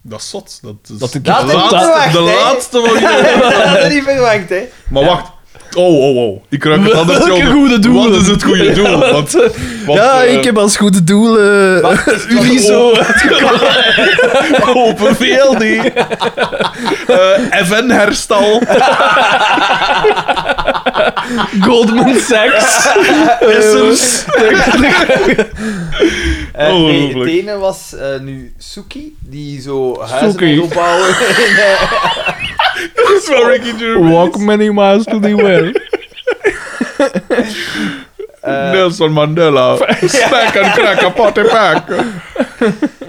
Speaker 2: dat is zot. Dat is
Speaker 3: Dat ik-
Speaker 2: de,
Speaker 1: Dat
Speaker 3: had ik
Speaker 2: laatste,
Speaker 1: verwacht,
Speaker 2: de
Speaker 1: hè.
Speaker 2: laatste van je-
Speaker 1: dat had ik niet verwacht, hè.
Speaker 2: Maar wacht. Oh, oh, oh. Ik ruik het anders
Speaker 3: Welke goede doel?
Speaker 2: Wat is het goede doel? Want, want,
Speaker 3: ja,
Speaker 2: eh,
Speaker 3: ik heb als goede doel eh Unizo.
Speaker 2: Open VLD. Eh, FN Herstal.
Speaker 3: Goldman Sachs.
Speaker 2: Essers.
Speaker 1: Eh, nee, het
Speaker 2: Ongelooflijk.
Speaker 1: ene was eh, nu Suki, die zo huizen
Speaker 3: Suki.
Speaker 1: wil opbouwen. in, eh,
Speaker 2: Dat is wel Ricky Gervais.
Speaker 3: Walk many miles to the well.
Speaker 1: eh,
Speaker 2: Nelson Mandela. Smack en crack, apart en pak.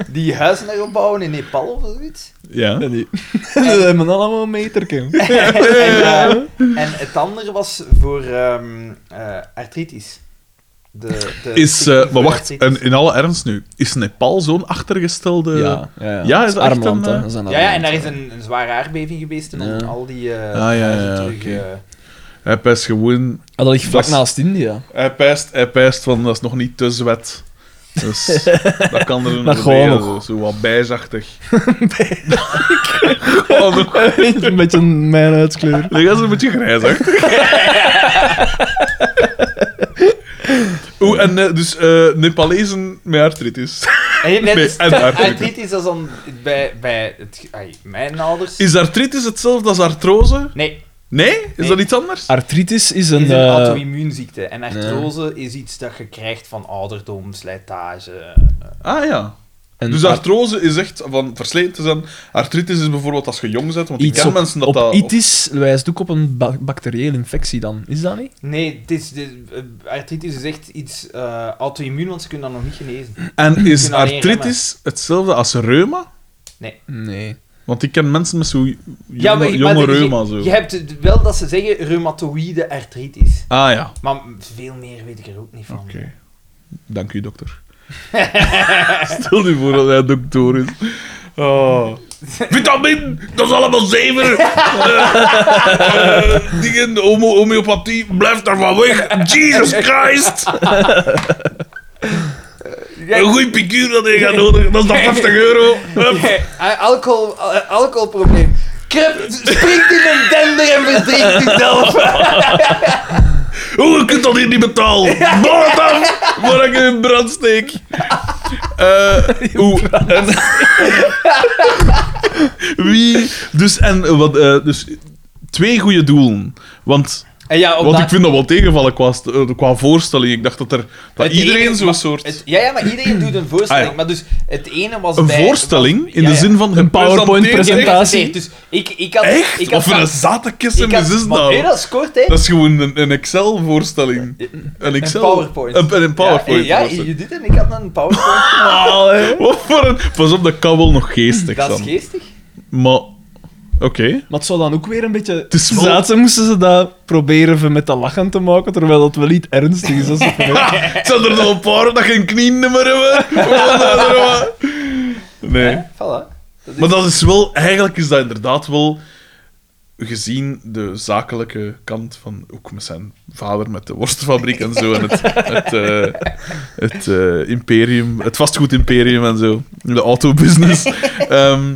Speaker 1: die huizen daar opbouwen in Nepal of zoiets.
Speaker 2: Ja.
Speaker 3: Dat hebben allemaal meterken.
Speaker 1: en, eh, en het andere was voor ehm, eh, artritis. De, de
Speaker 2: Is, eh, maar wacht,
Speaker 1: artritis.
Speaker 2: en in alle ernst nu. Is Nepal zo'n achtergestelde...
Speaker 3: Ja, ja,
Speaker 2: Ja, is
Speaker 3: Dat
Speaker 2: echt
Speaker 3: armland,
Speaker 2: een,
Speaker 3: hè.
Speaker 2: eh,
Speaker 3: Dat is een
Speaker 1: Ja, ja, en
Speaker 3: armland,
Speaker 1: daar
Speaker 3: hè.
Speaker 1: is een, een zware aardbeving geweest en dan
Speaker 3: Ja.
Speaker 1: al die... eh,
Speaker 2: Ah, ja, ja,
Speaker 1: huizen
Speaker 2: ja,
Speaker 1: terug,
Speaker 2: oké.
Speaker 1: eh,
Speaker 2: Hij pijst gewoon...
Speaker 3: Ah, dat ligt vlak
Speaker 2: Dat is-
Speaker 3: naast India.
Speaker 2: Hij pijst, hij pijst van, dat is nog niet te zwet. Dus dat kan er
Speaker 3: Maar
Speaker 2: nog
Speaker 3: gewoon
Speaker 2: bij,
Speaker 3: nog.
Speaker 2: zo, zo wat bijzachtig. Gewoon nog.
Speaker 3: een beetje mijn huidskleur.
Speaker 2: Nee, dat is een beetje grijsachtig. Oeh, en eh, dus eh Nepalezen met artritis.
Speaker 1: En je- net
Speaker 2: Nee,
Speaker 1: is-
Speaker 2: en artritis.
Speaker 1: artritis als dan bij, bij het, ge- ai, mijn ouders.
Speaker 2: Is artritis hetzelfde als artrose?
Speaker 1: Nee,
Speaker 2: Nee? Is
Speaker 1: Nee.
Speaker 2: dat iets anders?
Speaker 3: Artritis is
Speaker 1: het
Speaker 3: Eh, een...
Speaker 1: is een
Speaker 3: eh,
Speaker 1: auto-immuunziekte. En artrose is iets dat je krijgt van ouderdom, slijtage. eh,
Speaker 2: Ah ja.
Speaker 3: een
Speaker 2: Dus
Speaker 3: art-
Speaker 2: artrose is echt van versleten te zijn. Artritis is bijvoorbeeld als je jong bent, want ik
Speaker 3: Iets
Speaker 2: ken
Speaker 3: op,
Speaker 2: mensen dat
Speaker 3: op
Speaker 2: dat...
Speaker 3: itis wijst ook op een ba- bacteriële infectie dan. Is dat niet?
Speaker 1: Nee, het is, de, eh, artritis is echt iets eh, auto-immuun, want ze kunnen dat nog niet genezen.
Speaker 2: En is
Speaker 1: kunnen alleen
Speaker 2: artritis hetzelfde als reuma?
Speaker 3: Nee.
Speaker 2: Want ik ken mensen met zo jonge,
Speaker 1: maar-
Speaker 2: jonge
Speaker 1: maar de-
Speaker 2: reuma.
Speaker 1: je-
Speaker 2: Zo.
Speaker 1: Je, hebt het- wel dat ze zeggen reumatoïde artritis.
Speaker 2: Ah ja.
Speaker 1: Maar veel meer weet ik er ook niet van.
Speaker 2: Oké. Dank u, dokter. Stel je voor dat hij dokter is. Oh. Vitamin, dat is allemaal zeven. Eh, eh, dingen, homo- homeopathie, blijf daarvan weg. Jesus Christ. Een goede piqueur dat je gaat nodig, dat is dan 50 euro. Hup.
Speaker 1: Eh, alcohol, eh, alcoholprobleem. Krep, springt in een dender en verdrinkt uzelf.
Speaker 2: Hoe Oh, ik kunt dat hier niet betalen? Bal het af, voordat ik u in brand steek. Eh, oeh, en- Wie... Dus, en, wat, eh, dus twee goede doelen. Want,
Speaker 1: En ja,
Speaker 2: want ik vind dat wel tegenvallen qua, st- eh, qua voorstelling. Ik dacht dat er... Dat
Speaker 1: Het
Speaker 2: iedereen
Speaker 1: ene-
Speaker 2: zo'n soort...
Speaker 1: het- ja, ja, maar iedereen doet een voorstelling.
Speaker 2: Ah, ja.
Speaker 1: Maar dus het ene was
Speaker 2: een
Speaker 1: bij...
Speaker 2: voorstelling,
Speaker 1: was-
Speaker 2: in
Speaker 1: ja,
Speaker 2: de
Speaker 1: ja.
Speaker 2: zin van...
Speaker 3: Een
Speaker 2: je presenteert
Speaker 3: PowerPoint-presentatie.
Speaker 2: echt-
Speaker 3: presentatie.
Speaker 1: Dus ik, ik had...
Speaker 2: Echt?
Speaker 1: Ik had
Speaker 2: Wat voor een
Speaker 1: van-
Speaker 2: zatte
Speaker 1: ik had-
Speaker 2: is dat?
Speaker 1: maar nee, dat is kort, hè.
Speaker 2: nou? Dat is gewoon een, een Excel-voorstelling. Een Excel...
Speaker 1: PowerPoint.
Speaker 2: Een, een PowerPoint.
Speaker 1: Ja, ja, Judith en ik hadden een PowerPoint.
Speaker 2: Wat voor een... Pas op, dat kan wel nog geestig
Speaker 1: dat is
Speaker 2: zijn.
Speaker 1: geestig.
Speaker 2: Maar... Oké.
Speaker 3: Maar het zou dan ook weer een beetje...
Speaker 2: is wel-
Speaker 3: Zaten moesten ze dat proberen van met dat lachen te maken, terwijl dat wel niet ernstig is. Dat is
Speaker 2: Het Ah, zijn er nog een paar dat geen knieën meer hebben. Wat zijn er maar? Nee.
Speaker 1: Hè? Voilà. Dat is-
Speaker 2: Maar dat is wel... Eigenlijk is dat inderdaad wel... Gezien de zakelijke kant van... Ook met zijn vader met de worstenfabriek en zo. En het, het, eh, het eh, imperium... Het vastgoedimperium en zo. De autobusiness. Ehm,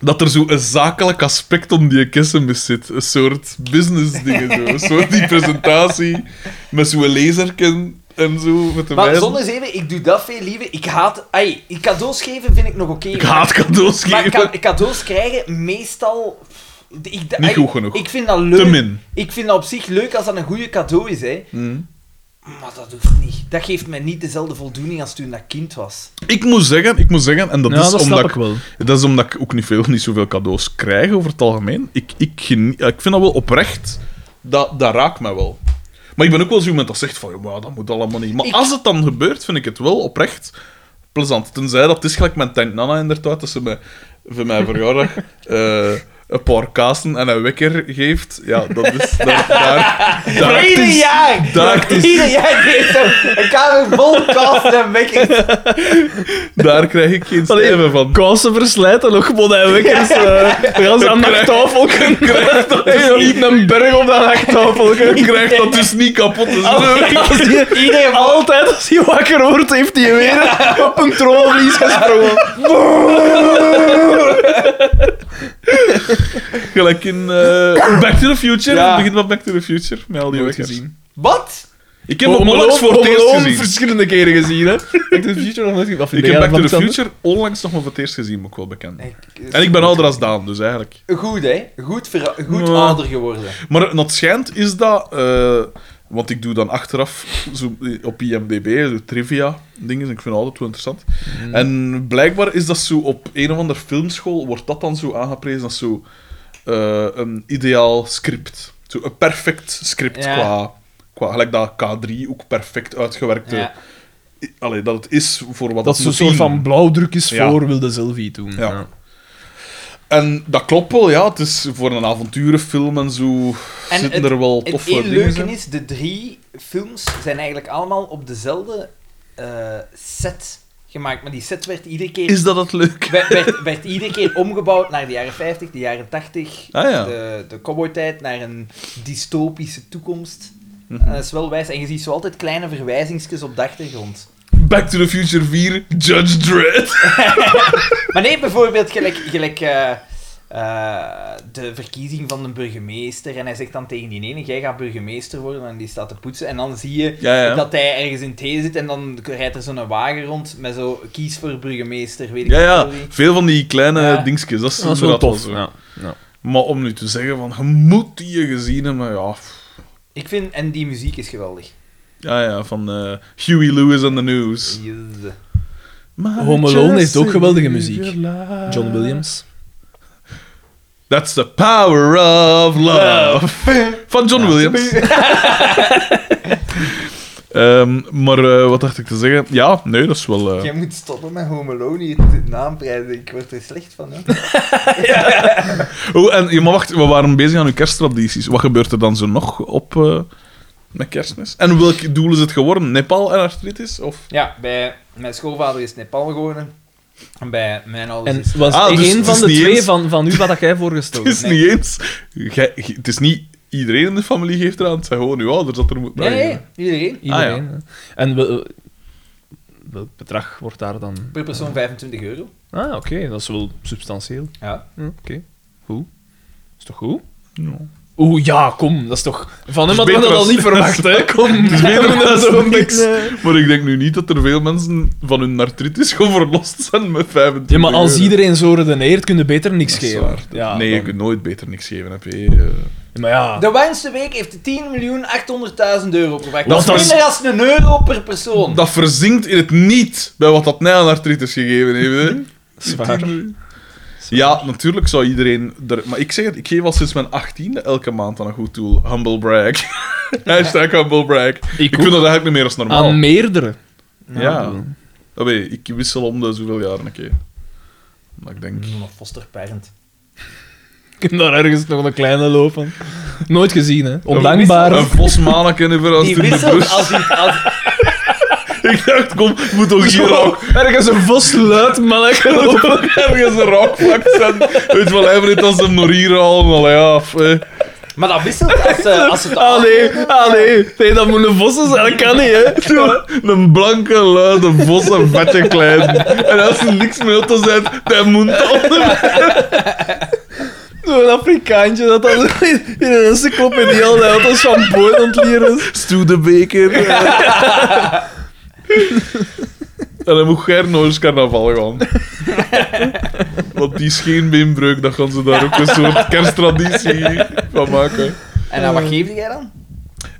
Speaker 2: dat er zo een zakelijk aspect om die kerstmis zit. Een soort business dingen zo. Een soort die presentatie met zo'n laserken en zo. Met de
Speaker 1: maar
Speaker 2: wijzen.
Speaker 1: zonder zeven, ik doe dat veel liever. Ik haat... Ai, ik cadeaus geven vind ik nog oké.
Speaker 2: Ik haat cadeaus
Speaker 1: Maar
Speaker 2: geven.
Speaker 1: ka- cadeaus krijgen, meestal... pff, Ik, da-
Speaker 2: Niet
Speaker 1: ai,
Speaker 2: goed genoeg.
Speaker 1: Ik vind dat leuk.
Speaker 2: Te min.
Speaker 1: Ik vind dat op zich leuk als dat een goede cadeau is, hè.
Speaker 2: Hm.
Speaker 1: Maar dat hoeft niet. Dat geeft mij niet dezelfde voldoening als toen dat kind was.
Speaker 2: Ik moet zeggen, ik moet zeggen, en dat,
Speaker 3: Ja,
Speaker 2: is,
Speaker 3: dat
Speaker 2: omdat
Speaker 3: snap ik wel.
Speaker 2: dat is omdat ik ook niet, veel, niet zoveel cadeaus krijg over het algemeen. Ik, ik, geni- ik vind dat wel oprecht, dat, dat raakt mij wel. Maar ik ben ook wel zo iemand dat zegt van, ja, maar dat moet allemaal niet. Maar
Speaker 1: Ik-
Speaker 2: als het dan gebeurt, vind ik het wel oprecht plezant. Tenzij dat het is gelijk mijn tante Nana inderdaad, dat ze mij, voor mijn verjaardag eh, een paar kasten en een wekker geeft, ja, dat is... Daar, daar, daar-
Speaker 1: Ieder jaar!
Speaker 2: daar is-
Speaker 1: Ieder jaar geeft hem een kamer vol kast en wekkers.
Speaker 2: daar krijg ik geen
Speaker 3: Allee,
Speaker 2: steven van.
Speaker 3: Kousen verslijten nog gewoon en wekkers. eh, We gaan ze aan de tafel
Speaker 2: Krijg dat,
Speaker 3: kunnen. Niet een berg op dat tafel
Speaker 2: krijg dat dus niet kapot. Dus
Speaker 1: Iedereen vol.
Speaker 3: Altijd als hij wakker wordt, heeft hij weer op een troonvlies gesprongen.
Speaker 2: Gelijk in eh, Back to the Future.
Speaker 1: Ja.
Speaker 2: Het begin van Back to the Future. Met al die
Speaker 3: Nooit
Speaker 2: wekkers.
Speaker 3: gezien.
Speaker 1: Wat?
Speaker 2: Ik heb Home onlangs voor het eerst gezien.
Speaker 3: verschillende keren gezien, hè. Back to the Future nog nooit gezien. Wat vind
Speaker 2: Ik heb
Speaker 3: jij
Speaker 2: Back to the
Speaker 3: daarvan,
Speaker 2: Future onlangs nog maar voor het eerst gezien, moet ik wel bekend.
Speaker 1: Nee,
Speaker 2: En ik ben ouder als Daan, dus eigenlijk.
Speaker 1: Goed, hè? Goed, vera- goed
Speaker 2: Ja.
Speaker 1: ouder geworden.
Speaker 2: Maar het schijnt is dat... eh, want ik doe dan achteraf zo eh, op IMDb zo trivia dingen. Ik vind het altijd wel interessant.
Speaker 1: Mm.
Speaker 2: En blijkbaar is dat zo op een of andere filmschool wordt dat dan zo aangeprezen als zo eh, een ideaal script. Zo een perfect script
Speaker 1: Ja.
Speaker 2: qua, qua gelijk dat K3 ook perfect uitgewerkte.
Speaker 1: Ja.
Speaker 2: Allee, dat het is voor wat
Speaker 3: Dat
Speaker 2: het
Speaker 3: is een
Speaker 2: moet
Speaker 3: soort
Speaker 2: dienen.
Speaker 3: van blauwdruk is
Speaker 2: Ja.
Speaker 3: voor Wilde Sylvie toen.
Speaker 2: Ja. En dat klopt wel, ja. Het is voor een avonturenfilm en zo
Speaker 1: En
Speaker 2: zitten
Speaker 1: het-
Speaker 2: er wel
Speaker 1: Het
Speaker 2: toffe
Speaker 1: één
Speaker 2: eh, dingen
Speaker 1: leuke
Speaker 2: in.
Speaker 1: is, de drie films zijn eigenlijk allemaal op dezelfde eh, set gemaakt. Maar die set werd iedere keer,
Speaker 2: Is dat het leuk?
Speaker 1: werd, werd, werd iedere keer omgebouwd naar de jaren 50, de jaren 80,
Speaker 2: Ah ja.
Speaker 1: de, de cowboytijd, naar een dystopische toekomst.
Speaker 2: Mhm.
Speaker 1: En dat is wel wijs. En je ziet zo altijd kleine verwijzingsjes op de achtergrond.
Speaker 2: Back to the Future 4, Judge Dredd.
Speaker 1: Maar nee, bijvoorbeeld gelijk, gelijk eh, eh, de verkiezing van de burgemeester. En hij zegt dan tegen die ene, jij gaat burgemeester worden. En die staat te poetsen. En dan zie je
Speaker 2: Ja, ja.
Speaker 1: dat hij ergens in thee zit. En dan rijdt er zo'n wagen rond met zo, kies voor burgemeester, weet ik
Speaker 2: Ja,
Speaker 1: niet
Speaker 2: ja.
Speaker 1: voor wie.
Speaker 2: Veel van die kleine
Speaker 1: Ja.
Speaker 2: dingetjes. Dat is,
Speaker 3: Dat is wel
Speaker 2: inderdaad
Speaker 3: tof.
Speaker 2: zo.
Speaker 3: Ja.
Speaker 2: Maar om nu te zeggen van, je moet die gezien hebben, ja... pff.
Speaker 1: Ik vind, en die muziek is geweldig.
Speaker 2: Ja, ja, van eh, Huey Lewis and the News.
Speaker 1: Yes.
Speaker 3: Home Alone heeft ook geweldige muziek. John
Speaker 2: Ah.
Speaker 3: Williams.
Speaker 2: That's the power of love. Van John Williams. Ehm, maar eh, wat dacht ik te zeggen? Ja, nee, dat is wel... eh,
Speaker 1: Jij moet stoppen met Home Alone hier te naamprijzen. Ik word er slecht van, hè.
Speaker 2: Oh, en, ja, maar wacht, we waren bezig aan uw kersttradities. Wat gebeurt er dan zo nog op eh, met kerstmis? En welk doel is het geworden? Nepal en artritis? Of...
Speaker 1: Ja, bij mijn schoonvader is Nepal geworden. En bij mijn ouders
Speaker 3: En
Speaker 1: is...
Speaker 3: was
Speaker 2: Ah,
Speaker 3: één
Speaker 2: dus het
Speaker 3: van
Speaker 2: is
Speaker 3: de
Speaker 2: niet
Speaker 3: twee
Speaker 2: eens-
Speaker 3: van, van u wat dat jij
Speaker 2: Het
Speaker 3: voorgesteld
Speaker 2: is
Speaker 3: hebt?
Speaker 2: niet eens... Gij- gij- het is niet iedereen in de familie geeft eraan. Het zijn gewoon uw ouders dat er moet
Speaker 1: Nee,
Speaker 2: bij.
Speaker 1: nee, iedereen.
Speaker 3: Iedereen.
Speaker 2: Ah, ja.
Speaker 3: hè. En wel- welk bedrag wordt daar dan...
Speaker 1: Per persoon 25 euro.
Speaker 3: Ah, oké, dat is wel substantieel.
Speaker 1: Ja.
Speaker 3: Hm, oké, goed. Is toch goed?
Speaker 2: Ja.
Speaker 3: Oeh, ja, kom, dat is toch... Van hem
Speaker 2: is
Speaker 3: hadden we
Speaker 2: beter
Speaker 3: dat al
Speaker 2: als-
Speaker 3: niet verwacht, hè? Kom,
Speaker 2: is beter
Speaker 3: we hebben
Speaker 2: als
Speaker 3: dat zo
Speaker 2: niks.
Speaker 3: niet, eh.
Speaker 2: Maar ik denk nu niet dat er veel mensen van hun artritis gewoon verlost zijn met 25
Speaker 3: Ja, maar als
Speaker 2: euro.
Speaker 3: iedereen zo redeneert, kun je beter niks
Speaker 2: Dat is
Speaker 3: geven.
Speaker 2: waar.
Speaker 3: Ja,
Speaker 2: nee, je
Speaker 3: dan-
Speaker 2: kunt nooit beter niks geven, heb je. eh.
Speaker 3: Maar ja...
Speaker 1: De warmste week heeft 10.800.000 euro opgebracht.
Speaker 2: Dat
Speaker 1: Dat, is
Speaker 2: is-
Speaker 1: minder dan een euro per persoon.
Speaker 2: Dat verzinkt in het niet bij wat dat Nij aan artritis gegeven heeft. Hè.
Speaker 3: Zwaar.
Speaker 2: Ja, natuurlijk zou iedereen... Er... Maar ik zeg het, ik geef al sinds mijn 18e elke maand aan een goed doel. Humble brag. Hashtag humble brag. Ik, vind
Speaker 3: Ik, ook.
Speaker 2: dat eigenlijk niet meer als normaal.
Speaker 3: Aan meerdere.
Speaker 2: ja. Dat weet ik, ik wissel om de zoveel jaren een keer. Maar ik
Speaker 3: Mm.
Speaker 2: denk...
Speaker 1: Een Mm, foster parent.
Speaker 3: Ik heb daar ergens nog een kleine lopen. Nooit gezien, hè?
Speaker 2: Een
Speaker 3: Ondankbaar.
Speaker 2: vosmaneken even als
Speaker 1: Die
Speaker 2: in de
Speaker 1: wisselt
Speaker 2: bus.
Speaker 1: als die... Als...
Speaker 2: Ik dacht, kom, moet toch hier ook
Speaker 3: Ergens een vos luid mannetje lopen.
Speaker 2: ergens een rockvlak zijn. Weet wel, hij niet als ze hem nog hier halen. Allee, ja, f- eh.
Speaker 1: Maar dat wisselt als, eh, als het...
Speaker 3: Ah nee, ah nee. Nee, dat moet een vos zijn, dat kan niet, hè?
Speaker 2: Een blanke, luide vos en vette klein. En als er niks meer te zijn, dan moet dat.
Speaker 3: Zo'n Afrikaantje dat dan zo in een encyclopedie al die auto's van boord ontleren is.
Speaker 2: Studebeker. en dan moet Ger nog eens carnaval gaan. Want die scheenbeenbreuk, dat gaan ze daar ook een soort kersttraditie van maken.
Speaker 1: En dan, wat geef jij dan?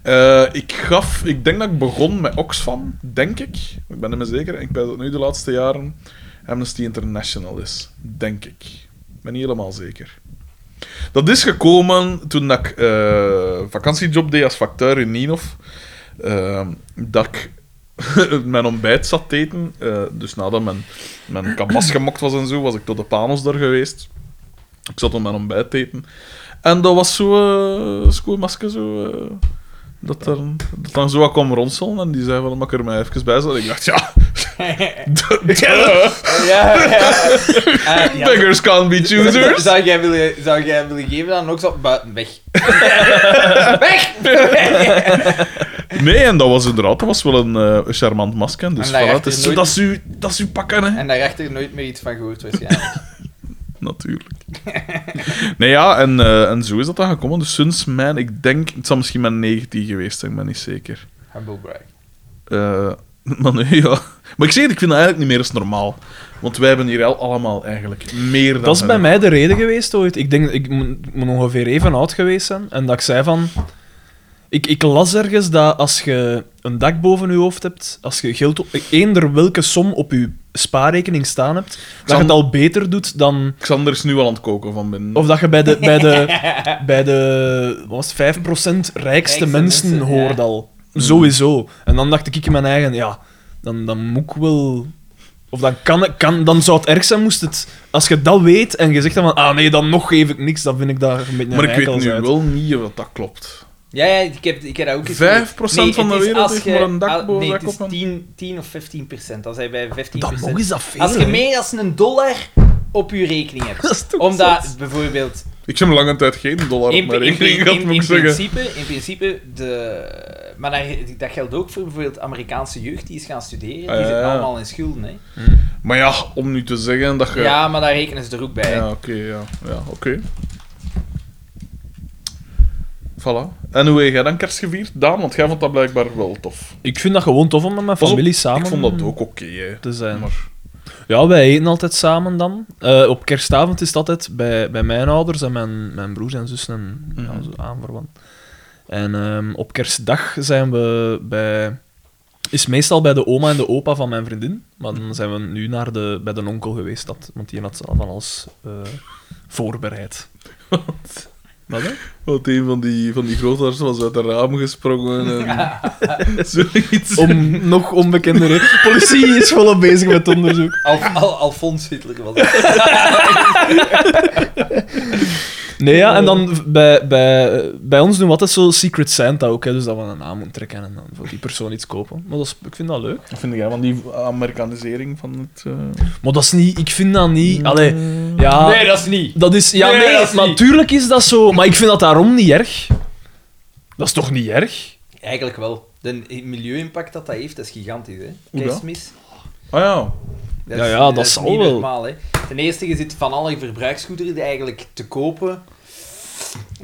Speaker 2: Eh, ik gaf, ik denk dat ik begon met Oxfam, denk ik. Ik ben er me zeker. Ik ben dat nu de laatste jaren Amnesty International is, denk ik. Ik ben niet helemaal zeker. Dat is gekomen toen dat ik eh, vakantiejob deed als facteur in Ninov. Ehm, dat ik mijn ontbijt zat te eten. Eh, dus nadat mijn, mijn kabas gemokt was en zo, was ik tot de Panos daar geweest. Ik zat om mijn ontbijt te eten. En dat was zo... eh schoolmasker zo... eh, dat, er, dat dan zo wat kwam ronselen en die zei van, mag ik er mij even bij zetten? Ik dacht, ja... duh, duh.
Speaker 1: Ja, ja. Ah, ja.
Speaker 2: Beggars can't be
Speaker 1: Zou,
Speaker 2: choosers.
Speaker 1: zou jij willen, zou jij willen geven dan ook zo buiten weg? weg!
Speaker 2: Nee, en dat was inderdaad dat was wel een eh, een charmant masker. Dus
Speaker 1: En
Speaker 2: voilà,
Speaker 1: daar
Speaker 2: het
Speaker 1: heeft
Speaker 2: is,
Speaker 1: hij
Speaker 2: zo-
Speaker 1: nooit-
Speaker 2: dat, is uw, dat is uw pakken, hè.
Speaker 1: En daarachter nooit meer iets van gehoord waarschijnlijk.
Speaker 2: Natuurlijk. nee, ja, en, eh, en zo is dat dan gekomen. Dus sinds mijn... Ik denk... Het zal misschien mijn 19 geweest zijn, ik ben niet zeker.
Speaker 1: Humble brag.
Speaker 2: Eh, maar nee, ja. Maar ik zeg het, ik vind dat eigenlijk niet meer eens normaal. Want wij hebben hier al allemaal eigenlijk meer dan...
Speaker 3: Dat is bij
Speaker 2: genoeg.
Speaker 3: mij de reden geweest ooit. Ik denk, ik moet moet ongeveer even oud geweest zijn. En dat ik zei van... Ik, ik las ergens dat als je een dak boven je hoofd hebt, als je geld op, eender welke som op je spaarrekening staan hebt, dat
Speaker 2: zal-
Speaker 3: je het al beter doet dan...
Speaker 2: Xander is nu al aan het koken van binnen.
Speaker 3: Of dat je bij de, bij de, bij de wat was het, 5% rijkste,
Speaker 1: Rijkste
Speaker 3: mensen,
Speaker 1: mensen,
Speaker 3: hoort
Speaker 1: ja.
Speaker 3: al.
Speaker 2: Mm.
Speaker 3: Sowieso. En dan dacht ik in mijn eigen, ja, dan, dan moet ik wel... Of dan, kan, ik- kan, dan zou het erg zijn moest het... Als je dat weet en je zegt dan van, ah nee, dan nog geef ik niks, dan vind ik daar een beetje een
Speaker 2: maar ik weet
Speaker 3: eikel
Speaker 2: nu
Speaker 3: uit.
Speaker 2: wel niet of dat klopt.
Speaker 1: Ja, ja, ik heb, ik heb dat ook eens
Speaker 2: 5% van de
Speaker 1: het is
Speaker 2: wereld
Speaker 1: als
Speaker 2: heeft
Speaker 1: je-
Speaker 2: maar een dak
Speaker 1: al-
Speaker 2: boven
Speaker 1: Nee,
Speaker 2: zijn
Speaker 1: het is
Speaker 2: kop en-
Speaker 1: 10, 10 of 15 procent. Als hij bij 15
Speaker 3: Dan nog is dat veel.
Speaker 1: Als je
Speaker 3: hè.
Speaker 1: meer dan een dollar op je rekening hebt.
Speaker 3: Dat is toch
Speaker 1: Omdat
Speaker 3: zot.
Speaker 1: bijvoorbeeld
Speaker 2: Ik heb lange tijd geen dollar op
Speaker 1: in,
Speaker 2: mijn
Speaker 1: in-
Speaker 2: rekening
Speaker 1: in-
Speaker 2: gehad,
Speaker 1: in-
Speaker 2: moet ik
Speaker 1: in
Speaker 2: zeggen.
Speaker 1: principe, in principe de, maar daar- dat geldt ook voor bijvoorbeeld Amerikaanse jeugd die is gaan studeren. Die
Speaker 2: Ah, ja,
Speaker 1: zitten
Speaker 2: ja.
Speaker 1: allemaal in schulden. Hè.
Speaker 2: Maar ja, om nu te zeggen dat je...
Speaker 1: Ja, maar daar rekenen ze er ook bij.
Speaker 2: Ja, oké, ja. ja oké. Voilà. En hoe heb jij dan kerst gevierd, Daan? Want jij vond dat blijkbaar wel tof.
Speaker 3: Ik vind dat gewoon tof om met mijn
Speaker 2: Pas op,
Speaker 3: familie samen
Speaker 2: Ik vond dat ook oké, hè.
Speaker 3: te zijn.
Speaker 2: Maar...
Speaker 3: Ja, wij eten altijd samen dan. Eh, op kerstavond is het altijd bij, bij mijn ouders en mijn, mijn broers en zussen en ja,
Speaker 2: Mhm.
Speaker 3: zo aanverwant. En ehm, op kerstdag zijn we bij... Is meestal bij de oma en de opa van mijn vriendin. Maar dan zijn we nu naar de, bij de onkel geweest, dat, want die had al van alles eh, voorbereid. Wat? hè?
Speaker 2: Want een van die, van die grootouders was uit het raam gesprongen en zoiets.
Speaker 3: Om nog onbekende reden. Politie is volop bezig met onderzoek.
Speaker 1: Al, al, Alfons Hitler was dat.
Speaker 3: Nee, ja, en dan v- bij, bij, eh, bij ons doen we altijd zo Secret Santa ook, hè, dus dat we een naam moeten trekken en dan voor die persoon iets kopen. Maar dat is, ik vind dat leuk.
Speaker 2: Wat vind jij van die Amerikanisering van het... eh?
Speaker 3: Maar dat is niet, ik vind dat niet, allee,
Speaker 2: Ah.
Speaker 3: ja,
Speaker 1: Nee, dat is niet.
Speaker 3: dat is, ja,
Speaker 1: Nee,
Speaker 3: Mm. nee,
Speaker 1: dat is
Speaker 3: maar
Speaker 1: niet.
Speaker 3: tuurlijk is dat zo, maar ik vind dat daarom niet erg. Dat is toch niet erg?
Speaker 1: Eigenlijk wel. De milieu-impact dat dat heeft, dat is gigantisch. Hè.
Speaker 2: Hoe dat?
Speaker 1: Kerstmis.
Speaker 2: Ah ja.
Speaker 1: Dat
Speaker 3: Ja,
Speaker 1: is-
Speaker 3: ja, dat
Speaker 1: is
Speaker 3: zal
Speaker 1: niet
Speaker 3: wel.
Speaker 1: normaal, hè. Ten eerste, je zit van alle verbruiksgoederen die eigenlijk te kopen,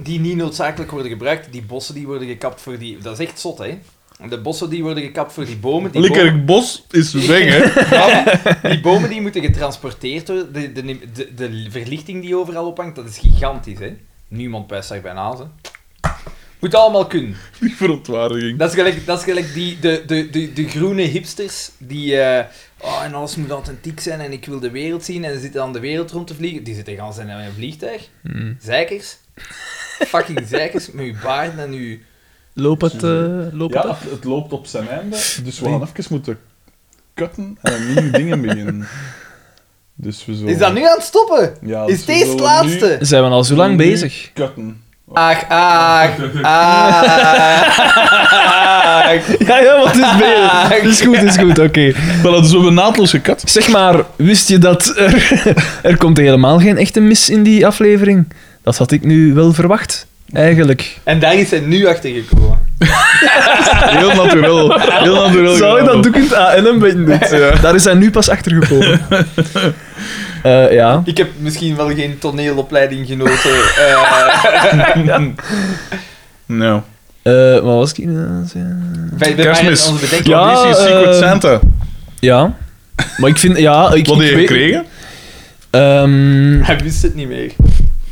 Speaker 1: die niet noodzakelijk worden gebruikt. Die bossen die worden gekapt voor die... Dat is echt zot, hè. De bossen die worden gekapt voor die bomen. Die bomen,
Speaker 2: Likkerkbos is weg, hè.
Speaker 1: die bomen die moeten getransporteerd worden. De, de, de, de verlichting die overal ophangt, dat is gigantisch, hè. Niemand pijst daar bijna aan, hè. Moet allemaal kunnen.
Speaker 2: Die verontwaardiging.
Speaker 1: Dat is gelijk, dat is gelijk die, de, de, de, de groene hipsters die... eh, oh, en alles moet authentiek zijn en ik wil de wereld zien. En ze zitten aan de wereld rond te vliegen. Die zitten gans in een vliegtuig. Zeikers. Fucking zeikers met uw baard en uw...
Speaker 3: Loop het, eh, loop het
Speaker 2: Ja,
Speaker 3: af.
Speaker 2: het loopt op zijn einde, dus we gaan even moeten cutten en nieuwe dingen beginnen. Dus we zullen...
Speaker 1: Is dat nu aan het stoppen?
Speaker 2: Ja, dus
Speaker 1: Is
Speaker 2: we
Speaker 1: deze
Speaker 2: zullen
Speaker 1: het
Speaker 2: nu
Speaker 1: laatste?
Speaker 3: Zijn we al zo lang
Speaker 2: nu
Speaker 3: bezig?
Speaker 2: Cutten.
Speaker 1: Ach, ach, ach.
Speaker 3: Ja, ja, wat is bezig? is goed, is goed, oké.
Speaker 2: Wel, dat is op een naadloos gekat.
Speaker 3: Zeg maar, wist je dat er, er komt helemaal geen echte mis in die aflevering? Dat had ik nu wel verwacht, eigenlijk.
Speaker 1: En daar is hij nu achter gekomen.
Speaker 2: Heel natuurlijk. Heel natuurlijk.
Speaker 3: Zou ik
Speaker 2: gedaan.
Speaker 3: dat doekend AN een beetje doet? Daar is hij nu pas achter gekomen. Eh, ja.
Speaker 1: Ik heb misschien wel geen toneelopleiding genoten. eh,
Speaker 2: Nou.
Speaker 3: Eh, wat was ik? hier aan het zeggen?
Speaker 1: bij, bij
Speaker 2: Kerstmis.
Speaker 1: Onze bedenking.
Speaker 3: Ja,
Speaker 2: Traditie Secret
Speaker 3: eh,
Speaker 2: Santa.
Speaker 3: Ja. Maar ik vind, ja, ik,
Speaker 2: Wat
Speaker 3: ik
Speaker 2: heb je
Speaker 3: weet-
Speaker 2: gekregen?
Speaker 3: Ehm,
Speaker 1: Hij wist het niet meer.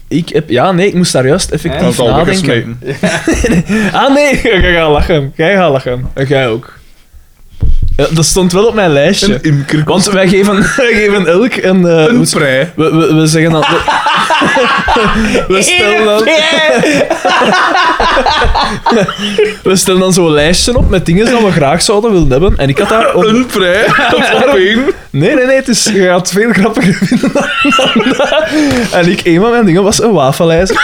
Speaker 3: ik heb, ja, nee, ik moest daar juist
Speaker 1: Hij
Speaker 2: Dat
Speaker 3: effectief
Speaker 2: is al
Speaker 3: nadenken.
Speaker 2: weggesmeten.
Speaker 3: Ah nee, jij gaat lachen. Jij gaat lachen. En jij ook. Ja, dat stond wel op mijn lijstje.
Speaker 2: Een imker.
Speaker 3: Want wij geven, wij geven elk een... eh,
Speaker 2: een
Speaker 3: hoe-
Speaker 2: prei.
Speaker 3: we, we, we zeggen dan... We, we stellen dan... We stellen dan zo'n lijstje op met dingen die we graag zouden willen hebben. En ik had daar... op-
Speaker 2: Een prei. Op één.
Speaker 3: Nee, nee, nee, het is, je gaat het veel grappiger vinden dan dat. En ik, een van mijn dingen was een wafelijzer.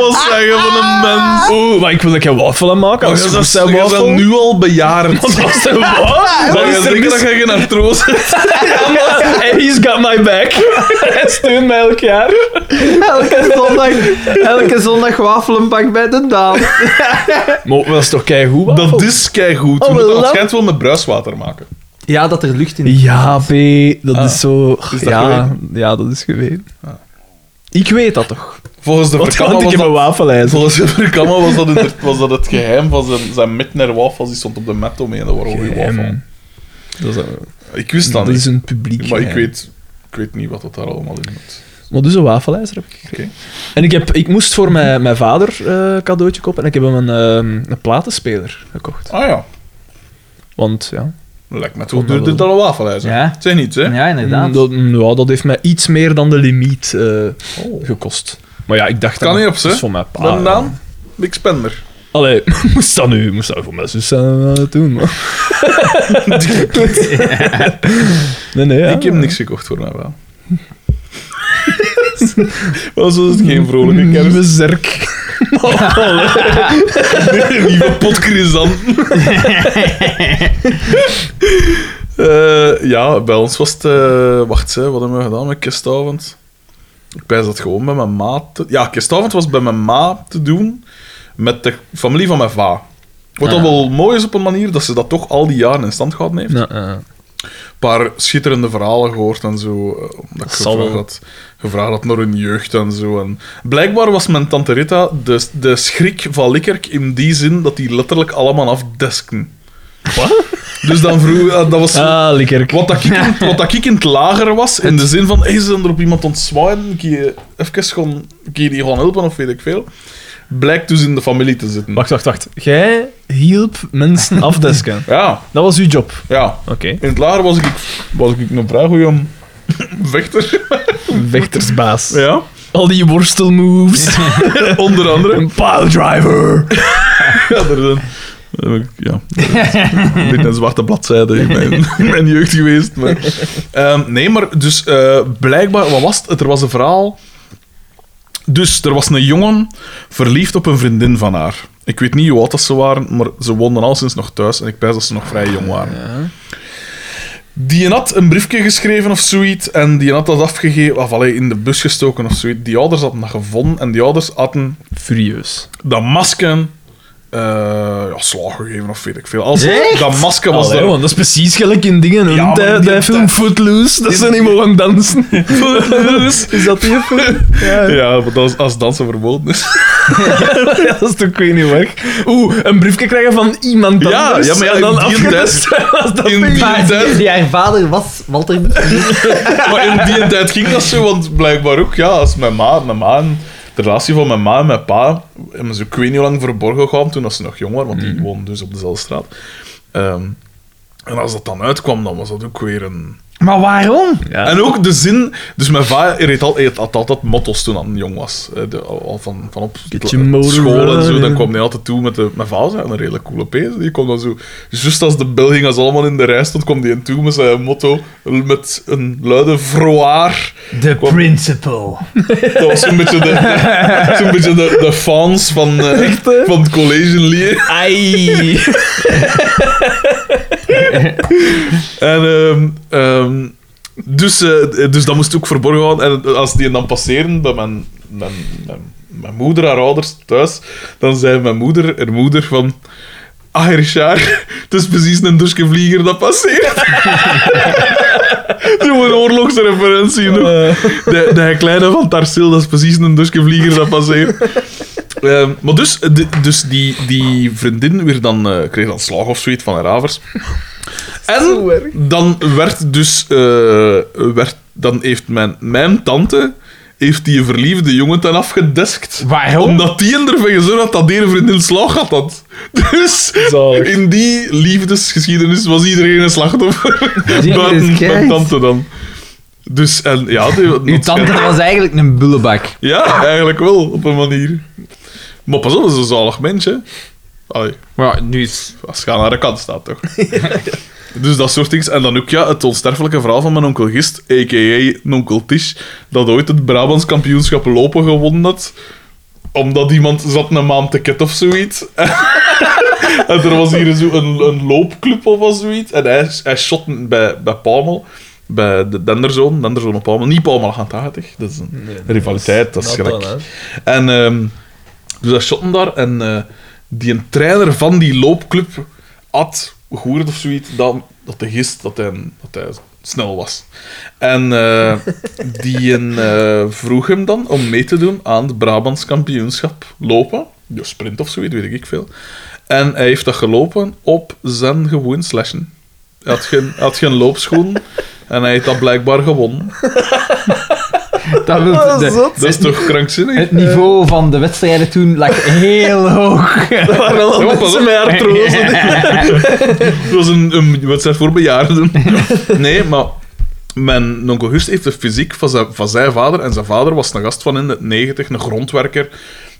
Speaker 2: Wat zeggen van een mens?
Speaker 3: Oeh, maar ik wil dat je wafelen maken.
Speaker 2: Maar
Speaker 3: Als
Speaker 2: je
Speaker 3: goed
Speaker 2: bent-
Speaker 3: zijn
Speaker 2: je bent
Speaker 3: wafel.
Speaker 2: nu al bejaard.
Speaker 3: Als een wafel.
Speaker 2: Dan
Speaker 3: Dan
Speaker 2: ga
Speaker 3: is
Speaker 2: je
Speaker 3: er
Speaker 2: denken
Speaker 3: mis-
Speaker 2: dat je geen artrose
Speaker 3: Oh.
Speaker 2: hebt.
Speaker 3: En he's got my back. Hij steunt mij elk jaar.
Speaker 1: Elke zondag, elke zondag wafelenbak bij de Daan.
Speaker 3: Maar dat is toch keigoed wafel?
Speaker 2: Dat is keigoed.
Speaker 3: Oh,
Speaker 2: Je moet
Speaker 3: wel,
Speaker 2: dat
Speaker 3: dat-
Speaker 2: waarschijnlijk wel met bruiswater maken.
Speaker 1: Ja, dat er lucht in
Speaker 3: Ja, P, dat is zo...
Speaker 2: Ah, dat
Speaker 3: ja, ja, dat is geweten. Ik weet dat toch?
Speaker 2: Volgens de
Speaker 3: Want, want
Speaker 2: Verkammer
Speaker 3: ik
Speaker 2: was,
Speaker 3: heb een
Speaker 2: dat-
Speaker 3: wafelijzer.
Speaker 2: volgens de Verkammer was, dat inderdaad- was dat het geheim van zijn, zijn met naar wafels. Die stond op de mat omheen. Dat waren goede wafels.
Speaker 3: Geheim. Dat is, een-
Speaker 2: Ik wist dat
Speaker 3: dat is
Speaker 2: niet.
Speaker 3: een publiek
Speaker 2: Maar ik
Speaker 3: geheim.
Speaker 2: weet, ik weet niet wat dat daar allemaal in moet.
Speaker 3: Maar dus een wafelijzer heb ik gekregen. En ik, heb, ik moest voor mijn, mijn vader eh, cadeautje kopen en ik heb hem een, ehm, een platenspeler gekocht.
Speaker 2: Ah ja.
Speaker 3: Want ja,
Speaker 2: Lijkt me toch
Speaker 3: Kon dat
Speaker 2: duurder
Speaker 3: wel.
Speaker 2: dan een wafelijzer.
Speaker 1: Ja.
Speaker 2: Zeg niet, hè?
Speaker 1: Ja, inderdaad.
Speaker 3: mm, dat, mm, ja, dat heeft mij iets meer dan de limiet eh,
Speaker 2: Oh.
Speaker 3: gekost. Maar ja, ik dacht...
Speaker 2: Kan
Speaker 3: dat-
Speaker 2: niet op, ze.
Speaker 3: dat is voor mijn pa.
Speaker 2: Dan
Speaker 3: ja.
Speaker 2: dan? Ik spender.
Speaker 3: Allee, moest dat nu moest dat voor mijn zus eh, doen, man. nee, nee, ja.
Speaker 2: Ik heb niks gekocht voor mij wel. Was het geen vrolijke
Speaker 3: Een
Speaker 2: kerst?
Speaker 3: nieuwe zerk.
Speaker 2: Nieuwe pot chrysanten. Eh, ja, bij ons was het... eh, wacht, hè, wat hebben we gedaan met kerstavond? Ik pijs dat gewoon bij mijn ma... Te... Ja, kerstavond was bij mijn ma te doen met de familie van mijn va. Wat dan
Speaker 1: Ah.
Speaker 2: wel mooi is op een manier dat ze dat toch al die jaren in stand gehouden heeft.
Speaker 3: Nou, eh,
Speaker 2: paar schitterende verhalen gehoord en zo. eh, Omdat ik
Speaker 3: Zal wel.
Speaker 2: gevraagd had, gevraagd had naar hun jeugd en zo. En blijkbaar was mijn tante Rita de, de schrik van Likkerk in die zin dat die letterlijk allemaal afdesken.
Speaker 3: Wat?
Speaker 2: Dus dan vroeg... eh, dat was
Speaker 3: Ah, lekker.
Speaker 2: wat, dat ik in, wat dat ik in het lager was, in de zin van, hey, ze zijn er op iemand ontzwaaien, kun je even gewoon, kun je die gewoon helpen of weet ik veel. Blijkt dus in de familie te zitten.
Speaker 3: Wacht, wacht, wacht. Jij hielp mensen afdesken.
Speaker 2: Ja,
Speaker 3: Dat was uw job.
Speaker 2: ja.
Speaker 3: Oké.
Speaker 2: In het lager was ik, was ik een vrij goeie vechter.
Speaker 3: Vechtersbaas.
Speaker 2: Ja.
Speaker 3: Al die worstelmoves.
Speaker 2: Onder andere.
Speaker 3: Een piledriver.
Speaker 2: Ja, daar zijn- daar heb ik- Ja, een beetje een zwarte bladzijde in mijn, in mijn jeugd geweest. Maar. Ehm, nee, maar dus eh, blijkbaar, wat was het? Er was een verhaal. Dus er was een jongen verliefd op een vriendin van haar. Ik weet niet hoe oud dat ze waren, maar ze woonden al sinds nog thuis en ik pijs dat ze nog vrij jong waren. Die had een briefje geschreven of zoiets en die had dat afgegeven, of allee, in de bus gestoken of zoiets. Die ouders hadden dat gevonden en die ouders hadden
Speaker 3: Furieus.
Speaker 2: dat masken. eh ja, slaag gegeven of weet ik veel. Als,
Speaker 1: Echt?
Speaker 2: dat masker was
Speaker 3: Allee,
Speaker 2: er.
Speaker 3: man, dat is precies gelijk in dingen.
Speaker 2: Ja,
Speaker 3: Ja,
Speaker 2: maar
Speaker 3: die,
Speaker 2: die-
Speaker 3: die film
Speaker 2: die-
Speaker 3: Footloose, dat ze niet mogen dansen.
Speaker 2: Footloose.
Speaker 3: Is dat die film? Ja, ja.
Speaker 2: Ja, want als, als dansen verboden is.
Speaker 3: dat is toch weer niet weg. Oeh, een briefje krijgen van iemand
Speaker 2: Ja,
Speaker 3: anders.
Speaker 2: ja, maar ja,
Speaker 3: en dan
Speaker 2: in die
Speaker 3: afgedest. was dat
Speaker 2: In
Speaker 3: film.
Speaker 2: die tijd,
Speaker 1: Die haar vader was Walter.
Speaker 2: maar in die tijd ging dat zo, want blijkbaar ook, ja, als mijn ma, mijn ma en de relatie van mijn ma en mijn pa, hebben ze ik weet niet hoe lang verborgen gehouden toen dat ze nog jong waren, want die
Speaker 3: Mhm.
Speaker 2: woonden dus op dezelfde straat. Ehm, en als dat dan uitkwam, dan was dat ook weer een...
Speaker 1: Maar waarom?
Speaker 3: Ja.
Speaker 2: En ook de zin... Dus mijn vader reed al, reed had altijd motto's toen hij jong was. Eh, de- al van, van op
Speaker 3: Get your motor
Speaker 2: school en zo. Dan
Speaker 3: running.
Speaker 2: kwam hij altijd toe met de... Mijn vader had een redelijk coole pees. Die kwam dan zo... Just als de Belgingers allemaal in de rij stond, kwam die toe met zijn motto. Met een luide vroaar.
Speaker 1: The principal.
Speaker 2: Dat was zo'n beetje de... de zo'n beetje de, de fans van, eh,
Speaker 3: Echt, hè?
Speaker 2: van het college leer.
Speaker 3: Ai.
Speaker 2: En, ehm, ehm, dus, eh, dus dat moest ook verborgen worden. En als die dan passeren bij mijn, mijn, mijn, mijn moeder, haar ouders thuis, dan zei mijn moeder, haar moeder, van... Ah, Richard, het is precies een Duitse vlieger dat passeert. Zo'n oorlogsreferentie nog. De, de kleine van Tarsil, dat is precies een Duitse vlieger dat passeert. Ehm, maar dus, eh, de- dus die, die vriendin weer dan, eh, kreeg dan slag of zoiets van haar avers. En dan werd dus... eh, werd, dan heeft mijn, mijn tante heeft die verliefde jongen ten afgedeskt.
Speaker 1: Waarom?
Speaker 2: Omdat die en ervan gezorgd had dat die een vriendin slag had. had. Dus
Speaker 3: Zalig.
Speaker 2: in die liefdesgeschiedenis was iedereen een slachtoffer.
Speaker 1: Jezus
Speaker 2: Buiten mijn
Speaker 1: Christ.
Speaker 2: tante dan. Dus, en ja... Die,
Speaker 1: Uw tante was eigenlijk een bullebak.
Speaker 2: Ja, eigenlijk wel, op een manier. Maar pas op, dat is een zalig mens, hè. Allee,
Speaker 1: Maar ja, nu is...
Speaker 2: als je aan haar kant staat, toch. dus dat soort dingen. En dan ook ja, het onsterfelijke verhaal van mijn onkel Gist, a.k.a. onkel Tish, dat ooit het Brabants kampioenschap lopen gewonnen had, omdat iemand zat een maand te ket of zoiets. en er was hier zo een, een loopclub of wat zoiets. En hij, hij shot bij, bij Palmel. Bij de Denderzoon, Denderzoon op Palmel. Niet Palmel 80, dat is een rivaliteit, dat is
Speaker 3: Dat
Speaker 2: gelijk.
Speaker 3: dan, hè.
Speaker 2: En ehm, dus dat shotten daar. En eh, die een trainer van die loopclub had gehoord of zoiets dat, dat de gist dat hij, dat hij snel was. En eh, die een, eh, vroeg hem dan om mee te doen aan het Brabants kampioenschap lopen. Ja, sprint of zoiets, weet ik veel. En hij heeft dat gelopen op zijn gewoon slashen. Hij had geen, had geen loopschoen en hij heeft dat blijkbaar gewonnen.
Speaker 1: Dat wil de,
Speaker 2: Dat is toch krankzinnig?
Speaker 1: het niveau van de wedstrijden toen lag heel hoog.
Speaker 2: Ja, maar pas op. Het was een, een wedstrijd voor bejaarden. Nee, maar mijn onkel Gust heeft de fysiek van zijn, van zijn vader. En zijn vader was een gast van in de 90, een grondwerker.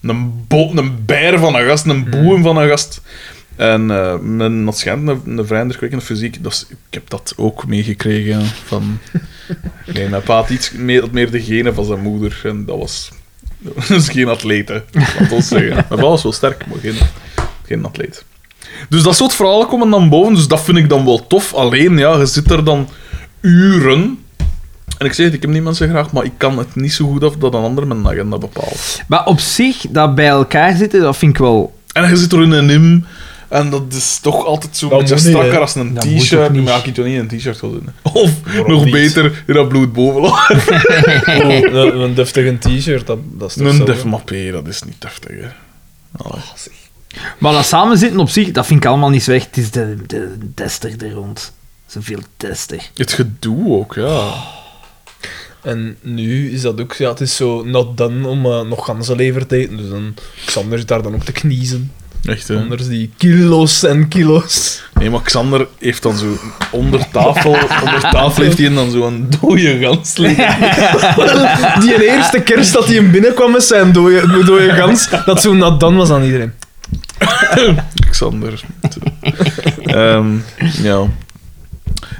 Speaker 2: Een, bo- een bijer van een gast, een boem van een gast. En eh men had schijnt een, een vrij indrukwekkende fysiek. Dat is- ik heb dat ook meegekregen van... Nee, mijn pa had iets meer, had meer de genen van zijn moeder. En dat was... Dat was geen atleet, hè. Laat ons zeggen. Mijn pa was wel sterk, maar geen, geen atleet. Dus dat soort verhalen komen dan boven, dus dat vind ik dan wel tof. Alleen, ja, je zit er dan uren. En ik zeg het, ik heb niet mensen graag, maar ik kan het niet zo goed af dat een ander mijn agenda bepaalt.
Speaker 1: Maar op zich, dat bij elkaar zitten, dat vind ik wel...
Speaker 2: En je zit er in een im, en dat is toch altijd zo een
Speaker 3: Dat
Speaker 2: beetje
Speaker 3: moet niet,
Speaker 2: strakker
Speaker 3: hè.
Speaker 2: als een
Speaker 1: Dat moet toch
Speaker 2: t-shirt.
Speaker 1: niet?
Speaker 2: Maar ja, ik kan toch niet in een t-shirt gaan doen. hè. Of nog
Speaker 4: niet?
Speaker 2: beter, in dat bloed bovenop.
Speaker 3: Een, een- een deftige t-shirt, dat, dat is toch
Speaker 2: Een
Speaker 3: zo,
Speaker 2: def
Speaker 3: hè?
Speaker 2: mappé, dat is niet deftig, hè. Allee.
Speaker 1: Maar dat samenzitten op zich, dat vind ik allemaal niet slecht. Het is de, de tester er rond. Zoveel tester.
Speaker 2: Het gedoe ook, ja.
Speaker 3: En nu is dat ook, ja, het is zo not done om eh, nog ganzenlever te eten. Dus dan, Xander zit daar dan op te kniezen.
Speaker 2: Echt, hè.
Speaker 3: Anders die kilo's en kilo's.
Speaker 2: Nee, maar Xander heeft dan zo onder tafel, onder tafel heeft hij dan zo'n dode gans liggen.
Speaker 3: Die een eerste kerst dat hij hem binnenkwam met zijn dode, met dode gans, dat zo not done was aan iedereen.
Speaker 2: Xander. Ehm, ja.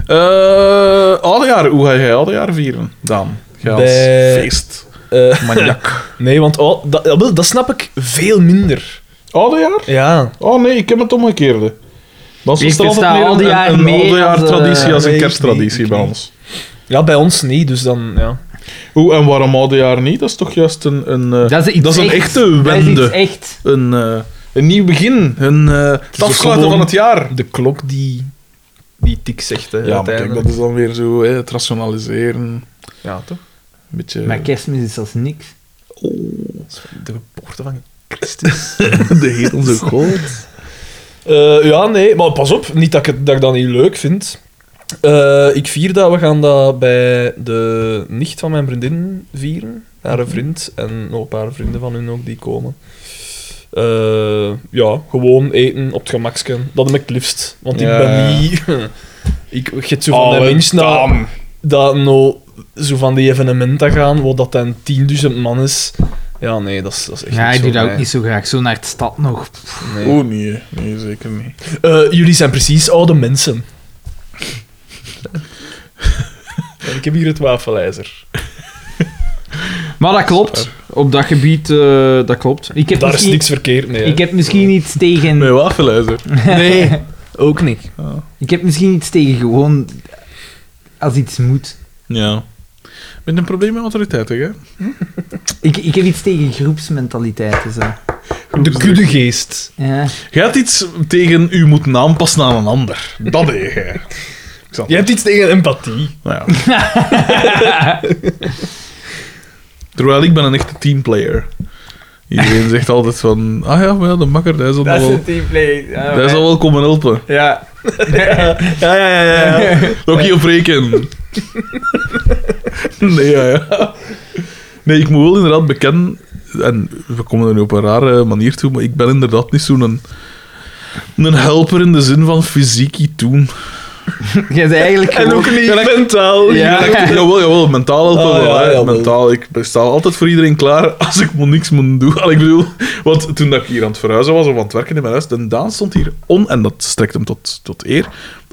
Speaker 2: Eh oudejaar, hoe ga jij oudejaar vieren, Daan? Jij als
Speaker 3: Bij-
Speaker 2: feest.
Speaker 3: Eh,
Speaker 2: Maniak.
Speaker 3: nee, want oh, dat, ja, wel, dat snap ik veel minder.
Speaker 2: oudejaar?
Speaker 3: Ja.
Speaker 2: Oh nee, ik heb het omgekeerde. Dat
Speaker 1: Ik
Speaker 2: is altijd
Speaker 1: versta
Speaker 2: meer
Speaker 1: oudejaar
Speaker 2: een, een,
Speaker 1: meer als,
Speaker 2: oudejaarstraditie
Speaker 1: eh,
Speaker 2: als een
Speaker 3: weet ik
Speaker 2: kersttraditie
Speaker 3: niet,
Speaker 2: bij
Speaker 3: ik
Speaker 2: ons.
Speaker 3: Ja, bij ons niet, dus dan, ja.
Speaker 2: Hoe en waarom oudejaar niet? Dat is toch juist een... een eh,
Speaker 1: Dat is, iets
Speaker 2: dat is een
Speaker 1: echt.
Speaker 2: echte
Speaker 1: Dat is iets
Speaker 2: wende.
Speaker 1: echt.
Speaker 2: Een, eh, een nieuw begin. Een, eh, het
Speaker 3: ook
Speaker 2: afsluiten van
Speaker 3: gewoon-
Speaker 2: het jaar.
Speaker 3: De klok die, die tik zegt, hè,
Speaker 2: Ja, maar kijk,
Speaker 3: uiteindelijk.
Speaker 2: dat is dan weer zo, hè, het rationaliseren. Een
Speaker 3: Ja, toch?
Speaker 2: beetje...
Speaker 1: Maar kerstmis is als niks.
Speaker 3: De geboorte van
Speaker 2: De heet onze god.
Speaker 3: Eh, ja, nee, maar pas op. Niet dat ik, het- dat ik dat niet leuk vind. Eh, ik vier dat. We gaan dat bij de nicht van mijn vriendin vieren.
Speaker 1: Mhm.
Speaker 3: Haar vriend en nog een paar vrienden van hun ook die komen. Eh, ja, gewoon eten op het gemaksken. Dat heb ik het liefst. Want ik
Speaker 2: Ja.
Speaker 3: ben niet... ik get zo van
Speaker 2: Oh,
Speaker 3: de mensen naar-
Speaker 2: dan.
Speaker 3: dat nou zo van die evenementen gaan, waar dat dan 10.000 man is. Ja, nee, dat is, dat is echt
Speaker 1: Ja,
Speaker 3: niet
Speaker 1: ik
Speaker 3: zo
Speaker 1: doe dat
Speaker 3: mij.
Speaker 1: ook niet zo graag. Zo naar de stad nog.
Speaker 3: Nee.
Speaker 2: Oh nee, nee, zeker niet.
Speaker 3: Eh, jullie zijn precies oude mensen. En ik heb hier het wafelijzer.
Speaker 1: Maar dat klopt. Op dat gebied, eh, dat klopt. Ik heb,
Speaker 3: Daar is
Speaker 1: misschien,
Speaker 3: niks verkeerd mee. hè.
Speaker 1: ik heb misschien iets tegen...
Speaker 2: Met wafelijzer.
Speaker 3: Nee, ook niet.
Speaker 1: Ik heb misschien iets tegen gewoon... Als iets moet.
Speaker 2: Ja. Met een probleem met autoriteiten, hè?
Speaker 1: Ik, ik heb iets tegen groepsmentaliteiten. Zo.
Speaker 3: De kuddegeest.
Speaker 1: Ja.
Speaker 2: Jij hebt iets tegen u moeten aanpassen aan een ander. Dat deed jij.
Speaker 3: Je hebt iets tegen empathie.
Speaker 2: Nou ja. Terwijl ik ben een echte teamplayer. Iedereen zegt altijd van... Ah ja, maar ja, de makker, hij zal, wel,
Speaker 1: teamplay.
Speaker 2: hij zal wel komen helpen.
Speaker 1: Ja.
Speaker 3: Ja, ja, ja. ja.
Speaker 2: Nog hier op rekenen. Nee, ja, ja. Nee, ik moet wel inderdaad bekennen, en we komen er nu op een rare manier toe, maar ik ben inderdaad niet zo'n een, een helper in de zin van fysiek doen.
Speaker 1: Jij bent eigenlijk
Speaker 3: En ook niet mentaal.
Speaker 1: Ja.
Speaker 2: Jawel, jawel, mentaal helpen
Speaker 3: Ah,
Speaker 2: wel.
Speaker 3: ja,
Speaker 2: hè.
Speaker 3: jawel.
Speaker 2: mentaal, ik sta altijd voor iedereen klaar als ik maar niks moet doen. Al, ik bedoel, want toen dat ik hier aan het verhuizen was of aan het werken in mijn huis, de Daan stond hier on, en dat strekt hem tot, tot eer,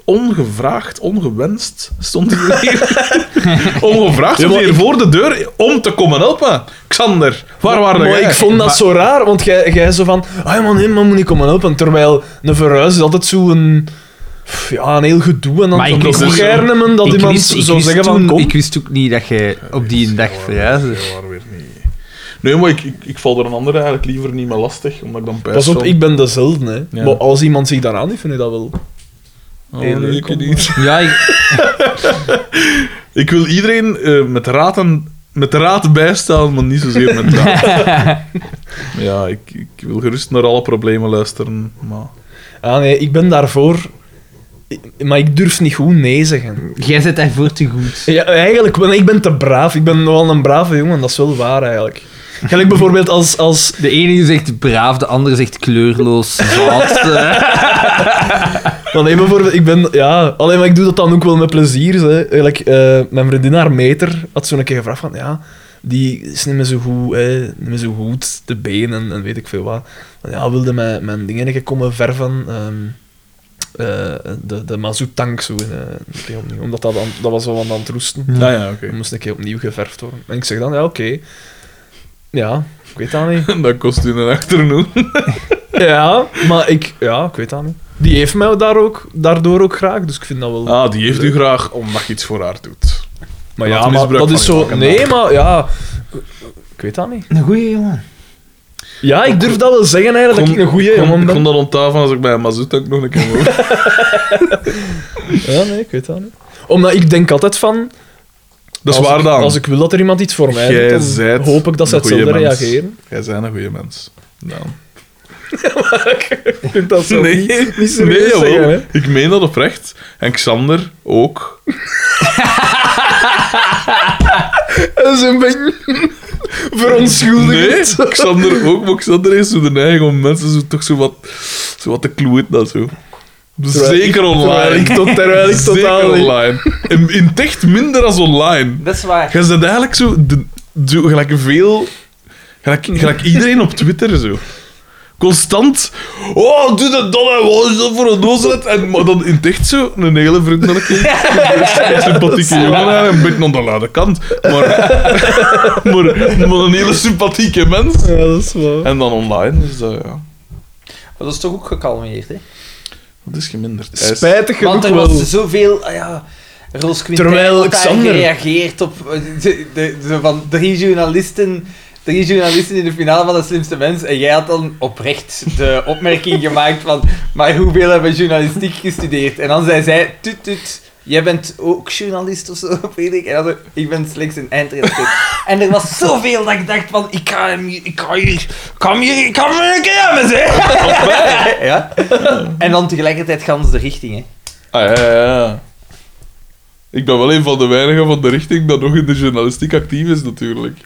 Speaker 2: ongevraagd, ongewenst stond hij hier. ongevraagd stond hij hier voor de deur om te komen helpen. Xander, waar waren
Speaker 3: Maar
Speaker 2: jij?
Speaker 3: ik vond dat zo raar, want jij, jij zo van... Ah ja, man, nee, man, moet ik komen helpen. Terwijl een verhuis is altijd zo'n... Ja, een heel gedoe. En dan
Speaker 1: Maar ik
Speaker 3: zo'n
Speaker 1: wist- dus-
Speaker 3: beschermen dat iemand zou zeggen van... Kom.
Speaker 1: Ik wist ook niet dat jij op die dag verhuisde.
Speaker 2: Waar weer niet. Nee, maar ik, ik, ik val er een ander eigenlijk liever niet meer lastig, omdat ik dan pijs
Speaker 3: Pas op,
Speaker 2: van-
Speaker 3: ik ben dezelfde. Hè.
Speaker 2: Ja.
Speaker 3: Maar als iemand zich daaraan heeft, vind ik dat wel...
Speaker 2: Oh,
Speaker 3: Hey,
Speaker 2: nee,
Speaker 3: leuk,
Speaker 2: ik
Speaker 3: kom
Speaker 2: weet
Speaker 3: maar.
Speaker 2: niet.
Speaker 1: Ja, ik,
Speaker 2: Ik wil iedereen eh, met, raad en, met raad bijstaan, maar niet zozeer met raad. ja, ik, ik wil gerust naar alle problemen luisteren, maar...
Speaker 3: Ah nee, ik ben daarvoor... ik- Maar ik durf niet goed nee zeggen.
Speaker 1: jij zit daarvoor te goed.
Speaker 3: Ja, eigenlijk, wel, nee, ik ben te braaf. Ik ben wel een brave jongen, dat is wel waar eigenlijk. Gelijk bijvoorbeeld als... als
Speaker 1: De ene zegt braaf, de andere zegt kleurloos, zout. eh.
Speaker 3: Maar nee, bijvoorbeeld, ik ben... Ja, alleen maar ik doe dat dan ook wel met plezier. Hè. Eigenlijk, eh, mijn vriendin, haar meter, had zo'n keer gevraagd van... Ja, die is niet meer zo goed, hè, niet meer zo goed, de benen en weet ik veel wat. Van, ja, wilde mijn, mijn dingen een keer komen verven. ehm, eh, de, de mazoetank zo. In, eh, een keer opnieuw, omdat dat, dan, dat was wel aan het roesten.
Speaker 2: Ah ja, oké.
Speaker 3: Dat moest een keer opnieuw geverfd worden. En ik zeg dan, ja, oké. Ja, ik weet dat niet.
Speaker 2: Dat kost u een achternoen.
Speaker 3: ja, maar ik... Ja, ik weet dat niet. Die heeft mij daar ook, daardoor ook graag, dus ik vind dat wel...
Speaker 2: Ah, die heeft u graag omdat je iets voor haar doet.
Speaker 3: Maar
Speaker 2: Laat
Speaker 3: ja,
Speaker 2: er
Speaker 3: maar
Speaker 2: misbruik
Speaker 3: dat is
Speaker 2: van
Speaker 3: zo.
Speaker 2: maken,
Speaker 3: Nee,
Speaker 2: dan.
Speaker 3: maar ja. Ik weet dat niet.
Speaker 1: Een goeie jongen.
Speaker 3: Ja, ik durf dat wel zeggen eigenlijk. dat ik een goeie jongen
Speaker 2: Ik
Speaker 3: ben.
Speaker 2: kon dat ontafelen als ik bij een mazoet ook nog een keer moet.
Speaker 3: Ja, nee, ik weet dat niet. Omdat ik denk altijd van.
Speaker 2: Dat is
Speaker 3: als
Speaker 2: waar
Speaker 3: ik-
Speaker 2: dan.
Speaker 3: Als ik wil dat er iemand iets voor mij
Speaker 2: Jij
Speaker 3: doet, dan
Speaker 2: zijt
Speaker 3: hoop ik dat ze
Speaker 2: een goeie
Speaker 3: hetzelfde
Speaker 2: mens.
Speaker 3: reageren.
Speaker 2: Jij bent een goede mens. Nou.
Speaker 3: Ik vind dat zo
Speaker 2: Nee.
Speaker 3: niet, niet
Speaker 2: Nee,
Speaker 3: serieus
Speaker 2: jawel.
Speaker 3: zeggen, hè.
Speaker 2: Ik meen dat oprecht. En Xander ook.
Speaker 3: Dat is een beetje
Speaker 2: Nee,
Speaker 3: verontschuldigend.
Speaker 2: Xander ook, maar Xander heeft zo de neiging om mensen zo, toch zo wat, zo wat te kloeien dat zo.
Speaker 3: Terwijl ik-
Speaker 2: Zeker online.
Speaker 3: terwijl ik tot- terwijl ik
Speaker 2: Zeker
Speaker 3: totaal niet.
Speaker 2: online. In, in het echt minder als online.
Speaker 1: Dat is waar.
Speaker 2: Jij bent eigenlijk zo, de, zo gelijk veel... Gelijk, gelijk iedereen op Twitter zo. Constant. Oh, doe dat dan en wat is dat voor een dooslet? En maar dan in het echt zo een hele vriendelijke, sympathieke jongen. hè, Een beetje aan de lade kant. Maar, maar, maar een hele sympathieke mens.
Speaker 3: Ja, dat is wel.
Speaker 2: En dan online, dus dat, ja.
Speaker 1: Maar dat is toch ook gekalmeerd, hè?
Speaker 2: Dat is geminderd. Hij is-
Speaker 3: Spijtig genoeg
Speaker 1: Want er
Speaker 3: wel.
Speaker 1: was zoveel... ah ja, Roos Quintijn
Speaker 3: Terwijl
Speaker 1: had daar
Speaker 3: Xander-
Speaker 1: gereageerd op eh, de, de, de- van drie journalisten... Drie journalisten in de finale van de slimste mens. En jij had dan oprecht de opmerking gemaakt van... Maar hoeveel hebben journalistiek gestudeerd? En dan zei zij... Tut, tut. Jij bent ook journalist of zo, weet ik. En dan zo, ik ben slechts een eindredacteur. en er was zoveel dat ik dacht van... Ik ga hem hier... Ik ga hier... Ik ga hem hier... Ik ga hem hier een keer hebben, zeg. ja. En dan tegelijkertijd gans de richting, hè.
Speaker 2: Ah, ja, ja, ja. Ik ben wel een van de weinigen van de richting dat nog in de journalistiek actief is, natuurlijk.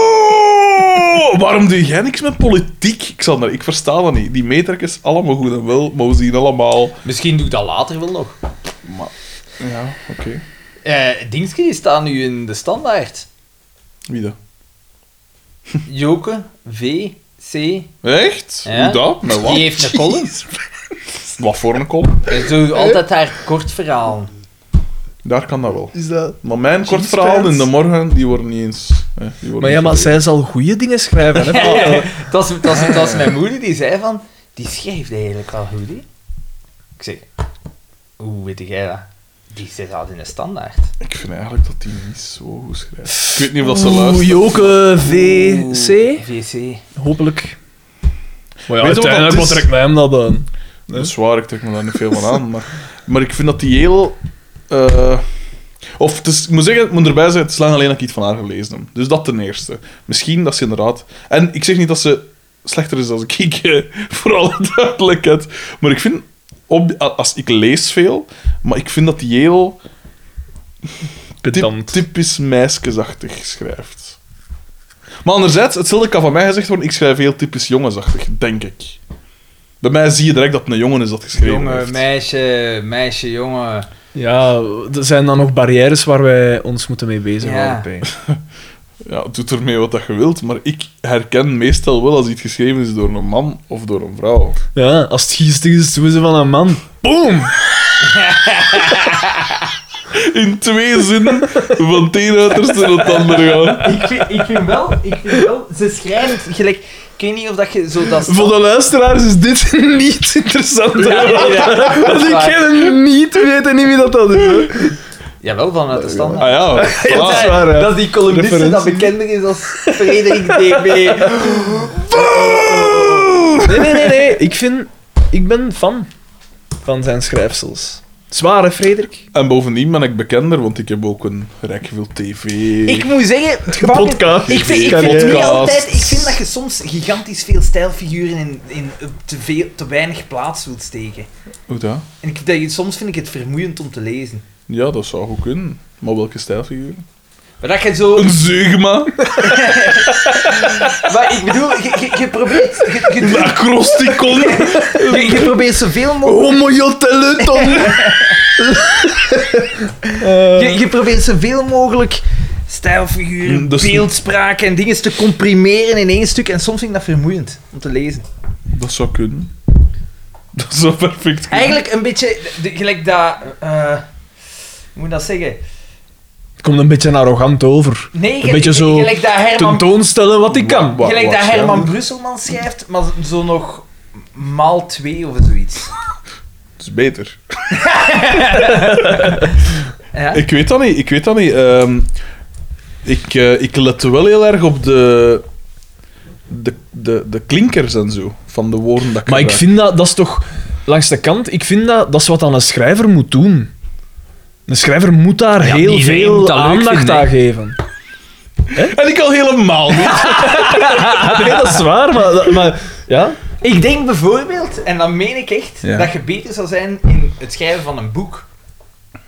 Speaker 2: Oh! Waarom doe jij niks met politiek, Xander? Ik versta dat niet. Die meetrekjes, allemaal goed en wel, maar we zien allemaal...
Speaker 1: Misschien doe ik dat later wel nog.
Speaker 2: Ja, oké.
Speaker 1: Eh Dingske die staan nu in de standaard.
Speaker 2: Wie dat?
Speaker 1: Joke, V, C.
Speaker 2: Echt?
Speaker 1: Ja.
Speaker 2: Hoe dat? Met wat?
Speaker 1: Die heeft een column.
Speaker 2: Wat voor een kolom?
Speaker 1: En zo altijd haar kort verhaal.
Speaker 2: Daar kan dat wel.
Speaker 3: Is dat...
Speaker 2: Maar mijn kort
Speaker 3: Jeanspants.
Speaker 2: verhaal in de morgen, die worden niet eens... eh, die worden
Speaker 3: Maar ja,
Speaker 2: niet
Speaker 3: maar
Speaker 2: gelezen.
Speaker 3: zij zal goede dingen schrijven. Hè?
Speaker 1: dat, was, dat, was, dat was mijn moeder die zei van... Die schrijft eigenlijk wel goed, hè? Ik zeg... Hoe weet jij dat? Die zit al in de standaard.
Speaker 2: Ik vind eigenlijk dat die niet zo goed schrijft. Ik weet niet of dat ze
Speaker 3: Oeh,
Speaker 2: luistert.
Speaker 3: Joke VC.
Speaker 1: VC.
Speaker 3: Hopelijk. Maar
Speaker 2: ja, uiteindelijk wat trekt
Speaker 3: mij hem dat aan.
Speaker 2: Dat eh, is waar, ik trek me daar niet veel van aan. Maar, maar ik vind dat die heel. eh, of het is, ik moet zeggen, ik moet erbij zeggen, het is lang alleen dat ik iets van haar gelezen heb. Dus dat ten eerste. Misschien dat ze inderdaad. En ik zeg niet dat ze slechter is als ik, eh, voor alle duidelijkheid. Maar ik vind, op, als, ik lees veel, maar ik vind dat die heel Typ,
Speaker 4: pedant.
Speaker 2: typisch meisjesachtig schrijft. Maar anderzijds, hetzelfde kan van mij gezegd worden, ik schrijf heel typisch jongensachtig, denk ik. Bij mij zie je direct dat het een jongen is dat geschreven
Speaker 1: Jongen,
Speaker 2: heeft.
Speaker 1: meisje, meisje, jongen.
Speaker 3: Ja, er zijn dan nog barrières waar wij ons moeten mee
Speaker 1: Ja.
Speaker 3: bezighouden. Pijn.
Speaker 2: Ja, doet ermee wat dat je wilt, maar ik herken meestal wel als iets geschreven is door een man of door een vrouw.
Speaker 3: Ja, als het geestig is, doen ze van een man. Boom!
Speaker 2: In twee zinnen van het een uiterste naar het andere gaan.
Speaker 1: Ik vind, ik vind wel, ik vind wel, ze schrijft gelijk, ik weet niet of dat je zo dat...
Speaker 3: Voor de luisteraars is dit niet interessant. Want ik ken hem niet, we weten niet wie dat, dat is. hè.
Speaker 1: Jawel, vanuit de standaard.
Speaker 2: Ah ja,
Speaker 3: dat is
Speaker 2: voilà.
Speaker 3: waar, ja.
Speaker 1: Dat is die columniste dat
Speaker 3: Referentie.
Speaker 1: bekender is als Frederik DB.
Speaker 3: Nee, nee, nee, nee. Ik, vind, ik ben fan van zijn schrijfsels. Zware Frederik.
Speaker 2: En bovendien ben ik bekender, want ik heb ook een rek veel tv.
Speaker 1: Ik moet zeggen...
Speaker 3: Podcast.
Speaker 1: Ik vind, ik
Speaker 2: Kan
Speaker 1: vind
Speaker 2: je-
Speaker 1: niet
Speaker 2: Podcast.
Speaker 1: altijd... Ik vind dat je soms gigantisch veel stijlfiguren in, in eh, te, veel, te weinig plaats wilt steken.
Speaker 2: Hoe dat?
Speaker 1: En ik, dat, je- soms vind ik het vermoeiend om te lezen.
Speaker 2: Ja, dat zou goed kunnen. Maar welke stijlfiguur?
Speaker 1: Maar dat je zo...
Speaker 2: Een zeugma,
Speaker 1: Maar ik bedoel, je, je, je probeert... Je, je,
Speaker 2: een acrosticon,
Speaker 1: je- je probeert zoveel mogelijk...
Speaker 3: Homo Joteluton.
Speaker 2: Eh.
Speaker 1: Je, je probeert zoveel mogelijk stijlfiguren,
Speaker 2: Mm, dat is-
Speaker 1: beeldspraak en dingen te comprimeren in één stuk. En soms vind ik dat vermoeiend om te lezen.
Speaker 2: Dat zou kunnen. Dat zou perfect kunnen.
Speaker 1: Eigenlijk een beetje de- gelijk dat... eh, hoe moet ik dat zeggen?
Speaker 3: Komt een beetje arrogant over.
Speaker 1: Nee,
Speaker 3: Een beetje zo
Speaker 1: gelijk dat Herman,
Speaker 3: Tentoonstellen wat ik kan.
Speaker 2: Wa-
Speaker 1: gelijk dat
Speaker 2: waarschijnlijk.
Speaker 1: Herman Brusselman schrijft, maar zo nog maal twee of zoiets.
Speaker 2: Dat is beter.
Speaker 1: Ja?
Speaker 2: Ik weet dat niet. Ik weet dat niet. Ehm, ik, eh, ik let wel heel erg op de, de, de, de klinkers en zo van de woorden dat ik
Speaker 3: Maar ik
Speaker 2: gebruik.
Speaker 3: vind dat, dat is toch... Langs de kant, ik vind dat, dat is wat aan een schrijver moet doen. Een schrijver moet daar
Speaker 4: Ja,
Speaker 3: heel
Speaker 4: iedereen moet dat leuk
Speaker 3: veel aandacht
Speaker 4: vinden, hè.
Speaker 3: aan geven.
Speaker 2: En ik al helemaal niet.
Speaker 3: Nee, dat is waar, maar... dat- maar ja?
Speaker 1: Ik denk bijvoorbeeld, en dan meen ik echt,
Speaker 2: Ja.
Speaker 1: dat je beter zou zijn in het schrijven van een boek.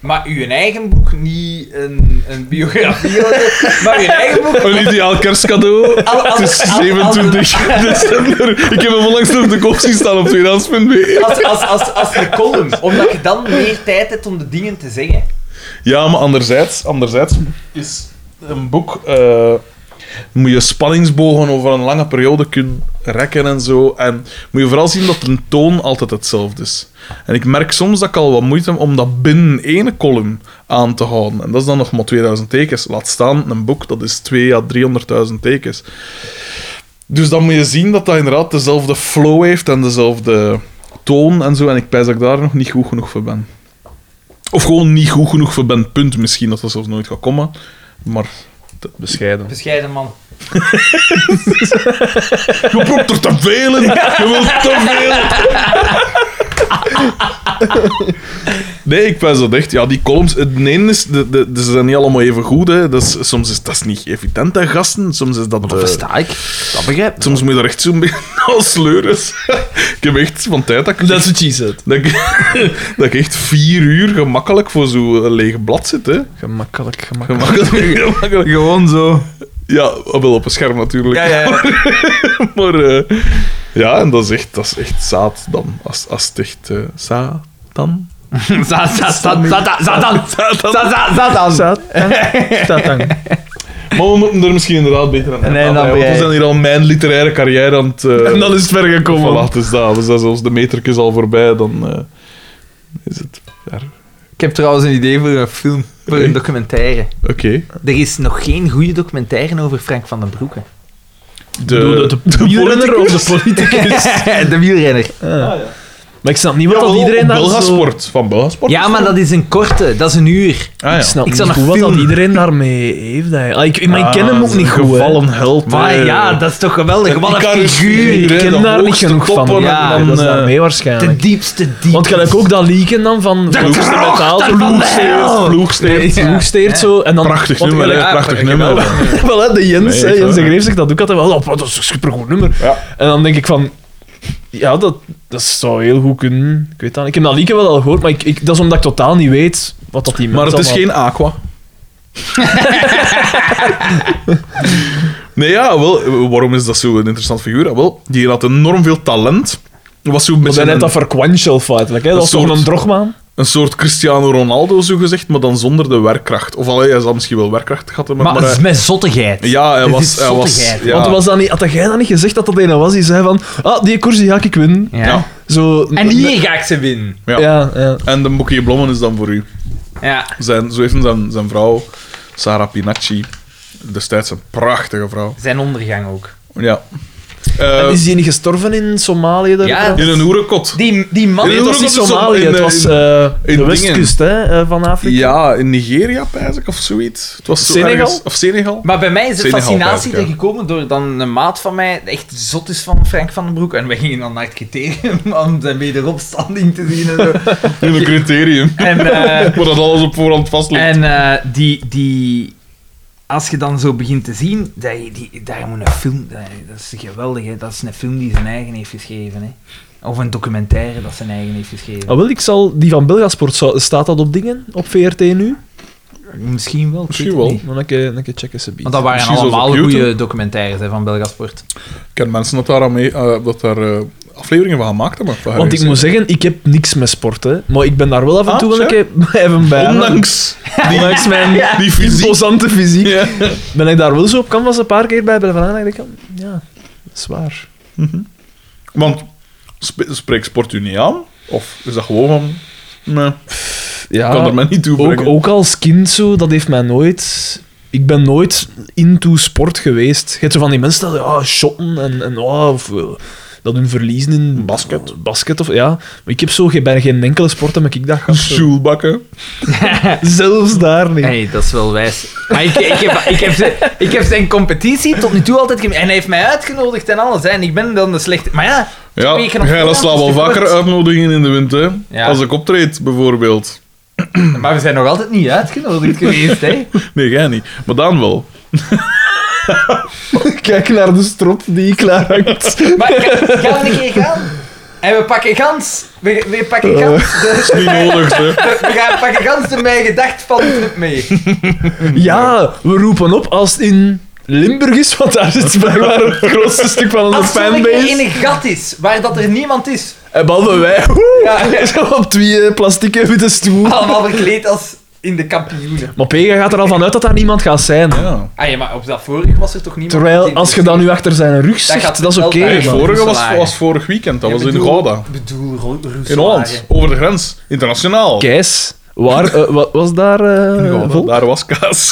Speaker 1: Maar uw eigen boek, niet een, een biografie, of zo, maar uw eigen boek.
Speaker 2: Een ideaal kerstcadeau.
Speaker 1: Al- al-
Speaker 2: Het is
Speaker 1: al- al-
Speaker 2: 27 december. Ik heb hem onlangs nog op de kop zien staan op tweedehands.be.
Speaker 1: Als, als, als, als een column, omdat je dan meer tijd hebt om de dingen te zeggen.
Speaker 2: Ja, maar anderzijds, anderzijds is een boek... eh, moet je spanningsbogen over een lange periode kunnen rekken en zo. En moet je vooral zien dat de toon altijd hetzelfde is. En ik merk soms dat ik al wat moeite heb om dat binnen één column aan te houden. En dat is dan nog maar 2000 tekens. Laat staan, een boek, dat is 2 à 300.000 tekens. Dus dan moet je zien dat dat inderdaad dezelfde flow heeft en dezelfde toon en zo. En ik pijs dat ik daar nog niet goed genoeg voor ben. Of gewoon niet goed genoeg voor ben, punt. Misschien dat dat zelfs nooit gaat komen. Maar te bescheiden.
Speaker 1: Bescheiden man.
Speaker 2: Je propt er te veel in. Je wilt te veel. Nee, ik ben zo dicht. Ja, die columns. Het nee is, de, de, ze zijn niet allemaal even goed. Hè. Dat is, soms is dat is niet evident, hè, gasten. Soms is dat. eh,
Speaker 4: ik. Dat begrijp
Speaker 2: soms moet je er echt zo'n beetje als sleures. ik heb echt van tijd dat ik.
Speaker 3: That's what she said.
Speaker 2: Dat ik, dat ik echt vier uur gemakkelijk voor zo'n leeg blad zit. Hè.
Speaker 3: Gemakkelijk, gemakkelijk.
Speaker 2: Gemakkelijk, gemakkelijk.
Speaker 1: Gewoon zo.
Speaker 2: Ja, ah, wel op een scherm natuurlijk.
Speaker 1: Ja, ja, ja.
Speaker 2: Maar eh, ja, en dat is echt, dat is echt zaad dan. Als, als het echt eh, Satan.
Speaker 1: Za- za- za- za- za- Satan. Za- za- Satan.
Speaker 2: Maar we moeten er misschien inderdaad beter aan
Speaker 1: Nee, dan
Speaker 2: gaan,
Speaker 1: ben
Speaker 2: want
Speaker 1: jij-
Speaker 2: we zijn hier al mijn literaire carrière aan het... eh,
Speaker 3: En dan is het ver gekomen.
Speaker 2: Voilà, het is dat. We zijn zelfs de metertjes al voorbij, dan eh, is het... ver.
Speaker 1: Ik heb trouwens een idee voor een film, voor een documentaire.
Speaker 2: Oké.
Speaker 1: Er is nog geen goede documentaire over Frank van den Broeke.
Speaker 2: De,
Speaker 3: Bedoel, de- de wielrenner of de Ah,
Speaker 2: politicus?
Speaker 1: de wielrenner.
Speaker 3: Maar ik snap niet wat
Speaker 2: Ja,
Speaker 3: dat iedereen daar zo...
Speaker 2: Belgasport. Van Ah, Belgasport.
Speaker 1: Ja, maar dat is een korte, dat is een uur.
Speaker 2: Ah, ja.
Speaker 3: Ik snap
Speaker 1: Ik zou
Speaker 3: niet
Speaker 1: nog
Speaker 3: goed wat dat
Speaker 1: filmen.
Speaker 3: iedereen daarmee heeft. hè. Ah, ik, maar ik ken
Speaker 2: Ah,
Speaker 3: hem ook
Speaker 2: zo'n
Speaker 3: niet goed. hè.
Speaker 2: gevallen held.
Speaker 1: Maar
Speaker 2: eh,
Speaker 1: ja, dat is toch geweldig.
Speaker 2: En
Speaker 1: Wat een
Speaker 2: Icarus
Speaker 1: figuur.
Speaker 2: Junior.
Speaker 3: Ik
Speaker 2: de
Speaker 3: ken daar niet
Speaker 2: hoogste
Speaker 3: genoeg van.
Speaker 2: toppen
Speaker 1: en
Speaker 3: Ja,
Speaker 1: dan,
Speaker 3: dat is daarmee
Speaker 1: De
Speaker 3: waarschijnlijk.
Speaker 1: diepste diep.
Speaker 3: Want kan ik ook dat leaken dan van
Speaker 1: De
Speaker 3: ploegste
Speaker 1: krocht
Speaker 3: metaal
Speaker 1: ervan wel.
Speaker 2: Ploegsteert.
Speaker 1: Ja.
Speaker 3: ploegsteert zo en dan
Speaker 2: Prachtig
Speaker 3: want
Speaker 2: nummer,
Speaker 3: gelijk-
Speaker 2: hè. Prachtig nummer.
Speaker 3: wel hè, de Jens,
Speaker 2: Oh. Nee,
Speaker 3: hè,
Speaker 2: echt
Speaker 3: Jens de
Speaker 2: waar.
Speaker 3: Greef zegt dat ook altijd wel. Oh, dat is een supergoed nummer.
Speaker 2: Ja.
Speaker 3: En dan denk ik van, ja, dat, dat zou heel goed kunnen. Ik weet dat. niet. Ik heb dat liedje wel al gehoord, maar ik, ik, dat is omdat ik totaal niet weet wat dat die
Speaker 2: Maar
Speaker 3: mens
Speaker 2: het is
Speaker 3: allemaal-
Speaker 2: geen aqua. Nee, ja, wel, eh, waarom is dat zo'n interessant figuur? Ah, Wel, die had enorm veel talent. Was zo
Speaker 3: Maar
Speaker 2: met
Speaker 3: dat net
Speaker 2: een,
Speaker 3: dat verkwanschel feitelijk, hè? Dat
Speaker 2: Een
Speaker 3: is toch
Speaker 2: soort-
Speaker 3: een drogman?
Speaker 2: een soort Cristiano Ronaldo, zo gezegd, maar dan zonder de werkkracht. Of allee, hij zal misschien wel werkkracht gehad hebben, maar...
Speaker 1: Maar het is
Speaker 2: hij-
Speaker 1: met zottigheid.
Speaker 2: ja, hij
Speaker 1: Dit
Speaker 2: was...
Speaker 1: is
Speaker 2: Hij was
Speaker 1: zottigheid.
Speaker 2: ja.
Speaker 3: Want was dat niet, had jij dat niet gezegd dat dat een was die zei van ah, die koers die ga ik winnen?
Speaker 1: Ja.
Speaker 2: Ja.
Speaker 3: Zo,
Speaker 1: En hier ga ik ze winnen.
Speaker 2: Ja.
Speaker 3: Ja, ja.
Speaker 2: En de boekje Blommen is dan voor u.
Speaker 1: Ja.
Speaker 2: Zijn, zo heeft hem zijn, zijn vrouw, Sarah Pinacci, destijds een prachtige vrouw.
Speaker 1: Zijn ondergang ook.
Speaker 2: Ja.
Speaker 3: En
Speaker 2: Eh,
Speaker 3: is die niet gestorven in Somalië? Daar
Speaker 1: Ja,
Speaker 2: in een hoerenkot.
Speaker 1: Die, die man...
Speaker 2: Nee,
Speaker 3: Nee, het was
Speaker 2: Hoe
Speaker 3: niet
Speaker 2: was het zo-
Speaker 3: Somalië,
Speaker 2: in,
Speaker 3: het
Speaker 2: eh,
Speaker 3: was
Speaker 2: in-
Speaker 3: eh, de
Speaker 2: dingen.
Speaker 3: westkust hè, eh, van Afrika.
Speaker 2: Ja, in Nigeria, pijs ik, of zoiets. Het was zo
Speaker 3: Senegal?
Speaker 2: ergens- of Senegal.
Speaker 1: Maar bij mij is de
Speaker 2: Senegal,
Speaker 1: fascinatie er
Speaker 2: eigenlijk,
Speaker 1: gekomen door dan een maat van mij, die echt zot is van Frank van den Broek. En wij gingen dan naar het criterium om zijn wederopstanding te zien en zo.
Speaker 2: In een criterium.
Speaker 1: En, eh,
Speaker 2: Maar dat alles op voorhand vast ligt.
Speaker 1: en eh, die, die... Als je dan zo begint te zien, dat je, die, daar moet een film... Dat, dat is geweldig, hè. Dat is een film die zijn eigen heeft geschreven, hè. Of een documentaire dat zijn eigen heeft geschreven.
Speaker 2: Oh.
Speaker 3: Ah, wel, ik zal die van Belgasport, zou- staat dat op dingen? Op VRT nu?
Speaker 1: Misschien wel. ik
Speaker 2: Misschien
Speaker 1: weet het
Speaker 2: wel.
Speaker 1: niet.
Speaker 3: Dan een keer, een keer checken ze
Speaker 1: Want dat waren
Speaker 2: Misschien zoals
Speaker 1: allemaal
Speaker 2: op YouTube.
Speaker 1: goede documentaires hè, van Belgasport.
Speaker 2: Ik ken mensen dat daar, aan mee, eh, dat daar eh, afleveringen van gemaakt hebben. van
Speaker 3: Want ik
Speaker 2: Harry's.
Speaker 3: moet zeggen, ik heb niks met sport, hè. Maar ik ben daar wel af en
Speaker 2: Ah,
Speaker 3: toe wel een
Speaker 2: tja.
Speaker 3: keer even bij.
Speaker 2: Ondanks die,
Speaker 3: Ondanks mijn
Speaker 2: die fysiek.
Speaker 3: imposante fysiek.
Speaker 2: Ja.
Speaker 3: Ben ik daar wel zo op canvas een paar keer bij bij de Van Aandacht. Ik denk, ja, dat is waar.
Speaker 2: Want sp- spreekt sport u niet aan? Of is dat gewoon van... Nee,
Speaker 3: Ja,
Speaker 2: kan er mij niet toe
Speaker 3: ook,
Speaker 2: brengen.
Speaker 3: ook als kind zo, dat heeft mij nooit... Ik ben nooit into sport geweest. Je hebt zo van die mensen dat ja, shotten en, en ah, of, eh, dat hun verliezen in eh,
Speaker 2: Basket.
Speaker 3: basket of ja. Maar ik heb zo geen- bij geen enkele sport heb ik dat gehad. zo.
Speaker 2: Sjoelbakken.
Speaker 3: Zelfs daar niet.
Speaker 1: Nee, dat is wel wijs. Maar ik, ik, heb, ik, heb, ze- ik heb zijn competitie tot nu toe altijd... gem- En hij heeft mij uitgenodigd en alles. Hè, en ik ben dan de slechte... Maar ja,
Speaker 2: Ja,
Speaker 1: weken op
Speaker 2: jij
Speaker 1: voorhand
Speaker 2: dat slaat wel
Speaker 1: is het
Speaker 2: vaker
Speaker 1: kort.
Speaker 2: uitnodigingen in de wind, hè.
Speaker 1: Ja.
Speaker 2: Als ik optreed, bijvoorbeeld.
Speaker 3: eh.
Speaker 1: maar we zijn nog altijd niet uitgenodigd geweest. Hè.
Speaker 2: Nee, jij niet. Maar Daan wel.
Speaker 3: Kijk naar de strop die klaar hangt.
Speaker 1: Maar ga, gaan we een keer gaan? En we pakken gans... We, we pakken
Speaker 3: Eh.
Speaker 1: gans... De,
Speaker 2: Niet nodig, hè.
Speaker 1: we, we gaan pakken gans de mij gedacht van de club mee.
Speaker 3: Ja, we roepen op als het in Limburg is, want daar zit blijkbaar het grootste stuk van onze
Speaker 1: Als er een keer in
Speaker 3: fanbase.
Speaker 1: een gat is, waar dat er niemand is.
Speaker 3: En behalve wij, woe,
Speaker 1: Ja.
Speaker 3: zo op twee eh, plastieke witte stoelen.
Speaker 1: Allemaal verkleed als in de kampioenen.
Speaker 3: Maar Pega gaat er al vanuit dat daar niemand gaat zijn. hè.
Speaker 2: Ja.
Speaker 1: Ah ja, maar op dat vorige was er toch niemand?
Speaker 3: Terwijl,
Speaker 1: die-
Speaker 3: als je dan nu achter zijn rug
Speaker 1: gaat
Speaker 3: zit, dat is
Speaker 1: wel
Speaker 3: oké.
Speaker 1: bij-
Speaker 2: Nee,
Speaker 1: man.
Speaker 2: vorige was,
Speaker 1: Roeselaar.
Speaker 2: was vorig weekend. Dat
Speaker 1: Ja,
Speaker 2: was in
Speaker 1: bedoel-
Speaker 2: Gouda.
Speaker 1: bedoel Ro- Roeselaar,
Speaker 2: In Holland.
Speaker 1: hè.
Speaker 2: Over de grens. Internationaal.
Speaker 3: Keis, waar, eh, wa- was daar eh,
Speaker 2: In Gouda.
Speaker 3: vol?
Speaker 2: Daar was kaas.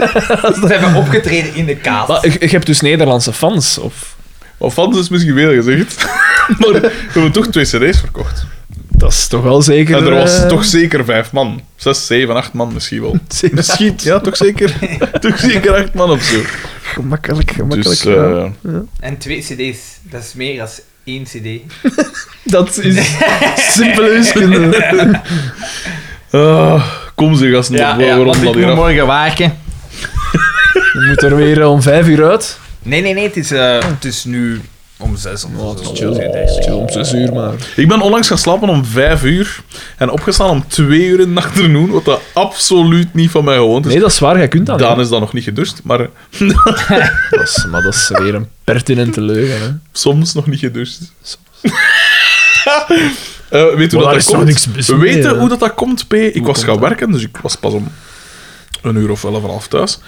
Speaker 1: Ze hebben opgetreden in de kaas.
Speaker 3: Maar, je, je hebt dus Nederlandse fans, of...
Speaker 2: Of fans is misschien veel gezegd. maar we hebben toch twee cd's verkocht.
Speaker 3: Dat is toch wel zeker...
Speaker 2: En er was
Speaker 3: eh,
Speaker 2: toch zeker vijf man. Zes, zeven, acht man misschien wel.
Speaker 3: zeker
Speaker 2: Misschien, ja, toch zeker, toch zeker acht man of zo.
Speaker 3: Gemakkelijk, gemakkelijk.
Speaker 2: Dus,
Speaker 3: ja.
Speaker 2: eh,
Speaker 1: En twee cd's. Dat is meer dan één cd.
Speaker 3: Dat is simpele wiskunde.
Speaker 2: ah, kom ze gasten, ja, we ronden dat hier af.
Speaker 1: morgen waken.
Speaker 3: Je moet er weer eh, om vijf uur uit.
Speaker 1: Nee, nee, nee. Het is, eh, het is nu om zes. Om
Speaker 3: Oh, het is chill. Het is chill om zes uur maar.
Speaker 2: Ik ben onlangs gaan slapen om vijf uur en opgestaan om twee uur in de afternoon, wat dat absoluut niet van mij gewoond is.
Speaker 3: Nee, dat is waar, jij kunt dat.
Speaker 2: Daan
Speaker 3: niet.
Speaker 2: is dan nog niet gedust, maar
Speaker 3: Dat is, maar dat is weer een pertinente leugen. Hè.
Speaker 2: soms nog niet gedust. Eh, weet hoe
Speaker 3: Maar daar
Speaker 2: dat, dat
Speaker 3: is toch
Speaker 2: komt?
Speaker 3: niks mis
Speaker 2: We
Speaker 3: mee,
Speaker 2: weten
Speaker 3: hè?
Speaker 2: hoe dat, dat komt, P. Ik was
Speaker 3: komt
Speaker 2: gaan werken, dus ik was pas om een uur of elf en half thuis.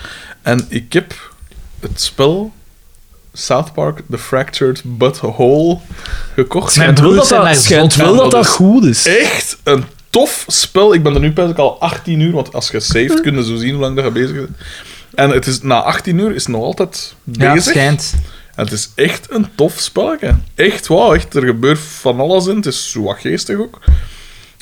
Speaker 2: En ik heb het spel South Park The Fractured Butthole gekocht.
Speaker 1: Mijn
Speaker 3: Het wil
Speaker 1: broers
Speaker 3: dat
Speaker 1: zijn
Speaker 3: dat,
Speaker 1: daar
Speaker 3: schijnt
Speaker 1: zot
Speaker 3: wel
Speaker 2: van,
Speaker 3: dat
Speaker 2: dat
Speaker 3: dat
Speaker 2: is-
Speaker 3: goed is.
Speaker 2: Echt een tof spel. Ik ben er nu pas al 18 uur, want als je
Speaker 3: Hm.
Speaker 2: saved, kun je zo zien hoe lang dat je bezig bent. En het is, na 18 uur is het nog altijd
Speaker 1: Ja,
Speaker 2: bezig.
Speaker 1: schijnt.
Speaker 2: En het is echt een tof spelletje. Echt waar, echt. Er gebeurt van alles in. Het is zo wat geestig ook.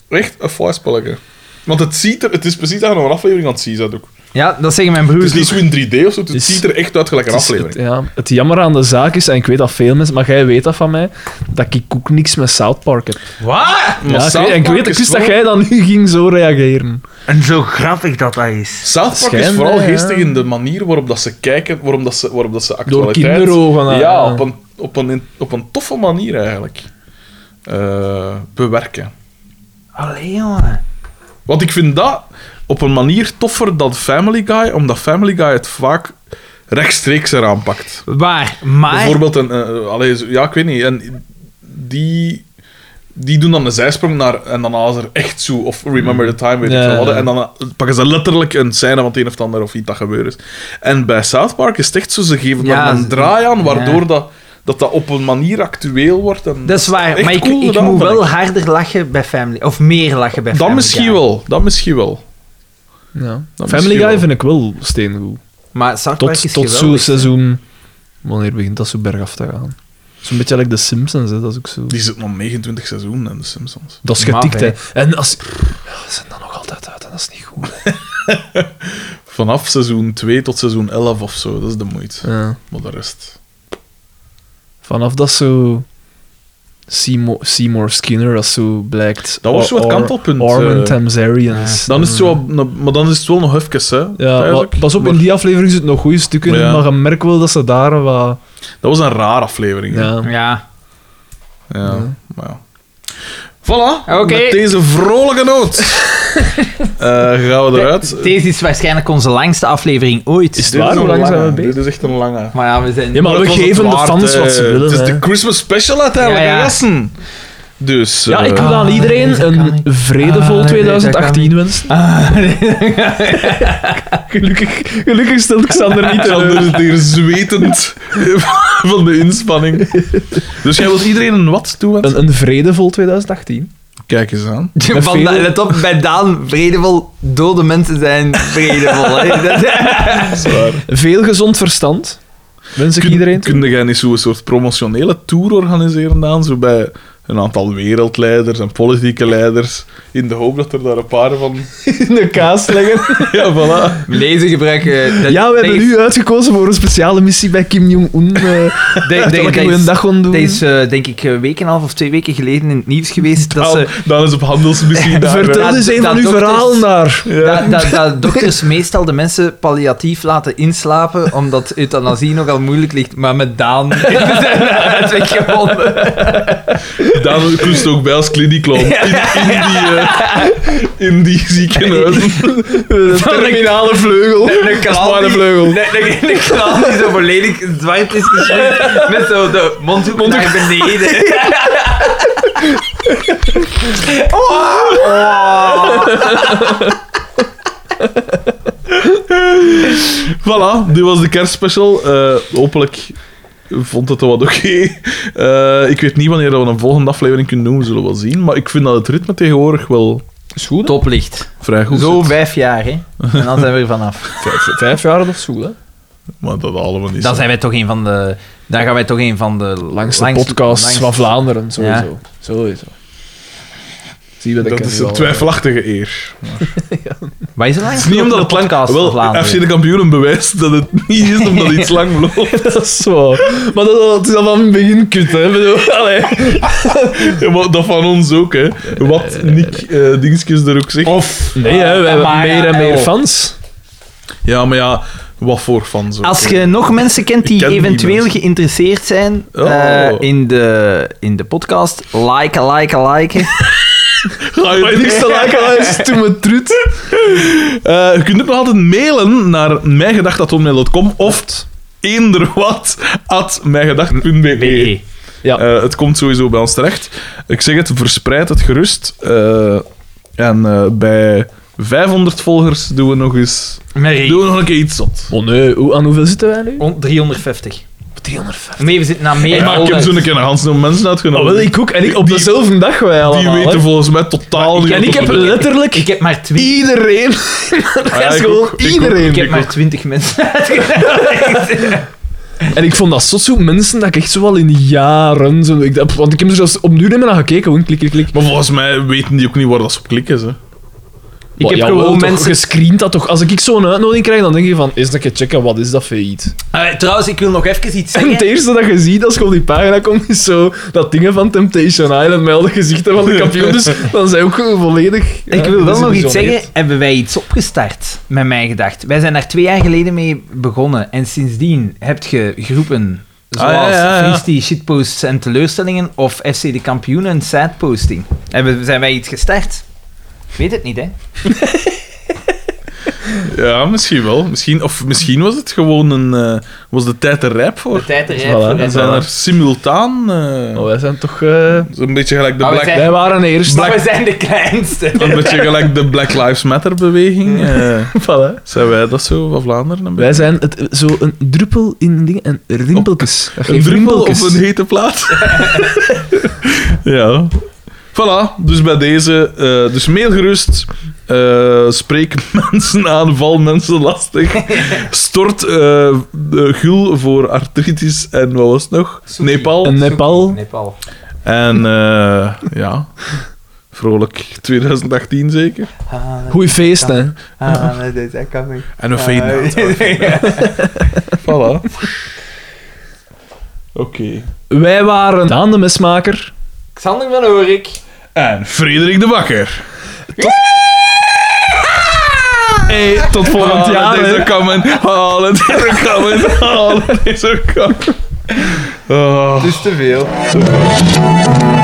Speaker 2: Echt een fly spelletje. Want het ziet er, het is precies aan een aflevering aan het zien, dat ook.
Speaker 1: Ja, dat zeggen mijn
Speaker 2: Het
Speaker 1: broers.
Speaker 2: is niet zo in 3D of zo, het
Speaker 3: Is-
Speaker 2: ziet er echt uit gelijk een
Speaker 3: Het, is- het-
Speaker 2: aflevering.
Speaker 3: ja, het jammer aan de zaak is, en ik weet dat veel mensen, maar jij weet dat van mij, dat ik ook niks met South Park heb.
Speaker 1: Wat?
Speaker 2: Maar
Speaker 3: Ja, ik,
Speaker 2: South
Speaker 3: weet- en ik
Speaker 2: Park
Speaker 3: weet ik
Speaker 2: is
Speaker 3: wist dat
Speaker 2: wel-
Speaker 3: jij dan nu ging zo reageren.
Speaker 1: En zo grappig dat dat is.
Speaker 2: South Park is
Speaker 3: Schijnbaar,
Speaker 2: vooral
Speaker 3: ja.
Speaker 2: geestig in de manier waarop dat ze kijken, waarop dat ze, waarop dat ze actualiteit...
Speaker 3: kinderogen, ah,
Speaker 2: Ja,
Speaker 3: ja.
Speaker 2: op een, op, een, op een toffe manier eigenlijk. eh, bewerken.
Speaker 1: Allee, jongen.
Speaker 2: Want ik vind dat... op een manier toffer dan Family Guy, omdat Family Guy het vaak rechtstreeks eraan pakt.
Speaker 1: Waar? Maar...
Speaker 2: Bijvoorbeeld een... eh, allee, zo- ja, ik weet niet. En die... Die doen dan een zijsprong naar en dan halen ze er echt zo of Remember the Time, weet
Speaker 3: Ja,
Speaker 2: ik veel
Speaker 3: ja.
Speaker 2: wat. En dan eh, pakken ze letterlijk een scène van het een of het ander of iets dat gebeurd is. En bij South Park is het echt zo, ze geven
Speaker 1: Ja,
Speaker 2: daar een
Speaker 1: ze-
Speaker 2: draai aan, waardoor
Speaker 1: ja.
Speaker 2: dat, dat dat op een manier actueel wordt. En
Speaker 1: Dat is waar,
Speaker 2: echt
Speaker 1: maar ik,
Speaker 2: cool
Speaker 1: ik
Speaker 2: gedaan,
Speaker 1: moet
Speaker 2: vind
Speaker 1: wel
Speaker 2: ik.
Speaker 1: harder lachen bij Family. Of meer lachen bij Family.
Speaker 2: Dan misschien
Speaker 1: Guy.
Speaker 2: wel, dan misschien wel.
Speaker 3: Ja.
Speaker 2: Dat
Speaker 3: Family
Speaker 2: misschien
Speaker 3: Guy
Speaker 2: wel.
Speaker 3: vind ik wel steengoed.
Speaker 1: Maar South Park
Speaker 3: Tot,
Speaker 1: is
Speaker 3: tot zo'n
Speaker 1: geweldig.
Speaker 3: seizoen... Wanneer begint dat zo bergaf te gaan? Zo'n beetje like The Simpsons, hè. dat is ook zo...
Speaker 2: Die zit nog 29 seizoenen in de Simpsons.
Speaker 3: Dat is getikt,
Speaker 1: Maar,
Speaker 3: hè. En als... Ja, ze zijn dan nog altijd uit en dat is niet goed. hè.
Speaker 2: Vanaf seizoen 2 tot seizoen 11 of zo, dat is de moeite.
Speaker 3: Ja.
Speaker 2: Maar de rest.
Speaker 3: Vanaf dat zo... Seymour, Seymour Skinner, dat zo blijkt...
Speaker 2: Dat was zo het
Speaker 3: Or- Or-
Speaker 2: kantelpunt,
Speaker 3: Orman
Speaker 2: eh.
Speaker 3: Tamsarians.
Speaker 2: Dan is het zo, maar dan is het wel nog even, hè?
Speaker 3: Ja,
Speaker 2: Eigenlijk.
Speaker 3: maar pas op,
Speaker 2: Maar
Speaker 3: in die aflevering zitten nog goede stukken in,
Speaker 2: Ja.
Speaker 3: maar je merkt wel dat ze daar wat...
Speaker 2: Dat was een rare aflevering. hè. Ja.
Speaker 3: Ja.
Speaker 1: Ja.
Speaker 2: Maar ja. Voilà,
Speaker 1: Oké.
Speaker 2: met deze vrolijke noot eh, gaan we eruit.
Speaker 1: Deze is waarschijnlijk onze langste aflevering ooit.
Speaker 3: Is het
Speaker 2: Dit
Speaker 3: waar?
Speaker 2: een
Speaker 3: Hoe lang zijn we
Speaker 2: lange.
Speaker 3: bezig?
Speaker 2: Dit is echt een lange.
Speaker 1: Maar ja, we zijn...
Speaker 3: Ja, maar
Speaker 2: het
Speaker 3: we
Speaker 2: was het
Speaker 3: geven de
Speaker 2: waard,
Speaker 3: fans
Speaker 2: hè.
Speaker 3: wat ze
Speaker 2: Het
Speaker 3: willen,
Speaker 2: is
Speaker 3: hè.
Speaker 2: de Christmas special uiteindelijk,
Speaker 1: Ja, ja.
Speaker 2: gasten. Dus...
Speaker 3: Ja,
Speaker 2: eh,
Speaker 3: ik wil aan
Speaker 1: Ah, nee,
Speaker 3: iedereen
Speaker 1: dat kan niet.
Speaker 3: een
Speaker 1: Ah,
Speaker 3: vredevol
Speaker 1: nee, dat
Speaker 3: 2018
Speaker 1: kan
Speaker 3: wensen.
Speaker 1: Ah, nee.
Speaker 3: Gelukkig, gelukkig stelt Xander niet teleur.
Speaker 2: Xander is hier zwetend van de inspanning. Dus jij wilt iedereen een wat toewensen?
Speaker 3: Een, een vredevol 2018.
Speaker 2: Kijk eens aan.
Speaker 3: Met
Speaker 1: Van,
Speaker 3: veel-
Speaker 1: let op, bij Daan, vredevol, dode mensen zijn vredevol. hè. Dat-
Speaker 3: Veel gezond verstand. Wens ik
Speaker 2: Kun,
Speaker 3: iedereen. toe.
Speaker 2: Kun jij niet zo'n soort promotionele tour organiseren dan? Zo bij een aantal wereldleiders en politieke leiders. In de hoop dat er daar een paar van...
Speaker 3: in de kaas leggen.
Speaker 2: Ja, voilà.
Speaker 1: Lezen gebruiken... eh, dat-
Speaker 3: Ja, we
Speaker 1: dat
Speaker 3: hebben
Speaker 1: is-
Speaker 3: nu uitgekozen voor een speciale missie bij Kim Jong-un. eh
Speaker 1: dat- dat-
Speaker 3: dat
Speaker 1: dat
Speaker 3: ik
Speaker 1: is-
Speaker 3: een dag gaan doen.
Speaker 1: Dat is, eh, denk ik, een week en een half of twee weken geleden in het nieuws geweest dat
Speaker 2: Dan,
Speaker 1: ze...
Speaker 2: dan is op handelsmissie daar.
Speaker 3: Vertel
Speaker 1: dat-
Speaker 3: eens een
Speaker 1: dat
Speaker 3: van uw
Speaker 1: dokters-
Speaker 3: verhalen daar.
Speaker 1: Dat, dat, dat dokters meestal de mensen palliatief laten inslapen, omdat euthanasie nogal moeilijk ligt. Maar met Daan hebben ze het weggevonden.
Speaker 2: Dan kloest ook bij als kliniekloon. In, in, die, eh, in die ziekenhuizen.
Speaker 3: Terminale vleugel.
Speaker 1: Een
Speaker 2: maar een vleugel.
Speaker 1: Een een kraan die zo volledig zwart is gesminkt, met zo de mondhoek naar beneden.
Speaker 2: Voilà, dit was de kerstspecial. Eh, hopelijk vond het wat oké. Eh, ik weet niet wanneer we een volgende aflevering kunnen doen, we zullen wel zien. Maar ik vind dat het ritme tegenwoordig wel
Speaker 3: Is goed, hè?
Speaker 1: Toplicht.
Speaker 2: vrij goed
Speaker 1: Zo
Speaker 2: zit.
Speaker 1: vijf jaar, hè. En dan zijn we er vanaf.
Speaker 3: Vijf, vijf jaar of zo, hè?
Speaker 2: Maar dat halen we niet.
Speaker 1: Dan
Speaker 2: zo.
Speaker 1: zijn wij toch een van de... Dan gaan wij toch een van de...
Speaker 3: Langste
Speaker 1: langs-
Speaker 3: podcasts
Speaker 1: langs-
Speaker 3: van Vlaanderen, sowieso. Sowieso. Zie je dat
Speaker 2: dat
Speaker 3: ik
Speaker 2: is
Speaker 3: nu
Speaker 2: een
Speaker 3: al-
Speaker 2: twijfelachtige eer.
Speaker 1: Wat is het
Speaker 2: Het
Speaker 1: langste
Speaker 2: is niet omdat het lang...
Speaker 1: podcast van
Speaker 2: Wel,
Speaker 1: Vlaanderen?
Speaker 2: FC de kampioenen bewijst dat het niet is omdat iets lang loopt.
Speaker 3: Dat is zo. Maar dat, dat is al van het begin kut, hè. Ik Bedoel, allee.
Speaker 2: Ja, maar dat van ons ook, hè. Wat Nick eh Dinskes er ook zegt.
Speaker 1: Of...
Speaker 3: Nee, hè, we hebben
Speaker 1: Maar Oh. ja,
Speaker 3: meer en meer
Speaker 1: El.
Speaker 3: fans.
Speaker 2: Ja, maar ja, wat voor fans ook.
Speaker 1: Als
Speaker 2: hè.
Speaker 1: je nog mensen kent
Speaker 2: Ik
Speaker 1: die
Speaker 2: ken die
Speaker 1: eventueel
Speaker 2: mensen.
Speaker 1: geïnteresseerd zijn
Speaker 2: Oh.
Speaker 1: eh, in, de, in de podcast, liken, liken, liken.
Speaker 2: Ga je
Speaker 3: Maar niks te laken is toen me trut.
Speaker 2: Eh, je kunt ook nog altijd mailen naar mijngedacht.com of eender wat at mijngedacht.be.
Speaker 3: Ja.
Speaker 2: Eh, het komt sowieso bij ons terecht. Ik zeg het, verspreid het gerust. Eh, en eh, bij 500 volgers doen we nog eens... Doen we nog een keer iets zot.
Speaker 3: Oh nee, hoe, aan hoeveel zitten wij nu?
Speaker 1: 350.
Speaker 3: 350.
Speaker 1: Nee, we zitten naar meer.
Speaker 2: maar ik heb zo'n keer een hele mensen
Speaker 3: Oh,
Speaker 2: uitgenomen.
Speaker 3: wel, ik ook. En ik op
Speaker 2: Die-
Speaker 3: dezelfde dag wij
Speaker 2: Die
Speaker 3: allemaal.
Speaker 2: weten
Speaker 3: hè.
Speaker 2: volgens mij totaal niet...
Speaker 3: En ik
Speaker 2: wat
Speaker 3: heb
Speaker 2: op-
Speaker 3: letterlijk
Speaker 1: Ik heb maar twee.
Speaker 3: iedereen...
Speaker 2: Ah,
Speaker 3: Dat is
Speaker 2: ik
Speaker 3: gewoon
Speaker 2: ook, ik ook,
Speaker 3: iedereen.
Speaker 1: Ik heb
Speaker 2: ik
Speaker 1: maar
Speaker 2: ook.
Speaker 1: 20 mensen.
Speaker 3: En ik vond dat zot zo mensen dat ik echt zo wel in jaren... Zo, ik, dacht- want ik heb er zelfs opnieuw niet meer naar gekeken. Gewoon klik, klik, klik.
Speaker 2: Maar volgens mij weten die ook niet waar dat ze op klikken. Hè.
Speaker 1: Ik heb
Speaker 3: Ja,
Speaker 1: gewoon
Speaker 3: wel, toch,
Speaker 1: mensen-
Speaker 3: Je screent dat toch? Als ik zo'n uitnodiging krijg, dan denk je van... Eens een keer checken, wat is dat voor iets?
Speaker 1: Eh, trouwens, ik wil nog even iets
Speaker 3: En het
Speaker 1: zeggen.
Speaker 3: eerste dat je ziet als je op die pagina komt, is zo... Dat dingen van Temptation Island met alle gezichten van de kampioen. Dus dan zijn we ook gewoon volledig...
Speaker 1: Ik
Speaker 3: ja,
Speaker 1: wil wel nog iets
Speaker 3: gedesillusioneerd.
Speaker 1: zeggen. Hebben wij iets opgestart met mijn gedacht? Wij zijn daar twee jaar geleden mee begonnen. En sindsdien heb je groepen zoals
Speaker 2: Ah, ja, ja, ja.
Speaker 1: Feasty, Shitposts en Teleurstellingen of FC De Kampioenen en Sadposting. Hebben, zijn wij iets gestart? Ik weet het niet, hè?
Speaker 2: Ja, misschien wel. Misschien, of misschien was het gewoon een... eh, was de tijd er rijp voor?
Speaker 1: De tijd er rijp
Speaker 3: Voilà,
Speaker 1: voor.
Speaker 3: dat
Speaker 2: En
Speaker 1: is.
Speaker 2: zijn er simultaan... eh,
Speaker 3: Maar wij zijn toch... eh,
Speaker 2: Een beetje gelijk de
Speaker 1: Maar we
Speaker 2: Black...
Speaker 1: zijn-
Speaker 3: Wij waren eerst.
Speaker 1: Maar we zijn de kleinste.
Speaker 2: Een beetje gelijk de Black Lives Matter-beweging. eh,
Speaker 3: Voilà.
Speaker 2: zijn wij dat zo van Vlaanderen? Een,
Speaker 3: Wij
Speaker 2: beetje?
Speaker 3: zijn het, eh, zo een druppel in dingen en rimpeltjes. Dat
Speaker 2: een
Speaker 3: geeft
Speaker 2: druppel op
Speaker 3: rimpeltjes.
Speaker 2: een hete plaat. ja. Voilà, dus bij deze. eh, dus mail gerust. eh, spreek mensen aan, val mensen lastig. Stort eh, de gul voor artritis en wat was het nog?
Speaker 1: Soepie.
Speaker 2: Nepal.
Speaker 3: Een Nepal.
Speaker 1: Nepal.
Speaker 2: En eh, ja, vrolijk 2018 zeker.
Speaker 3: Goeie feest, hè.
Speaker 1: Ah,
Speaker 2: En een fade Voilà. Oké.
Speaker 3: Wij waren Daan de Mesmaker.
Speaker 1: Xander van Oorik.
Speaker 2: En Frederik de Bakker.
Speaker 3: Hey, tot volgend jaar,
Speaker 2: Haal
Speaker 3: hè.
Speaker 2: deze comment. Haal het deze comment. Haal het deze comment. Oh.
Speaker 1: Het is te veel.
Speaker 2: Thank